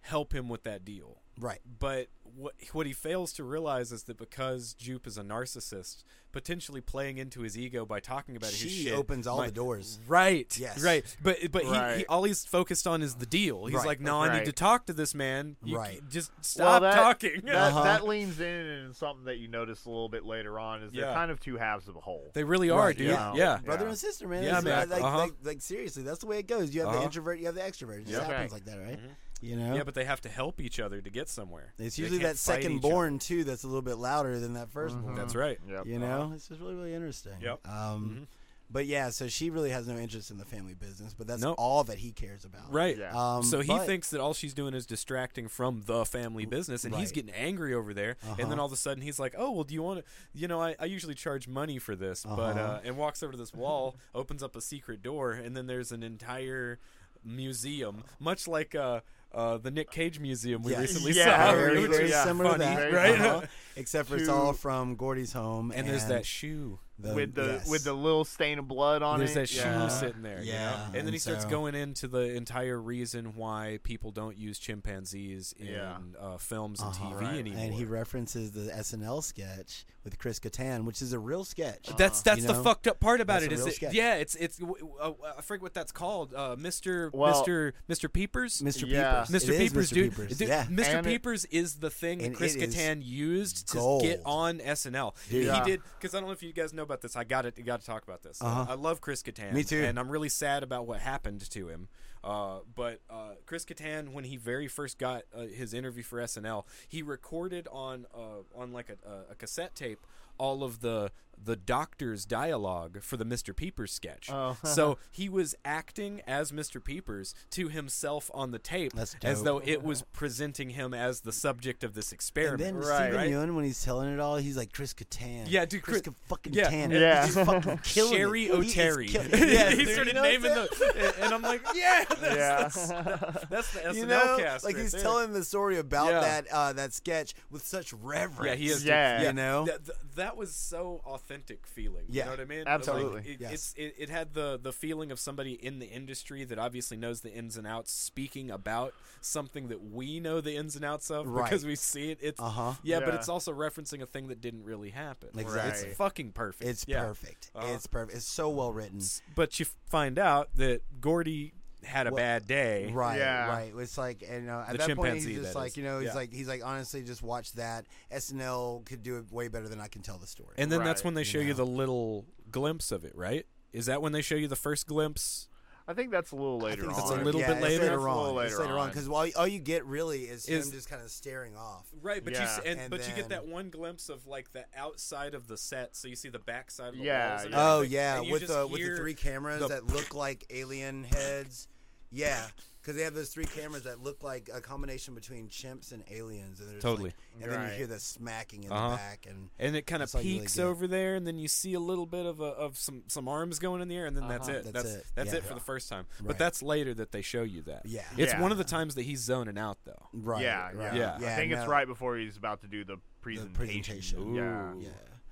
Speaker 3: help him with that deal.
Speaker 2: right.
Speaker 3: But what what he fails to realize is that because Jupe is a narcissist, potentially playing into his ego by talking about his
Speaker 2: She
Speaker 3: shit
Speaker 2: opens all the
Speaker 3: might-
Speaker 2: doors.
Speaker 3: Right.
Speaker 2: Yes.
Speaker 3: Right. But but He, he
Speaker 1: Right.
Speaker 3: all he's focused on is the deal. He's
Speaker 2: Right.
Speaker 3: like, no, I need
Speaker 1: Right.
Speaker 3: to talk to this man. You
Speaker 2: Right.
Speaker 3: c- Just
Speaker 1: Well,
Speaker 3: stop
Speaker 1: that-
Speaker 3: talking.
Speaker 1: That,
Speaker 2: Uh-huh.
Speaker 1: that leans in and something that you notice a little bit later on is
Speaker 3: Yeah.
Speaker 1: they're kind of two halves of a whole.
Speaker 3: they really are,
Speaker 2: Right,
Speaker 3: dude.
Speaker 1: yeah.
Speaker 3: Yeah.
Speaker 2: Brother
Speaker 1: Yeah.
Speaker 2: and sister, man.
Speaker 3: Yeah,
Speaker 2: It's uh,
Speaker 3: man.
Speaker 2: Like,
Speaker 3: Uh-huh.
Speaker 2: like, like seriously, that's the way it goes. You have the
Speaker 3: Uh-huh. Mm-hmm.
Speaker 2: introvert, you have the extrovert. It just
Speaker 1: Yeah.
Speaker 2: happens
Speaker 1: Right.
Speaker 2: like that, right? You know.
Speaker 3: Yeah, but they have to help each other to get somewhere.
Speaker 2: it's
Speaker 3: They
Speaker 2: usually
Speaker 3: can't
Speaker 2: that
Speaker 3: fight
Speaker 2: second
Speaker 3: each other. Mm-hmm.
Speaker 2: born too that's a little bit louder than that 1st born.
Speaker 3: That's right.
Speaker 1: Yep.
Speaker 2: You know, it's just really, really interesting.
Speaker 3: Uh-huh. Yep. Mm-hmm.
Speaker 2: Um, But yeah, so she really has no interest in the family business, but that's
Speaker 3: Nope.
Speaker 2: all that he cares about.
Speaker 3: Right.
Speaker 1: Yeah.
Speaker 2: Um,
Speaker 3: so he
Speaker 2: but-
Speaker 3: thinks that all she's doing is distracting from the family business, and
Speaker 2: right.
Speaker 3: he's
Speaker 2: Uh-huh.
Speaker 3: getting angry over there. And then all of a sudden, he's like, "Oh well, do you want to? You know, I, I usually charge money for this, but
Speaker 2: Uh-huh.
Speaker 3: uh, and walks over to this wall, opens up a secret door, and then there's an entire museum, much like uh, uh, the Nick Cage museum we
Speaker 2: Yes.
Speaker 3: recently
Speaker 1: Yeah,
Speaker 3: saw,
Speaker 2: very,
Speaker 3: which
Speaker 2: very
Speaker 3: is
Speaker 1: yeah,
Speaker 2: similar to
Speaker 3: funny,
Speaker 2: that,
Speaker 1: very
Speaker 3: right?
Speaker 1: funny.
Speaker 2: Uh-huh. Except for it's
Speaker 1: To-
Speaker 2: all from Gordy's home,
Speaker 3: And there's that shoe.
Speaker 2: the-
Speaker 1: with the
Speaker 2: yes.
Speaker 1: with the little stain of blood on
Speaker 3: There's
Speaker 1: it.
Speaker 3: that shoe
Speaker 1: yeah.
Speaker 3: sitting there. you know?
Speaker 2: Yeah,
Speaker 3: And then
Speaker 2: and
Speaker 3: he starts
Speaker 2: so-
Speaker 3: going into the entire reason why people don't use chimpanzees in
Speaker 1: Yeah.
Speaker 3: uh, films and
Speaker 2: Uh-huh.
Speaker 3: TV
Speaker 1: Right.
Speaker 3: anymore.
Speaker 2: and he references the SNL sketch with Chris Kattan, which is a real sketch.
Speaker 3: that's that's
Speaker 2: you
Speaker 3: the
Speaker 2: know?
Speaker 3: fucked up part about
Speaker 2: That's
Speaker 3: it
Speaker 2: a
Speaker 3: is
Speaker 2: real
Speaker 3: that,
Speaker 2: sketch.
Speaker 3: yeah it's it's w- w- uh, I forget what that's called uh, Mr.
Speaker 1: Well-
Speaker 3: Mr. Mr. Peepers
Speaker 2: Mr.
Speaker 1: Yeah.
Speaker 2: Peepers.
Speaker 3: Mr.
Speaker 2: It is
Speaker 3: Peepers,
Speaker 2: Mr.
Speaker 3: dude,
Speaker 2: Peepers.
Speaker 3: Dude,
Speaker 2: Yeah.
Speaker 3: Mr.
Speaker 1: And it-
Speaker 3: Peepers is the thing that
Speaker 2: and
Speaker 3: Chris
Speaker 2: it is
Speaker 3: Catan used to
Speaker 2: gold.
Speaker 3: get on SNL.
Speaker 2: Dude.
Speaker 1: Yeah.
Speaker 3: He did because I don't know if you guys know about this. I got it. Got to talk about this.
Speaker 2: Uh-huh.
Speaker 3: I love Chris Catan.
Speaker 2: Me too.
Speaker 3: And I'm really sad about what happened to him. Uh, but uh, Chris Catan, when he very first got uh, his interview for SNL, he recorded on uh, on like a, a- a cassette tape all of the the doctor's dialogue for the Mr. Peepers sketch.
Speaker 1: Oh.
Speaker 3: so he was acting as Mr. Peepers to himself on the tape
Speaker 2: That's
Speaker 3: as
Speaker 2: dope.
Speaker 3: though it was presenting him as the subject of this
Speaker 2: And
Speaker 3: experiment.
Speaker 2: then
Speaker 1: Right,
Speaker 2: Stephen
Speaker 1: right.
Speaker 2: Ewan, when he's telling it all, he's like Chris Kattan.
Speaker 3: Yeah, dude,
Speaker 2: Chris,
Speaker 3: Chris-
Speaker 2: Ka- fucking
Speaker 3: yeah.
Speaker 2: Tan.
Speaker 1: Yeah.
Speaker 2: he's fucking killing
Speaker 3: Sherry
Speaker 2: it. He is
Speaker 3: O'Terry.
Speaker 2: killing it.
Speaker 3: yeah,
Speaker 2: Yes,
Speaker 3: he
Speaker 2: dude,
Speaker 3: started
Speaker 2: you know what I'm
Speaker 3: naming
Speaker 2: saying?
Speaker 3: the, and- and I'm like, yeah, that's,
Speaker 1: Yeah.
Speaker 3: that's, that's the SNL
Speaker 2: you know,
Speaker 3: cast.
Speaker 2: like
Speaker 3: right
Speaker 2: he's
Speaker 3: there.
Speaker 2: telling the story about
Speaker 3: Yeah.
Speaker 2: that uh, that sketch with such reverence.
Speaker 3: Yeah, he is.
Speaker 1: Yeah.
Speaker 3: yeah.
Speaker 2: You know?
Speaker 3: That, th- that was so authentic feeling.
Speaker 2: Yeah.
Speaker 3: You know what I mean? Like,
Speaker 1: Absolutely.
Speaker 3: it,
Speaker 2: Yes.
Speaker 3: it's, it, it had the, the feeling of somebody in the industry that obviously knows the ins and outs speaking about something that we know the ins and outs of
Speaker 2: Right.
Speaker 3: because we see it. It's
Speaker 2: Uh-huh.
Speaker 3: yeah, but
Speaker 1: Yeah.
Speaker 3: it's also referencing a thing that didn't really happen.
Speaker 2: Exactly.
Speaker 3: It's fucking perfect.
Speaker 2: It's
Speaker 3: Yeah.
Speaker 2: perfect.
Speaker 3: Uh-huh.
Speaker 2: It's perfect. It's so well written.
Speaker 3: But you find out that Gordy had a
Speaker 2: Well,
Speaker 3: bad day.
Speaker 2: Right,
Speaker 1: Yeah.
Speaker 2: right. It's like and uh, at
Speaker 3: The
Speaker 2: that point
Speaker 3: chimpanzee,
Speaker 2: he's just
Speaker 3: that
Speaker 2: like
Speaker 3: is.
Speaker 2: you know he's
Speaker 3: Yeah.
Speaker 2: like he's like honestly just watch that SNL could do it way better than I can tell the story.
Speaker 3: And then that's
Speaker 1: Right,
Speaker 3: when they
Speaker 2: you
Speaker 3: show you,
Speaker 2: know.
Speaker 3: the little glimpse of it, right? Is that when they show you the first glimpse?
Speaker 1: I think that's a little later
Speaker 2: think
Speaker 1: on.
Speaker 2: so.
Speaker 3: That's a little
Speaker 2: yeah,
Speaker 3: bit
Speaker 2: it's
Speaker 3: later.
Speaker 2: later
Speaker 1: That's a
Speaker 2: on.
Speaker 1: little
Speaker 2: it's
Speaker 1: later
Speaker 2: later on
Speaker 1: on.
Speaker 2: because all, all you get really is,
Speaker 3: Is-
Speaker 2: him just kind of staring off.
Speaker 3: Right, but you s-
Speaker 1: Yeah.
Speaker 3: and,
Speaker 2: And
Speaker 3: but you get
Speaker 2: then-
Speaker 3: that one glimpse of like the outside of the set, so you see the backside of the
Speaker 1: Yeah,
Speaker 3: walls. and
Speaker 1: yeah.
Speaker 2: Oh
Speaker 3: everything,
Speaker 2: yeah,
Speaker 3: and you
Speaker 2: with
Speaker 3: just
Speaker 2: the with
Speaker 3: hear-
Speaker 2: the three cameras
Speaker 3: the
Speaker 2: that look like alien heads. Yeah, because they have those three cameras that look like a combination between chimps and aliens. And they're just like-
Speaker 3: Totally.
Speaker 2: and then you
Speaker 1: Right.
Speaker 2: hear the smacking in the
Speaker 3: Uh-huh.
Speaker 2: back, and
Speaker 3: and it kind of
Speaker 2: That's all you really
Speaker 3: peaks
Speaker 2: get.
Speaker 3: over there, and then you see a little bit of a, of some some arms going in the air, and then that's
Speaker 1: Uh-huh.
Speaker 3: it.
Speaker 2: That's
Speaker 3: That's
Speaker 2: it.
Speaker 3: that's
Speaker 2: Yeah.
Speaker 3: it for the first time.
Speaker 2: Right.
Speaker 3: But that's later that they show you that.
Speaker 2: Yeah.
Speaker 3: it's
Speaker 1: Yeah.
Speaker 3: one of the times that he's zoning out though.
Speaker 2: right.
Speaker 1: yeah,
Speaker 2: right.
Speaker 1: yeah,
Speaker 3: Yeah.
Speaker 1: I think it's
Speaker 2: no,
Speaker 1: right before he's about to do the presentation.
Speaker 2: presentation.
Speaker 1: Yeah,
Speaker 3: Ooh.
Speaker 2: Yeah.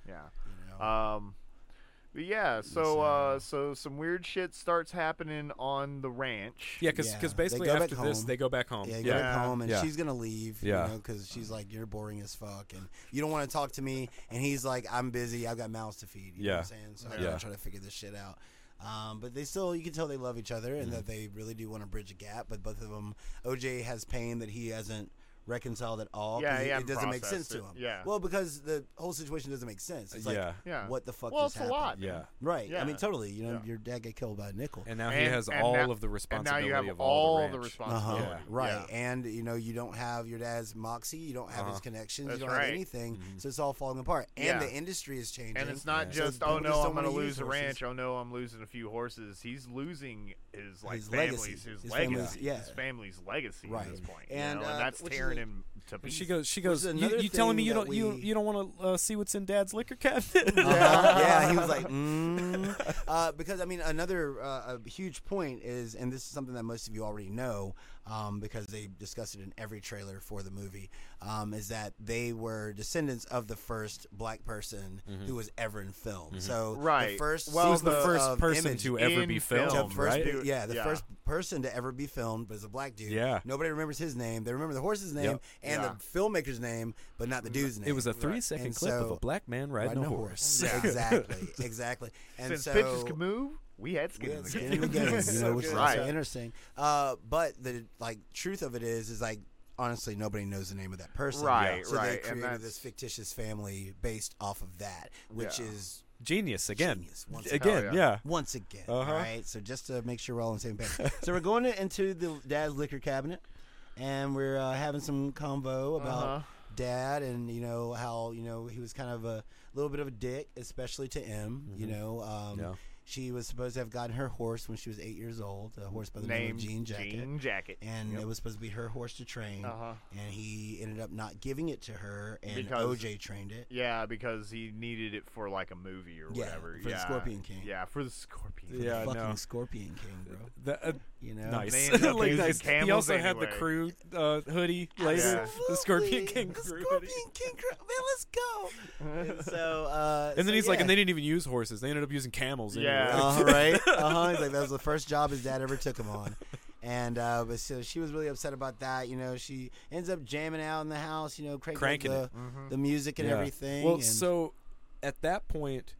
Speaker 1: yeah.
Speaker 2: you know.
Speaker 1: Um, but yeah. So, uh, so some weird shit starts happening on the ranch.
Speaker 3: Yeah, because
Speaker 2: Yeah. They
Speaker 3: basically
Speaker 2: go
Speaker 3: after
Speaker 2: back
Speaker 3: this
Speaker 2: home.
Speaker 3: they go back home.
Speaker 2: Yeah,
Speaker 3: Yeah,
Speaker 2: you go back home, and
Speaker 3: Yeah.
Speaker 2: she's gonna leave.
Speaker 3: Yeah.
Speaker 2: you know, because she's like, "You're boring as fuck, and you don't want to talk to me." And he's like, "I'm busy. I've got mouths to feed." You know what I'm
Speaker 3: Yeah.
Speaker 2: saying? So
Speaker 3: Yeah.
Speaker 2: I'm trying to figure this shit out. Um, but they still, you can tell they love
Speaker 3: Mm-hmm.
Speaker 2: each other and that they really do want to bridge a gap. But both of them, OJ has pain that he hasn't reconciled at all.
Speaker 1: Yeah,
Speaker 2: 'cause
Speaker 1: he
Speaker 2: it,
Speaker 1: hadn't
Speaker 2: it doesn't make sense
Speaker 1: processed
Speaker 2: to him.
Speaker 1: it. Yeah.
Speaker 2: Well, because the whole situation doesn't make sense. It's like,
Speaker 3: Yeah.
Speaker 1: Yeah.
Speaker 2: what the fuck
Speaker 1: Well,
Speaker 2: just
Speaker 1: it's
Speaker 2: happened?
Speaker 1: a lot. man.
Speaker 3: Yeah.
Speaker 2: Right. I
Speaker 1: Yeah.
Speaker 2: mean, totally. You know,
Speaker 1: Yeah.
Speaker 2: your dad got killed by a nickel.
Speaker 3: And now he
Speaker 1: And-
Speaker 3: has
Speaker 1: and
Speaker 3: all
Speaker 1: now-
Speaker 3: of the
Speaker 1: And
Speaker 3: responsibility
Speaker 1: now you have
Speaker 3: of all,
Speaker 1: all
Speaker 3: the, ranch.
Speaker 2: Uh-huh.
Speaker 1: responsibility.
Speaker 3: Yeah.
Speaker 2: Right.
Speaker 1: Yeah.
Speaker 2: And you know, you don't have your dad's moxie, you don't have his connections,
Speaker 1: Uh-huh. That's
Speaker 2: you don't
Speaker 1: right. Mm-hmm.
Speaker 2: have anything. So it's all falling apart. And
Speaker 1: Yeah.
Speaker 2: the industry is changing.
Speaker 1: And it's not
Speaker 3: Yeah.
Speaker 2: So
Speaker 1: just
Speaker 2: people
Speaker 1: oh
Speaker 2: just
Speaker 1: no
Speaker 2: don't
Speaker 1: I'm gonna
Speaker 2: wanna use
Speaker 1: lose a
Speaker 2: horses.
Speaker 1: ranch oh no I'm losing a few horses he's losing his like
Speaker 2: His
Speaker 1: family's
Speaker 2: legacy.
Speaker 1: his,
Speaker 2: His
Speaker 1: legacy
Speaker 2: family's- yeah.
Speaker 1: his family's legacy
Speaker 2: Right.
Speaker 1: at this point
Speaker 2: And,
Speaker 1: you know?
Speaker 2: uh,
Speaker 1: and that's
Speaker 2: which is
Speaker 1: tearing
Speaker 2: a-
Speaker 1: him to
Speaker 3: And
Speaker 1: pieces
Speaker 3: she goes. She goes.
Speaker 2: is
Speaker 3: You,
Speaker 2: another
Speaker 3: you telling me
Speaker 2: thing
Speaker 3: you
Speaker 2: that
Speaker 3: don't you
Speaker 2: we-
Speaker 3: you don't want to uh, see what's in Dad's liquor cabinet?
Speaker 2: Uh-huh. yeah, he was like, mm. uh, because I mean, another uh, a huge point is, and this is something that most of you already know, um, because they discussed it in every trailer for the movie, um, is that they were descendants of the first black person who was ever in film. So the
Speaker 1: Mm-hmm. Right.
Speaker 2: first,
Speaker 1: Well,
Speaker 2: he
Speaker 3: He was
Speaker 1: Who's
Speaker 2: was
Speaker 3: the,
Speaker 1: the,
Speaker 3: first
Speaker 2: of
Speaker 3: person
Speaker 2: uh, image-
Speaker 3: to ever
Speaker 1: in
Speaker 3: be
Speaker 1: film,
Speaker 3: filmed,
Speaker 2: the first,
Speaker 3: right?
Speaker 1: dude.
Speaker 2: yeah, the
Speaker 1: Yeah.
Speaker 2: first person to ever be filmed was a black dude.
Speaker 3: Yeah.
Speaker 2: nobody remembers his name. They remember the horse's name
Speaker 3: Yep.
Speaker 2: and
Speaker 1: Yeah.
Speaker 2: the filmmaker's name, but not the dude's name.
Speaker 3: It was a three-second
Speaker 2: And
Speaker 3: clip of
Speaker 2: so-
Speaker 3: a black man riding,
Speaker 2: riding
Speaker 3: a horse.
Speaker 1: Yeah.
Speaker 2: exactly, exactly. And
Speaker 1: since
Speaker 2: so
Speaker 1: pitches could move we had skin
Speaker 2: yeah,
Speaker 1: in the
Speaker 2: it's
Speaker 1: game,
Speaker 2: getting in the game, you know,
Speaker 4: So
Speaker 2: which is
Speaker 4: good.
Speaker 2: also
Speaker 1: Right.
Speaker 2: interesting. Uh, but the like truth of it is, is like honestly, nobody knows the name of that person.
Speaker 1: Right,
Speaker 2: So
Speaker 1: right,
Speaker 2: they
Speaker 1: and
Speaker 2: created
Speaker 1: that's-
Speaker 2: this fictitious family based off of that, which
Speaker 1: Yeah.
Speaker 2: is
Speaker 3: Genius again.
Speaker 2: Genius, once
Speaker 3: again,
Speaker 1: again.
Speaker 3: yeah.
Speaker 2: once again.
Speaker 3: Uh-huh.
Speaker 2: all right. So just to make sure we're all on the same page. so we're going into the dad's liquor cabinet, and we're uh, having some convo about
Speaker 1: Uh-huh.
Speaker 2: dad and you know how you know he was kind of a little bit of a dick, especially to M. You know. Um,
Speaker 3: Yeah.
Speaker 2: She was supposed to have gotten her horse when she was eight years old, a horse by the name
Speaker 1: named
Speaker 2: of Jean Jacket.
Speaker 1: Jean Jacket.
Speaker 2: And it was supposed to be her horse to train,
Speaker 1: Uh-huh.
Speaker 2: and he ended up not giving it to her, and
Speaker 1: Because-
Speaker 2: OJ trained it.
Speaker 1: yeah, because he needed it for like a movie or
Speaker 2: Yeah,
Speaker 1: whatever.
Speaker 2: for the
Speaker 1: yeah,
Speaker 2: Scorpion King.
Speaker 1: Yeah, for the Scorpion. King.
Speaker 3: Yeah, I
Speaker 2: Fucking
Speaker 3: know.
Speaker 2: Scorpion King, bro.
Speaker 3: The, uh,
Speaker 2: You know,
Speaker 3: nice.
Speaker 1: They ended up
Speaker 3: like,
Speaker 1: using
Speaker 3: nice. He
Speaker 1: camels
Speaker 3: also had the
Speaker 1: anyway.
Speaker 3: crew uh, hoodie later. The Scorpion
Speaker 2: Absolutely.
Speaker 3: King
Speaker 2: The
Speaker 3: crew hoodie.
Speaker 2: Scorpion King crew. Man, let's go. And so, uh,
Speaker 3: And
Speaker 2: so,
Speaker 3: then he's like,
Speaker 2: yeah.
Speaker 3: and they didn't even use horses. They ended up using camels. anyway.
Speaker 1: Yeah.
Speaker 2: uh-huh, right? Uh-huh. He's like, that was the first job his dad ever took him on. And uh, but so she was really upset about that. You know, she ends up jamming out in the house. You know, cranking,
Speaker 3: Cranking
Speaker 2: the,
Speaker 3: it.
Speaker 2: the music and
Speaker 3: Yeah.
Speaker 2: everything.
Speaker 3: Well,
Speaker 2: and
Speaker 3: so at that point,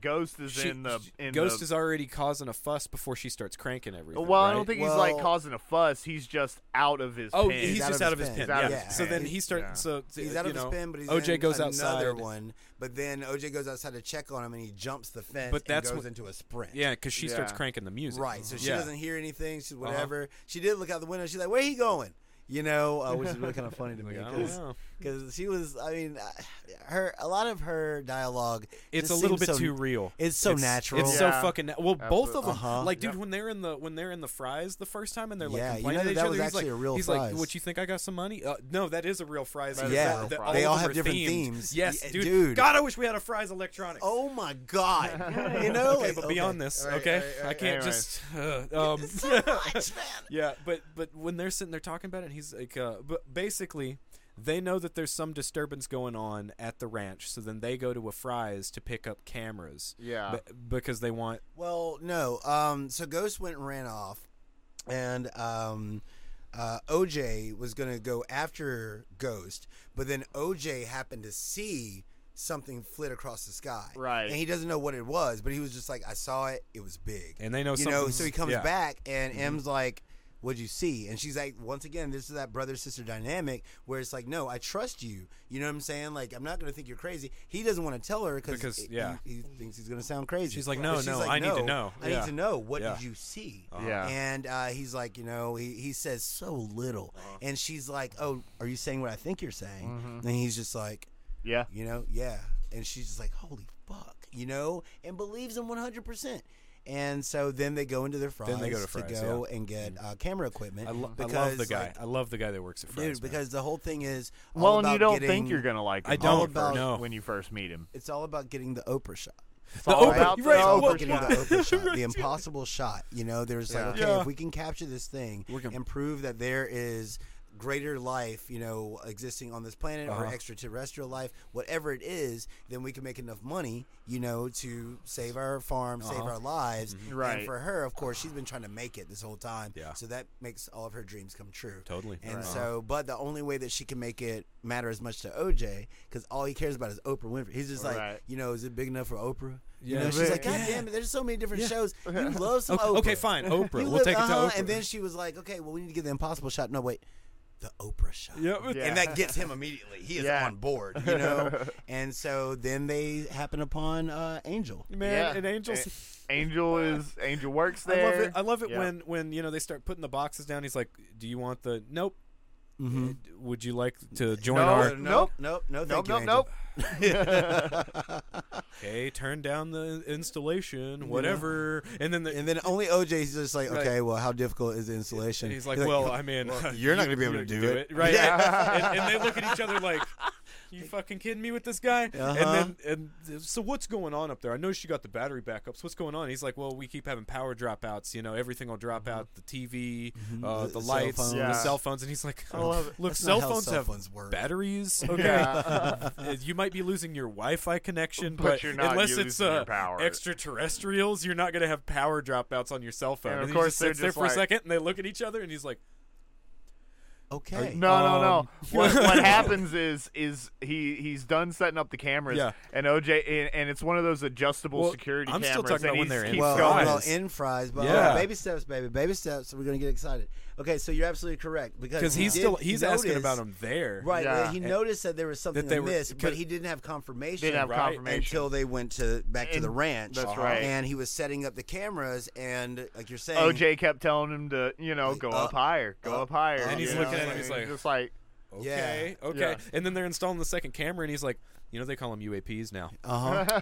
Speaker 1: Ghost is
Speaker 3: she,
Speaker 1: in the in
Speaker 3: Ghost
Speaker 1: the,
Speaker 3: is already causing a fuss before she starts cranking everything.
Speaker 1: Well, I don't
Speaker 3: right?
Speaker 1: think he's like
Speaker 2: Well-
Speaker 1: causing a fuss. He's just out of his.
Speaker 3: Oh,
Speaker 1: pen.
Speaker 3: he's, just out of his pen.
Speaker 2: He's out
Speaker 1: of
Speaker 3: yeah.
Speaker 1: his
Speaker 3: So
Speaker 1: pen.
Speaker 3: then he starts.
Speaker 1: Yeah.
Speaker 3: So
Speaker 2: he's out
Speaker 3: you
Speaker 2: of his
Speaker 3: know,
Speaker 2: pen, but he's
Speaker 3: OJ
Speaker 2: in
Speaker 3: goes
Speaker 2: another
Speaker 3: outside.
Speaker 2: one. But then OJ goes outside to check on him, and he jumps the fence.
Speaker 3: But that's
Speaker 2: and goes
Speaker 3: what-
Speaker 2: into a sprint.
Speaker 3: Yeah, because she starts
Speaker 1: Yeah.
Speaker 3: cranking the music.
Speaker 2: Right. So she
Speaker 3: Yeah. Uh-huh.
Speaker 2: doesn't hear anything. She's whatever. She did look out the window. She's like, "Where he going?" You know, uh, which is really kind of funny to me
Speaker 3: Like, I don't know.
Speaker 2: because she was. I mean, uh, her a lot of her dialogue.
Speaker 3: It's
Speaker 2: just
Speaker 3: a little
Speaker 2: seems
Speaker 3: bit
Speaker 2: so-
Speaker 3: too real.
Speaker 2: It's so natural.
Speaker 3: It's so
Speaker 1: Yeah.
Speaker 3: fucking. Na- well, both of
Speaker 1: Absolutely.
Speaker 3: them.
Speaker 2: Uh-huh.
Speaker 3: Like, dude,
Speaker 1: Yep.
Speaker 3: when they're in the when they're in the fries the first time and they're like
Speaker 2: Yeah, you
Speaker 3: complaining
Speaker 2: know
Speaker 3: to
Speaker 2: that
Speaker 3: each
Speaker 2: that
Speaker 3: other,
Speaker 2: was
Speaker 3: he's like,
Speaker 2: actually a real
Speaker 3: he's like,
Speaker 2: fries.
Speaker 3: "What you think? I got some money? Uh, no, that is a real fries.
Speaker 1: That is
Speaker 2: Yeah,
Speaker 1: a real
Speaker 3: That-
Speaker 1: fries.
Speaker 3: all
Speaker 2: they
Speaker 3: of
Speaker 2: all
Speaker 3: them
Speaker 2: have
Speaker 3: are
Speaker 2: different
Speaker 3: themed.
Speaker 2: themes.
Speaker 3: Yes,
Speaker 2: Yeah,
Speaker 3: dude.
Speaker 2: dude.
Speaker 3: God, I wish we had a fries electronics.
Speaker 2: oh my god! you know,
Speaker 3: okay,
Speaker 2: like,
Speaker 3: but beyond
Speaker 2: okay.
Speaker 3: this,
Speaker 1: All right,
Speaker 3: okay,
Speaker 1: all right, all
Speaker 3: I
Speaker 1: right.
Speaker 3: can't
Speaker 1: Anyway.
Speaker 3: just. Uh, um,
Speaker 2: It's so much, man.
Speaker 3: yeah, but but when they're sitting there talking about it, and he's like, uh, but basically, they know that there's some disturbance going on at the ranch, so then they go to a fries to pick up cameras.
Speaker 1: Yeah.
Speaker 3: b- because they want.
Speaker 2: Well, no. Um, so Ghost went and ran off, and um, uh, OJ was going to go after Ghost, but then OJ happened to see something flit across the sky.
Speaker 1: Right.
Speaker 2: And he doesn't know what it was, but he was just like, I saw it. It was big.
Speaker 3: And they know
Speaker 2: you know,
Speaker 3: something's-
Speaker 2: so he comes
Speaker 3: yeah. Mm-hmm.
Speaker 2: back, and M's like, What'd you see? And she's like, once again, this is that brother sister dynamic where it's like, no, I trust you. You know what I'm saying? Like, I'm not going to think you're crazy. He doesn't want to tell her
Speaker 3: Because,
Speaker 2: it-
Speaker 3: yeah.
Speaker 2: he, he thinks he's going to sound crazy.
Speaker 3: She's like,
Speaker 2: But
Speaker 3: "No,
Speaker 2: she's
Speaker 3: no, I need to know."
Speaker 2: I
Speaker 3: Yeah.
Speaker 2: need to know. What
Speaker 3: Yeah. Uh-huh.
Speaker 2: did you see?
Speaker 1: Yeah.
Speaker 2: And uh, he's like, you know, he, he says so little.
Speaker 3: Uh-huh.
Speaker 2: And she's like, oh, are you saying what I think you're saying?
Speaker 3: Mm-hmm.
Speaker 2: And he's just like,
Speaker 1: yeah.
Speaker 2: you know, yeah. And she's just like, holy fuck, you know, and believes him 100%. And so then they go into their fries,
Speaker 3: Then they go to
Speaker 2: to
Speaker 3: fries, Mm-hmm.
Speaker 2: go and get uh, camera equipment.
Speaker 3: I, lo- I love
Speaker 2: because,
Speaker 3: the guy.
Speaker 2: like,
Speaker 3: I love the guy that works at fries.
Speaker 2: dude,
Speaker 3: man.
Speaker 2: because the whole thing is all
Speaker 1: Well, and
Speaker 2: about
Speaker 1: you don't
Speaker 2: getting,
Speaker 1: think you're gonna like him.
Speaker 3: I don't
Speaker 1: at first
Speaker 3: know.
Speaker 1: when you first meet him.
Speaker 2: It's all about getting the Oprah shot.
Speaker 1: It's all
Speaker 3: Oprah-
Speaker 1: about
Speaker 3: you're right, well,
Speaker 1: the Oprah
Speaker 2: getting the
Speaker 1: shot.
Speaker 2: Oprah shot, the impossible shot. You know, there's
Speaker 1: Yeah.
Speaker 2: like, okay,
Speaker 3: Yeah.
Speaker 2: if we can capture this thing
Speaker 3: We're gonna-
Speaker 2: and prove that there is greater life, you know, existing on this planet or
Speaker 3: Uh-huh.
Speaker 2: extraterrestrial life, whatever it is, then we can make enough money, you know, to save our farm, save
Speaker 3: Uh-huh.
Speaker 2: our lives. And
Speaker 1: Right.
Speaker 2: for her, of course, she's been trying to make it this whole time.
Speaker 3: Yeah.
Speaker 2: So that makes all of her dreams come true.
Speaker 3: Totally.
Speaker 2: And
Speaker 3: Right.
Speaker 2: so, but the only way that she can make it matter as much to OJ, because all he cares about is Oprah Winfrey. He's just like,
Speaker 1: Right.
Speaker 2: you know, is it big enough for Oprah? You
Speaker 3: Yeah.
Speaker 2: know, she's like, God
Speaker 3: Yeah.
Speaker 2: damn it, there's so many different shows. You love some
Speaker 3: okay,
Speaker 2: Oprah.
Speaker 3: okay, fine,
Speaker 2: You
Speaker 3: Oprah. we'll
Speaker 2: love-
Speaker 3: take it to
Speaker 2: uh-huh.
Speaker 3: Oprah.
Speaker 2: And then she was like, okay, well, we need to get the impossible shot. No, wait. the Oprah show.
Speaker 1: Yeah.
Speaker 2: And that gets him immediately. He is
Speaker 1: Yeah.
Speaker 2: on board, you know? and so then they happen upon uh, Angel.
Speaker 3: man,
Speaker 1: Yeah.
Speaker 3: and Angel's.
Speaker 1: A- Angel is Angel works
Speaker 3: I
Speaker 1: there.
Speaker 3: love it. I love it
Speaker 1: Yeah.
Speaker 3: when when you know they start putting the boxes down. He's like, "Do you want the? Nope. Uh,
Speaker 2: Mm-hmm.
Speaker 3: Would you like to join
Speaker 1: No,
Speaker 3: our?
Speaker 1: nope.
Speaker 2: Nope. No,
Speaker 1: Nope,
Speaker 2: thank
Speaker 1: nope,
Speaker 2: you,
Speaker 1: nope.
Speaker 3: Okay, turn down the installation, whatever." And then the,
Speaker 2: And then only OJ's just like, okay, well, how difficult is the installation?
Speaker 3: and he's like, "Well, I mean,
Speaker 2: you're not gonna be able to
Speaker 3: you're
Speaker 2: do it."
Speaker 3: right?"
Speaker 1: Yeah.
Speaker 3: and, and they look at each other like. You fucking kidding me with this guy?
Speaker 2: Uh-huh.
Speaker 3: And then, and so what's going on up there? I know she got the battery backups. What's going on? He's like, well, we keep having power dropouts. You know, everything will drop out. The TV, uh,
Speaker 2: Mm-hmm. The
Speaker 3: the,
Speaker 2: cell
Speaker 3: lights,
Speaker 2: phones.
Speaker 1: Yeah.
Speaker 3: the cell phones. And he's like,
Speaker 1: love it.
Speaker 3: look,
Speaker 2: That's
Speaker 3: cell
Speaker 2: not how
Speaker 3: phones
Speaker 2: cell
Speaker 3: have
Speaker 2: phones work.
Speaker 3: batteries. Okay,
Speaker 1: Yeah.
Speaker 3: Uh, you might be losing your Wi-Fi connection,
Speaker 1: But
Speaker 3: but,
Speaker 1: you're not
Speaker 3: unless
Speaker 1: using
Speaker 3: it's
Speaker 1: your
Speaker 3: uh,
Speaker 1: power.
Speaker 3: extraterrestrials, you're not going to have power dropouts on your cell phone.
Speaker 1: And of
Speaker 3: he
Speaker 1: course
Speaker 3: just
Speaker 1: they're
Speaker 3: sits there
Speaker 1: just
Speaker 3: for a
Speaker 1: like-
Speaker 3: second, and they look at each other, and he's like,
Speaker 2: okay.
Speaker 1: No, no, no.
Speaker 3: Um,
Speaker 1: What, what happens is is he he's done setting up the cameras,
Speaker 3: Yeah.
Speaker 1: and OJ and, and it's one of those adjustable
Speaker 3: Well,
Speaker 1: security
Speaker 3: I'm still
Speaker 1: cameras,
Speaker 3: talking
Speaker 1: and
Speaker 3: about
Speaker 1: he
Speaker 3: when they're in
Speaker 1: keeps
Speaker 2: well,
Speaker 1: going.
Speaker 2: well,
Speaker 3: fries.
Speaker 2: in fries, but
Speaker 3: Yeah.
Speaker 2: oh, baby steps, baby, baby steps. We're gonna get excited. Okay, so you're absolutely correct because
Speaker 3: because
Speaker 2: he
Speaker 3: he's
Speaker 2: did
Speaker 3: still he's asking
Speaker 2: notice-
Speaker 3: about him there.
Speaker 2: Right,
Speaker 1: Yeah.
Speaker 2: well, he noticed that there was something
Speaker 3: they were-
Speaker 2: amiss, but
Speaker 3: but-
Speaker 2: he didn't have confirmation.
Speaker 1: Didn't have
Speaker 3: Right.
Speaker 1: confirmation.
Speaker 2: until they went to back to
Speaker 1: And-
Speaker 2: the ranch.
Speaker 3: Uh-huh.
Speaker 1: that's right.
Speaker 2: And he was setting up the cameras, and like you're saying,
Speaker 1: OJ kept telling him to, you know, go
Speaker 2: up,
Speaker 1: up, higher, go
Speaker 2: up,
Speaker 1: up, higher.
Speaker 2: up. And
Speaker 1: you
Speaker 2: he's
Speaker 1: know,
Speaker 2: looking at him,
Speaker 3: he's like-
Speaker 1: just like,
Speaker 3: Okay.
Speaker 2: Yeah.
Speaker 3: Okay.
Speaker 1: Yeah.
Speaker 3: And then they're installing the second camera, and he's like, you know, they call them UAPs now.
Speaker 2: uh huh, yeah,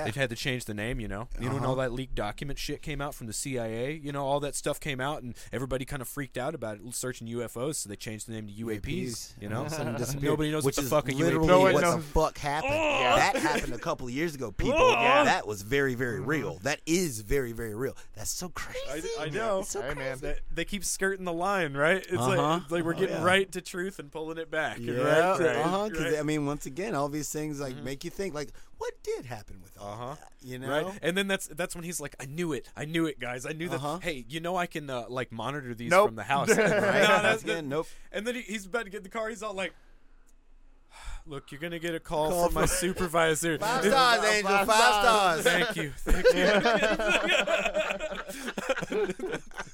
Speaker 2: Uh-huh.
Speaker 3: They've had to change the name, you know. You know when all that leaked document shit came out from the CIA, you know all that stuff came out, and everybody kind of freaked out about it, searching UFOs, so they changed the name to UAPs. you know,
Speaker 2: Something disappeared,
Speaker 3: nobody knows
Speaker 2: which
Speaker 3: what the
Speaker 2: is
Speaker 3: fuck a
Speaker 2: literally
Speaker 3: UAP
Speaker 1: one
Speaker 3: is.
Speaker 2: what the
Speaker 1: knows.
Speaker 2: fuck happened.
Speaker 1: Yeah.
Speaker 2: That happened a couple of years ago, people.
Speaker 1: Yeah.
Speaker 2: That was very, very real. That is very, very real. That's so crazy.
Speaker 3: I know.
Speaker 2: It's so
Speaker 1: Hey, man.
Speaker 2: crazy.
Speaker 3: They, they keep skirting the line, right? It's
Speaker 2: Uh-huh.
Speaker 3: like it's like we're
Speaker 2: Oh,
Speaker 3: getting
Speaker 2: yeah.
Speaker 3: right to truth and pulling it back.
Speaker 2: Yeah,
Speaker 3: Right. right,
Speaker 2: uh huh.
Speaker 3: right. Mm-hmm.
Speaker 2: I mean, once again, all these things like make you think, like, what did happen with all
Speaker 3: Uh-huh.
Speaker 2: that? You know,
Speaker 3: Right, and then that's that's when he's like, "I knew it, I knew it, guys, I knew that."
Speaker 2: Uh-huh.
Speaker 3: Hey, you know I can uh, like monitor these
Speaker 1: Nope.
Speaker 3: from the house.
Speaker 1: Right.
Speaker 3: No, that's
Speaker 2: Yeah,
Speaker 3: the-
Speaker 2: nope.
Speaker 3: And then he, he's about to get in the car. He's all like, "Look, you're gonna get a call,
Speaker 2: Call
Speaker 3: from my
Speaker 2: from-
Speaker 3: supervisor."
Speaker 2: Five
Speaker 3: It's-
Speaker 2: stars, Angel. Five, stars.
Speaker 1: Five
Speaker 3: Thank you. Thank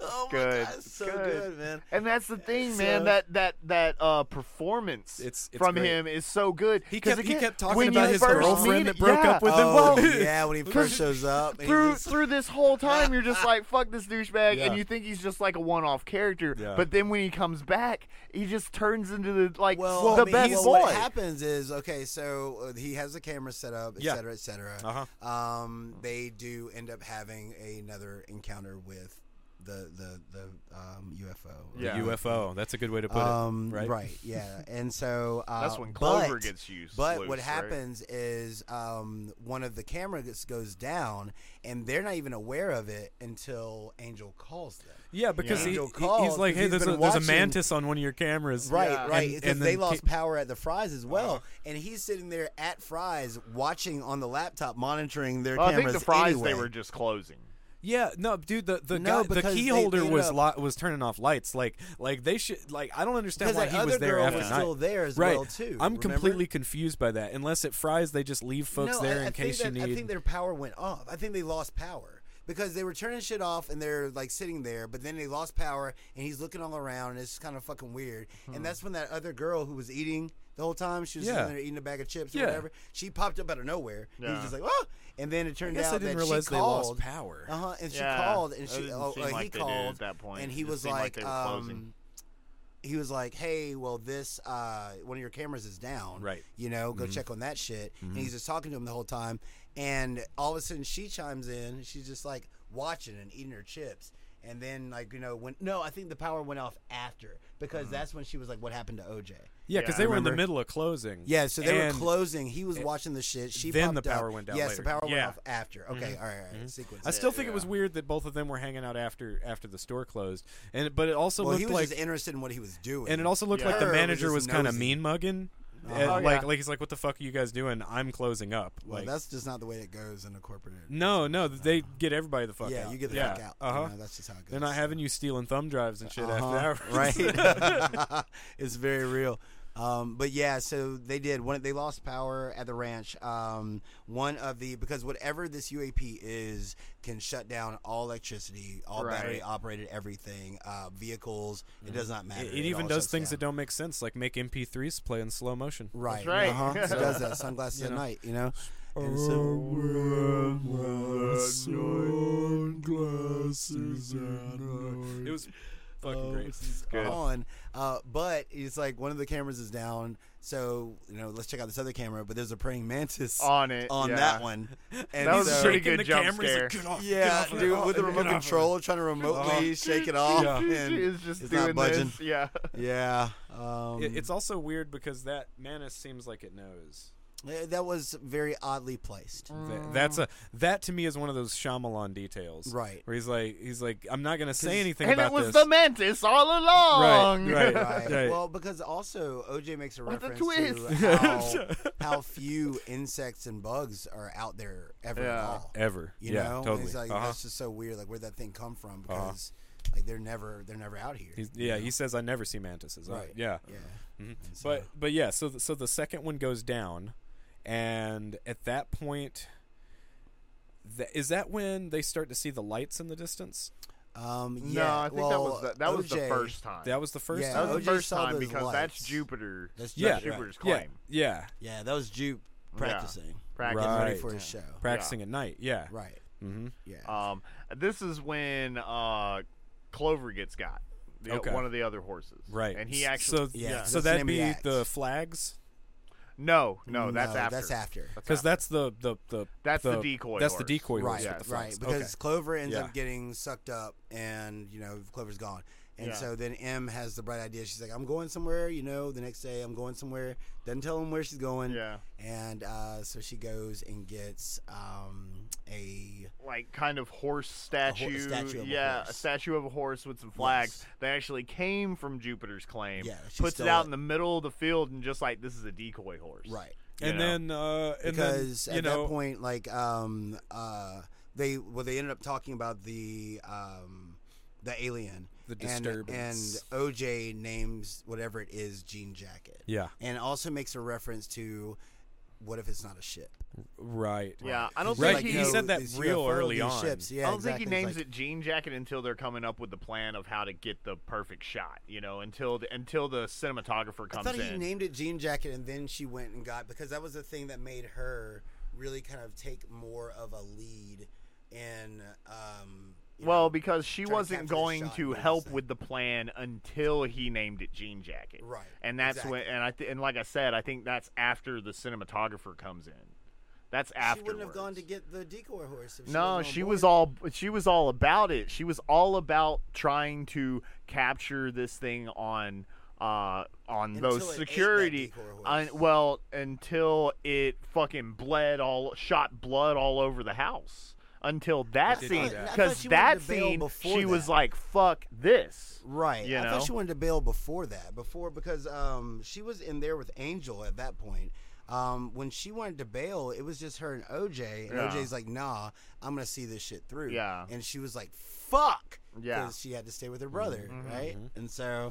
Speaker 2: Oh my
Speaker 1: Good,
Speaker 2: god, it's so
Speaker 1: good.
Speaker 2: good, man.
Speaker 1: and that's the thing, man.
Speaker 2: So-
Speaker 1: That that that uh, performance
Speaker 3: It's- it's
Speaker 1: from
Speaker 3: great.
Speaker 1: him is so good.
Speaker 3: He
Speaker 1: 'Cause
Speaker 3: kept- he
Speaker 1: again,
Speaker 3: kept talking
Speaker 1: when
Speaker 3: about
Speaker 1: you
Speaker 3: his
Speaker 1: first
Speaker 3: girlfriend
Speaker 1: meet-
Speaker 3: that broke
Speaker 1: yeah.
Speaker 3: up with him.
Speaker 2: Oh
Speaker 3: Well-
Speaker 2: yeah, when he first shows up, and he
Speaker 1: through
Speaker 2: just-
Speaker 1: through this whole time you're just like fuck this douchebag
Speaker 3: Yeah.
Speaker 1: and you think he's just like a one-off character
Speaker 3: Yeah.
Speaker 1: but then when he comes back he just turns into the like
Speaker 2: well,
Speaker 1: the
Speaker 2: I mean,
Speaker 1: best
Speaker 2: well,
Speaker 1: boy
Speaker 2: What happens is okay, so uh, he has the camera set up, et
Speaker 3: Yeah.
Speaker 2: cetera, et cetera.
Speaker 3: Uh-huh.
Speaker 2: Um, they do end up having another encounter with the the the um, UFO. or
Speaker 1: Yeah.
Speaker 3: UFO. That's a good way to put
Speaker 2: um,
Speaker 3: it. Right.
Speaker 2: yeah. And so uh,
Speaker 1: that's when clover
Speaker 2: but,
Speaker 1: gets used
Speaker 2: But
Speaker 1: loose,
Speaker 2: what
Speaker 1: right?
Speaker 2: happens is um, one of the cameras goes down, and they're not even aware of it until Angel calls them.
Speaker 3: Yeah, because he-
Speaker 2: Angel
Speaker 3: he,
Speaker 2: called,
Speaker 3: he's like,
Speaker 2: 'cause
Speaker 3: "Hey,
Speaker 2: he's
Speaker 3: there's
Speaker 2: been
Speaker 3: a, there's a
Speaker 2: watching-
Speaker 3: mantis on one of your cameras."
Speaker 2: Right,
Speaker 1: Yeah.
Speaker 2: right.
Speaker 3: And-
Speaker 2: It's
Speaker 3: and
Speaker 2: 'cause they
Speaker 3: then Uh-huh.
Speaker 2: lost
Speaker 3: ki-
Speaker 2: power at the fries as well, and he's sitting there at fries watching on the laptop, monitoring their
Speaker 1: Well, i
Speaker 2: cameras.
Speaker 1: think the fries
Speaker 2: anyway.
Speaker 1: they were just closing
Speaker 3: Yeah, no, dude. The the
Speaker 2: No,
Speaker 3: guy, the
Speaker 2: because
Speaker 3: key
Speaker 2: they
Speaker 3: holder
Speaker 2: ended
Speaker 3: was
Speaker 2: up-
Speaker 3: lo- was turning off lights. Like like they should like I don't understand
Speaker 2: because
Speaker 3: why
Speaker 2: that
Speaker 3: he
Speaker 2: other
Speaker 3: was there
Speaker 2: girl
Speaker 3: after
Speaker 2: was
Speaker 3: night.
Speaker 2: still there as
Speaker 3: right.
Speaker 2: well too.
Speaker 3: I'm
Speaker 2: remember?
Speaker 3: completely confused by that. Unless at Fry's they just leave folks
Speaker 2: no,
Speaker 3: there
Speaker 2: I, I
Speaker 3: in case
Speaker 2: think
Speaker 3: you
Speaker 2: that,
Speaker 3: need.
Speaker 2: I think their power went off. I think they lost power because they were turning shit off and they're like sitting there, but then they lost power and he's looking all around and it's kind of fucking weird. And that's when that other girl who was eating the whole time, she was
Speaker 3: Hmm. Yeah.
Speaker 2: sitting there eating a bag of chips or
Speaker 3: Yeah.
Speaker 2: whatever. She popped up out of nowhere. He was
Speaker 1: Yeah.
Speaker 2: just like, oh! And then it
Speaker 3: I
Speaker 2: turned
Speaker 3: guess
Speaker 2: out
Speaker 3: I didn't
Speaker 2: that
Speaker 3: realize
Speaker 2: she
Speaker 3: they
Speaker 2: called.
Speaker 3: lost power.
Speaker 2: Uh huh. And she
Speaker 1: Yeah.
Speaker 2: called, and
Speaker 1: That
Speaker 2: she
Speaker 1: doesn't
Speaker 2: oh,
Speaker 1: seem
Speaker 2: uh, he
Speaker 1: like they did
Speaker 2: called
Speaker 1: at that point.
Speaker 2: and
Speaker 1: It
Speaker 2: he
Speaker 1: just
Speaker 2: was
Speaker 1: seemed like
Speaker 2: like,
Speaker 1: they were
Speaker 2: um,
Speaker 1: closing.
Speaker 2: he was like, hey, well, this uh, one of your cameras is down,
Speaker 3: Right.
Speaker 2: You know,
Speaker 1: Mm-hmm.
Speaker 2: go check on that shit. And he's just talking to him the whole time, and all of a sudden she chimes in, and she's just like watching and eating her chips. And then, like you know, when no, I think the power went off after because
Speaker 1: Mm-hmm.
Speaker 2: that's when she was like, "What happened to OJ?"
Speaker 3: Yeah, because
Speaker 1: Yeah,
Speaker 3: they were in
Speaker 1: remember?
Speaker 3: the middle of closing.
Speaker 2: Yeah, so they
Speaker 3: And-
Speaker 2: were closing. He was watching the shit. She
Speaker 3: then the
Speaker 2: popped up.
Speaker 3: power went down
Speaker 2: Yes,
Speaker 3: later.
Speaker 2: the power went
Speaker 3: Yeah.
Speaker 2: off after. Okay,
Speaker 1: Mm-hmm.
Speaker 2: all right, all right. Sequence.
Speaker 3: I still think it
Speaker 1: yeah.
Speaker 3: was weird that both of them were hanging out after after the store closed, and it- but it also
Speaker 2: well, he
Speaker 3: looked
Speaker 2: was
Speaker 3: like
Speaker 2: just interested in what he was doing,
Speaker 3: and it also looked
Speaker 1: Yeah.
Speaker 3: like the
Speaker 2: Her was
Speaker 3: manager
Speaker 2: just
Speaker 3: was kind of
Speaker 2: nosy.
Speaker 3: mean mugging, and
Speaker 1: Oh,
Speaker 3: like
Speaker 1: yeah.
Speaker 3: like he's like, "What the fuck are you guys doing? I'm closing up."
Speaker 2: Well,
Speaker 3: Like
Speaker 2: that's just not the way it goes in a corporate.
Speaker 3: no, no, they get everybody the fuck
Speaker 2: yeah,
Speaker 3: out.
Speaker 2: you get the
Speaker 3: Yeah,
Speaker 2: fuck out.
Speaker 3: Uh huh.
Speaker 2: You know, that's just how it goes.
Speaker 3: They're not having you stealing thumb drives and shit
Speaker 2: Uh-huh,
Speaker 3: after hours.
Speaker 2: right? it's very real. Um, but yeah, so they did. One, they lost power at the ranch. Um, one of the because whatever this UAP is can shut down all electricity, all
Speaker 1: Right.
Speaker 2: battery operated everything, uh, vehicles. It does not matter.
Speaker 3: Mm-hmm. It, it even
Speaker 2: all
Speaker 3: does
Speaker 2: shuts
Speaker 3: things
Speaker 2: down.
Speaker 3: that don't make sense, like make MP3s play in slow motion.
Speaker 2: Right.
Speaker 1: right.
Speaker 2: Uh-huh. it does that. Sunglasses at
Speaker 3: know. uh,
Speaker 2: night. You know. And so,
Speaker 3: It was fucking
Speaker 2: Oh,
Speaker 3: great.
Speaker 1: Good.
Speaker 2: on. Uh, but it's like one of the cameras is down, so you know, let's check out this other camera. But there's a praying mantis
Speaker 1: On it,
Speaker 2: on
Speaker 1: Oh, yeah.
Speaker 2: that one. And
Speaker 1: That was
Speaker 2: so,
Speaker 1: a pretty good jump scare.
Speaker 2: Yeah, dude, with the remote
Speaker 3: off of
Speaker 2: control, trying to remotely shake it off.
Speaker 3: Yeah.
Speaker 2: and
Speaker 1: Oh. it's just
Speaker 2: it's
Speaker 1: doing
Speaker 2: not budging.
Speaker 1: this. Yeah.
Speaker 2: Yeah, um,
Speaker 3: It, it's also weird because that manus seems like it knows.
Speaker 2: eh, that was very oddly placed.
Speaker 1: Mm.
Speaker 3: Th- That's a that to me is one of those Shyamalan details,
Speaker 2: Right.
Speaker 3: Where he's like, he's like, I'm not gonna say anything
Speaker 1: And
Speaker 3: about
Speaker 1: it was
Speaker 3: this.
Speaker 1: the mantis all along.
Speaker 3: right,
Speaker 2: Right.
Speaker 3: Right.
Speaker 2: Well, because also OJ makes a
Speaker 1: What a
Speaker 2: reference to
Speaker 1: twist.
Speaker 2: how, how few insects and bugs are out there ever at
Speaker 1: Yeah.
Speaker 2: all.
Speaker 3: Ever,
Speaker 2: You
Speaker 3: yeah,
Speaker 2: know,
Speaker 3: totally.
Speaker 2: it's like
Speaker 3: Uh-huh.
Speaker 2: that's just so weird. Like where'd that thing come from? Because like they're never they're never out here.
Speaker 3: He's- Mm-hmm. yeah, he says I never see mantises. Uh,
Speaker 2: Right.
Speaker 3: Yeah.
Speaker 2: yeah.
Speaker 3: But but yeah, so the, so the second one goes down, and at that point, tha- is that when they start to see the lights in the distance?
Speaker 2: Um,
Speaker 1: No,
Speaker 2: yeah.
Speaker 1: I think that
Speaker 2: well,
Speaker 1: was the, that was the
Speaker 2: OJ
Speaker 1: first time.
Speaker 3: That was the first.
Speaker 2: Yeah.
Speaker 1: That was
Speaker 3: time?
Speaker 1: the
Speaker 2: OJ
Speaker 1: first
Speaker 2: saw
Speaker 1: time
Speaker 2: those
Speaker 1: because
Speaker 2: lights.
Speaker 1: that's Jupiter.
Speaker 2: That's
Speaker 1: that's
Speaker 2: Jupiter,
Speaker 1: Jupiter's
Speaker 3: yeah,
Speaker 1: claim.
Speaker 3: yeah,
Speaker 2: Yeah, that was Jupe practicing,
Speaker 1: Practice.
Speaker 3: Right.
Speaker 2: ready for his show.
Speaker 3: practicing at night. Yeah,
Speaker 2: Right.
Speaker 3: Mm-hmm.
Speaker 2: Yeah.
Speaker 1: Um, this is when uh, Clover gets got. The,
Speaker 3: Okay.
Speaker 1: One of the other horses.
Speaker 3: Right.
Speaker 1: And he
Speaker 3: S-
Speaker 1: actually.
Speaker 3: So,
Speaker 2: Yeah, that's
Speaker 3: so
Speaker 2: the
Speaker 3: that'd
Speaker 2: name of
Speaker 3: be
Speaker 2: the
Speaker 3: the,
Speaker 2: act.
Speaker 3: flags,
Speaker 1: no, no, that's
Speaker 2: Mm-hmm. No,
Speaker 1: after.
Speaker 2: That's after.
Speaker 3: because that's the the the
Speaker 1: That's the decoy
Speaker 3: That's
Speaker 1: horse.
Speaker 3: the decoy horse
Speaker 2: Right,
Speaker 3: with
Speaker 1: yeah,
Speaker 3: the
Speaker 2: right.
Speaker 3: flags.
Speaker 2: Because
Speaker 3: okay.
Speaker 2: Clover ends
Speaker 3: Yeah.
Speaker 2: up getting sucked up, and you know Clover's gone. And
Speaker 1: Yeah.
Speaker 2: so then M has the bright idea. She's like, "I'm going somewhere." You know, the next day I'm going somewhere. Doesn't tell him where she's going.
Speaker 1: Yeah.
Speaker 2: And uh, so she goes and gets um, a
Speaker 1: like kind of horse statue.
Speaker 2: statue of a
Speaker 1: yeah,
Speaker 2: horse.
Speaker 1: statue of a horse with some flags that actually came from Jupiter's claim.
Speaker 2: Yeah, she
Speaker 1: puts it
Speaker 2: stole
Speaker 1: out
Speaker 2: it.
Speaker 1: in the middle of the field and just like this is a decoy horse.
Speaker 2: right
Speaker 1: you
Speaker 3: and
Speaker 1: know?
Speaker 3: then uh, and
Speaker 2: because
Speaker 3: then, you
Speaker 2: at
Speaker 3: know,
Speaker 2: that point, like um, uh, they well they ended up talking about the um, the alien.
Speaker 3: The
Speaker 2: And-
Speaker 3: disturbance.
Speaker 2: and OJ names whatever it is Jean Jacket.
Speaker 3: yeah,
Speaker 2: and also makes a reference to what if it's not a ship?
Speaker 3: right.
Speaker 1: Yeah, I don't
Speaker 3: Right,
Speaker 1: think
Speaker 3: he
Speaker 1: he.
Speaker 2: you know,
Speaker 3: said that
Speaker 2: these
Speaker 3: real
Speaker 2: UFO,
Speaker 3: early
Speaker 2: these
Speaker 3: on.
Speaker 2: Ships.
Speaker 1: I
Speaker 2: Yeah,
Speaker 1: don't
Speaker 2: exactly.
Speaker 1: think he names
Speaker 2: It's like,
Speaker 1: it Jean Jacket until they're coming up with the plan of how to get the perfect shot. You know, until the, until the cinematographer
Speaker 2: I
Speaker 1: comes
Speaker 2: thought
Speaker 1: in.
Speaker 2: he named it Jean Jacket, and then she went and got because that was the thing that made her really kind of take more of a lead in. Um, you
Speaker 1: well,
Speaker 2: know,
Speaker 1: because she
Speaker 2: trying to
Speaker 1: wasn't
Speaker 2: capture the
Speaker 1: going
Speaker 2: shot
Speaker 1: to
Speaker 2: and all
Speaker 1: help
Speaker 2: this
Speaker 1: with the plan until he named it Jean Jacket.
Speaker 2: Right,
Speaker 1: And that's
Speaker 2: exactly.
Speaker 1: when, and I th- and like I said, I think that's after the cinematographer comes in. That's after.
Speaker 2: she wouldn't have gone to get the decoy horse. If she wasn't
Speaker 1: No,
Speaker 2: on
Speaker 1: she
Speaker 2: board.
Speaker 1: was all she was all about it. She was all about trying to capture this thing on uh
Speaker 2: Until
Speaker 1: on
Speaker 2: it ate
Speaker 1: those
Speaker 2: that
Speaker 1: security
Speaker 2: decor horse.
Speaker 1: un- well until it fucking bled all shot blood all over the house. Until that
Speaker 3: did do
Speaker 1: scene,
Speaker 3: that. I
Speaker 2: thought
Speaker 1: because
Speaker 2: she wanted
Speaker 1: that
Speaker 2: to bail
Speaker 1: scene,
Speaker 2: before
Speaker 1: she was
Speaker 2: that.
Speaker 1: like, "Fuck this."
Speaker 2: Right.
Speaker 1: You
Speaker 2: I thought
Speaker 1: know?
Speaker 2: she wanted to bail before that, before because um, she was in there with Angel at that point. Um, when she wanted to bail, it was just her and OJ, and
Speaker 1: Yeah.
Speaker 2: OJ's like, "Nah, I'm gonna see this shit through."
Speaker 1: Yeah.
Speaker 2: And she was like, "Fuck."
Speaker 1: Yeah. Mm-hmm.
Speaker 2: Because she had to stay with her brother, right? And so,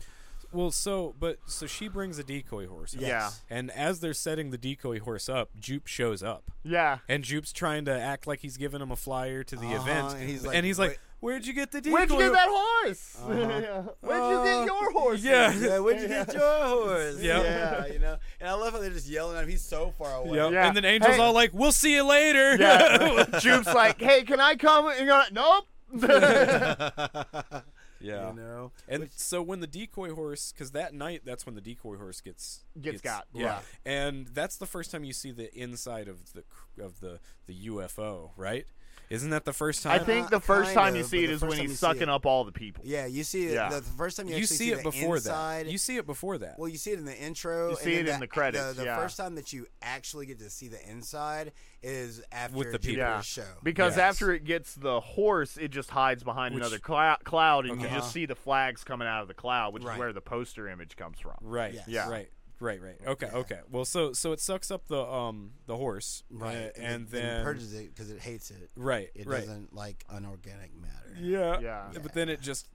Speaker 3: Well, so but so she brings a decoy horse. Up.
Speaker 1: Yeah.
Speaker 3: And as they're setting the decoy horse up, Jupe shows up,
Speaker 1: Yeah,
Speaker 3: and Jupe's trying to act like he's giving him a flyer to the
Speaker 2: Uh-huh,
Speaker 3: event,
Speaker 2: and he's like, "Wait-
Speaker 3: "Where'd you get the decoy?
Speaker 1: where'd you get
Speaker 3: ho-
Speaker 1: that horse?
Speaker 2: Uh-huh.
Speaker 1: Yeah. Where'd you
Speaker 3: Uh,
Speaker 1: get your horse?
Speaker 3: yeah.
Speaker 2: yeah, where'd you get your horse?
Speaker 3: Yep.
Speaker 2: Yeah, you know. And I love how they're just yelling at him. He's so far away.
Speaker 3: Yep.
Speaker 1: Yeah.
Speaker 3: And then Angel's
Speaker 1: Hey.
Speaker 3: all like, "We'll see you later."
Speaker 1: yeah. Jupe's like, "Hey, can I come?" And you're like, "Nope."
Speaker 3: yeah.
Speaker 2: You know.
Speaker 3: And so when the decoy horse, because that night, that's when the decoy horse gets
Speaker 1: Gets got,
Speaker 3: Yeah,
Speaker 1: right.
Speaker 3: and that's the first time you see the inside of the cr- of the the UFO, right? Isn't that the first
Speaker 1: I
Speaker 3: time?
Speaker 1: think the
Speaker 2: Uh,
Speaker 1: first
Speaker 2: kind
Speaker 1: time you
Speaker 2: of,
Speaker 1: see
Speaker 2: but
Speaker 1: it
Speaker 2: the
Speaker 1: is
Speaker 2: first
Speaker 1: when
Speaker 2: time you
Speaker 1: he's
Speaker 2: see
Speaker 1: sucking
Speaker 2: it-
Speaker 1: up all the people.
Speaker 2: Yeah, you see it
Speaker 1: Yeah.
Speaker 2: the, the first time you,
Speaker 3: you
Speaker 2: actually
Speaker 3: see,
Speaker 2: see
Speaker 3: it
Speaker 2: the
Speaker 3: before
Speaker 2: inside,
Speaker 3: that. You see it before that.
Speaker 2: Well, you see it in the intro.
Speaker 1: You
Speaker 2: and
Speaker 1: see
Speaker 2: then
Speaker 1: it in the credits,
Speaker 2: The, the
Speaker 1: yeah.
Speaker 2: first time that you actually get to see the inside is after
Speaker 3: With the people.
Speaker 2: Jupiter's
Speaker 1: Yeah.
Speaker 2: show.
Speaker 1: Because
Speaker 3: Yes.
Speaker 1: after it gets the horse, it just hides behind
Speaker 3: Which-
Speaker 1: another clou- cloud, and you
Speaker 3: Okay.
Speaker 1: just see the flags coming out of the cloud, which
Speaker 2: Uh-huh. Right.
Speaker 1: is where the poster image comes from.
Speaker 3: right.
Speaker 2: Yes.
Speaker 1: Yeah.
Speaker 3: Right. Right. Right. Okay. Okay. Well, so so it sucks up the um the horse,
Speaker 2: right,
Speaker 3: uh,
Speaker 2: it-
Speaker 3: and
Speaker 2: it
Speaker 3: then
Speaker 2: purges it because it hates it.
Speaker 3: right.
Speaker 2: It
Speaker 3: right.
Speaker 2: doesn't like unorganic matter.
Speaker 3: Yeah.
Speaker 1: Yeah.
Speaker 3: But then it just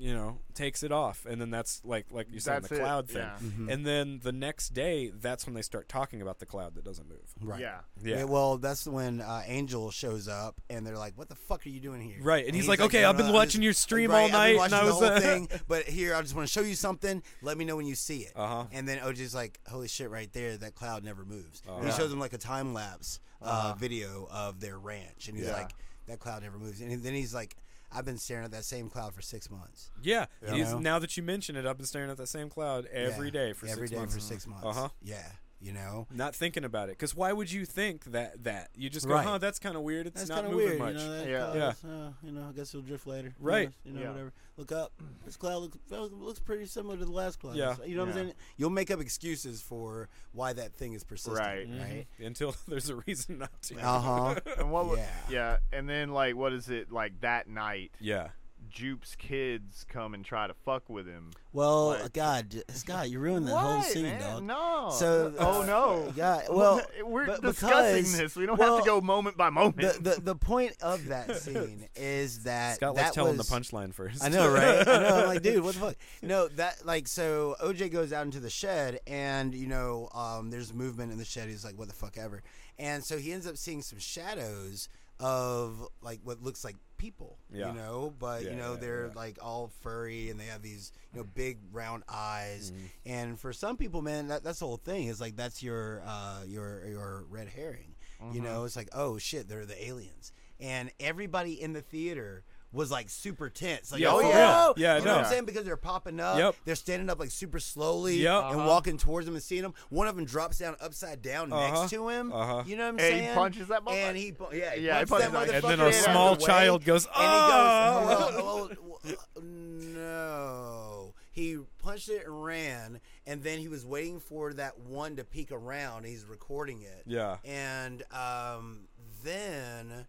Speaker 3: you know, takes it off, and then that's like like you said
Speaker 1: That's
Speaker 3: the
Speaker 1: it,
Speaker 3: cloud thing.
Speaker 1: yeah.
Speaker 2: Mm-hmm.
Speaker 3: And then the next day, that's when they start talking about the cloud that doesn't move.
Speaker 2: Right.
Speaker 1: Yeah.
Speaker 3: Yeah.
Speaker 2: well, that's when uh, Angel shows up, and they're like, "What the fuck are you doing here?"
Speaker 3: Right, and he's like, "Okay,
Speaker 2: no,
Speaker 3: I've
Speaker 2: no,
Speaker 3: been
Speaker 2: I'm
Speaker 3: watching your stream
Speaker 2: right,
Speaker 3: all
Speaker 2: I've been
Speaker 3: night, and
Speaker 2: watching
Speaker 3: I
Speaker 2: the
Speaker 3: was,
Speaker 2: whole
Speaker 3: uh,
Speaker 2: thing, but here I just want to show you something. Let me know when you see it."
Speaker 3: Uh-huh.
Speaker 2: And then OJ's like, "Holy shit, right there, that cloud never moves." And
Speaker 3: Uh-huh.
Speaker 2: he shows him like a time lapse uh, video of their ranch, and he's
Speaker 1: Yeah.
Speaker 2: like, "That cloud never moves." And then he's like, "I've been staring at that same cloud for six months."
Speaker 3: Yeah, he's-
Speaker 2: know?
Speaker 3: now that you mention it, I've been staring at that same cloud every day for
Speaker 2: every
Speaker 3: six
Speaker 2: day
Speaker 3: months.
Speaker 2: for six months.
Speaker 3: Uh-huh.
Speaker 2: Yeah, you know.
Speaker 3: Not thinking about it, because why would you think that? That you just go,
Speaker 2: Right.
Speaker 3: huh? That's kind of weird. It's
Speaker 2: That's
Speaker 3: not
Speaker 2: kind of
Speaker 3: moving
Speaker 2: weird,
Speaker 3: much.
Speaker 2: you know. That
Speaker 1: Yeah.
Speaker 2: cloud
Speaker 3: Yeah.
Speaker 2: is, uh, you know, I guess it'll drift later. Who
Speaker 3: Right.
Speaker 2: knows, You know,
Speaker 1: Yeah.
Speaker 2: whatever. Look up. This cloud looks, well, it looks pretty similar to the last cloud.
Speaker 3: Yeah.
Speaker 2: So, you know what
Speaker 1: Yeah.
Speaker 2: I'm saying? You'll make up excuses for why that thing is persistent.
Speaker 1: Right.
Speaker 3: Mhm.
Speaker 2: Right.
Speaker 3: Until there's a reason not to.
Speaker 2: Uh huh.
Speaker 1: And what? w-
Speaker 2: Yeah.
Speaker 1: yeah. And then like, what is it like that night?
Speaker 3: yeah.
Speaker 1: Jupe's kids come and try to fuck with him.
Speaker 2: Well,
Speaker 1: Like-
Speaker 2: God, Scott, you ruined the whole
Speaker 1: What,
Speaker 2: scene,
Speaker 1: man?
Speaker 2: dog.
Speaker 1: No.
Speaker 2: So- uh,
Speaker 1: oh no.
Speaker 2: Yeah. Well,
Speaker 1: we're
Speaker 2: but
Speaker 1: discussing
Speaker 2: because-
Speaker 1: this. We don't
Speaker 2: well,
Speaker 1: have to go moment by
Speaker 2: The,
Speaker 1: moment.
Speaker 2: the the point of that scene is that
Speaker 3: Scott,
Speaker 2: that
Speaker 3: let's tell
Speaker 2: was,
Speaker 3: him the punchline first.
Speaker 2: I know, right? I know. I'm like, dude, what the fuck? No, that like, so OJ goes out into the shed, and you know, um, there's movement in the shed. He's like, what the fuck ever, and so he ends up seeing some shadows of like what looks like people,
Speaker 3: Yeah.
Speaker 2: you know, but
Speaker 3: Yeah,
Speaker 2: you know
Speaker 3: yeah,
Speaker 2: they're
Speaker 3: yeah.
Speaker 2: like all furry and they have these you know big round eyes,
Speaker 3: Mm-hmm.
Speaker 2: and for some people, man, that, that's the whole thing. Is like that's your uh, your your red herring. You
Speaker 3: Mm-hmm.
Speaker 2: know, it's like, oh shit, they're the aliens. And everybody in the theater was like super tense. Like,
Speaker 3: Yeah,
Speaker 2: oh
Speaker 3: for
Speaker 2: yeah.
Speaker 3: real. Yeah,
Speaker 2: You know what
Speaker 1: no.
Speaker 2: I'm saying? Because they're popping up.
Speaker 3: Yep.
Speaker 2: They're standing up like super slowly
Speaker 3: Yep.
Speaker 2: and
Speaker 1: Uh-huh.
Speaker 2: walking towards him and seeing him. One of them drops down upside down
Speaker 3: Uh-huh.
Speaker 2: next to him.
Speaker 3: Uh-huh.
Speaker 2: You know what I'm
Speaker 1: And he
Speaker 2: saying?
Speaker 1: punches that motherfucker.
Speaker 2: And he, pu- yeah, he
Speaker 1: Yeah, he
Speaker 2: punches
Speaker 1: punches
Speaker 2: that motherfucker.
Speaker 1: that
Speaker 3: And then
Speaker 1: guy. Fucking
Speaker 3: a
Speaker 2: out of
Speaker 3: small
Speaker 2: the way.
Speaker 3: child goes,
Speaker 2: And he
Speaker 3: oh.
Speaker 2: goes, "Hello, hello, hello, no. He punched it and ran, and then he was waiting for that one to peek around. He's recording it.
Speaker 3: Yeah.
Speaker 2: And um, then,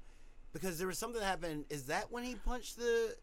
Speaker 2: because there was something that happened, is that when he punched the.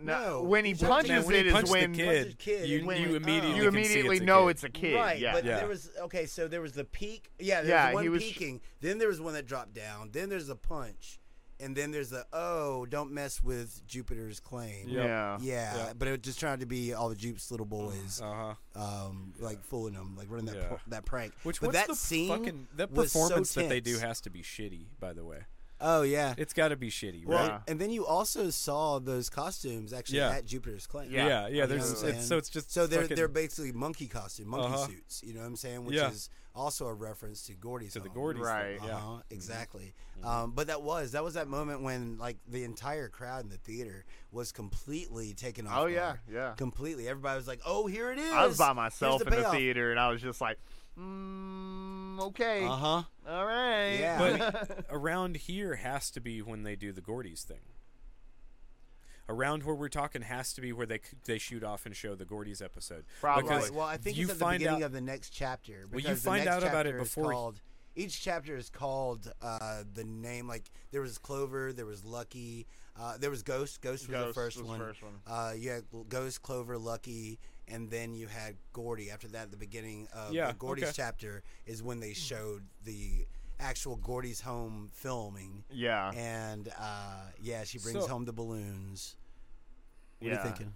Speaker 2: no.
Speaker 1: when he
Speaker 2: Now,
Speaker 1: punches
Speaker 3: Now, when
Speaker 1: it
Speaker 3: he
Speaker 1: is
Speaker 3: punched
Speaker 1: when
Speaker 3: the kid,
Speaker 2: Punched the kid
Speaker 3: you,
Speaker 2: and went,
Speaker 3: you
Speaker 2: "Oh."
Speaker 3: immediately,
Speaker 1: you
Speaker 3: can see
Speaker 1: immediately
Speaker 3: it's a
Speaker 1: know
Speaker 3: kid.
Speaker 1: it's a kid.
Speaker 2: Right,
Speaker 1: yeah.
Speaker 2: but
Speaker 3: Yeah.
Speaker 2: there was okay. So there was the peak. Yeah, there
Speaker 1: Yeah,
Speaker 2: was
Speaker 1: he
Speaker 2: one
Speaker 1: was-
Speaker 2: peeking. Then there was one that dropped down. Then there's a punch, and then there's the oh, don't mess with Jupiter's claim.
Speaker 3: Yep.
Speaker 1: Yeah.
Speaker 2: Yeah,
Speaker 3: Yeah.
Speaker 2: but it just tried to be all the Jeep's little boys,
Speaker 3: Uh huh.
Speaker 2: um, like fooling them, like running that
Speaker 3: Yeah.
Speaker 2: pr- that prank.
Speaker 3: Which
Speaker 2: but
Speaker 3: what's
Speaker 2: that
Speaker 3: the
Speaker 2: scene,
Speaker 3: fucking that
Speaker 2: was so
Speaker 3: performance that they do
Speaker 2: tense.
Speaker 3: has to be shitty. By the way,
Speaker 2: Oh yeah,
Speaker 3: it's got to be shitty,
Speaker 2: well,
Speaker 3: right?
Speaker 1: Yeah.
Speaker 2: and then you also saw those costumes actually
Speaker 3: Yeah.
Speaker 2: at Jupiter's claim.
Speaker 1: Yeah.
Speaker 3: yeah, yeah.
Speaker 2: You know
Speaker 3: There's
Speaker 2: what I'm
Speaker 3: it's,
Speaker 2: saying?
Speaker 3: so it's just
Speaker 2: so they're
Speaker 3: fucking-
Speaker 2: they're basically monkey costume, monkey
Speaker 3: Uh-huh.
Speaker 2: suits. You know what I'm saying? Which
Speaker 3: Yeah.
Speaker 2: is also a reference to Gordy's.
Speaker 3: to the
Speaker 2: home.
Speaker 3: Gordy's,
Speaker 1: Right.
Speaker 3: thing, Yeah.
Speaker 2: Uh-huh, exactly. Um, but that was that was that moment when like the entire crowd in the theater was completely taken off.
Speaker 1: Oh
Speaker 2: guard.
Speaker 1: yeah. Yeah.
Speaker 2: completely. Everybody was like, "Oh, here it is."
Speaker 1: I was by
Speaker 2: Here's
Speaker 1: myself
Speaker 2: the
Speaker 1: in the
Speaker 2: payoff."
Speaker 1: theater, and I was just like, mm, okay,
Speaker 2: Uh huh.
Speaker 1: all right.
Speaker 2: Yeah.
Speaker 3: But around here has to be when they do the Gordy's thing. Around where we're talking has to be where they c- they shoot off and show the Gordy's episode.
Speaker 1: Probably.
Speaker 3: Because
Speaker 2: Right. Well, I think
Speaker 3: you
Speaker 2: it's at the
Speaker 3: find
Speaker 2: beginning
Speaker 3: out-
Speaker 2: of the next chapter.
Speaker 3: Well, you
Speaker 2: because the
Speaker 3: find
Speaker 2: next
Speaker 3: out about it
Speaker 2: chapter is
Speaker 3: before he-
Speaker 2: called- each chapter is called uh, the name. Like there was Clover, there was Lucky, uh, there was Ghost. Ghost was the
Speaker 1: Ghost
Speaker 2: first
Speaker 1: was the
Speaker 2: one.
Speaker 1: first one.
Speaker 2: Uh, you had Ghost, Clover, Lucky, and then you had Gordy. After that, the beginning of
Speaker 3: Yeah,
Speaker 2: the Gordy's
Speaker 3: okay.
Speaker 2: chapter is when they showed the actual Gordy's home filming.
Speaker 1: Yeah.
Speaker 2: And uh, yeah, she brings
Speaker 3: So-
Speaker 2: home the balloons. What are
Speaker 1: Yeah.
Speaker 2: you thinking?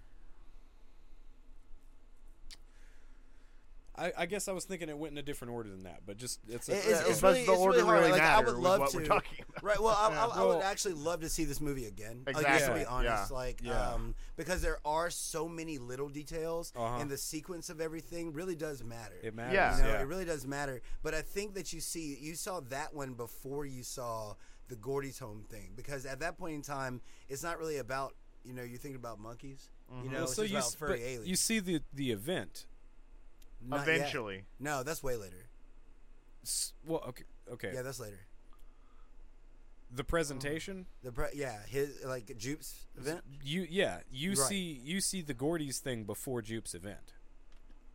Speaker 3: I, I guess I was thinking it went in a different order than that, but just it's, a,
Speaker 2: It- it's-
Speaker 1: Yeah,
Speaker 2: it's
Speaker 1: but
Speaker 2: really-
Speaker 1: the
Speaker 2: it's
Speaker 1: order
Speaker 2: really hard.
Speaker 1: really
Speaker 2: Like, I
Speaker 1: matter
Speaker 2: would
Speaker 1: with
Speaker 2: love
Speaker 1: what we're
Speaker 2: to.
Speaker 1: talking about.
Speaker 2: Right. Well, I, I, I would
Speaker 3: Well-
Speaker 2: actually love to see this movie again. Like, just to
Speaker 1: Exactly,
Speaker 2: be honest,
Speaker 1: yeah,
Speaker 2: like,
Speaker 3: yeah.
Speaker 2: um, because there are so many little details,
Speaker 3: Uh-huh.
Speaker 2: and the sequence of everything really does matter.
Speaker 3: it matters.
Speaker 1: Yeah.
Speaker 2: You know,
Speaker 3: yeah.
Speaker 2: it really does matter. But I think that you see, you saw that one before you saw the Gordy's home thing, because at that point in time, it's not really about you know you're thinking about monkeys. You know,
Speaker 3: Mm-hmm. Well,
Speaker 2: it's
Speaker 3: so
Speaker 2: just
Speaker 3: you
Speaker 2: about
Speaker 3: s-
Speaker 2: furry
Speaker 3: but
Speaker 2: aliens.
Speaker 3: you see the the event.
Speaker 2: Not yet.
Speaker 1: Eventually.
Speaker 2: No, that's way later.
Speaker 3: S- Well, okay, okay.
Speaker 2: Yeah, that's later.
Speaker 3: the presentation.
Speaker 2: The pre- yeah, his like Jupe's event.
Speaker 3: You yeah, you
Speaker 2: Right.
Speaker 3: see you see the Gordy's thing before Jupe's event.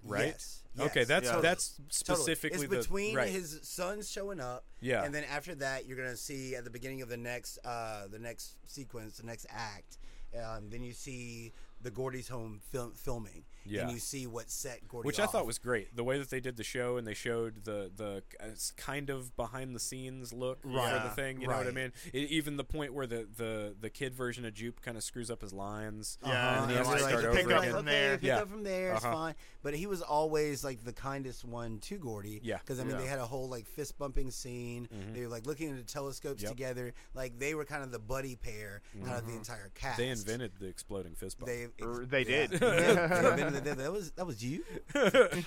Speaker 3: Right?
Speaker 2: Yes.
Speaker 3: Okay,
Speaker 2: yes,
Speaker 3: that's
Speaker 1: Yeah.
Speaker 3: that's
Speaker 2: Totally.
Speaker 3: specifically
Speaker 2: it's between
Speaker 3: the right.
Speaker 2: his sons showing up
Speaker 3: Yeah.
Speaker 2: and then after that you're gonna see at the beginning of the next uh the next sequence the next act um, then you see the Gordy's home film, filming,
Speaker 3: Yeah.
Speaker 2: and you see what set Gordy
Speaker 3: which I
Speaker 2: off.
Speaker 3: thought was great. The way that they did the show and they showed the the uh, s- kind of behind the scenes look
Speaker 2: Right.
Speaker 3: for the thing. You know what I
Speaker 2: Right.
Speaker 3: mean? E- even the point where the the the kid version of Jupe kind of screws up his lines.
Speaker 1: Yeah,
Speaker 3: Uh, and then you start
Speaker 2: Uh, like,
Speaker 3: over
Speaker 2: pick up
Speaker 3: again.
Speaker 2: from
Speaker 1: Yeah.
Speaker 2: there, pick up from there, it's
Speaker 3: Uh-huh.
Speaker 2: fine. But he was always like the kindest one to Gordy.
Speaker 3: Yeah. Mm-hmm.
Speaker 2: because I mean
Speaker 1: Yeah.
Speaker 2: they had a whole like fist bumping scene. They were like looking into telescopes
Speaker 3: Yep. Mm-hmm.
Speaker 2: together. Like they were kind of the buddy pair out of the entire cast.
Speaker 3: They invented the exploding fist bump.
Speaker 2: They
Speaker 1: Or they
Speaker 2: yeah.
Speaker 1: did.
Speaker 2: Yeah, they invented that. that was that was you.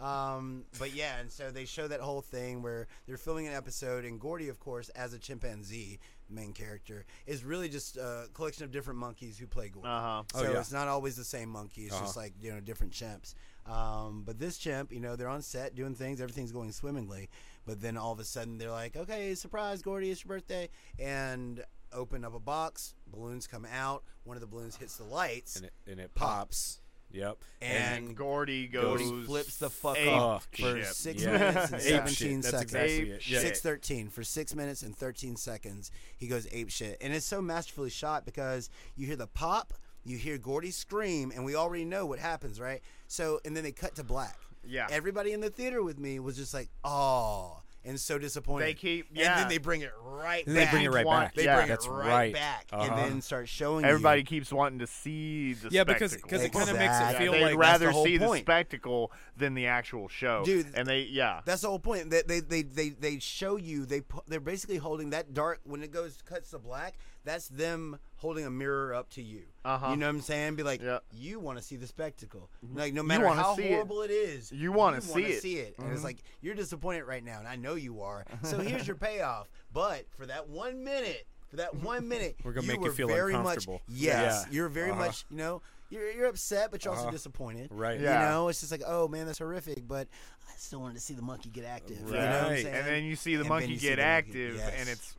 Speaker 2: um, but yeah, and so they show that whole thing where they're filming an episode, and Gordy, of course, as a chimpanzee, the main character, is really just a collection of different monkeys who play Gordy.
Speaker 1: Uh-huh.
Speaker 3: Oh,
Speaker 2: So
Speaker 3: yeah. Uh-huh.
Speaker 2: it's not always the same monkey. It's just like you know different chimps. Um, but this chimp, you know, they're on set doing things. Everything's going swimmingly. But then all of a sudden, they're like, "Okay, surprise, Gordy! It's your birthday!" And open up a box. Balloons come out. One of the balloons hits the lights.
Speaker 3: and it and it pops. Yep.
Speaker 2: And
Speaker 1: Gordy goes.
Speaker 2: Gordy flips the fuck
Speaker 1: ape
Speaker 2: off for
Speaker 1: shit.
Speaker 2: six
Speaker 3: Yeah.
Speaker 2: minutes and
Speaker 3: Ape
Speaker 2: seventeen
Speaker 3: shit. That's
Speaker 2: seconds.
Speaker 3: exactly
Speaker 1: Ape
Speaker 3: it. Yeah.
Speaker 2: Six thirteen for six minutes and thirteen seconds. He goes ape shit, and it's so masterfully shot because you hear the pop, you hear Gordy scream, and we already know what happens, right? So, and then they cut to black.
Speaker 1: Yeah.
Speaker 2: Everybody in the theater with me was just like, oh, and so disappointed.
Speaker 1: They keep-
Speaker 2: and
Speaker 1: yeah.
Speaker 2: then they bring it right.
Speaker 3: And
Speaker 2: back.
Speaker 3: they bring it right
Speaker 1: want-
Speaker 3: back.
Speaker 2: They
Speaker 1: Yeah.
Speaker 2: bring
Speaker 3: That's
Speaker 2: it right,
Speaker 3: right.
Speaker 2: back,
Speaker 3: Uh-huh.
Speaker 2: and then start showing you-
Speaker 1: Everybody keeps wanting to see the
Speaker 3: Yeah,
Speaker 1: spectacle.
Speaker 3: because because it kind of makes it
Speaker 2: Exactly.
Speaker 3: feel
Speaker 1: they'd
Speaker 3: like
Speaker 2: that's the
Speaker 1: rather
Speaker 2: whole
Speaker 1: see the
Speaker 2: point.
Speaker 1: spectacle than the actual show,
Speaker 2: Dude,
Speaker 1: And they, yeah,
Speaker 2: That's the whole point. They they they they, they show you they pu- they're basically holding that dark when it goes cuts to black. That's them holding a mirror up to you.
Speaker 1: Uh-huh.
Speaker 2: You know what I'm saying? Be like,
Speaker 1: Yeah.
Speaker 2: you want to see the spectacle. Like no matter
Speaker 1: wanna
Speaker 2: how
Speaker 1: see it.
Speaker 2: horrible it is,
Speaker 1: You wanna see
Speaker 2: wanna
Speaker 1: it. Mm-hmm.
Speaker 2: See it, and it's like you're disappointed right now, and I know you are. So here's your payoff. But for that one minute, for that one minute,
Speaker 3: We're gonna make you
Speaker 2: were
Speaker 3: feel
Speaker 2: very
Speaker 3: uncomfortable.
Speaker 2: Much, yes,
Speaker 3: Yeah.
Speaker 2: you're very
Speaker 3: Uh-huh.
Speaker 2: much. You know, you're you're upset, but you're also disappointed.
Speaker 3: Right.
Speaker 1: Uh-huh. Yeah.
Speaker 2: You know, it's just like, oh man, that's horrific, but I still wanted to see the monkey get active. You know what I'm
Speaker 3: Right.
Speaker 2: saying?
Speaker 1: and then you see the
Speaker 2: And then
Speaker 1: monkey
Speaker 2: you see
Speaker 1: get
Speaker 2: the monkey,
Speaker 1: active,
Speaker 2: yes.
Speaker 1: and it's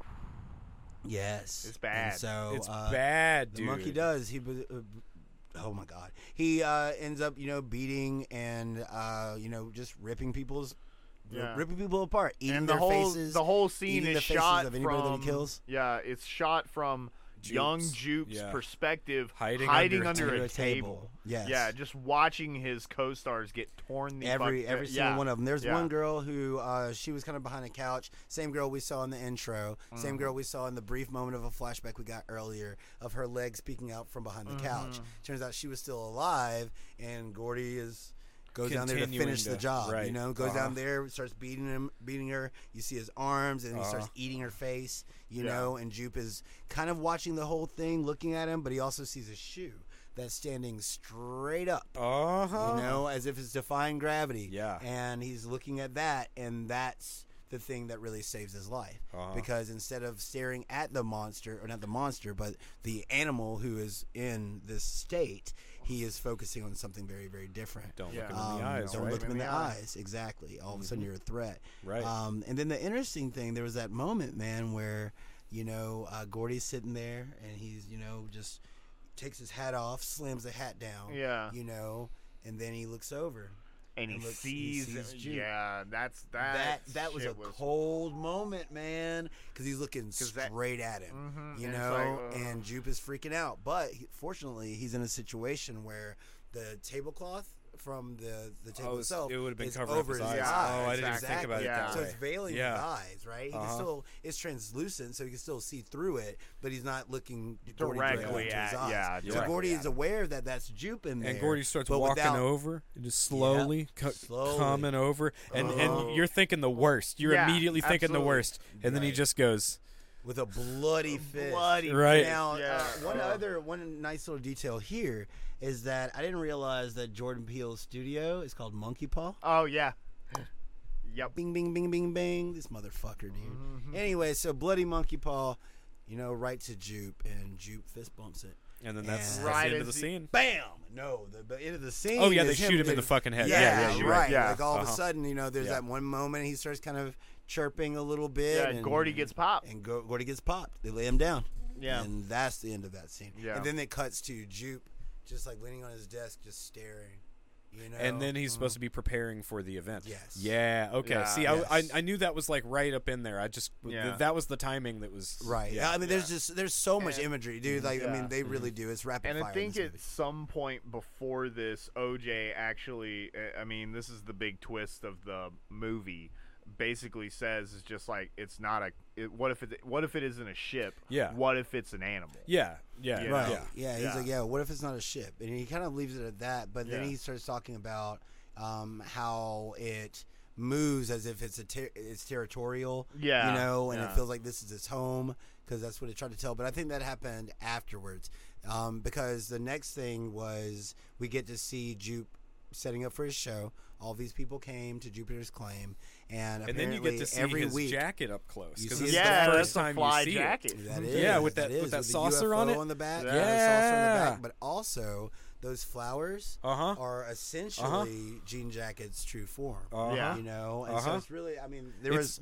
Speaker 2: yes,
Speaker 1: It's bad.
Speaker 2: And so
Speaker 3: It's
Speaker 2: uh,
Speaker 3: bad,
Speaker 2: The
Speaker 3: dude.
Speaker 2: monkey does. He, be- uh, oh my god, he uh, ends up you know beating and uh, you know just ripping people's.
Speaker 1: Yeah.
Speaker 2: Ripping people apart, eating
Speaker 1: and the
Speaker 2: their
Speaker 1: whole
Speaker 2: faces.
Speaker 1: the whole scene
Speaker 2: eating
Speaker 1: is
Speaker 2: the faces
Speaker 1: shot
Speaker 2: of anybody
Speaker 1: from
Speaker 2: that he kills.
Speaker 1: yeah, it's shot from young
Speaker 3: Jukes.
Speaker 1: Juke's
Speaker 3: Yeah.
Speaker 1: perspective,
Speaker 3: Hiding under
Speaker 1: under,
Speaker 3: a
Speaker 2: table.
Speaker 1: a, table.
Speaker 2: Yes.
Speaker 1: Yeah, just watching his co-stars get torn. The
Speaker 2: every
Speaker 1: fuck- uh,
Speaker 2: every
Speaker 1: yeah.
Speaker 2: single one of them. There's
Speaker 1: Yeah.
Speaker 2: one girl who uh, she was kind of behind a couch. Same girl we saw in the intro. Same girl we saw in the brief moment of a flashback we got earlier of her legs peeking out from behind the couch. Turns out she was still alive, and Gordy is. Goes down there to
Speaker 3: Continuing
Speaker 2: finish the
Speaker 3: to-
Speaker 2: job, you
Speaker 3: right.
Speaker 2: know. Goes
Speaker 3: Uh-huh.
Speaker 2: down there, starts beating him, beating her. You see his arms, and he starts eating her face, you
Speaker 1: Yeah.
Speaker 2: know. And Jupe is kind of watching the whole thing, looking at him, but he also sees a shoe that's standing straight up
Speaker 3: Uh huh.
Speaker 2: you know, as if it's defying gravity.
Speaker 3: Yeah.
Speaker 2: And he's looking at that, and that's the thing that really saves his life
Speaker 3: Uh-huh.
Speaker 2: because instead of staring at the monster, or not the monster, but the animal who is in this state, he is focusing on something very, very different.
Speaker 3: Don't
Speaker 1: Yeah.
Speaker 3: look
Speaker 1: Um,
Speaker 3: him in the eyes.
Speaker 2: don't
Speaker 3: right?
Speaker 2: look him Um, in the eyes. Exactly. All of a sudden, you're a threat.
Speaker 3: Mm-hmm. Right.
Speaker 2: Um, and then the interesting thing, there was that moment, man, where you know uh, Gordy's sitting there, and he's you know just takes his hat off, slams the hat down.
Speaker 1: Yeah.
Speaker 2: You know, and then he looks over.
Speaker 1: and he
Speaker 2: and looks- he
Speaker 1: sees,
Speaker 2: sees Juke.
Speaker 1: yeah, that's
Speaker 2: That
Speaker 1: that.
Speaker 2: that was a
Speaker 1: shit
Speaker 2: cold moment, man, because he's looking
Speaker 1: 'Cause that-
Speaker 2: straight at him,
Speaker 1: Mhm,
Speaker 2: you
Speaker 1: and it's
Speaker 2: know.
Speaker 1: like, uh,
Speaker 2: and Jupe is freaking out, but he, fortunately, he's in a situation where the tablecloth from the the table
Speaker 3: Oh, it's-
Speaker 2: itself
Speaker 3: it would've been
Speaker 2: is
Speaker 3: covering up
Speaker 2: over
Speaker 3: his
Speaker 2: his,
Speaker 1: eyes.
Speaker 2: eyes.
Speaker 1: Oh, I didn't
Speaker 3: even think about
Speaker 2: Exactly.
Speaker 3: it
Speaker 1: that
Speaker 2: So
Speaker 1: way.
Speaker 2: it's veiling
Speaker 3: Yeah.
Speaker 2: his eyes, right? He
Speaker 3: Uh-huh.
Speaker 2: can still it's translucent, so he can still see through it, but he's not looking Gordy
Speaker 1: Directly
Speaker 2: into his
Speaker 1: at-
Speaker 2: eyes.
Speaker 1: yeah,
Speaker 2: so
Speaker 1: directly
Speaker 2: Gordy
Speaker 1: at
Speaker 2: is aware that that's Jupe in there,
Speaker 3: And Gordy starts
Speaker 2: but
Speaker 3: walking
Speaker 2: without-
Speaker 3: over and just slowly, co-
Speaker 2: slowly. Uh-huh.
Speaker 3: coming over, and, and you're thinking the worst. You're
Speaker 1: Yeah,
Speaker 3: immediately thinking the
Speaker 1: absolutely.
Speaker 3: worst, and then he
Speaker 2: Right.
Speaker 3: just goes,
Speaker 2: with a bloody
Speaker 1: was.
Speaker 2: fist.
Speaker 1: bloody.
Speaker 3: Right.
Speaker 2: Now,
Speaker 1: Yeah.
Speaker 2: uh, one
Speaker 1: Oh.
Speaker 2: other one nice little detail here is that I didn't realize that Jordan Peele's studio is called Monkey Paw.
Speaker 1: Oh yeah. Yep.
Speaker 2: Bing, bing, bing, bing, bing. This motherfucker, dude.
Speaker 1: Mm-hmm.
Speaker 2: Anyway, so bloody Monkey Paw, you know, right to Jupe, and Jupe fist bumps it.
Speaker 3: and then that's,
Speaker 2: And-
Speaker 3: that's
Speaker 1: Right
Speaker 3: the end of
Speaker 1: as
Speaker 3: the
Speaker 1: he-
Speaker 3: scene.
Speaker 2: Bam! No, the, the end of the scene.
Speaker 3: Oh yeah, they
Speaker 2: is
Speaker 3: shoot him in
Speaker 2: getting-
Speaker 3: the fucking head.
Speaker 2: Yeah,
Speaker 3: Yeah, yeah, you're
Speaker 2: right.
Speaker 3: right. Yeah.
Speaker 2: Like all of
Speaker 3: Uh-huh.
Speaker 2: a sudden, you know, there's
Speaker 3: Yeah.
Speaker 2: that one moment he starts kind of chirping a little bit.
Speaker 1: Yeah,
Speaker 2: and,
Speaker 1: Gordy gets popped.
Speaker 2: and Go- Gordy gets popped. They lay him down.
Speaker 1: Yeah.
Speaker 2: And that's the end of that scene.
Speaker 1: Yeah.
Speaker 2: And then it cuts to Jupe just like leaning on his desk, just staring. You You know,
Speaker 3: and then he's supposed to be preparing for the event.
Speaker 2: Yes.
Speaker 3: Yeah. Okay.
Speaker 1: Uh-huh. Yeah.
Speaker 3: See, I, I
Speaker 2: Yes.
Speaker 3: I knew that was like right up in there. I just
Speaker 1: Yeah.
Speaker 3: th- that was the timing that was
Speaker 2: right.
Speaker 3: Yeah. Mm-hmm.
Speaker 2: I mean, there's just there's so much
Speaker 1: And-
Speaker 2: imagery, dude. Like, I
Speaker 1: Yeah.
Speaker 2: mean, they really do. It's rapid
Speaker 1: And
Speaker 2: fire.
Speaker 1: I
Speaker 2: in
Speaker 1: think
Speaker 2: this
Speaker 1: at
Speaker 2: movie.
Speaker 1: some point before this, OJ actually, eh, I- I mean, this is the big twist of the movie. Basically says it's just like it's not a. It, what if it? What if it isn't a ship?
Speaker 3: Yeah.
Speaker 1: What if it's an animal?
Speaker 3: Yeah. Yeah.
Speaker 1: Yeah.
Speaker 2: Right.
Speaker 3: Yeah.
Speaker 2: Yeah. He's
Speaker 1: Yeah.
Speaker 2: like, yeah. What if it's not a ship? And he kind of leaves it at that. But then
Speaker 1: Yeah.
Speaker 2: he starts talking about um, how it moves as if it's a ter- it's territorial.
Speaker 1: Yeah,
Speaker 2: You know, and
Speaker 1: yeah.
Speaker 2: it feels like this is its home because that's what it tried to tell. But I think that happened afterwards um, because the next thing was we get to see Jupe setting up for his show. All these people came to Jupiter's Claim, and
Speaker 3: And then you get to see
Speaker 2: every
Speaker 3: his
Speaker 2: week.
Speaker 3: jacket up close
Speaker 2: You
Speaker 3: because
Speaker 2: see his
Speaker 3: it's
Speaker 1: Yeah,
Speaker 3: the
Speaker 2: jacket.
Speaker 3: first
Speaker 1: that's a
Speaker 3: time
Speaker 1: fly
Speaker 3: you see
Speaker 1: jacket.
Speaker 3: it.
Speaker 2: That is.
Speaker 3: Mm-hmm. Yeah, with that-
Speaker 2: is,
Speaker 3: with that
Speaker 2: the
Speaker 3: saucer
Speaker 2: UFO
Speaker 3: on it.
Speaker 2: on the back.
Speaker 1: Yeah.
Speaker 2: Yeah, saucer on the
Speaker 3: Yeah.
Speaker 2: back. But also those flowers
Speaker 3: Uh-huh.
Speaker 2: are essentially Jean Jacket's true form.
Speaker 3: Uh-huh.
Speaker 1: Yeah.
Speaker 2: You know, and so
Speaker 3: Uh-huh.
Speaker 2: it's really. I mean, there
Speaker 3: it's
Speaker 2: was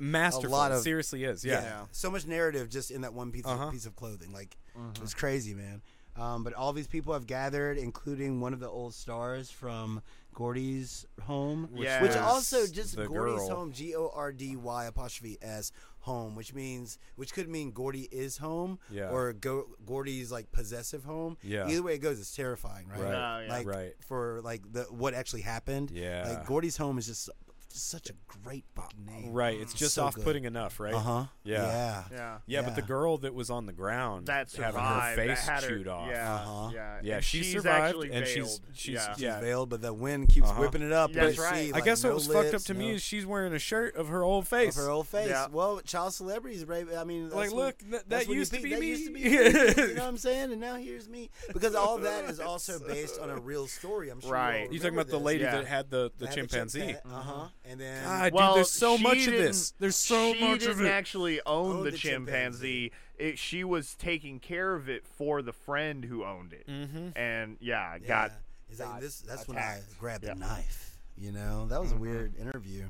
Speaker 2: A
Speaker 3: masterful.
Speaker 2: lot
Speaker 3: it
Speaker 2: of
Speaker 3: seriously is. Yeah.
Speaker 1: Yeah.
Speaker 2: so much narrative just in that one piece
Speaker 3: Uh-huh.
Speaker 2: of, piece of clothing. Like it was crazy, man. Um, but all these people have gathered, including one of the old stars from Gordy's home, which,
Speaker 1: Yeah.
Speaker 2: which
Speaker 1: was
Speaker 2: also just
Speaker 3: the
Speaker 2: Gordy's
Speaker 3: girl.
Speaker 2: home, G O R D Y apostrophe S home, which means which could mean Gordy is home,
Speaker 3: Yeah.
Speaker 2: or go, Gordy's like possessive home.
Speaker 3: Yeah.
Speaker 2: either way it goes, it's terrifying, right?
Speaker 3: Right.
Speaker 1: Oh, yeah.
Speaker 2: Like
Speaker 3: Right.
Speaker 2: for like the what actually happened.
Speaker 3: Yeah.
Speaker 2: like Gordy's home is just, just such a great fucking name.
Speaker 3: Right. It's just
Speaker 2: So good.
Speaker 3: off-putting enough, right?
Speaker 2: Uh huh.
Speaker 3: Yeah.
Speaker 2: Yeah.
Speaker 1: Yeah.
Speaker 3: Yeah, but the
Speaker 2: Yeah.
Speaker 3: girl that was on the ground
Speaker 1: That survived.
Speaker 3: having her face
Speaker 1: that had her,
Speaker 3: chewed off.
Speaker 1: Yeah.
Speaker 2: Uh-huh.
Speaker 1: Yeah.
Speaker 3: Yeah,
Speaker 1: And
Speaker 3: she
Speaker 1: she's
Speaker 3: survived,
Speaker 1: actually
Speaker 3: and she's-
Speaker 1: veiled.
Speaker 3: she's-
Speaker 1: yeah.
Speaker 2: She's
Speaker 3: Yeah.
Speaker 2: veiled, but the wind keeps
Speaker 3: Uh-huh.
Speaker 2: whipping it up.
Speaker 1: That's
Speaker 2: You
Speaker 1: right.
Speaker 2: see,
Speaker 3: I
Speaker 1: I
Speaker 2: like,
Speaker 3: guess
Speaker 2: no
Speaker 3: what was fucked up
Speaker 2: lips,
Speaker 3: to me
Speaker 2: no-
Speaker 3: is she's wearing a shirt of her old face.
Speaker 2: of her old face.
Speaker 1: Yeah.
Speaker 2: Well, child celebrities, right? I mean, that's
Speaker 3: Like,
Speaker 2: when-
Speaker 3: look, th- that
Speaker 2: that's when you
Speaker 3: used to
Speaker 2: think-
Speaker 3: be
Speaker 2: that
Speaker 3: me.
Speaker 2: used to be me, You know what I'm saying? And now here's me because all that is also based on a real story. I'm sure.
Speaker 1: Right.
Speaker 2: You
Speaker 3: You're talking about the lady
Speaker 1: yeah.
Speaker 3: that had the, the chimpanzee.
Speaker 2: Uh huh. And then
Speaker 3: God,
Speaker 1: Well,
Speaker 3: dude, there's so
Speaker 1: she
Speaker 3: much of
Speaker 1: didn't-
Speaker 3: this. There's so
Speaker 1: she
Speaker 3: much
Speaker 1: didn't
Speaker 3: of it.
Speaker 1: actually own
Speaker 2: Owned
Speaker 1: the
Speaker 2: Oh, the
Speaker 1: chimpanzee. It, she was taking care of it for the friend who owned it. Mm-hmm. And yeah,
Speaker 2: yeah.
Speaker 1: got
Speaker 2: It's like
Speaker 1: got
Speaker 2: this. That's when
Speaker 1: attacked.
Speaker 2: I grabbed
Speaker 1: Yeah. Mm-hmm.
Speaker 2: the knife. You know, that was a weird interview.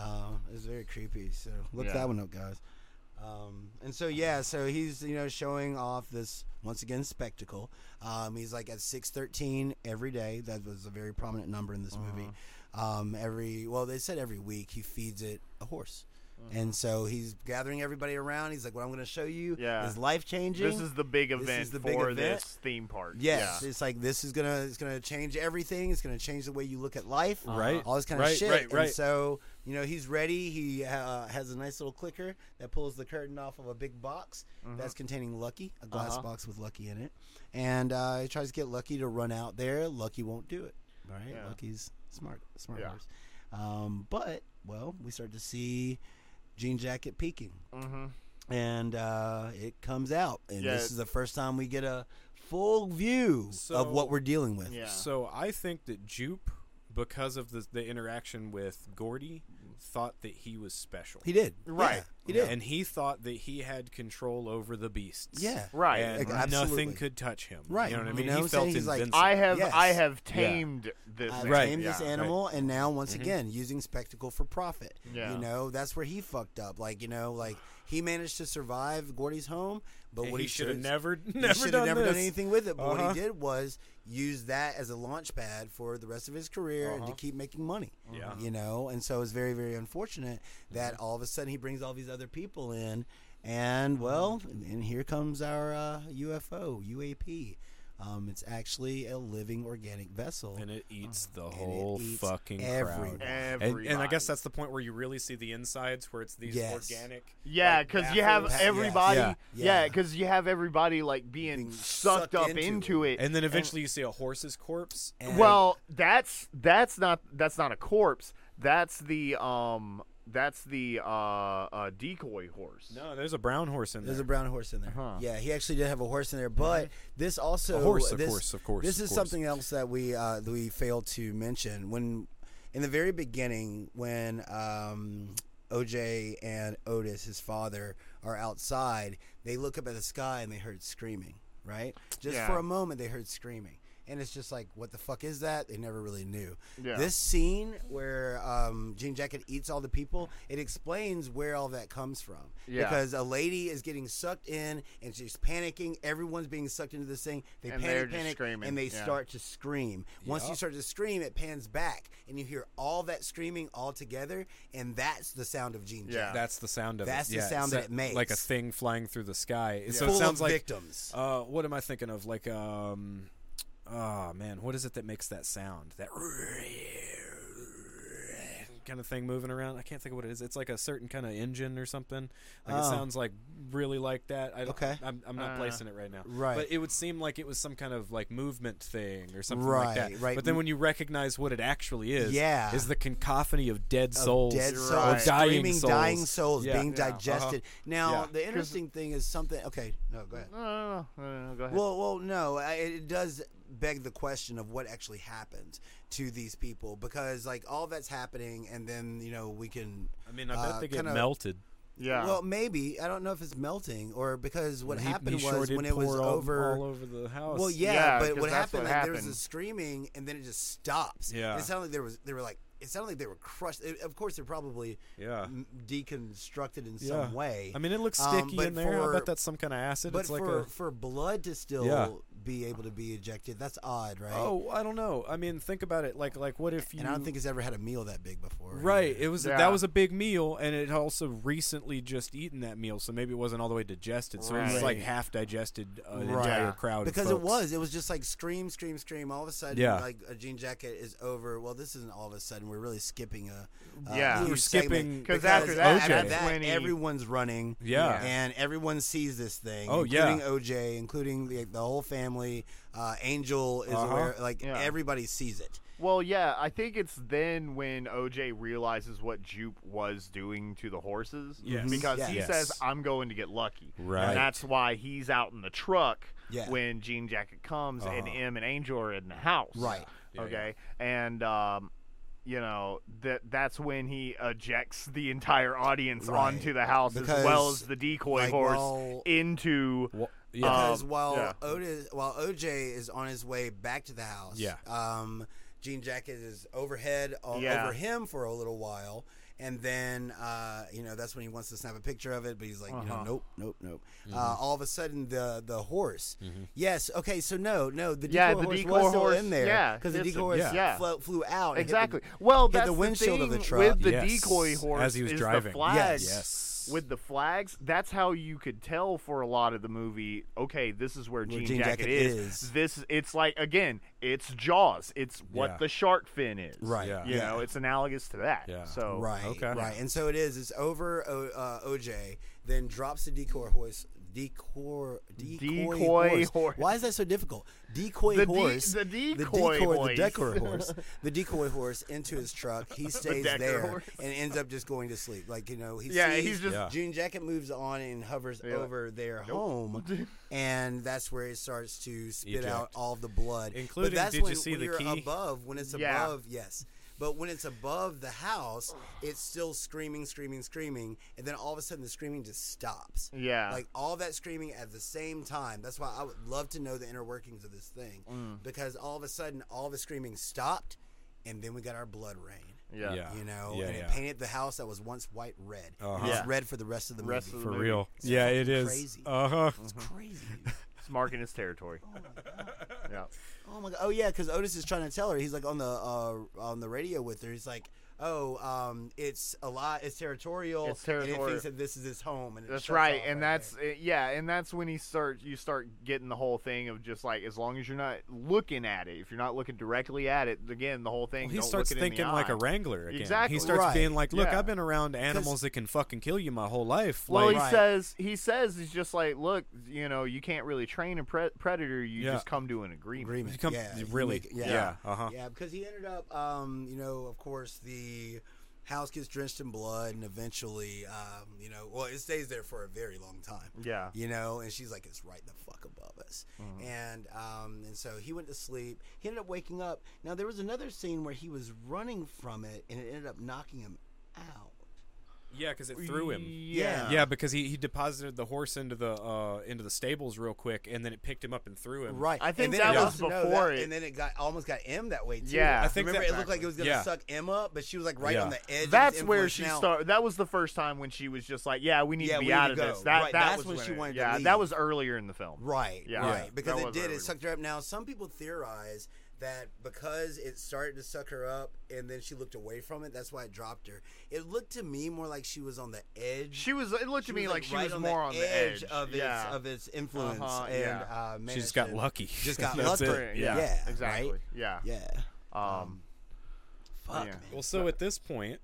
Speaker 2: Um, it was very creepy. So look
Speaker 1: Yeah.
Speaker 2: that one up, guys. Um, and so yeah, so he's you know showing off this once again spectacle. Um, he's like at six thirteen every day. That was a very prominent number in this
Speaker 1: Uh-huh.
Speaker 2: movie. Um, every well, they said every week he feeds it a horse.
Speaker 1: Uh-huh.
Speaker 2: And so he's gathering everybody around. He's like, "What I'm going to show you
Speaker 1: Yeah.
Speaker 2: is life changing.
Speaker 1: this is the big event
Speaker 2: is the
Speaker 1: for
Speaker 2: big event.
Speaker 1: this theme park.
Speaker 2: Yes,
Speaker 1: Yeah.
Speaker 2: it's like this is gonna it's gonna change everything. It's gonna change the way you look at life,
Speaker 1: Uh-huh.
Speaker 3: Right,
Speaker 2: All this kind of
Speaker 3: right,
Speaker 2: shit.
Speaker 3: right,
Speaker 2: And
Speaker 3: right.
Speaker 2: so you know he's ready. He uh, has a nice little clicker that pulls the curtain off of a big box that's containing Lucky, a glass
Speaker 1: Mm-hmm. Uh-huh.
Speaker 2: box with Lucky in it, and uh, he tries to get Lucky to run out there. Lucky won't do it. Right,
Speaker 1: Yeah.
Speaker 2: Lucky's smart, smart
Speaker 1: Yeah.
Speaker 2: horse. Um, but well, we start to see Jean Jacket peeking
Speaker 1: Mm-hmm.
Speaker 2: and uh, it comes out. And
Speaker 1: Yeah.
Speaker 2: this is the first time we get a full view
Speaker 3: So-
Speaker 2: of what we're dealing with.
Speaker 1: Yeah.
Speaker 3: So I think that Jupe, because of the, the interaction with Gordy, thought that he was special.
Speaker 2: He did.
Speaker 1: Right.
Speaker 2: Yeah, he did.
Speaker 3: And he thought that he had control over the beasts.
Speaker 2: yeah.
Speaker 1: Right.
Speaker 3: And
Speaker 2: Like, absolutely.
Speaker 3: nothing could touch him.
Speaker 2: Right.
Speaker 3: You know what I
Speaker 2: You
Speaker 3: mean?
Speaker 2: know what
Speaker 3: he
Speaker 2: I'm
Speaker 3: felt
Speaker 2: saying? He's like,
Speaker 3: invincible.
Speaker 1: I have I
Speaker 2: Yes.
Speaker 1: have tamed this.
Speaker 2: I
Speaker 1: thing.
Speaker 3: Right. Mm-hmm.
Speaker 2: tamed
Speaker 1: Yeah.
Speaker 2: this animal, and now once again using spectacle for profit.
Speaker 1: Yeah.
Speaker 2: You know that's where he fucked up. Like you know, like he managed to survive Gordy's home, but
Speaker 3: And
Speaker 2: what
Speaker 3: he
Speaker 2: he,
Speaker 3: should have
Speaker 2: should've-
Speaker 3: never,
Speaker 2: he
Speaker 3: never,
Speaker 2: should've
Speaker 3: done,
Speaker 2: never
Speaker 3: this.
Speaker 2: done anything with it. But
Speaker 3: Uh-huh.
Speaker 2: what he did was use that as a launch pad for the rest of his career and to keep making money.
Speaker 3: Uh-huh. Yeah. Mm-hmm.
Speaker 2: You know, and so it's very, very unfortunate that all of a sudden he brings all these other people in, and well,
Speaker 3: Mm-hmm.
Speaker 2: and here comes our uh, UFO UAP. Um, it's actually a living organic vessel.
Speaker 3: And it eats the
Speaker 2: it
Speaker 3: whole
Speaker 2: eats
Speaker 3: fucking
Speaker 2: everyone.
Speaker 3: crowd. And, and I
Speaker 1: Everybody.
Speaker 3: guess that's the point where you really see the insides, where it's these
Speaker 2: Yes.
Speaker 3: organic.
Speaker 1: Yeah,
Speaker 3: like,
Speaker 1: because you have
Speaker 3: baffles.
Speaker 2: Yeah.
Speaker 1: everybody.
Speaker 3: Yeah.
Speaker 1: Yeah,
Speaker 2: Yeah.
Speaker 1: because you have everybody like being,
Speaker 2: Being
Speaker 1: sucked,
Speaker 2: sucked
Speaker 1: up into,
Speaker 2: into
Speaker 1: it.
Speaker 3: And then eventually you see a horse's corpse.
Speaker 2: And-
Speaker 1: well, that's that's not that's not a corpse. That's the um that's the uh, uh decoy horse.
Speaker 3: No, there's a brown horse in there. Uh-huh.
Speaker 2: There's a brown horse in there.
Speaker 1: Huh.
Speaker 2: Yeah, he actually did have a horse in there, but this also
Speaker 3: A horse, of
Speaker 2: this-
Speaker 3: course, of course,
Speaker 2: This
Speaker 3: of
Speaker 2: is
Speaker 3: course.
Speaker 2: something else that we uh, that we failed to mention when in the very beginning when um, OJ and Otis, his father, are outside. They look up at the sky and they heard screaming. Right, just
Speaker 1: Yeah.
Speaker 2: for a moment, they heard screaming. and it's just like, what the fuck is that? They never really knew.
Speaker 1: Yeah.
Speaker 2: This scene where um, Jean Jacket eats all the people, it explains where all that comes from.
Speaker 1: Yeah.
Speaker 2: Because a lady is getting sucked in, and she's panicking. Everyone's being sucked into this thing. They
Speaker 1: And they're
Speaker 2: panic,
Speaker 1: just
Speaker 2: panic,
Speaker 1: screaming,
Speaker 2: and they
Speaker 1: yeah.
Speaker 2: start to scream. Once you
Speaker 3: Yup.
Speaker 2: start to scream, it pans back, and you hear all that screaming all together, and that's the sound of Jean
Speaker 1: Yeah.
Speaker 2: Jacket.
Speaker 3: That's the sound of
Speaker 2: That's
Speaker 3: it.
Speaker 2: the
Speaker 3: Yeah, it's
Speaker 2: sound that
Speaker 3: a-
Speaker 2: it makes.
Speaker 3: Like a thing flying through the sky. So
Speaker 2: Full
Speaker 3: it sounds
Speaker 2: of
Speaker 3: like
Speaker 2: victims.
Speaker 3: Uh, what am I thinking of? Like, um, oh man, what is it that makes that sound? That kind of thing moving around. I can't think of what it is. It's like a certain kind of engine or something. Like it
Speaker 2: Oh.
Speaker 3: sounds like really like that. I don't,
Speaker 2: Okay.
Speaker 3: I'm, I'm not
Speaker 1: Uh,
Speaker 3: placing it right now.
Speaker 2: right.
Speaker 3: But it would seem like it was some kind of like movement thing or something like
Speaker 2: Right,
Speaker 3: that.
Speaker 2: right.
Speaker 3: But then when you recognize what it actually is,
Speaker 2: Yeah.
Speaker 3: is the cacophony of dead souls,
Speaker 2: dead
Speaker 1: You're
Speaker 2: souls,
Speaker 1: right.
Speaker 3: or dying
Speaker 2: screaming,
Speaker 3: souls,
Speaker 2: dying souls
Speaker 3: Yeah.
Speaker 2: being
Speaker 1: Yeah, uh-huh.
Speaker 2: digested. Now,
Speaker 3: Yeah.
Speaker 2: the interesting thing is something. Okay, no, go ahead.
Speaker 1: No, no, no, no, no, no, Uh, go ahead.
Speaker 2: Well, well, no, I- it it does beg the question of what actually happened to these people because, like, all that's happening, and then you know we can.
Speaker 3: I mean, I bet
Speaker 2: uh,
Speaker 3: they get
Speaker 2: kinda-
Speaker 3: melted.
Speaker 1: yeah.
Speaker 2: Well, maybe I don't know if it's melting or because what
Speaker 3: He-
Speaker 2: happened
Speaker 3: he sure
Speaker 2: was
Speaker 3: did
Speaker 2: when it was
Speaker 3: pour all-
Speaker 2: over.
Speaker 3: all over the house.
Speaker 2: well, yeah,
Speaker 1: Yeah,
Speaker 2: but
Speaker 1: 'cause
Speaker 2: what
Speaker 1: that's
Speaker 2: happened,
Speaker 1: what
Speaker 2: like, there
Speaker 1: happened.
Speaker 2: was a screaming, and then it just stops.
Speaker 3: Yeah.
Speaker 2: it sounded like there was they were like it sounded like they were crushed. It- of course, they're probably
Speaker 3: Yeah.
Speaker 2: m- deconstructed in
Speaker 3: Yeah.
Speaker 2: some way.
Speaker 3: I mean, it looks
Speaker 2: Um,
Speaker 3: sticky
Speaker 2: but
Speaker 3: in there.
Speaker 2: for-
Speaker 3: I bet that's some kind of acid.
Speaker 2: But
Speaker 3: it's like
Speaker 2: for
Speaker 3: a.
Speaker 2: for blood to still
Speaker 3: Yeah.
Speaker 2: be able to be ejected, that's odd, right?
Speaker 3: Oh, I don't know. I mean, think about it. Like, like what if you?
Speaker 2: and I don't think it's ever had a meal that big before.
Speaker 3: Right. It was
Speaker 1: Yeah.
Speaker 3: that was a big meal, and it also recently just eaten that meal, so maybe it wasn't all the way digested. So it was like
Speaker 2: Right.
Speaker 3: half digested uh, an
Speaker 2: Right.
Speaker 3: entire
Speaker 1: Yeah.
Speaker 3: crowd. of
Speaker 2: Because it
Speaker 3: folks.
Speaker 2: was, it was just like scream, scream, scream. All of a sudden,
Speaker 3: Yeah.
Speaker 2: like a jean jacket is over. Well, this isn't all of a sudden. We're really skipping a. a
Speaker 1: Yeah.
Speaker 2: huge
Speaker 1: We're
Speaker 2: segment.
Speaker 3: skipping- 'Cause
Speaker 2: because
Speaker 1: after
Speaker 3: that,
Speaker 2: after
Speaker 3: OJ.
Speaker 2: that,
Speaker 1: 20
Speaker 2: everyone's running.
Speaker 3: Yeah.
Speaker 2: and everyone sees this thing.
Speaker 3: Oh,
Speaker 2: including
Speaker 3: yeah.
Speaker 2: OJ, including the, the whole family. Uh, Angel is
Speaker 3: Uh-huh.
Speaker 2: aware. Like
Speaker 1: Yeah.
Speaker 2: everybody sees it.
Speaker 1: Well, yeah, I think it's then when OJ realizes what Jupe was doing to the horses.
Speaker 3: Yes.
Speaker 1: Because
Speaker 2: Yes.
Speaker 1: he
Speaker 3: Yes.
Speaker 1: says, I'm going to get lucky.
Speaker 3: Right.
Speaker 1: And that's why he's out in the truck
Speaker 2: Yeah.
Speaker 1: when Jean Jacket comes and
Speaker 3: Uh-huh.
Speaker 1: M and Angel are in the house.
Speaker 2: Right.
Speaker 3: Yeah,
Speaker 1: okay. And, um,. You know that that's when he ejects the entire audience
Speaker 2: Right.
Speaker 1: onto the house as
Speaker 2: Because,
Speaker 1: well as the decoy
Speaker 2: like,
Speaker 1: horse
Speaker 2: while-
Speaker 1: into
Speaker 3: Well, yeah.
Speaker 2: Because
Speaker 1: Um,
Speaker 2: while
Speaker 1: yeah.
Speaker 2: Otis, while OJ is on his way back to the house,
Speaker 3: Yeah.
Speaker 2: um, Jean Jacket is overhead o-
Speaker 1: Yeah.
Speaker 2: over him for a little while, and then uh, you know that's when he wants to snap a picture of it, but he's like, you know,
Speaker 1: Uh-huh.
Speaker 2: nope, nope, nope. Uh, all of a sudden, the the horse. Yes. Okay. So no, no, the decoy
Speaker 1: Mm-hmm. Yeah, the
Speaker 2: horse
Speaker 1: decoy
Speaker 2: was still
Speaker 1: horse-
Speaker 2: in there.
Speaker 1: yeah,
Speaker 2: Because the
Speaker 1: it's-
Speaker 2: decoy horse
Speaker 1: yeah.
Speaker 2: flo- flew out. and hit the-
Speaker 1: Exactly. well,
Speaker 2: hit the
Speaker 1: that's
Speaker 2: windshield
Speaker 1: thing
Speaker 2: of the truck.
Speaker 1: with the
Speaker 3: Yes,
Speaker 1: decoy horse
Speaker 3: as he was
Speaker 1: is
Speaker 3: driving.
Speaker 1: The flags.
Speaker 3: Yes.
Speaker 1: With the flags, that's how you could tell for a lot of the movie. Okay, this is where Jean,
Speaker 2: Jean
Speaker 1: Jacket,
Speaker 2: Jacket
Speaker 1: is.
Speaker 2: is.
Speaker 1: This, it's like again, it's Jaws. It's what
Speaker 3: Yeah.
Speaker 1: the shark fin is.
Speaker 2: Right.
Speaker 3: Yeah.
Speaker 1: You know, it's analogous to that.
Speaker 3: Yeah.
Speaker 1: So
Speaker 2: Right.
Speaker 3: okay.
Speaker 2: Right. And so it is. It's over o, uh, OJ, then drops the decoy horse. Decoy, decoy,
Speaker 1: Decoy
Speaker 2: horse.
Speaker 1: horse.
Speaker 2: Why is that so difficult? Decoy
Speaker 1: The de-
Speaker 2: horse.
Speaker 1: the
Speaker 2: the
Speaker 1: decoy
Speaker 2: decoy,
Speaker 1: horse.
Speaker 2: the decoy horse. The decoy horse into his truck. He stays
Speaker 1: decoy
Speaker 2: there
Speaker 1: horse.
Speaker 2: and ends up just going to sleep. Like you know, he
Speaker 1: Yeah,
Speaker 2: sees
Speaker 1: he's just-
Speaker 3: Yeah.
Speaker 2: Jean Jacket moves on and hovers
Speaker 1: Yeah.
Speaker 2: over their home, and that's where it starts to spit out
Speaker 3: Eject.
Speaker 2: all the blood.
Speaker 3: Including,
Speaker 2: but that's
Speaker 3: did you
Speaker 2: when,
Speaker 3: see
Speaker 2: when
Speaker 3: the
Speaker 2: you're
Speaker 3: key?
Speaker 2: above when it's
Speaker 1: Yeah.
Speaker 2: above yes but when it's above the house it's still screaming screaming screaming and then all of a sudden the screaming just stops
Speaker 1: Yeah.
Speaker 2: like all that screaming at the same time that's why i would love to know the inner workings of this thing
Speaker 3: Mm.
Speaker 2: because all of a sudden all the screaming stopped and then we got our blood rain
Speaker 1: yeah.
Speaker 3: Yeah.
Speaker 2: you know
Speaker 3: Yeah,
Speaker 2: and it
Speaker 3: yeah.
Speaker 2: painted the house that was once white red
Speaker 3: Uh-huh.
Speaker 2: and it's
Speaker 1: Yeah.
Speaker 2: red for the rest of the
Speaker 1: Rest
Speaker 2: movie
Speaker 1: of
Speaker 3: for
Speaker 1: movie.
Speaker 3: real.
Speaker 2: It's
Speaker 3: Yeah,
Speaker 2: fucking
Speaker 3: it is.
Speaker 2: crazy.
Speaker 3: Uh huh.
Speaker 2: it's crazy
Speaker 1: It's marking his territory. yeah.
Speaker 2: Oh my god! Oh yeah, because Otis is trying to tell her. He's like on the uh, on the radio with her. He's like, "Oh, um, it's a lot. It's territorial.
Speaker 1: It's
Speaker 2: And it
Speaker 1: territorial.
Speaker 2: thinks that this is his home. And it
Speaker 1: That's
Speaker 2: shuts
Speaker 1: right,
Speaker 2: off
Speaker 1: and
Speaker 2: right
Speaker 1: that's it, yeah, and that's when he start you start getting the whole thing of just like as long as you're not looking at it, if you're not looking directly at it, again the whole thing.
Speaker 3: He
Speaker 1: don't
Speaker 3: starts
Speaker 1: look it in the
Speaker 3: thinking like
Speaker 1: eye.
Speaker 3: a wrangler again.
Speaker 1: Exactly.
Speaker 3: He starts
Speaker 2: Right.
Speaker 3: being like, "Look,
Speaker 1: Yeah.
Speaker 3: I've been around animals that can fucking kill you my whole life."
Speaker 1: Well,
Speaker 3: like,
Speaker 1: he
Speaker 2: Right.
Speaker 1: says he says he's just like, look, you know, you can't really train a pre- predator. You
Speaker 3: Yeah.
Speaker 1: just come to an
Speaker 2: there.
Speaker 1: agreement.
Speaker 2: agreement.
Speaker 3: You come-
Speaker 2: yeah, you
Speaker 3: really.
Speaker 2: make- yeah,
Speaker 3: Yeah,
Speaker 2: yeah,
Speaker 3: uh-huh.
Speaker 2: Because he ended up, um, you know, of course, the house gets drenched in blood, and eventually, um, you know, well, it stays there for a very long time.
Speaker 1: Yeah.
Speaker 2: you know and she's like it's right the fuck above us
Speaker 3: Mm-hmm.
Speaker 2: and um and so he went to sleep he ended up waking up now there was another scene where he was running from it and it ended up knocking him out
Speaker 3: Yeah, because it threw him.
Speaker 1: Yeah.
Speaker 3: Yeah, because he, he deposited the horse into the uh, into the stables real quick, and then it picked him up and threw him.
Speaker 2: Right.
Speaker 1: I
Speaker 2: And
Speaker 1: think
Speaker 2: then
Speaker 1: that
Speaker 2: it
Speaker 1: was
Speaker 2: also- no,
Speaker 1: before
Speaker 2: that-
Speaker 1: it-
Speaker 2: And then it got almost got M that way too.
Speaker 1: Yeah. I
Speaker 3: think
Speaker 2: remember
Speaker 3: that-
Speaker 2: it looked like it was gonna
Speaker 3: Yeah.
Speaker 2: suck M up, but she was like right
Speaker 3: Yeah.
Speaker 2: on the edge. of
Speaker 1: That's
Speaker 2: its
Speaker 1: where
Speaker 2: influence
Speaker 1: she
Speaker 2: now.
Speaker 1: started. That was the first time when she was just like, "Yeah, we need
Speaker 2: Yeah,
Speaker 1: to be
Speaker 2: we need
Speaker 1: out
Speaker 2: to
Speaker 1: of
Speaker 2: go.
Speaker 1: this." That
Speaker 2: Right,
Speaker 1: that
Speaker 2: that's
Speaker 1: was
Speaker 2: when she
Speaker 1: it-
Speaker 2: wanted to
Speaker 1: Yeah,
Speaker 2: leave.
Speaker 1: that was earlier in the film.
Speaker 2: Right,
Speaker 1: Yeah.
Speaker 2: right.
Speaker 1: Yeah.
Speaker 2: Because
Speaker 1: That
Speaker 2: it
Speaker 1: was
Speaker 2: did.
Speaker 1: early.
Speaker 2: It sucked her up. Now, some people theorize that because it started to suck her up and then she looked away from it, that's why it dropped her. It looked to me more like she was on the edge.
Speaker 1: She was. It looked
Speaker 2: She
Speaker 1: to me
Speaker 2: was,
Speaker 1: like, she
Speaker 2: right
Speaker 1: was more on the edge
Speaker 2: of its
Speaker 1: yeah.
Speaker 2: of its influence,
Speaker 1: Uh-huh,
Speaker 2: and
Speaker 1: yeah.
Speaker 2: uh, man,
Speaker 3: She just got
Speaker 2: it-
Speaker 3: lucky.
Speaker 2: Just got
Speaker 3: That's
Speaker 2: lucky.
Speaker 3: It.
Speaker 2: Yeah.
Speaker 3: Yeah.
Speaker 1: exactly.
Speaker 2: right?
Speaker 1: Yeah.
Speaker 2: Yeah.
Speaker 1: Um,
Speaker 2: Fuck.
Speaker 1: Yeah.
Speaker 2: Man.
Speaker 3: Well, so at this point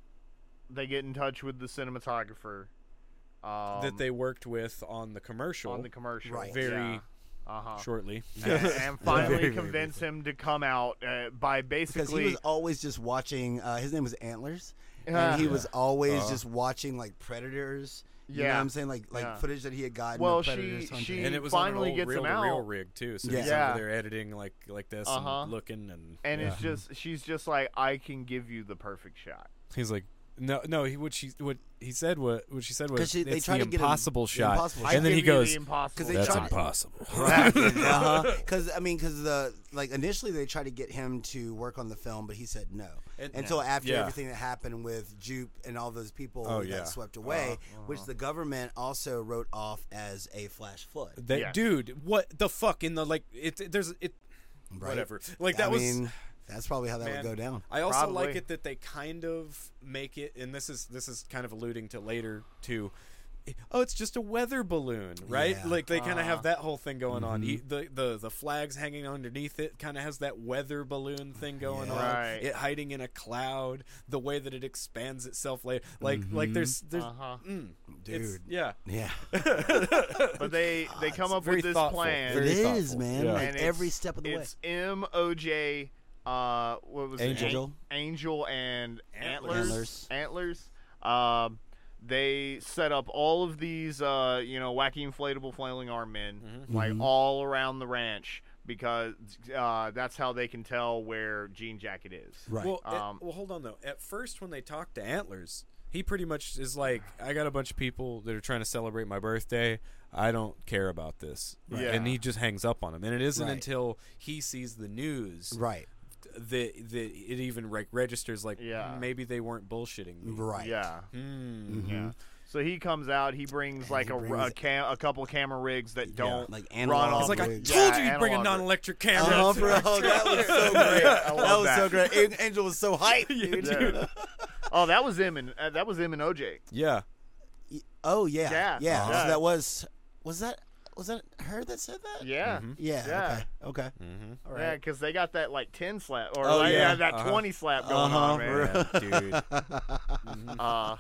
Speaker 1: they get in touch with the cinematographer um,
Speaker 3: that they worked with on the commercial
Speaker 1: on the commercial.
Speaker 2: Right.
Speaker 3: Very-
Speaker 1: Yeah. Uh-huh.
Speaker 3: shortly.
Speaker 1: and, and finally
Speaker 3: Very, very
Speaker 1: convince him to come out uh, by
Speaker 2: Because he
Speaker 1: basically.
Speaker 2: was always just watching. Uh, his name was Antlers,
Speaker 1: Yeah.
Speaker 2: and he was always
Speaker 3: Uh-huh.
Speaker 2: just watching like predators. You know
Speaker 1: Yeah.
Speaker 2: what I'm saying? Like like
Speaker 1: Yeah.
Speaker 2: footage that he had gotten.
Speaker 1: Well,
Speaker 2: of predators
Speaker 1: she-
Speaker 2: hunting.
Speaker 1: she-
Speaker 3: and it was
Speaker 1: finally
Speaker 3: on an
Speaker 1: gets
Speaker 3: old reel
Speaker 1: him
Speaker 3: to reel
Speaker 1: out.
Speaker 3: rig too. So
Speaker 2: Yeah.
Speaker 3: he's
Speaker 1: Yeah.
Speaker 3: over there editing like like this
Speaker 1: Uh-huh.
Speaker 3: and looking and
Speaker 1: and
Speaker 3: yeah.
Speaker 1: it's just she's just like I can give you the perfect shot.
Speaker 3: he's like no no he what she what he said what what she said was
Speaker 2: 'Cause she- they
Speaker 3: it's
Speaker 2: try
Speaker 3: the
Speaker 2: to get him-
Speaker 3: impossible
Speaker 2: the
Speaker 3: shot
Speaker 2: impossible shot.
Speaker 3: and then
Speaker 1: Give
Speaker 3: he
Speaker 1: you the
Speaker 3: goes
Speaker 1: impossible.
Speaker 2: 'Cause they
Speaker 3: that's
Speaker 1: shot.
Speaker 2: tried-
Speaker 3: impossible
Speaker 2: because Uh-huh. I mean, because the like initially they tried to get him to work on the film, but he said no.
Speaker 3: And-
Speaker 2: Until after
Speaker 3: Yeah.
Speaker 2: everything that happened with Jupe and all those people
Speaker 3: Oh,
Speaker 2: that
Speaker 3: yeah. Uh-huh.
Speaker 2: swept away, which the government also wrote off as a flash flood.
Speaker 3: that
Speaker 1: Yes.
Speaker 3: dude what the fuck in the like it it- there's it
Speaker 2: Right?
Speaker 3: whatever like that
Speaker 2: I
Speaker 3: was
Speaker 2: mean, that's probably how that
Speaker 3: Man,
Speaker 2: would go down.
Speaker 3: I also like
Speaker 1: Probably.
Speaker 3: it that they kind of make it, and this is this is kind of alluding to later too. Oh, it's just a weather balloon, right?
Speaker 2: Yeah.
Speaker 3: Like they kind of
Speaker 1: Uh,
Speaker 3: have that whole thing going on. He, the the the flags hanging underneath it kind of has that weather balloon thing going
Speaker 2: Yeah.
Speaker 3: on.
Speaker 1: Right.
Speaker 3: It hiding in a cloud, the way that it expands itself later. Like like there's there's
Speaker 1: Uh-huh.
Speaker 3: mm, it's-
Speaker 2: Dude.
Speaker 3: yeah.
Speaker 2: Yeah,
Speaker 1: But they they come up
Speaker 3: very
Speaker 1: with this
Speaker 3: thoughtful,
Speaker 1: plan.
Speaker 2: it
Speaker 3: Very
Speaker 2: is,
Speaker 3: thoughtful.
Speaker 2: man.
Speaker 3: Yeah.
Speaker 2: Like
Speaker 1: and it's-
Speaker 2: every step of the way.
Speaker 1: It's M O J. Uh, what was it?
Speaker 2: Angel.
Speaker 1: An- Angel and antlers.
Speaker 2: Antlers.
Speaker 1: Antlers. Um, they set up all of these, uh, you know, wacky inflatable flailing arm men, like
Speaker 2: Mm-hmm.
Speaker 1: all around the ranch, because uh, that's how they can tell where Jean Jacket is.
Speaker 2: Right.
Speaker 3: Well, at-
Speaker 1: Um,
Speaker 3: well, hold on though. At first, when they talk to antlers, he pretty much is like, "I got a bunch of people that are trying to celebrate my birthday. I don't care about this."
Speaker 1: Right.
Speaker 3: And he just hangs up on him. And it isn't
Speaker 2: Right.
Speaker 3: until he sees the news
Speaker 2: right.
Speaker 3: that that it even like registers, like,
Speaker 1: Yeah.
Speaker 3: "Hmm, maybe they weren't bullshitting me.
Speaker 2: Right. Mm-hmm.
Speaker 1: Yeah.
Speaker 3: Hmm.
Speaker 1: Yeah. So he comes out. He brings like
Speaker 2: he
Speaker 1: a,
Speaker 2: brings-
Speaker 1: a, cam- a couple camera rigs that don't
Speaker 2: like
Speaker 1: run
Speaker 2: analog
Speaker 1: off
Speaker 3: It's like I
Speaker 2: Rig.
Speaker 3: told
Speaker 1: with-
Speaker 3: you
Speaker 1: Yeah,
Speaker 3: you'd bring a
Speaker 1: analog rig.
Speaker 3: non-electric camera.
Speaker 2: Uh-huh, bro. That was so great.
Speaker 1: I
Speaker 2: that
Speaker 1: love
Speaker 2: was
Speaker 1: that.
Speaker 2: so great. An- Angel was so hyped. dude.
Speaker 1: Yeah. oh, that was him and uh, that was him and OJ.
Speaker 3: Yeah.
Speaker 2: Oh yeah.
Speaker 1: Yeah.
Speaker 2: Yeah.
Speaker 1: Yeah.
Speaker 2: So that was was that was that her that said that?
Speaker 1: Yeah,
Speaker 2: Yeah.
Speaker 1: Yeah.
Speaker 2: Okay. Okay.
Speaker 3: Mm-hmm. Hmm.
Speaker 2: All
Speaker 1: yeah,
Speaker 2: right.
Speaker 1: because they got that like ten slap or
Speaker 2: Oh,
Speaker 1: like,
Speaker 2: yeah.
Speaker 1: yeah, that
Speaker 3: Uh-huh.
Speaker 1: twenty slap going
Speaker 2: Uh-huh,
Speaker 1: on, man.
Speaker 2: bro.
Speaker 3: Yeah, dude.
Speaker 1: Uh,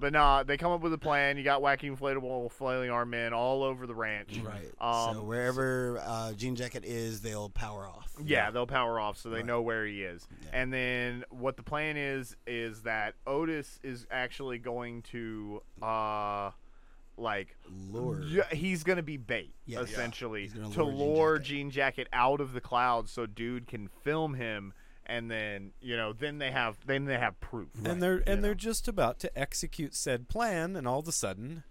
Speaker 1: but nah, they come up with a plan. You got wacky inflatable flailing arm men all over the ranch.
Speaker 3: Hmm.
Speaker 2: Right.
Speaker 1: Um,
Speaker 2: so wherever uh, Jean Jacket is, they'll power off.
Speaker 1: Yeah, they'll power off so they know where he is. And then what the plan is is that Otis is actually going to uh like
Speaker 2: Lord.
Speaker 1: Yeah, he's gonna be bait,
Speaker 2: Yeah. Yeah.
Speaker 1: essentially,
Speaker 2: He's gonna
Speaker 1: to
Speaker 2: lure Jean
Speaker 1: lure
Speaker 2: Jacket.
Speaker 1: Jean Jacket out of the clouds so dude can film him, and then you know, then they have then they have proof.
Speaker 3: and they're and they're just about to execute said plan, and all of a sudden,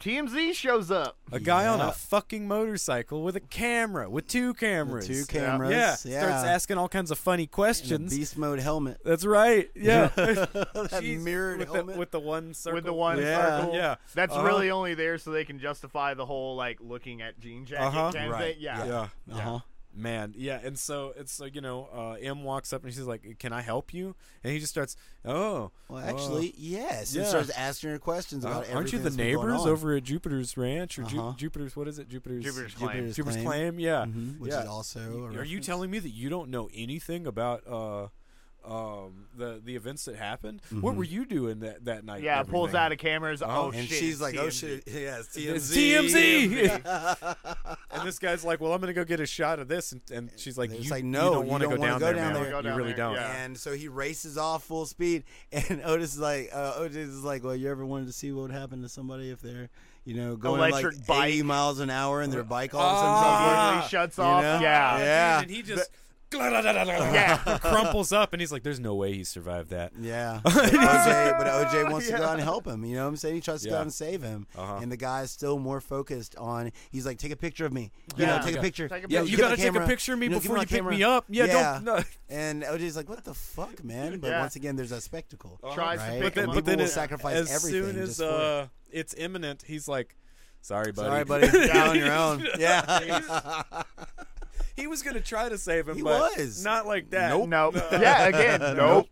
Speaker 1: TMZ shows up.
Speaker 3: A guy on
Speaker 2: Yeah.
Speaker 3: a fucking motorcycle with a camera, with two cameras.
Speaker 2: Two
Speaker 1: Yeah.
Speaker 2: cameras.
Speaker 3: Yeah.
Speaker 2: Yeah.
Speaker 3: Starts asking all kinds of funny
Speaker 2: And a
Speaker 3: questions.
Speaker 2: beast mode helmet.
Speaker 3: That's right. Yeah.
Speaker 2: That
Speaker 3: Jeez,
Speaker 2: mirrored
Speaker 3: with
Speaker 2: helmet.
Speaker 3: The, with the one circle.
Speaker 1: With the one
Speaker 2: Yeah.
Speaker 1: circle,
Speaker 3: Yeah.
Speaker 1: that's
Speaker 3: Uh-huh.
Speaker 1: really only there so they can justify the whole like looking at Jean Jacket.
Speaker 3: Uh-huh.
Speaker 1: kind of
Speaker 2: Right.
Speaker 1: thing. Yeah.
Speaker 3: Yeah.
Speaker 2: Uh huh.
Speaker 3: Man, yeah, and so it's like you know, uh, M walks up and she's like, "Can I help you?" And he just starts, "Oh,
Speaker 2: Well,
Speaker 3: uh,
Speaker 2: actually, yes. And
Speaker 3: yeah.
Speaker 2: starts asking her questions
Speaker 3: uh,
Speaker 2: about everything.
Speaker 3: aren't you the
Speaker 2: that's been going
Speaker 3: neighbors
Speaker 2: on.
Speaker 3: over at Jupiter's Ranch or Ju-
Speaker 2: Uh-huh.
Speaker 3: Jupiter's what is it? Jupiter's
Speaker 1: Jupiter's claim.
Speaker 2: Jupiter's,
Speaker 3: Jupiter's
Speaker 2: claim,
Speaker 3: claim. Yeah,
Speaker 2: Mhm, which
Speaker 3: yeah.
Speaker 2: is also. a
Speaker 3: Are you
Speaker 2: reference.
Speaker 3: telling me that you don't know anything about uh, um, the the events that happened?
Speaker 2: Mm-hmm.
Speaker 3: What were you doing that, that night?
Speaker 1: Yeah,
Speaker 3: and
Speaker 1: pulls
Speaker 3: everything?
Speaker 1: out a camera. is, Oh,
Speaker 2: And
Speaker 1: shit,
Speaker 2: she's like, "Oh
Speaker 1: TMZ.
Speaker 2: shit, yes, TMZ."
Speaker 3: It's TMZ. and this guy's like, "Well, I'm gonna go get a shot of this," and, and she's like,
Speaker 2: They're
Speaker 3: "You
Speaker 2: just like,
Speaker 3: you
Speaker 2: "No,
Speaker 3: don't
Speaker 2: you
Speaker 3: wanna
Speaker 2: don't
Speaker 3: go
Speaker 2: wanna
Speaker 3: down
Speaker 2: go
Speaker 3: there,
Speaker 2: down
Speaker 3: man.
Speaker 2: there."
Speaker 1: Go
Speaker 3: you
Speaker 1: down
Speaker 3: really
Speaker 1: there,
Speaker 3: don't."
Speaker 1: yeah.
Speaker 2: And so he races off full speed, and Otis is like, uh, Otis is like, well, you ever wanted to see what would happen to somebody if they're, you know, going
Speaker 1: Electric
Speaker 2: like
Speaker 1: bike.
Speaker 2: 80 miles an hour and their bike all of a sudden
Speaker 3: Ah,
Speaker 2: starts
Speaker 1: Immediately shuts
Speaker 2: You
Speaker 1: off.
Speaker 2: know?
Speaker 1: Yeah.
Speaker 3: Oh, dude,
Speaker 2: Yeah.
Speaker 3: and he just crumples up, and he's like, "There's no way he survived that."
Speaker 2: Yeah. But OJ, but OJ wants to go
Speaker 1: Yeah.
Speaker 2: out and help him. You know what I'm saying? He tries to go
Speaker 3: Yeah.
Speaker 2: out and save him.
Speaker 3: Uh-huh.
Speaker 2: And the guy's still more focused on, he's like, take a picture of me. You
Speaker 1: Yeah.
Speaker 2: know, take a
Speaker 3: Yeah.
Speaker 2: picture.
Speaker 1: Take a
Speaker 3: Yeah,
Speaker 2: know,
Speaker 1: No,
Speaker 3: you
Speaker 2: give me
Speaker 3: gotta take a
Speaker 2: camera.
Speaker 3: picture of me
Speaker 2: You know, give
Speaker 3: before you
Speaker 2: my
Speaker 3: pick me
Speaker 2: camera.
Speaker 3: up. Yeah, don't. No.
Speaker 2: And OJ's like, what the fuck, man? But
Speaker 1: Yeah.
Speaker 2: once again, there's that spectacle.
Speaker 3: Uh-huh.
Speaker 1: Tries
Speaker 2: Right.
Speaker 1: to pick
Speaker 2: But then-
Speaker 1: him
Speaker 2: but
Speaker 1: up.
Speaker 2: then will
Speaker 3: it-
Speaker 2: sacrifice
Speaker 3: as
Speaker 2: everything
Speaker 3: soon
Speaker 2: just
Speaker 3: as
Speaker 2: for it.
Speaker 3: uh, it's imminent, he's like, "Sorry, buddy.
Speaker 2: Sorry, buddy. You're out on your own. Yeah.
Speaker 3: he was gonna try to save him.
Speaker 2: He
Speaker 3: but
Speaker 2: was.
Speaker 3: not like that. Uh-huh.
Speaker 1: Nope. Yeah, again, nope.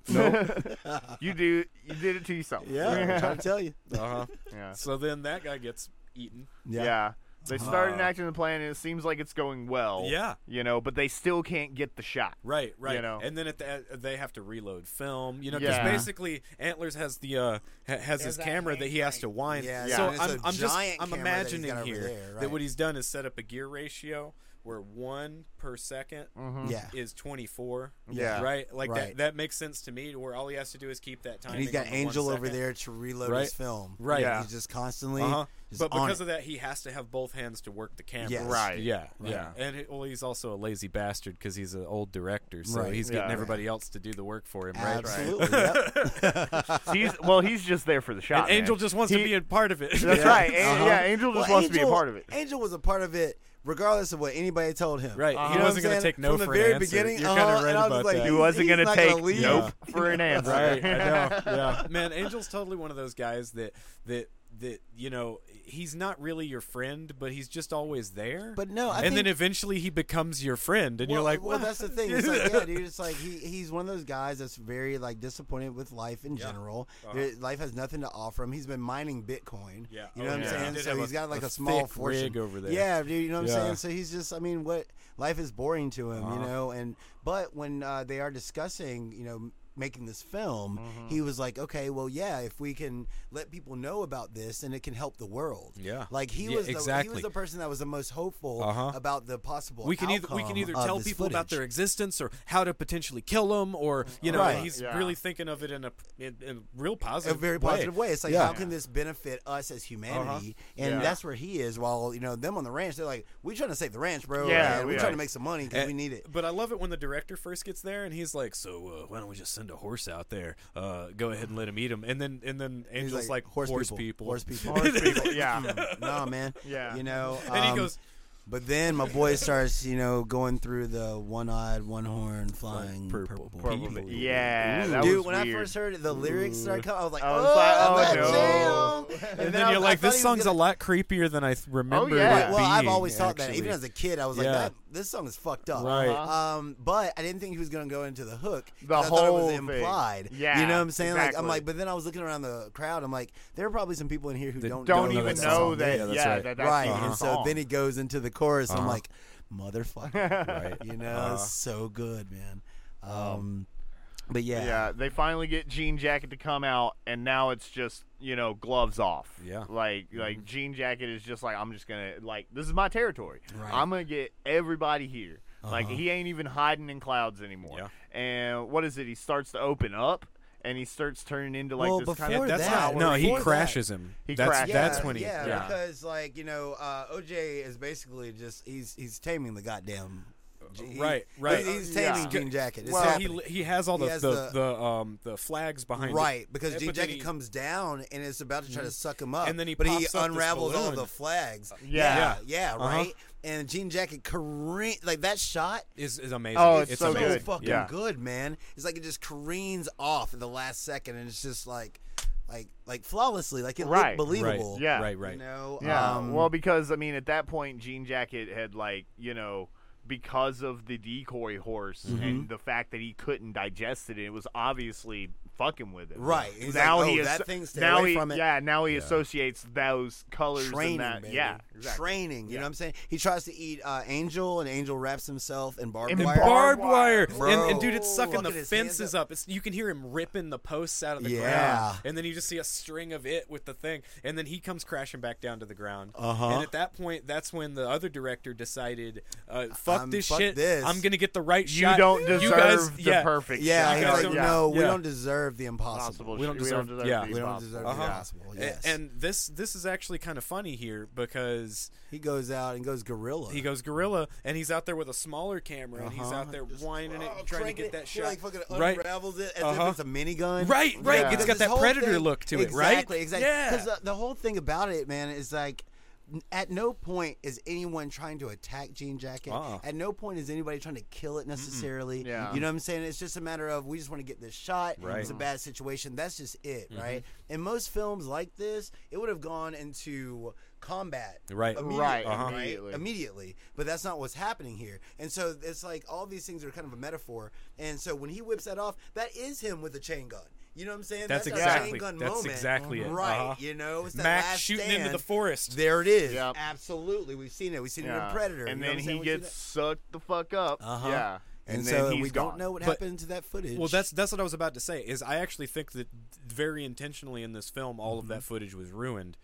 Speaker 1: you do. You did it to yourself.
Speaker 2: yeah. I'm trying to tell you.
Speaker 3: Uh-huh.
Speaker 1: yeah.
Speaker 3: So then that guy gets eaten.
Speaker 1: Yeah. They start enacting the plan, and it seems like it's going well.
Speaker 3: Yeah.
Speaker 1: You know, but they still can't get the shot.
Speaker 3: Right, right.
Speaker 1: You know.
Speaker 3: And then at the, uh, they have to reload film, you know, because
Speaker 1: Yeah.
Speaker 3: basically Antlers has the uh, ha- has his
Speaker 5: that
Speaker 3: camera that he has to wind.
Speaker 2: Yeah,
Speaker 1: yeah.
Speaker 3: So
Speaker 2: And it's
Speaker 3: I'm,
Speaker 2: a
Speaker 3: I'm just
Speaker 2: giant
Speaker 3: I'm
Speaker 2: camera that he's
Speaker 3: imagining
Speaker 2: got over
Speaker 3: here
Speaker 2: there,
Speaker 3: that
Speaker 2: right.
Speaker 3: what he's done is set up a gear ratio where one per 2nd
Speaker 1: Mm-hmm.
Speaker 2: Yeah.
Speaker 3: is 24.
Speaker 1: Yeah.
Speaker 3: Right. Like
Speaker 2: Right.
Speaker 3: that. That makes sense to me. to Where all he has to do is keep that time.
Speaker 2: And he's got Angel over there to reload
Speaker 3: Right.
Speaker 2: his film.
Speaker 3: Right.
Speaker 1: Yeah.
Speaker 2: He's just constantly.
Speaker 3: Uh-huh.
Speaker 2: Just
Speaker 3: But
Speaker 2: on
Speaker 3: because
Speaker 2: it.
Speaker 3: of that, he has to have both hands to work the camera.
Speaker 2: Yes.
Speaker 1: Right.
Speaker 3: Yeah,
Speaker 1: Right.
Speaker 3: yeah, and it, well, he's also a lazy bastard because he's an old director, so
Speaker 2: Right.
Speaker 3: he's getting
Speaker 1: Yeah.
Speaker 3: everybody else to do the work for him, right?
Speaker 2: Absolutely. yep.
Speaker 1: He's well. He's just there for the shot.
Speaker 3: And Angel
Speaker 1: man.
Speaker 3: just wants to be a part of it.
Speaker 1: That's right. An-
Speaker 2: Uh-huh.
Speaker 1: Yeah. Angel just
Speaker 2: Well,
Speaker 1: wants to be a part of it.
Speaker 2: Angel was a part of it, regardless of what anybody told him.
Speaker 3: Right, he
Speaker 2: know what
Speaker 3: wasn't
Speaker 2: I'm
Speaker 3: gonna
Speaker 2: saying?
Speaker 3: take no
Speaker 2: From the
Speaker 3: for an
Speaker 2: very
Speaker 3: answer.
Speaker 2: beginning.
Speaker 3: You're
Speaker 2: uh-huh,
Speaker 3: kinda right
Speaker 2: and I was
Speaker 3: about
Speaker 2: like,
Speaker 3: that.
Speaker 1: He
Speaker 2: he's-
Speaker 1: wasn't
Speaker 2: he's
Speaker 1: gonna
Speaker 2: not
Speaker 1: take
Speaker 2: leave.
Speaker 1: nope for an answer.
Speaker 3: right. I know. Yeah, man. Angel's totally one of those guys that that that you know he's not really your friend, but he's just always there.
Speaker 2: But no, I
Speaker 3: and then
Speaker 2: think-
Speaker 3: eventually he becomes your friend, and you're like,
Speaker 2: well,
Speaker 3: "What?"
Speaker 2: that's the thing. It's like, yeah, dude. It's like he, he's one of those guys that's very like disappointed with life in general. There- Life has nothing to offer him. He's been mining Bitcoin.
Speaker 3: Uh-huh. Yeah.
Speaker 2: you know
Speaker 3: Oh,
Speaker 2: what
Speaker 3: yeah. He
Speaker 2: I'm saying.
Speaker 3: did
Speaker 2: So
Speaker 3: have a-
Speaker 2: he's got like
Speaker 3: a
Speaker 2: a, small
Speaker 3: thick
Speaker 2: fortune
Speaker 3: rig over there.
Speaker 2: Yeah, dude. You know what
Speaker 3: Yeah. Uh-huh.
Speaker 2: I'm saying. So he's just, I mean, what life is boring to him, you know. And but when uh, they are discussing, you know. Making this film,
Speaker 3: Mm-hmm.
Speaker 2: he was like, "Okay, well, yeah, if we can let people know about this, and it can help the world."
Speaker 3: Yeah.
Speaker 2: like he
Speaker 3: Yeah,
Speaker 2: was the, he
Speaker 3: exactly.
Speaker 2: was the person that was the most hopeful
Speaker 3: Uh-huh.
Speaker 2: about the possible.
Speaker 3: we can either we can
Speaker 2: outcome
Speaker 3: either
Speaker 2: of
Speaker 3: tell
Speaker 2: this
Speaker 3: people about
Speaker 2: footage.
Speaker 3: their existence or how to potentially kill them or you know
Speaker 2: Right.
Speaker 3: he's
Speaker 1: Yeah.
Speaker 3: really thinking of it in a in, in a real
Speaker 2: a
Speaker 3: positive
Speaker 2: very
Speaker 3: way.
Speaker 2: positive way. It's like,
Speaker 3: Yeah. Uh-huh.
Speaker 2: how can this benefit us as humanity? And
Speaker 1: Yeah.
Speaker 2: that's where he is. While you know them on the ranch, they're like, we're trying to save the ranch, bro.
Speaker 1: Yeah,
Speaker 2: and we're
Speaker 1: we
Speaker 2: trying
Speaker 1: are.
Speaker 2: to make some money because
Speaker 3: And-
Speaker 2: we need it.
Speaker 3: But I love it when the director first gets there and he's like, "So uh, why don't we just send a horse out there? Uh, go ahead and let him eat him." And then and then
Speaker 2: He's
Speaker 3: Angel's like, "Horse, people.
Speaker 2: horse people,
Speaker 1: Horse people, yeah.
Speaker 2: Mm, nah, man.
Speaker 1: Yeah.
Speaker 2: you know.
Speaker 3: And he
Speaker 2: um,
Speaker 3: goes,
Speaker 2: But then my boy starts, you know, going through the one-eyed, one-horn, flying
Speaker 3: purple people.
Speaker 1: Yeah. That
Speaker 2: Dude,
Speaker 1: was
Speaker 2: when I
Speaker 1: weird.
Speaker 2: first heard it, the lyrics started coming, I was like,
Speaker 1: I
Speaker 2: "Oh,
Speaker 1: was like, oh,
Speaker 2: I'm
Speaker 1: no.
Speaker 2: not jail.
Speaker 3: and,
Speaker 2: I
Speaker 3: then you're
Speaker 2: was- I
Speaker 3: like,
Speaker 2: thought
Speaker 3: "This
Speaker 2: he was
Speaker 3: song's
Speaker 2: gonna-
Speaker 3: a lot creepier than I th- remember."
Speaker 1: Oh, yeah.
Speaker 3: it
Speaker 1: Right,
Speaker 2: Well, I've
Speaker 3: being,
Speaker 2: always thought that.
Speaker 3: actually.
Speaker 2: Even as a kid, I was like,
Speaker 3: Yeah.
Speaker 2: that, this song is fucked up.
Speaker 3: Right.
Speaker 2: Um, but I didn't think he was going to go into the hook.
Speaker 1: Uh-huh. The
Speaker 2: 'cause I thought it
Speaker 1: whole
Speaker 2: was
Speaker 1: thing.
Speaker 2: implied. You
Speaker 1: Yeah,
Speaker 2: know what I'm saying? Like, I'm
Speaker 1: exactly.
Speaker 2: like, but then I was looking around the crowd. I'm like, there are probably some people in here who
Speaker 3: That
Speaker 2: don't,
Speaker 1: Don't
Speaker 3: Don't know
Speaker 1: even
Speaker 3: that
Speaker 1: know
Speaker 3: song.
Speaker 1: that.
Speaker 3: Yeah,
Speaker 1: Yeah.
Speaker 3: that's right.
Speaker 1: That, that's
Speaker 2: right.
Speaker 1: even a
Speaker 2: And so
Speaker 1: song.
Speaker 2: then he goes into the chorus. I'm
Speaker 3: Uh-huh.
Speaker 2: like, motherfucker.
Speaker 3: Right.
Speaker 2: You know,
Speaker 3: Uh-huh.
Speaker 2: it's so good, man. Um, but yeah.
Speaker 1: Yeah, they finally get Jean Jacket to come out, and now it's just you know gloves off.
Speaker 3: Yeah.
Speaker 1: like
Speaker 2: Mm-hmm.
Speaker 1: like Jean Jacket is just like I'm just gonna like this is my territory.
Speaker 2: Right.
Speaker 1: I'm gonna get everybody here. Like
Speaker 2: Uh-huh.
Speaker 1: he ain't even hiding in clouds anymore.
Speaker 3: Yeah.
Speaker 1: And what is it? He starts to open up, and he starts turning into like
Speaker 2: Well,
Speaker 1: this kind
Speaker 2: before
Speaker 1: of
Speaker 3: That's
Speaker 2: that-
Speaker 3: not- no, he
Speaker 2: before that-
Speaker 3: crashes him.
Speaker 1: He
Speaker 3: that's
Speaker 1: crashes.
Speaker 3: that's when he
Speaker 2: yeah,
Speaker 1: yeah.
Speaker 2: because like you know uh, OJ is basically just he's he's taming the goddamn he-
Speaker 3: Right, right.
Speaker 2: he's, he's taming
Speaker 1: Yeah.
Speaker 2: Jean Jacket it's
Speaker 3: Well,
Speaker 2: happening.
Speaker 3: he he has all
Speaker 2: He
Speaker 3: the
Speaker 2: has
Speaker 3: the,
Speaker 2: the-
Speaker 3: the, um the flags behind it.
Speaker 2: right because
Speaker 3: Yeah,
Speaker 2: Jean
Speaker 3: but then
Speaker 2: Jacket
Speaker 3: he- Mm-hmm.
Speaker 2: comes down and is about to try to suck him up
Speaker 3: And then he
Speaker 2: but he
Speaker 3: pops up this
Speaker 2: unravels all
Speaker 3: balloon. Uh,
Speaker 2: the flags yeah
Speaker 1: Yeah.
Speaker 2: yeah,
Speaker 3: Uh-huh.
Speaker 2: right and Jean Jacket careen like that shot
Speaker 3: is is amazing.
Speaker 1: Oh, it's so
Speaker 2: so
Speaker 3: amazing.
Speaker 1: good.
Speaker 2: fucking
Speaker 1: Yeah.
Speaker 2: good man it's like it just careens off at the last second and it's just like like like flawlessly like it
Speaker 1: Right, right,
Speaker 2: looked believable
Speaker 1: yeah.
Speaker 3: Right, right.
Speaker 2: you know
Speaker 1: Yeah.
Speaker 2: um,
Speaker 1: well, because I mean, at that point, Jean Jacket had like you know because of the decoy horse
Speaker 2: Mm-hmm.
Speaker 1: and the fact that he couldn't digest it, it was obviously fucking with him.
Speaker 2: Right. He's
Speaker 1: now
Speaker 2: like,
Speaker 1: he
Speaker 2: "Oh,
Speaker 1: is,
Speaker 2: that thing, stay
Speaker 1: now
Speaker 2: away
Speaker 1: he,
Speaker 2: from it."
Speaker 1: Yeah. Now he associates those colors
Speaker 2: training,
Speaker 1: and that.
Speaker 2: baby.
Speaker 1: Yeah. Exactly.
Speaker 2: training. You know what I'm saying? He tries to eat uh, Angel, and Angel wraps himself in barbed
Speaker 1: In
Speaker 2: wire.
Speaker 3: barbed
Speaker 1: Barbed
Speaker 3: wire,
Speaker 1: wire.
Speaker 3: And, and
Speaker 2: Bro.
Speaker 3: dude, it's sucking
Speaker 2: Look
Speaker 3: the
Speaker 2: at his hands
Speaker 3: fences up. It's you can hear him ripping the posts out of the
Speaker 2: Yeah.
Speaker 3: ground, and then you just see a string of it with the thing, and then he comes crashing back down to the ground.
Speaker 2: Uh-huh.
Speaker 3: And at that point, that's when the other director decided, uh, "Fuck
Speaker 2: I'm-
Speaker 3: this
Speaker 2: fuck
Speaker 3: shit.
Speaker 2: this.
Speaker 3: I'm gonna get the right
Speaker 1: You
Speaker 3: shot.
Speaker 1: don't deserve
Speaker 3: you guys,
Speaker 1: the
Speaker 3: yeah,
Speaker 1: perfect.
Speaker 2: yeah,
Speaker 1: shot.
Speaker 2: he's
Speaker 3: guys
Speaker 2: like,
Speaker 3: don't-
Speaker 2: no, we
Speaker 3: yeah.
Speaker 2: don't deserve deserve the impossible.
Speaker 1: Possible.
Speaker 3: We don't deserve-
Speaker 1: deserve
Speaker 3: yeah.
Speaker 1: the
Speaker 2: We don't
Speaker 1: possible.
Speaker 2: deserve
Speaker 3: Uh-huh.
Speaker 2: the impossible.
Speaker 3: A-
Speaker 2: Oh, Yes.
Speaker 3: And this this is actually kind of funny here because
Speaker 2: he goes out and goes gorilla.
Speaker 3: he goes gorilla and he's out there with a smaller camera and he's
Speaker 2: Uh-huh.
Speaker 3: out there whining it, trying to
Speaker 2: cranking
Speaker 3: get
Speaker 2: it,
Speaker 3: that
Speaker 2: he,
Speaker 3: shot.
Speaker 2: Like fucking
Speaker 3: right,
Speaker 2: unravels it as
Speaker 3: Uh-huh.
Speaker 2: if it's a minigun.
Speaker 3: right, right.
Speaker 1: Yeah.
Speaker 3: It's got
Speaker 2: This
Speaker 3: that
Speaker 2: whole
Speaker 3: predator
Speaker 2: thing-
Speaker 3: look to it, right?
Speaker 2: exactly, Exactly,
Speaker 3: Yeah.
Speaker 2: Because the, the whole thing about it, man, is like. n- At no point is anyone trying to attack Jean Jacket.
Speaker 3: Uh-uh.
Speaker 2: At no point is anybody trying to kill it necessarily.
Speaker 1: Yeah.
Speaker 2: You know what I'm saying? It's just a matter of we just want to get this shot.
Speaker 3: Right. Mm-hmm.
Speaker 2: It's a bad situation. That's just it, right? In most films like this, it would have gone into combat
Speaker 3: Right.
Speaker 2: immediately,
Speaker 1: Right,
Speaker 3: Uh-huh.
Speaker 1: immediately.
Speaker 2: immediately. But that's not what's happening here. And so it's like all these things are kind of a metaphor. And so when he whips that off, that is him with a chain gun. You know what I'm saying?
Speaker 3: That's
Speaker 2: our
Speaker 3: exactly-
Speaker 2: chain gun
Speaker 3: that's
Speaker 2: moment.
Speaker 3: exactly it.
Speaker 2: Right.
Speaker 3: Uh-huh.
Speaker 2: You know, it's that
Speaker 3: Max
Speaker 2: last
Speaker 3: shooting
Speaker 2: stand.
Speaker 3: into the forest.
Speaker 2: There it is.
Speaker 1: Yep.
Speaker 2: Absolutely. We've seen it. We've seen it
Speaker 1: Yeah.
Speaker 2: in Predator.
Speaker 1: And
Speaker 2: You know
Speaker 1: then
Speaker 2: what I'm saying?
Speaker 1: he
Speaker 2: We've seen
Speaker 1: gets
Speaker 2: it.
Speaker 1: sucked the fuck up.
Speaker 2: Uh-huh.
Speaker 1: Yeah.
Speaker 2: And,
Speaker 1: then
Speaker 2: so
Speaker 1: he's
Speaker 2: we
Speaker 1: gone.
Speaker 2: don't know what
Speaker 3: But-
Speaker 2: happened to that footage.
Speaker 3: Well, that's that's what I was about to say. Is I actually think that very intentionally in this film, all of that footage was ruined,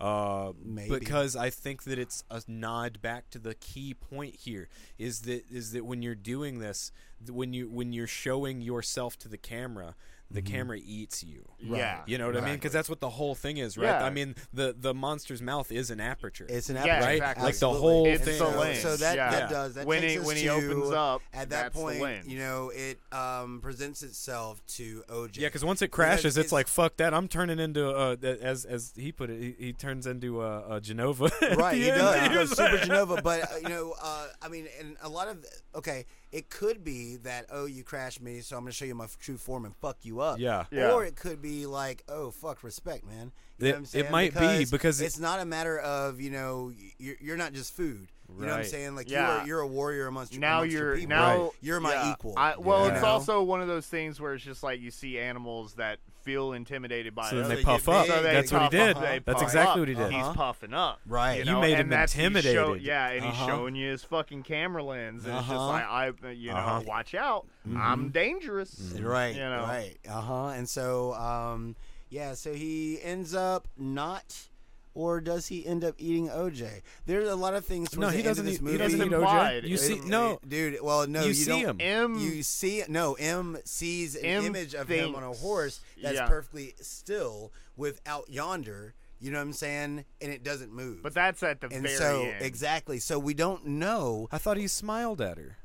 Speaker 3: uh,
Speaker 2: Maybe.
Speaker 3: because I think that it's a nod back to the key point here. Is that is that when you're doing this, th- when you when you're showing yourself to the camera, the camera eats you.
Speaker 1: Yeah.
Speaker 3: You know what I mean? Because that's what the whole thing is, right?
Speaker 1: Yeah.
Speaker 3: I mean, the the monster's mouth is an aperture.
Speaker 2: It's an
Speaker 1: Yeah,
Speaker 2: aperture,
Speaker 1: right?
Speaker 2: Absolutely.
Speaker 1: Like the
Speaker 3: whole
Speaker 2: And
Speaker 3: thing.
Speaker 2: So,
Speaker 3: It's the lens,
Speaker 2: so that,
Speaker 1: yeah.
Speaker 2: that does that
Speaker 1: When
Speaker 2: takes
Speaker 1: he-
Speaker 2: us
Speaker 1: when he
Speaker 2: to-
Speaker 1: opens up,
Speaker 2: at that
Speaker 1: that's the
Speaker 2: point,
Speaker 1: lens.
Speaker 2: you know, it um, presents itself to OJ.
Speaker 3: Yeah, because once it crashes, it's,
Speaker 2: it's-
Speaker 3: like fuck that. I'm turning into uh, th- as as he put it, he, he turns into uh, uh, Genova. at
Speaker 2: right,
Speaker 3: the
Speaker 2: he
Speaker 3: end.
Speaker 2: does. He
Speaker 3: He
Speaker 2: goes
Speaker 3: was
Speaker 2: super
Speaker 3: like-
Speaker 2: Genova, but uh, you know, uh, I mean, and a lot of okay, it could be that oh, you crashed me, so I'm gonna show you my f- true form and fuck you up.
Speaker 3: Yeah.
Speaker 1: Yeah.
Speaker 2: Or it could be like oh, fuck, respect, man. You know
Speaker 3: It-
Speaker 2: what I'm
Speaker 3: it
Speaker 2: saying?
Speaker 3: might be, because it-
Speaker 2: it's not a matter of you know y- you're, you're not just food. You know what I'm
Speaker 3: Right.
Speaker 2: saying? Like
Speaker 1: Yeah.
Speaker 2: you're you're a warrior amongst your-
Speaker 1: now
Speaker 2: amongst your
Speaker 1: you're
Speaker 2: people.
Speaker 1: now
Speaker 3: Right.
Speaker 2: You're my
Speaker 1: yeah.
Speaker 2: equal.
Speaker 1: I, well,
Speaker 3: Yeah.
Speaker 1: it's
Speaker 2: You know?
Speaker 1: also one of those things where it's just like you see animals that feel intimidated by
Speaker 3: So then
Speaker 1: it.
Speaker 3: they
Speaker 2: they
Speaker 3: puff
Speaker 2: get
Speaker 3: up.
Speaker 2: big,
Speaker 1: So they
Speaker 3: That's what he
Speaker 1: puff
Speaker 3: did.
Speaker 1: up, they
Speaker 3: That's
Speaker 1: puff
Speaker 3: exactly
Speaker 1: up.
Speaker 3: what he did.
Speaker 1: He's puffing up,
Speaker 2: Uh-huh. Right.
Speaker 1: You,
Speaker 2: You
Speaker 1: know?
Speaker 3: made
Speaker 1: and
Speaker 3: him
Speaker 1: that's- he's show-
Speaker 3: intimidated.
Speaker 1: yeah, and
Speaker 3: Uh-huh.
Speaker 1: he's showing you his fucking camera lens. And It's just
Speaker 2: Uh-huh. Mm-hmm.
Speaker 1: like I, you know,
Speaker 3: Uh-huh. Mm-hmm.
Speaker 1: watch out, I'm dangerous.
Speaker 2: Right.
Speaker 1: You know.
Speaker 2: Right. Uh huh. And so, um, yeah. So he ends up not, or does he end up eating OJ? There's a lot of things.
Speaker 3: No,
Speaker 2: towards
Speaker 3: he
Speaker 2: the end
Speaker 3: doesn't.
Speaker 2: of
Speaker 3: Eat,
Speaker 2: This
Speaker 3: he
Speaker 2: movie.
Speaker 3: doesn't eat OJ.
Speaker 1: implied.
Speaker 3: You
Speaker 1: It-
Speaker 3: see,
Speaker 2: It-
Speaker 3: no,
Speaker 2: it- dude. Well, no,
Speaker 3: you
Speaker 2: you,
Speaker 3: see
Speaker 2: don't.
Speaker 3: him.
Speaker 1: M.
Speaker 2: You see, no, M sees an
Speaker 1: M
Speaker 2: image of him on a
Speaker 1: thinks-
Speaker 2: horse that's
Speaker 1: yeah.
Speaker 2: perfectly still without yonder. You know what I'm saying? And it doesn't move.
Speaker 1: but that's at the
Speaker 2: and
Speaker 1: very
Speaker 2: so
Speaker 1: end.
Speaker 2: exactly. So we don't know.
Speaker 3: I thought he smiled at her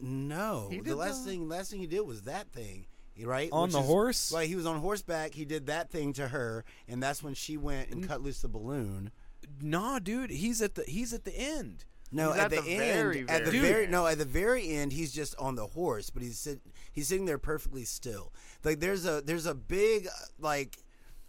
Speaker 2: No,
Speaker 1: He
Speaker 2: the
Speaker 1: did
Speaker 2: last
Speaker 1: the-
Speaker 2: thing last thing he did was that thing, right?
Speaker 3: on
Speaker 2: Which
Speaker 3: the
Speaker 2: is-
Speaker 3: horse.
Speaker 2: Right, he was on horseback. He did that thing to her, and that's when she went and cut loose the balloon.
Speaker 3: Nah, dude, he's at the he's at the end.
Speaker 2: No,
Speaker 1: He's
Speaker 2: at, the,
Speaker 1: at the
Speaker 2: end,
Speaker 1: very,
Speaker 2: at the
Speaker 1: very
Speaker 2: very
Speaker 1: end.
Speaker 2: no, at the very end, he's just on the horse, but he's sit, he's sitting there perfectly still. Like there's a there's a big uh, like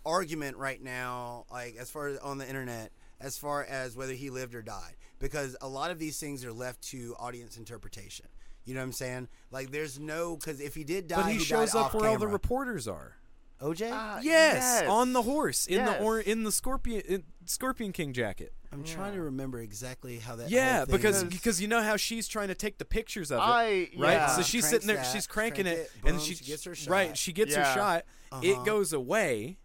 Speaker 2: argument right now, like as far as on the internet, as far as whether he lived or died, because a lot of these things are left to audience interpretation. You know what I'm saying? Like there's no because if Uh, he did die,
Speaker 3: But he shows
Speaker 2: died
Speaker 3: up
Speaker 2: off
Speaker 3: where all the
Speaker 2: camera. Uh,
Speaker 3: reporters are.
Speaker 2: OJ.
Speaker 1: Ah,
Speaker 3: Yes, on the horse in
Speaker 1: Yes.
Speaker 3: the or in the scorpion in Scorpion King jacket.
Speaker 2: I'm trying to remember exactly how that.
Speaker 3: Yeah,
Speaker 2: whole thing
Speaker 3: because
Speaker 2: goes.
Speaker 3: because you know how she's trying to take the pictures of it,
Speaker 1: I-
Speaker 3: right?
Speaker 1: yeah.
Speaker 3: So she's
Speaker 2: Cranks
Speaker 3: sitting there,
Speaker 2: that,
Speaker 3: she's cranking
Speaker 2: crank
Speaker 3: it,
Speaker 2: it,
Speaker 3: and
Speaker 2: boom,
Speaker 3: she,
Speaker 2: she gets her
Speaker 3: Right,
Speaker 2: shot.
Speaker 3: she gets her
Speaker 1: Yeah.
Speaker 3: shot. It
Speaker 2: Uh-huh.
Speaker 3: goes away,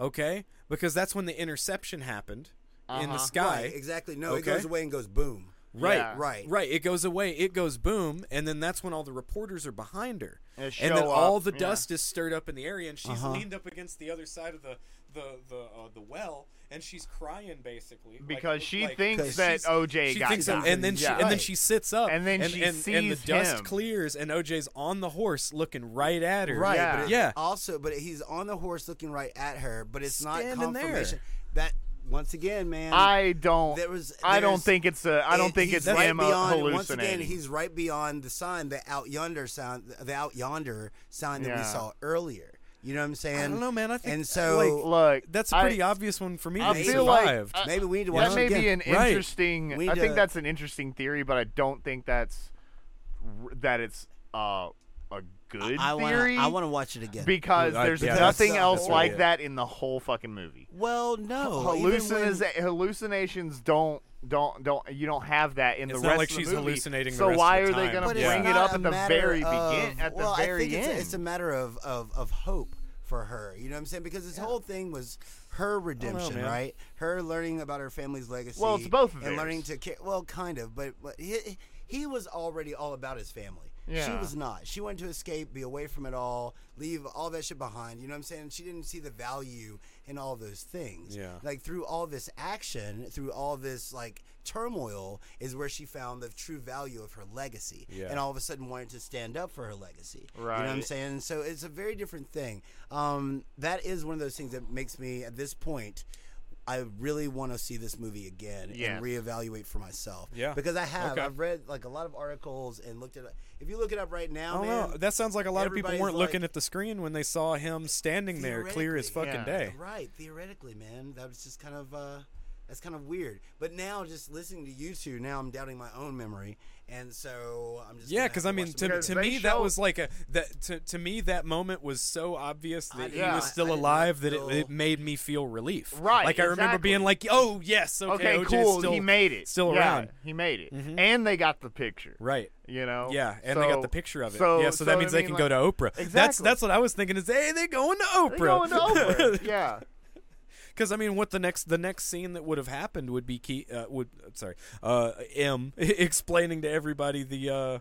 Speaker 3: okay, because that's when the interception happened in the
Speaker 1: Uh-huh.
Speaker 3: sky.
Speaker 2: Right, exactly. No,
Speaker 3: Okay.
Speaker 2: it goes away and goes boom.
Speaker 3: Right,
Speaker 1: Yeah.
Speaker 2: Right.
Speaker 3: right. It goes away. It goes boom, and then that's when all the reporters are behind her,
Speaker 1: And show
Speaker 3: and then all
Speaker 1: up,
Speaker 3: the
Speaker 1: yeah.
Speaker 3: dust is stirred up in the area, and she's
Speaker 2: Uh-huh.
Speaker 3: leaned up against the other side of the the the, uh, the well, and she's crying basically like-
Speaker 1: Because she
Speaker 3: like-
Speaker 1: thinks
Speaker 2: 'Cause
Speaker 1: that
Speaker 3: she's-
Speaker 1: OJ
Speaker 3: she
Speaker 1: got
Speaker 3: thinks that-
Speaker 1: got.
Speaker 3: and then she
Speaker 1: Yeah.
Speaker 3: and then
Speaker 2: Right.
Speaker 3: she sits up,
Speaker 1: And then
Speaker 3: and,
Speaker 1: she
Speaker 3: and, and the
Speaker 1: sees
Speaker 3: dust
Speaker 1: him.
Speaker 3: clears, and OJ's on the horse looking right at her.
Speaker 2: Right.
Speaker 1: Yeah.
Speaker 2: But it-
Speaker 3: Yeah.
Speaker 2: Also, but he's on the horse looking right at her, but it's not
Speaker 3: Standing there.
Speaker 2: confirmation. That once again, man.
Speaker 1: I don't.
Speaker 2: There was-
Speaker 1: I don't
Speaker 2: there's-
Speaker 1: think it's a. I don't
Speaker 2: it-
Speaker 1: think
Speaker 2: he's
Speaker 1: it's
Speaker 2: right
Speaker 1: him uh,
Speaker 2: beyond,
Speaker 1: hallucinating.
Speaker 2: Once again, he's right beyond the sign, the out yonder sign, the out yonder sign that we
Speaker 1: Yeah.
Speaker 2: saw earlier. You know what I'm saying?
Speaker 3: I don't know, man. I think uh,
Speaker 2: and so
Speaker 3: like,
Speaker 1: Look,
Speaker 3: that's a
Speaker 1: I-
Speaker 3: pretty obvious one for me.
Speaker 1: I
Speaker 3: that he
Speaker 1: feel like- uh,
Speaker 3: survived.
Speaker 1: I-
Speaker 2: maybe we need to watch
Speaker 1: that
Speaker 2: it
Speaker 1: may
Speaker 2: again.
Speaker 1: be an
Speaker 3: Right.
Speaker 1: interesting.
Speaker 2: We
Speaker 1: I
Speaker 2: need to-
Speaker 1: think that's an interesting theory, but I don't think that's r- that it's uh, a good
Speaker 2: I want
Speaker 1: theory.
Speaker 2: to. I want to watch it again.
Speaker 1: because
Speaker 3: I-
Speaker 1: there's
Speaker 3: yeah, that's-
Speaker 1: nothing else
Speaker 3: that's what
Speaker 1: like
Speaker 3: it-
Speaker 1: that in the whole fucking movie.
Speaker 2: well, no. even when-
Speaker 1: Hallucinations, hallucinations don't don't don't you don't have that in
Speaker 3: It's
Speaker 1: the
Speaker 3: not
Speaker 1: rest
Speaker 3: like
Speaker 1: of
Speaker 3: she's
Speaker 1: the movie.
Speaker 3: hallucinating the
Speaker 1: so
Speaker 3: rest of
Speaker 1: why
Speaker 3: the
Speaker 1: are they
Speaker 3: time.
Speaker 1: going to
Speaker 2: but
Speaker 3: Yeah.
Speaker 2: it's
Speaker 1: bring
Speaker 2: not
Speaker 1: it up
Speaker 2: a
Speaker 1: at the
Speaker 2: matter
Speaker 1: very
Speaker 2: of,
Speaker 1: begin at
Speaker 2: well,
Speaker 1: the very
Speaker 2: I think
Speaker 1: end?
Speaker 2: It's, it's a matter of, of, of hope for her. You know what I'm saying? Because this whole thing was her redemption,
Speaker 3: man.
Speaker 2: right? Her learning about her family's legacy.
Speaker 1: Well, it's both of
Speaker 2: and learning
Speaker 1: theirs.
Speaker 2: to care. Well, kind of, but, but he, he was already all about his family. She
Speaker 1: Yeah.
Speaker 2: was not. She wanted to escape, be away from it all, leave all that shit behind. You know what I'm saying? She didn't see the value in all those things.
Speaker 3: Yeah.
Speaker 2: Like through all this action, through all this like turmoil, is where she found the true value of her legacy.
Speaker 3: Yeah.
Speaker 2: And all of a sudden wanted to stand up for her legacy. You know what I'm
Speaker 1: Right.
Speaker 2: saying? So it's a very different thing. Um, that is one of those things that makes me at this point. I really want to see this movie again
Speaker 1: Yes.
Speaker 2: and reevaluate for myself.
Speaker 3: Yeah.
Speaker 2: Because I have.
Speaker 3: Okay.
Speaker 2: I've read like a lot of articles and looked at it. If you look it up right now,
Speaker 3: I don't
Speaker 2: man,
Speaker 3: know. That sounds like a lot of people
Speaker 2: everybody's
Speaker 3: weren't looking
Speaker 2: like-
Speaker 3: at the screen when they saw him standing there, clear as fucking
Speaker 2: Theoretically,
Speaker 3: day.
Speaker 2: right. Theoretically, man, that was just kind of uh, that's kind of weird. But now, just listening to you two, now I'm doubting my own memory, and so I'm just
Speaker 3: Yeah,
Speaker 2: gonna have
Speaker 3: because I
Speaker 2: watch
Speaker 3: mean,
Speaker 2: the
Speaker 3: to,
Speaker 2: movie.
Speaker 1: Because
Speaker 3: to
Speaker 1: they
Speaker 3: me that
Speaker 1: show-
Speaker 3: was like a that to, to me that moment was so obvious
Speaker 2: I
Speaker 3: that he
Speaker 2: did
Speaker 3: was
Speaker 2: not-
Speaker 3: still
Speaker 2: I did not
Speaker 3: alive that it,
Speaker 2: feel-
Speaker 3: it made me feel relief.
Speaker 1: Right,
Speaker 3: Like I remember being like,
Speaker 1: exactly.
Speaker 3: "Oh yes, okay,
Speaker 1: Okay,
Speaker 3: OJ's
Speaker 1: cool.
Speaker 3: Still,
Speaker 1: he made it.
Speaker 3: Still
Speaker 1: Yeah,
Speaker 3: around.
Speaker 1: He made it,
Speaker 2: Mm-hmm.
Speaker 1: and they got the picture.
Speaker 3: Right.
Speaker 1: You know.
Speaker 3: Yeah, and they got
Speaker 1: So-
Speaker 3: the picture of it.
Speaker 1: So,
Speaker 3: yeah, so, that means
Speaker 1: I
Speaker 3: they
Speaker 1: mean,
Speaker 3: can
Speaker 1: like,
Speaker 3: go to Oprah. That's
Speaker 1: Exactly.
Speaker 3: that's what I was thinking. Is hey, they're going to Oprah.
Speaker 1: They going to Oprah. yeah.
Speaker 3: Because I mean, what the next the next scene that would have happened would be key, uh, would uh, sorry uh, M explaining to everybody the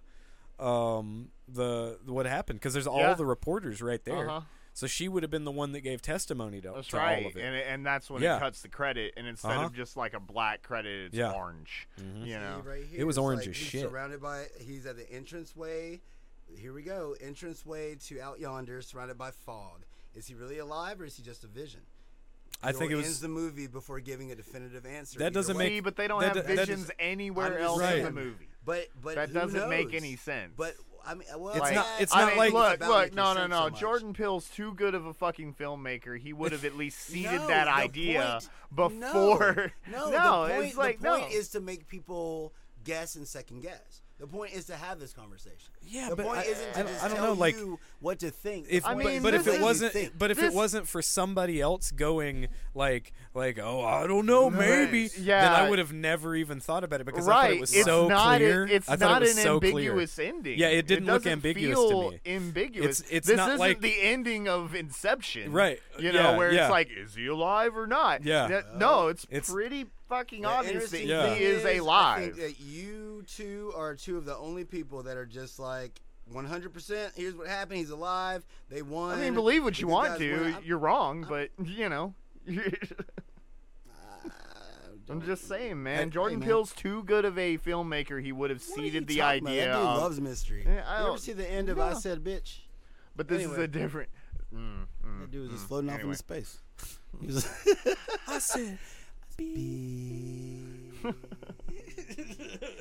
Speaker 3: uh, um the what happened because there's all
Speaker 1: Yeah.
Speaker 3: the reporters right there.
Speaker 1: Uh-huh.
Speaker 3: So she would have been the one that gave testimony to,
Speaker 1: That's
Speaker 3: to
Speaker 1: right,
Speaker 3: all of it.
Speaker 1: and it- and that's when
Speaker 3: Yeah.
Speaker 1: it cuts the credit, and instead
Speaker 3: Uh-huh.
Speaker 1: of just like a black credit, it's
Speaker 3: Yeah. Mm-hmm.
Speaker 1: orange. You know,
Speaker 2: Right here,
Speaker 3: It was
Speaker 2: it's
Speaker 3: orange
Speaker 2: like
Speaker 3: as
Speaker 2: he's
Speaker 3: shit.
Speaker 2: Surrounded by, he's at the entranceway. Here we go, entranceway to out yonder, surrounded by fog. Is he really alive or is he just a vision?
Speaker 3: I think it
Speaker 2: Or
Speaker 3: was
Speaker 2: ends the movie before giving a definitive answer.
Speaker 3: That
Speaker 2: either
Speaker 3: doesn't
Speaker 2: way.
Speaker 3: make-
Speaker 1: see, but they don't
Speaker 3: that- that-
Speaker 1: have
Speaker 3: that
Speaker 1: visions
Speaker 3: is-
Speaker 1: anywhere
Speaker 2: I'm
Speaker 1: else
Speaker 2: just
Speaker 1: in the
Speaker 2: saying.
Speaker 1: movie.
Speaker 2: But but
Speaker 1: That
Speaker 2: who
Speaker 1: doesn't make
Speaker 2: knows?
Speaker 1: any sense.
Speaker 2: But I mean, well,
Speaker 3: It's
Speaker 1: Like,
Speaker 3: not- it's
Speaker 1: I
Speaker 3: not
Speaker 1: mean,
Speaker 3: like-
Speaker 1: look,
Speaker 2: about
Speaker 1: look,
Speaker 2: making
Speaker 1: no, no,
Speaker 2: sense
Speaker 1: no.
Speaker 2: so much.
Speaker 1: Jordan Peele's too good of a fucking filmmaker. He would have at least seeded
Speaker 2: No,
Speaker 1: that
Speaker 2: the
Speaker 1: idea
Speaker 2: point-
Speaker 1: before.
Speaker 2: No, no, the point,
Speaker 1: it's like
Speaker 2: the point
Speaker 1: no.
Speaker 2: is to make people guess and second guess. The point is to have this conversation.
Speaker 3: Yeah,
Speaker 2: the
Speaker 3: but
Speaker 2: point
Speaker 3: I-
Speaker 2: isn't to
Speaker 3: I don't-
Speaker 2: just
Speaker 3: I don't
Speaker 2: tell
Speaker 3: know, like,
Speaker 2: you what to think. The
Speaker 3: if
Speaker 1: I
Speaker 2: point is
Speaker 1: mean,
Speaker 3: but
Speaker 2: to
Speaker 3: if
Speaker 1: this
Speaker 2: let
Speaker 3: it
Speaker 2: you
Speaker 1: is-
Speaker 3: wasn't
Speaker 2: think.
Speaker 3: but if it
Speaker 1: this-
Speaker 3: wasn't for somebody else going like like oh I don't know maybe then I
Speaker 1: Yeah.
Speaker 3: would have never even thought about it because I thought
Speaker 1: right,
Speaker 3: it was
Speaker 1: it's
Speaker 3: so
Speaker 1: not
Speaker 3: clear.
Speaker 1: A, it's
Speaker 3: I thought
Speaker 1: not
Speaker 3: it was
Speaker 1: an
Speaker 3: so clear.
Speaker 1: ambiguous ending.
Speaker 3: Yeah, it didn't look
Speaker 1: doesn't
Speaker 3: ambiguous to
Speaker 1: feel
Speaker 3: me.
Speaker 1: Ambiguous.
Speaker 3: It's- it's
Speaker 1: this
Speaker 3: not
Speaker 1: isn't
Speaker 3: like-
Speaker 1: the ending of Inception,
Speaker 3: Right,
Speaker 1: You know,
Speaker 3: yeah,
Speaker 1: where
Speaker 3: yeah.
Speaker 1: it's like, is he alive or not?
Speaker 3: Yeah.
Speaker 1: Th- no, it's,
Speaker 3: It's-
Speaker 1: pretty fucking
Speaker 2: Uh, The
Speaker 1: obvious
Speaker 2: interesting
Speaker 1: that he
Speaker 3: Yeah.
Speaker 2: thing
Speaker 1: is
Speaker 2: I think
Speaker 1: alive.
Speaker 2: that you two are two of the only people that are just like 100%. Here's what happened. He's alive. They won.
Speaker 1: I mean, believe what
Speaker 2: These
Speaker 1: you want
Speaker 2: guys
Speaker 1: to.
Speaker 2: won. I'm-
Speaker 1: You're wrong, but you know.
Speaker 2: I
Speaker 1: I'm
Speaker 2: don't-
Speaker 1: just saying,
Speaker 2: Hey,
Speaker 1: man.
Speaker 2: hey,
Speaker 1: Jordan
Speaker 2: man.
Speaker 1: Peele's too good of a filmmaker. He would have
Speaker 2: What are you
Speaker 1: seeded the
Speaker 2: talking about?
Speaker 1: idea.
Speaker 2: That dude
Speaker 1: of-
Speaker 2: loves mystery.
Speaker 1: Yeah, I
Speaker 2: you ever
Speaker 1: don't-
Speaker 2: see the end of I
Speaker 1: No.
Speaker 2: Said Bitch?
Speaker 1: but this is
Speaker 2: Anyway.
Speaker 1: a different. Mm, mm.
Speaker 2: That dude was
Speaker 3: Mm-hmm.
Speaker 2: just floating off
Speaker 1: Anyway.
Speaker 2: into space. He was
Speaker 3: I said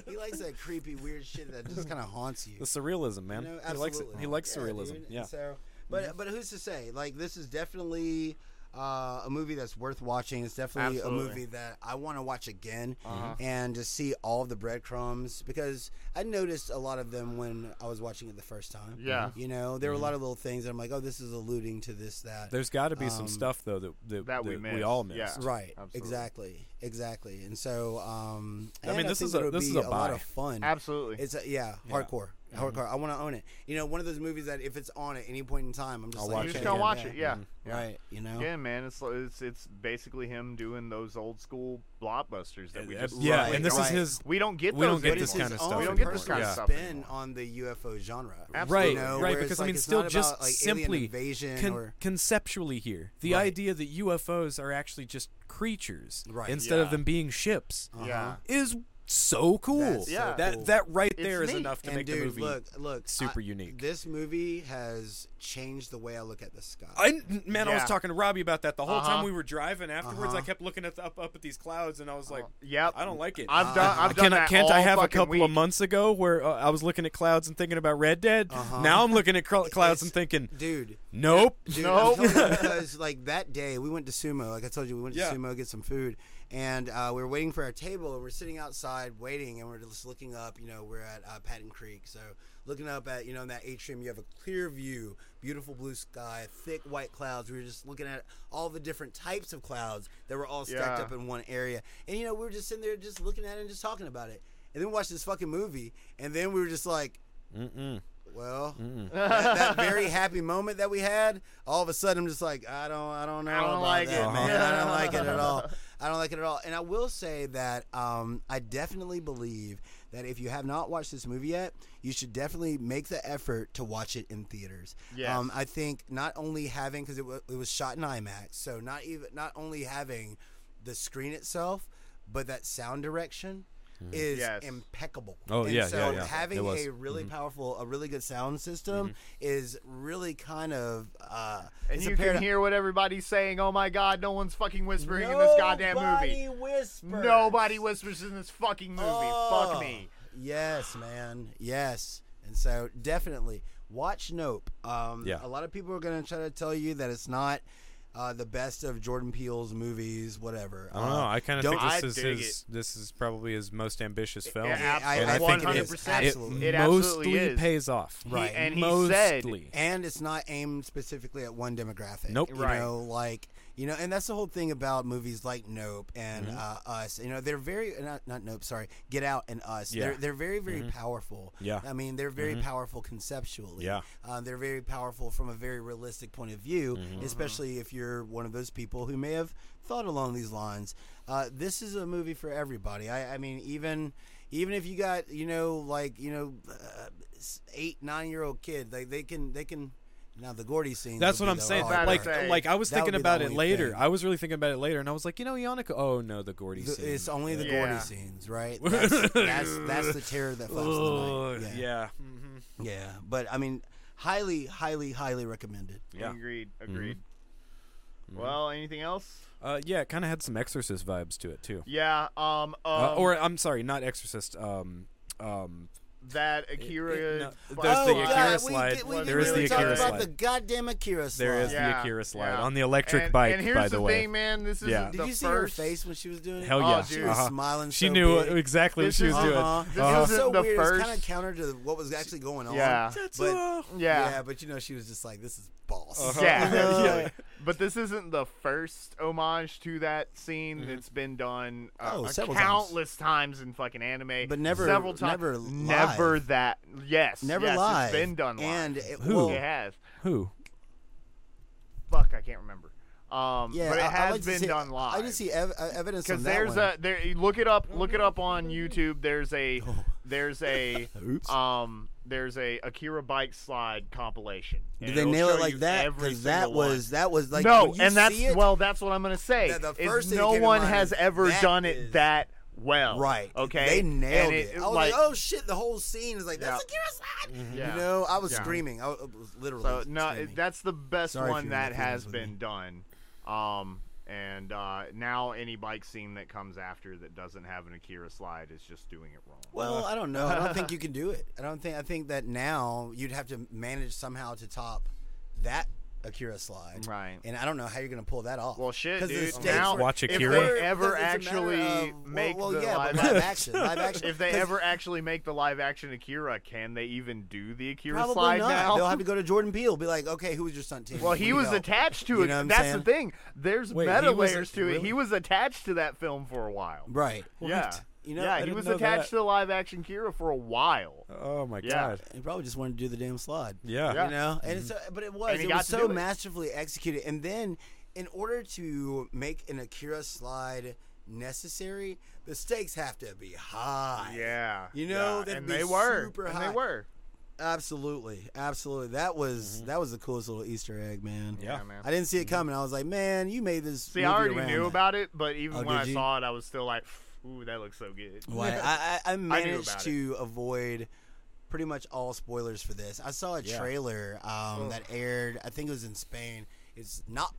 Speaker 2: he likes that creepy, weird shit that just kind of haunts you.
Speaker 3: the surrealism, man.
Speaker 2: You know,
Speaker 3: he likes it.
Speaker 2: absolutely.
Speaker 3: He likes
Speaker 2: Yeah,
Speaker 3: surrealism.
Speaker 2: dude.
Speaker 3: Yeah. Mm-hmm.
Speaker 2: And So, but but who's to say? Like this is definitely uh, a movie that's worth watching. It's definitely
Speaker 1: Absolutely.
Speaker 2: a movie that I want to watch again
Speaker 1: Uh-huh.
Speaker 2: and just see all of the breadcrumbs because I noticed a lot of them when I was watching it the first time.
Speaker 1: Yeah.
Speaker 2: You know,
Speaker 3: Mm-hmm.
Speaker 2: there were a lot of little things that I'm like, oh, this is alluding to this that.
Speaker 3: There's got to be some
Speaker 2: Um,
Speaker 3: stuff though that that,
Speaker 1: that we missed,
Speaker 3: all
Speaker 1: yeah.
Speaker 3: missed.
Speaker 2: Right.
Speaker 1: Absolutely.
Speaker 2: Exactly. Exactly. And so, um,
Speaker 3: I
Speaker 2: and
Speaker 3: mean, this
Speaker 2: think
Speaker 3: is a-
Speaker 2: it'll
Speaker 3: this
Speaker 2: be
Speaker 3: is a
Speaker 2: lot
Speaker 3: buy.
Speaker 2: of fun.
Speaker 1: Absolutely.
Speaker 2: It's a, yeah, hardcore,
Speaker 3: Mm-hmm.
Speaker 2: hardcore. I want to own it. You know, one of those movies that if it's on at any point in time, I'm just
Speaker 3: I'll
Speaker 2: like,
Speaker 3: watch
Speaker 1: You're
Speaker 3: it
Speaker 1: just
Speaker 2: okay,
Speaker 1: gonna
Speaker 3: again,
Speaker 1: watch
Speaker 2: yeah.
Speaker 1: it, yeah. yeah.
Speaker 2: Right. You know.
Speaker 1: Yeah, man, it's it's it's basically him doing those old school blockbusters that we
Speaker 3: Uh,
Speaker 1: just
Speaker 3: yeah,
Speaker 2: Right,
Speaker 3: and this is
Speaker 2: right.
Speaker 3: his
Speaker 1: we don't get
Speaker 3: we don't
Speaker 1: those
Speaker 3: get
Speaker 2: But it's
Speaker 3: this
Speaker 1: anymore.
Speaker 3: kind of
Speaker 2: his
Speaker 3: stuff
Speaker 2: own
Speaker 1: We don't get this
Speaker 2: personal
Speaker 1: kind of
Speaker 3: Yeah.
Speaker 1: stuff.
Speaker 2: spin
Speaker 1: anymore.
Speaker 2: on the UFO genre.
Speaker 1: Absolutely.
Speaker 3: right,
Speaker 2: You know,
Speaker 3: right.
Speaker 2: where it's
Speaker 3: Because I
Speaker 2: like,
Speaker 3: mean,
Speaker 2: it's
Speaker 3: still
Speaker 2: not
Speaker 3: just
Speaker 2: about, like, alien
Speaker 3: simply
Speaker 2: invasion
Speaker 3: con-
Speaker 2: or-
Speaker 3: conceptually here, the
Speaker 2: Right.
Speaker 3: idea that UFOs are actually just creatures
Speaker 2: Right. Uh-huh.
Speaker 3: instead of
Speaker 1: Yeah.
Speaker 3: them being ships
Speaker 1: Yeah.
Speaker 3: is so cool.
Speaker 2: That's so
Speaker 1: Yeah.
Speaker 3: that
Speaker 2: cool.
Speaker 3: that right
Speaker 1: It's
Speaker 3: there is
Speaker 1: neat.
Speaker 3: enough to
Speaker 2: and
Speaker 3: make
Speaker 2: dude,
Speaker 3: the movie.
Speaker 2: look, look,
Speaker 3: super
Speaker 2: I-
Speaker 3: unique.
Speaker 2: This movie has changed the way I look at the sky.
Speaker 3: I man, I was
Speaker 1: Yeah.
Speaker 3: talking to Robbie about that the whole time
Speaker 1: Uh-huh.
Speaker 3: we were driving. Afterwards, I
Speaker 2: Uh-huh.
Speaker 3: kept looking at the, up up at these clouds, and I was like,
Speaker 1: Yep.
Speaker 3: I don't like it.
Speaker 1: I've done. I've done
Speaker 3: Can I,
Speaker 1: that
Speaker 3: can't I
Speaker 1: all
Speaker 3: have a
Speaker 1: fucking
Speaker 3: couple of
Speaker 1: week.
Speaker 3: months ago where uh, I was looking at clouds and thinking about Red Dead?
Speaker 1: Uh-huh.
Speaker 3: Now I'm looking at cl- clouds and
Speaker 2: It's-
Speaker 3: thinking,
Speaker 2: dude.
Speaker 3: nope.
Speaker 2: Dude,
Speaker 1: Nope.
Speaker 2: I'm telling you, because like that day we went to Sumo. Like I told you, we went to
Speaker 3: Yeah.
Speaker 2: Sumo to get some food, and uh, we were waiting for our table. and We're sitting outside waiting, and we're just looking up. You know, we're at uh, Patton Creek, so looking up at you know in that atrium, you have a clear view, beautiful blue sky, thick white clouds. We were just looking at all the different types of clouds that were all stacked
Speaker 1: Yeah.
Speaker 2: up in one area, and you know we were just sitting there just looking at it and just talking about it, and then watched this fucking movie, and then we were just like. well, that, that very happy moment that we had, all of a sudden I'm just like, I don't, I don't know
Speaker 1: don't
Speaker 2: about
Speaker 1: like
Speaker 2: that,
Speaker 1: it.
Speaker 2: man. I don't like it at all. I don't like it at all. And I will say that um, I definitely believe that if you have not watched this movie yet, you should definitely make the effort to watch it in theaters.
Speaker 1: Yes.
Speaker 2: Um, I think not only having because it, wa it was shot in IMAX, so not even not only having the screen itself, but that sound direction is
Speaker 1: Yes.
Speaker 2: impeccable.
Speaker 3: Mm-hmm. Oh,
Speaker 2: and
Speaker 3: yeah,
Speaker 2: so
Speaker 3: yeah, yeah.
Speaker 2: having
Speaker 3: It was.
Speaker 2: a really
Speaker 1: Mm-hmm.
Speaker 2: powerful, a really good sound system is really kind of uh,
Speaker 1: And
Speaker 2: it's a
Speaker 1: you can
Speaker 2: parad-
Speaker 1: hear what everybody's saying. Oh my God, no one's fucking whispering in this goddamn movie.
Speaker 2: Nobody whispers.
Speaker 1: Nobody whispers in this fucking movie.
Speaker 2: Oh,
Speaker 1: Fuck me.
Speaker 2: Yes, man. Yes. And so definitely watch Nope. Um,
Speaker 3: Yeah.
Speaker 2: A lot of people are going to try to tell you that it's not uh, the best of Jordan Peele's movies, whatever. Uh,
Speaker 3: I don't know. I kind of think
Speaker 2: Don't-
Speaker 3: this
Speaker 1: I
Speaker 3: is
Speaker 1: dig
Speaker 3: his. This is probably his most ambitious film.
Speaker 1: Yeah,
Speaker 2: I-
Speaker 3: and I,
Speaker 1: absolutely.
Speaker 3: think
Speaker 2: it
Speaker 3: it,
Speaker 1: 100%.
Speaker 3: is.
Speaker 2: Absolutely.
Speaker 3: it
Speaker 1: It absolutely
Speaker 3: mostly
Speaker 1: is.
Speaker 3: pays off.
Speaker 2: Right.
Speaker 1: and he said-
Speaker 3: mostly.
Speaker 2: and it's not aimed specifically at one demographic.
Speaker 3: Nope.
Speaker 2: You
Speaker 1: Right.
Speaker 2: know, like you know, and that's the whole thing about movies like Nope and
Speaker 3: Mm-hmm.
Speaker 2: uh, Us. You know, they're very uh, not, not Nope. Sorry, Get Out and Us.
Speaker 3: Yeah. Mm-hmm.
Speaker 2: They're they're very very powerful.
Speaker 3: Yeah. Mm-hmm.
Speaker 2: I mean, they're very powerful conceptually.
Speaker 3: Yeah. Mm-hmm.
Speaker 2: Uh, they're very powerful from a very realistic point of view, especially if you're one of those people who may have thought along these lines. Uh, this is a movie for everybody. I, I mean, even even if you got you know like you know uh, s- eight nine year old kid, like they can they can. Now the Gordy scene.
Speaker 3: That's what I'm saying.
Speaker 1: hard
Speaker 3: Like,
Speaker 1: part.
Speaker 3: like I was
Speaker 2: That would
Speaker 3: thinking
Speaker 2: be the
Speaker 3: about it
Speaker 2: only
Speaker 3: later.
Speaker 2: thing.
Speaker 3: I was really thinking about it later, and I was like, you know, Yannicka. Oh no, the Gordy
Speaker 2: The-
Speaker 3: scene.
Speaker 2: It's only the
Speaker 1: Yeah.
Speaker 2: Gordy scenes, right? That's, that's that's the terror that flaps
Speaker 3: Ugh,
Speaker 2: the night. Yeah.
Speaker 3: Oh, yeah.
Speaker 2: yeah, But I mean, highly, highly, highly recommended.
Speaker 3: Yeah. Mm-hmm.
Speaker 1: Agreed. Agreed. Well, anything else?
Speaker 3: Uh, yeah, it kind of had some Exorcist vibes to it too.
Speaker 1: Yeah. Um.
Speaker 3: Uh,
Speaker 1: um,
Speaker 3: or I'm sorry, not Exorcist. Um, um,
Speaker 1: that Akira.
Speaker 3: it- no,
Speaker 1: fucking-
Speaker 3: there's the
Speaker 2: oh,
Speaker 3: Akira
Speaker 2: God,
Speaker 3: slide.
Speaker 2: We, get- we,
Speaker 1: Well,
Speaker 2: didn't
Speaker 1: there is
Speaker 2: really
Speaker 1: the
Speaker 2: talk
Speaker 1: Akira
Speaker 2: about
Speaker 3: slide.
Speaker 2: the goddamn Akira slide.
Speaker 3: there is
Speaker 1: Yeah.
Speaker 3: the Akira slide
Speaker 1: yeah.
Speaker 3: on the electric
Speaker 1: and,
Speaker 3: bike.
Speaker 1: And here's
Speaker 3: by the, way,
Speaker 1: thing, man. This is
Speaker 3: Yeah.
Speaker 1: the
Speaker 2: Did you see her
Speaker 1: first-
Speaker 2: face when she was doing it?
Speaker 3: hell
Speaker 1: Oh,
Speaker 3: yeah,
Speaker 1: dude.
Speaker 2: She was
Speaker 3: Uh-huh.
Speaker 2: smiling.
Speaker 3: She
Speaker 2: so
Speaker 3: knew
Speaker 2: big.
Speaker 3: exactly what
Speaker 1: This
Speaker 3: she was
Speaker 1: is-
Speaker 3: doing.
Speaker 2: Uh-huh. This
Speaker 1: Uh-huh.
Speaker 2: was so
Speaker 1: Isn't the
Speaker 2: weird. It's kind
Speaker 1: first-
Speaker 2: of counter to what was actually going on.
Speaker 1: Yeah.
Speaker 3: uh,
Speaker 2: But
Speaker 1: Yeah.
Speaker 2: yeah, but you know, she was just like, "This is boss."
Speaker 1: Yeah.
Speaker 3: Uh-huh. Yeah.
Speaker 1: But this isn't the first homage to that scene.
Speaker 3: Mm-hmm.
Speaker 1: It's been done uh,
Speaker 2: Oh,
Speaker 1: a
Speaker 2: several times.
Speaker 1: countless times. in fucking anime.
Speaker 2: But never-
Speaker 1: several times.
Speaker 2: never
Speaker 1: never
Speaker 2: live.
Speaker 1: that. Yes,
Speaker 2: Never
Speaker 1: yes,
Speaker 2: live.
Speaker 1: It's been done. Live.
Speaker 2: And it,
Speaker 3: Who?
Speaker 2: well,
Speaker 1: it has.
Speaker 3: Who?
Speaker 1: Fuck, I can't remember. Um,
Speaker 2: Yeah,
Speaker 1: but it
Speaker 2: I- I
Speaker 1: has
Speaker 2: like to
Speaker 1: been
Speaker 2: see-
Speaker 1: done live.
Speaker 2: I didn't see ev- uh, evidence on
Speaker 1: because
Speaker 2: that
Speaker 1: there's
Speaker 2: one.
Speaker 1: a there. you Look it up. Look it up on YouTube. There's a there's a
Speaker 2: Oops.
Speaker 1: um there's a Akira bike slide compilation. and
Speaker 2: Did they
Speaker 1: it'll
Speaker 2: nail
Speaker 1: show
Speaker 2: it like
Speaker 1: you
Speaker 2: that?
Speaker 1: every
Speaker 2: Because that
Speaker 1: single one.
Speaker 2: was that was like
Speaker 1: no,
Speaker 2: when you
Speaker 1: and that's
Speaker 2: see it,
Speaker 1: well, that's what I'm gonna say.
Speaker 2: Yeah, the
Speaker 1: is
Speaker 2: first thing that
Speaker 1: no
Speaker 2: came to
Speaker 1: one
Speaker 2: mind
Speaker 1: has
Speaker 2: is,
Speaker 1: ever
Speaker 2: "That
Speaker 1: done
Speaker 2: is-
Speaker 1: it that well.
Speaker 2: right.
Speaker 1: Okay.
Speaker 2: they
Speaker 1: And
Speaker 2: nailed Oh, it. I was like, Mm-hmm.
Speaker 1: like,
Speaker 2: oh shit, the whole scene is like that's a Akira slide.
Speaker 1: Yeah.
Speaker 2: You know, I was
Speaker 1: Yeah.
Speaker 2: screaming. I was I was literally
Speaker 1: So no,
Speaker 2: screaming.
Speaker 1: it- that's the best
Speaker 2: Sorry if
Speaker 1: one
Speaker 2: you're
Speaker 1: that
Speaker 2: not feeling
Speaker 1: has
Speaker 2: with me.
Speaker 1: been done. Um, and uh, now any bike scene that comes after that doesn't have an Akira slide is just doing it wrong.
Speaker 2: Well, I don't know. I don't think you can do it. I don't think. I think that now you'd have to manage somehow to top that Akira slide.
Speaker 1: Right.
Speaker 2: And I don't know how you're going to pull that off.
Speaker 1: Well, shit,
Speaker 2: 'Cause the
Speaker 1: dude.
Speaker 2: stakes
Speaker 1: Now,
Speaker 2: were-
Speaker 3: Watch
Speaker 1: if
Speaker 3: Akira.
Speaker 1: they
Speaker 2: it's
Speaker 1: ever
Speaker 2: a matter
Speaker 1: actually
Speaker 2: of-
Speaker 1: make
Speaker 2: well, well,
Speaker 1: the
Speaker 2: yeah,
Speaker 1: live,
Speaker 2: but live action, live action.
Speaker 1: if they
Speaker 2: 'Cause
Speaker 1: ever actually make the live action Akira, can they even do the Akira
Speaker 2: Probably
Speaker 1: slide
Speaker 2: not.
Speaker 1: now?
Speaker 2: They'll have to go to Jordan Peele. Be like, okay, who was your stunt team?
Speaker 1: Well,
Speaker 2: We
Speaker 1: he
Speaker 2: need
Speaker 1: was
Speaker 2: help.
Speaker 1: attached to
Speaker 2: You
Speaker 1: it.
Speaker 2: know what I'm
Speaker 1: That's
Speaker 2: saying?
Speaker 1: the thing. There's
Speaker 3: Wait,
Speaker 1: meta
Speaker 3: he was a-
Speaker 1: layers to it.
Speaker 3: really?
Speaker 1: He was attached to that film for a while.
Speaker 2: Right.
Speaker 1: Yeah.
Speaker 2: You know, I
Speaker 1: yeah, he
Speaker 3: didn't
Speaker 1: was
Speaker 3: know
Speaker 1: attached
Speaker 3: that.
Speaker 1: to the live action Akira for a while.
Speaker 3: Oh my
Speaker 1: Yeah.
Speaker 3: god.
Speaker 2: He probably just wanted to do the damn slide.
Speaker 3: Yeah.
Speaker 1: Yeah.
Speaker 2: You know, and it's but it was
Speaker 1: And he
Speaker 2: it
Speaker 1: got
Speaker 2: was
Speaker 1: to
Speaker 2: so
Speaker 1: do it.
Speaker 2: masterfully executed. And then, in order to make an Akira slide necessary, the stakes have to be high.
Speaker 1: Yeah.
Speaker 2: You know,
Speaker 1: yeah.
Speaker 2: that'd
Speaker 1: and
Speaker 2: be
Speaker 1: they were.
Speaker 2: super
Speaker 1: and
Speaker 2: high.
Speaker 1: they were.
Speaker 2: Absolutely, absolutely. That was that was the coolest little Easter egg, man.
Speaker 3: Yeah.
Speaker 1: Mm-hmm. Yeah, man.
Speaker 2: I didn't see it coming. I was like, man, you made this.
Speaker 1: See,
Speaker 2: movie
Speaker 1: I already
Speaker 2: around
Speaker 1: knew
Speaker 2: that.
Speaker 1: about it, but even
Speaker 2: Oh,
Speaker 1: when
Speaker 2: did
Speaker 1: I
Speaker 2: you?
Speaker 1: saw it, I was still like, "Ooh, that looks so good."
Speaker 2: Why I, I, I managed
Speaker 1: about it.
Speaker 2: to avoid pretty much all spoilers for this. I saw a trailer um, that aired. I think it was in Spain. It's not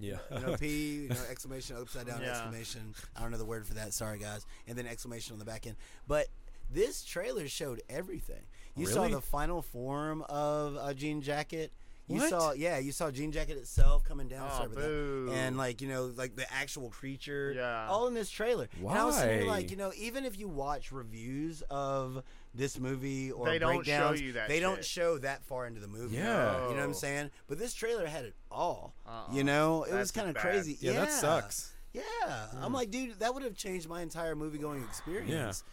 Speaker 3: Yeah.
Speaker 2: no p, you know, exclamation upside down
Speaker 1: Yeah.
Speaker 2: exclamation. I don't know the word for that. Sorry guys. And then exclamation on the back end. But this trailer showed everything. You saw
Speaker 3: Really?
Speaker 2: the final form of uh, Jean Jacket. You
Speaker 3: What?
Speaker 2: saw, yeah, you saw Jean Jacket itself coming down,
Speaker 1: Oh,
Speaker 2: sorry about that.
Speaker 1: boo.
Speaker 2: and like you know, like the actual creature,
Speaker 1: Yeah.
Speaker 2: all in this trailer. And I was sitting there like,
Speaker 3: Why?
Speaker 2: you know, even if you watch reviews of this movie or
Speaker 1: They don't show
Speaker 2: breakdowns,
Speaker 1: you that
Speaker 2: they don't
Speaker 1: shit.
Speaker 2: show that far into the movie.
Speaker 3: Yeah.
Speaker 2: you know what I'm
Speaker 1: No.
Speaker 2: saying. But this trailer had it all.
Speaker 1: Uh-uh.
Speaker 2: You know, it was
Speaker 1: That's
Speaker 2: kind of
Speaker 1: bad. Hmm.
Speaker 2: crazy.
Speaker 3: yeah, that sucks.
Speaker 2: Yeah, I'm like, dude, that would have changed my entire movie going experience.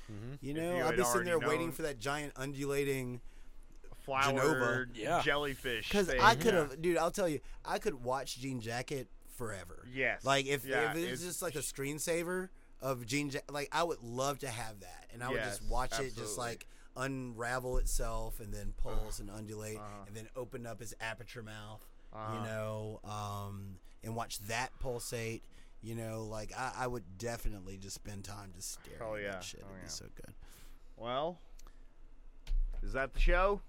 Speaker 2: You know,
Speaker 1: you
Speaker 2: I'd
Speaker 1: had
Speaker 2: be sitting there
Speaker 1: already
Speaker 2: waiting
Speaker 1: known-
Speaker 2: for that giant undulating
Speaker 1: flowered
Speaker 5: Yeah.
Speaker 1: jellyfish.
Speaker 2: Because
Speaker 1: thing.
Speaker 2: I could have, dude. I'll tell you, I could watch Jean Jacket forever.
Speaker 1: Yes.
Speaker 2: Like if,
Speaker 1: Yeah,
Speaker 2: if it's
Speaker 1: it's-
Speaker 2: just like a screensaver of Jean, ja- like I would love to have that, and I would
Speaker 1: Yes,
Speaker 2: just watch it just
Speaker 1: absolutely.
Speaker 2: like unravel itself and then pulse and undulate
Speaker 1: uh-huh.
Speaker 2: and then open up his aperture mouth, you know, um, and watch that pulsate. You know, like I, I would definitely just spend time just staring
Speaker 1: Oh,
Speaker 2: at
Speaker 1: yeah.
Speaker 2: that shit.
Speaker 1: Oh,
Speaker 2: It'd
Speaker 1: yeah.
Speaker 2: be so good.
Speaker 1: Well, is that the show?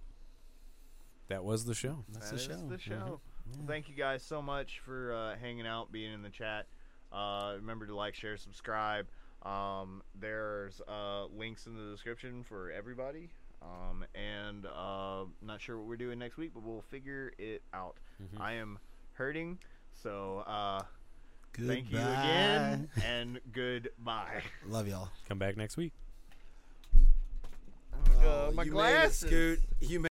Speaker 3: That was the show.
Speaker 2: That's
Speaker 1: That
Speaker 2: the
Speaker 1: is
Speaker 2: show. Mm-hmm.
Speaker 1: the show. Thank you guys so much for uh, hanging out, being in the chat. Uh, remember to like, share, subscribe. Um, there's uh, links in the description for everybody. Um, and uh, not sure what we're doing next week, but we'll figure it out.
Speaker 2: Mm-hmm.
Speaker 1: I am hurting, so uh,
Speaker 2: Goodbye.
Speaker 1: thank you again, and goodbye.
Speaker 2: Love y'all.
Speaker 3: Come back next week.
Speaker 1: Uh, my
Speaker 2: you Oh, Uh,
Speaker 1: glasses.
Speaker 2: Made it, Scoot. You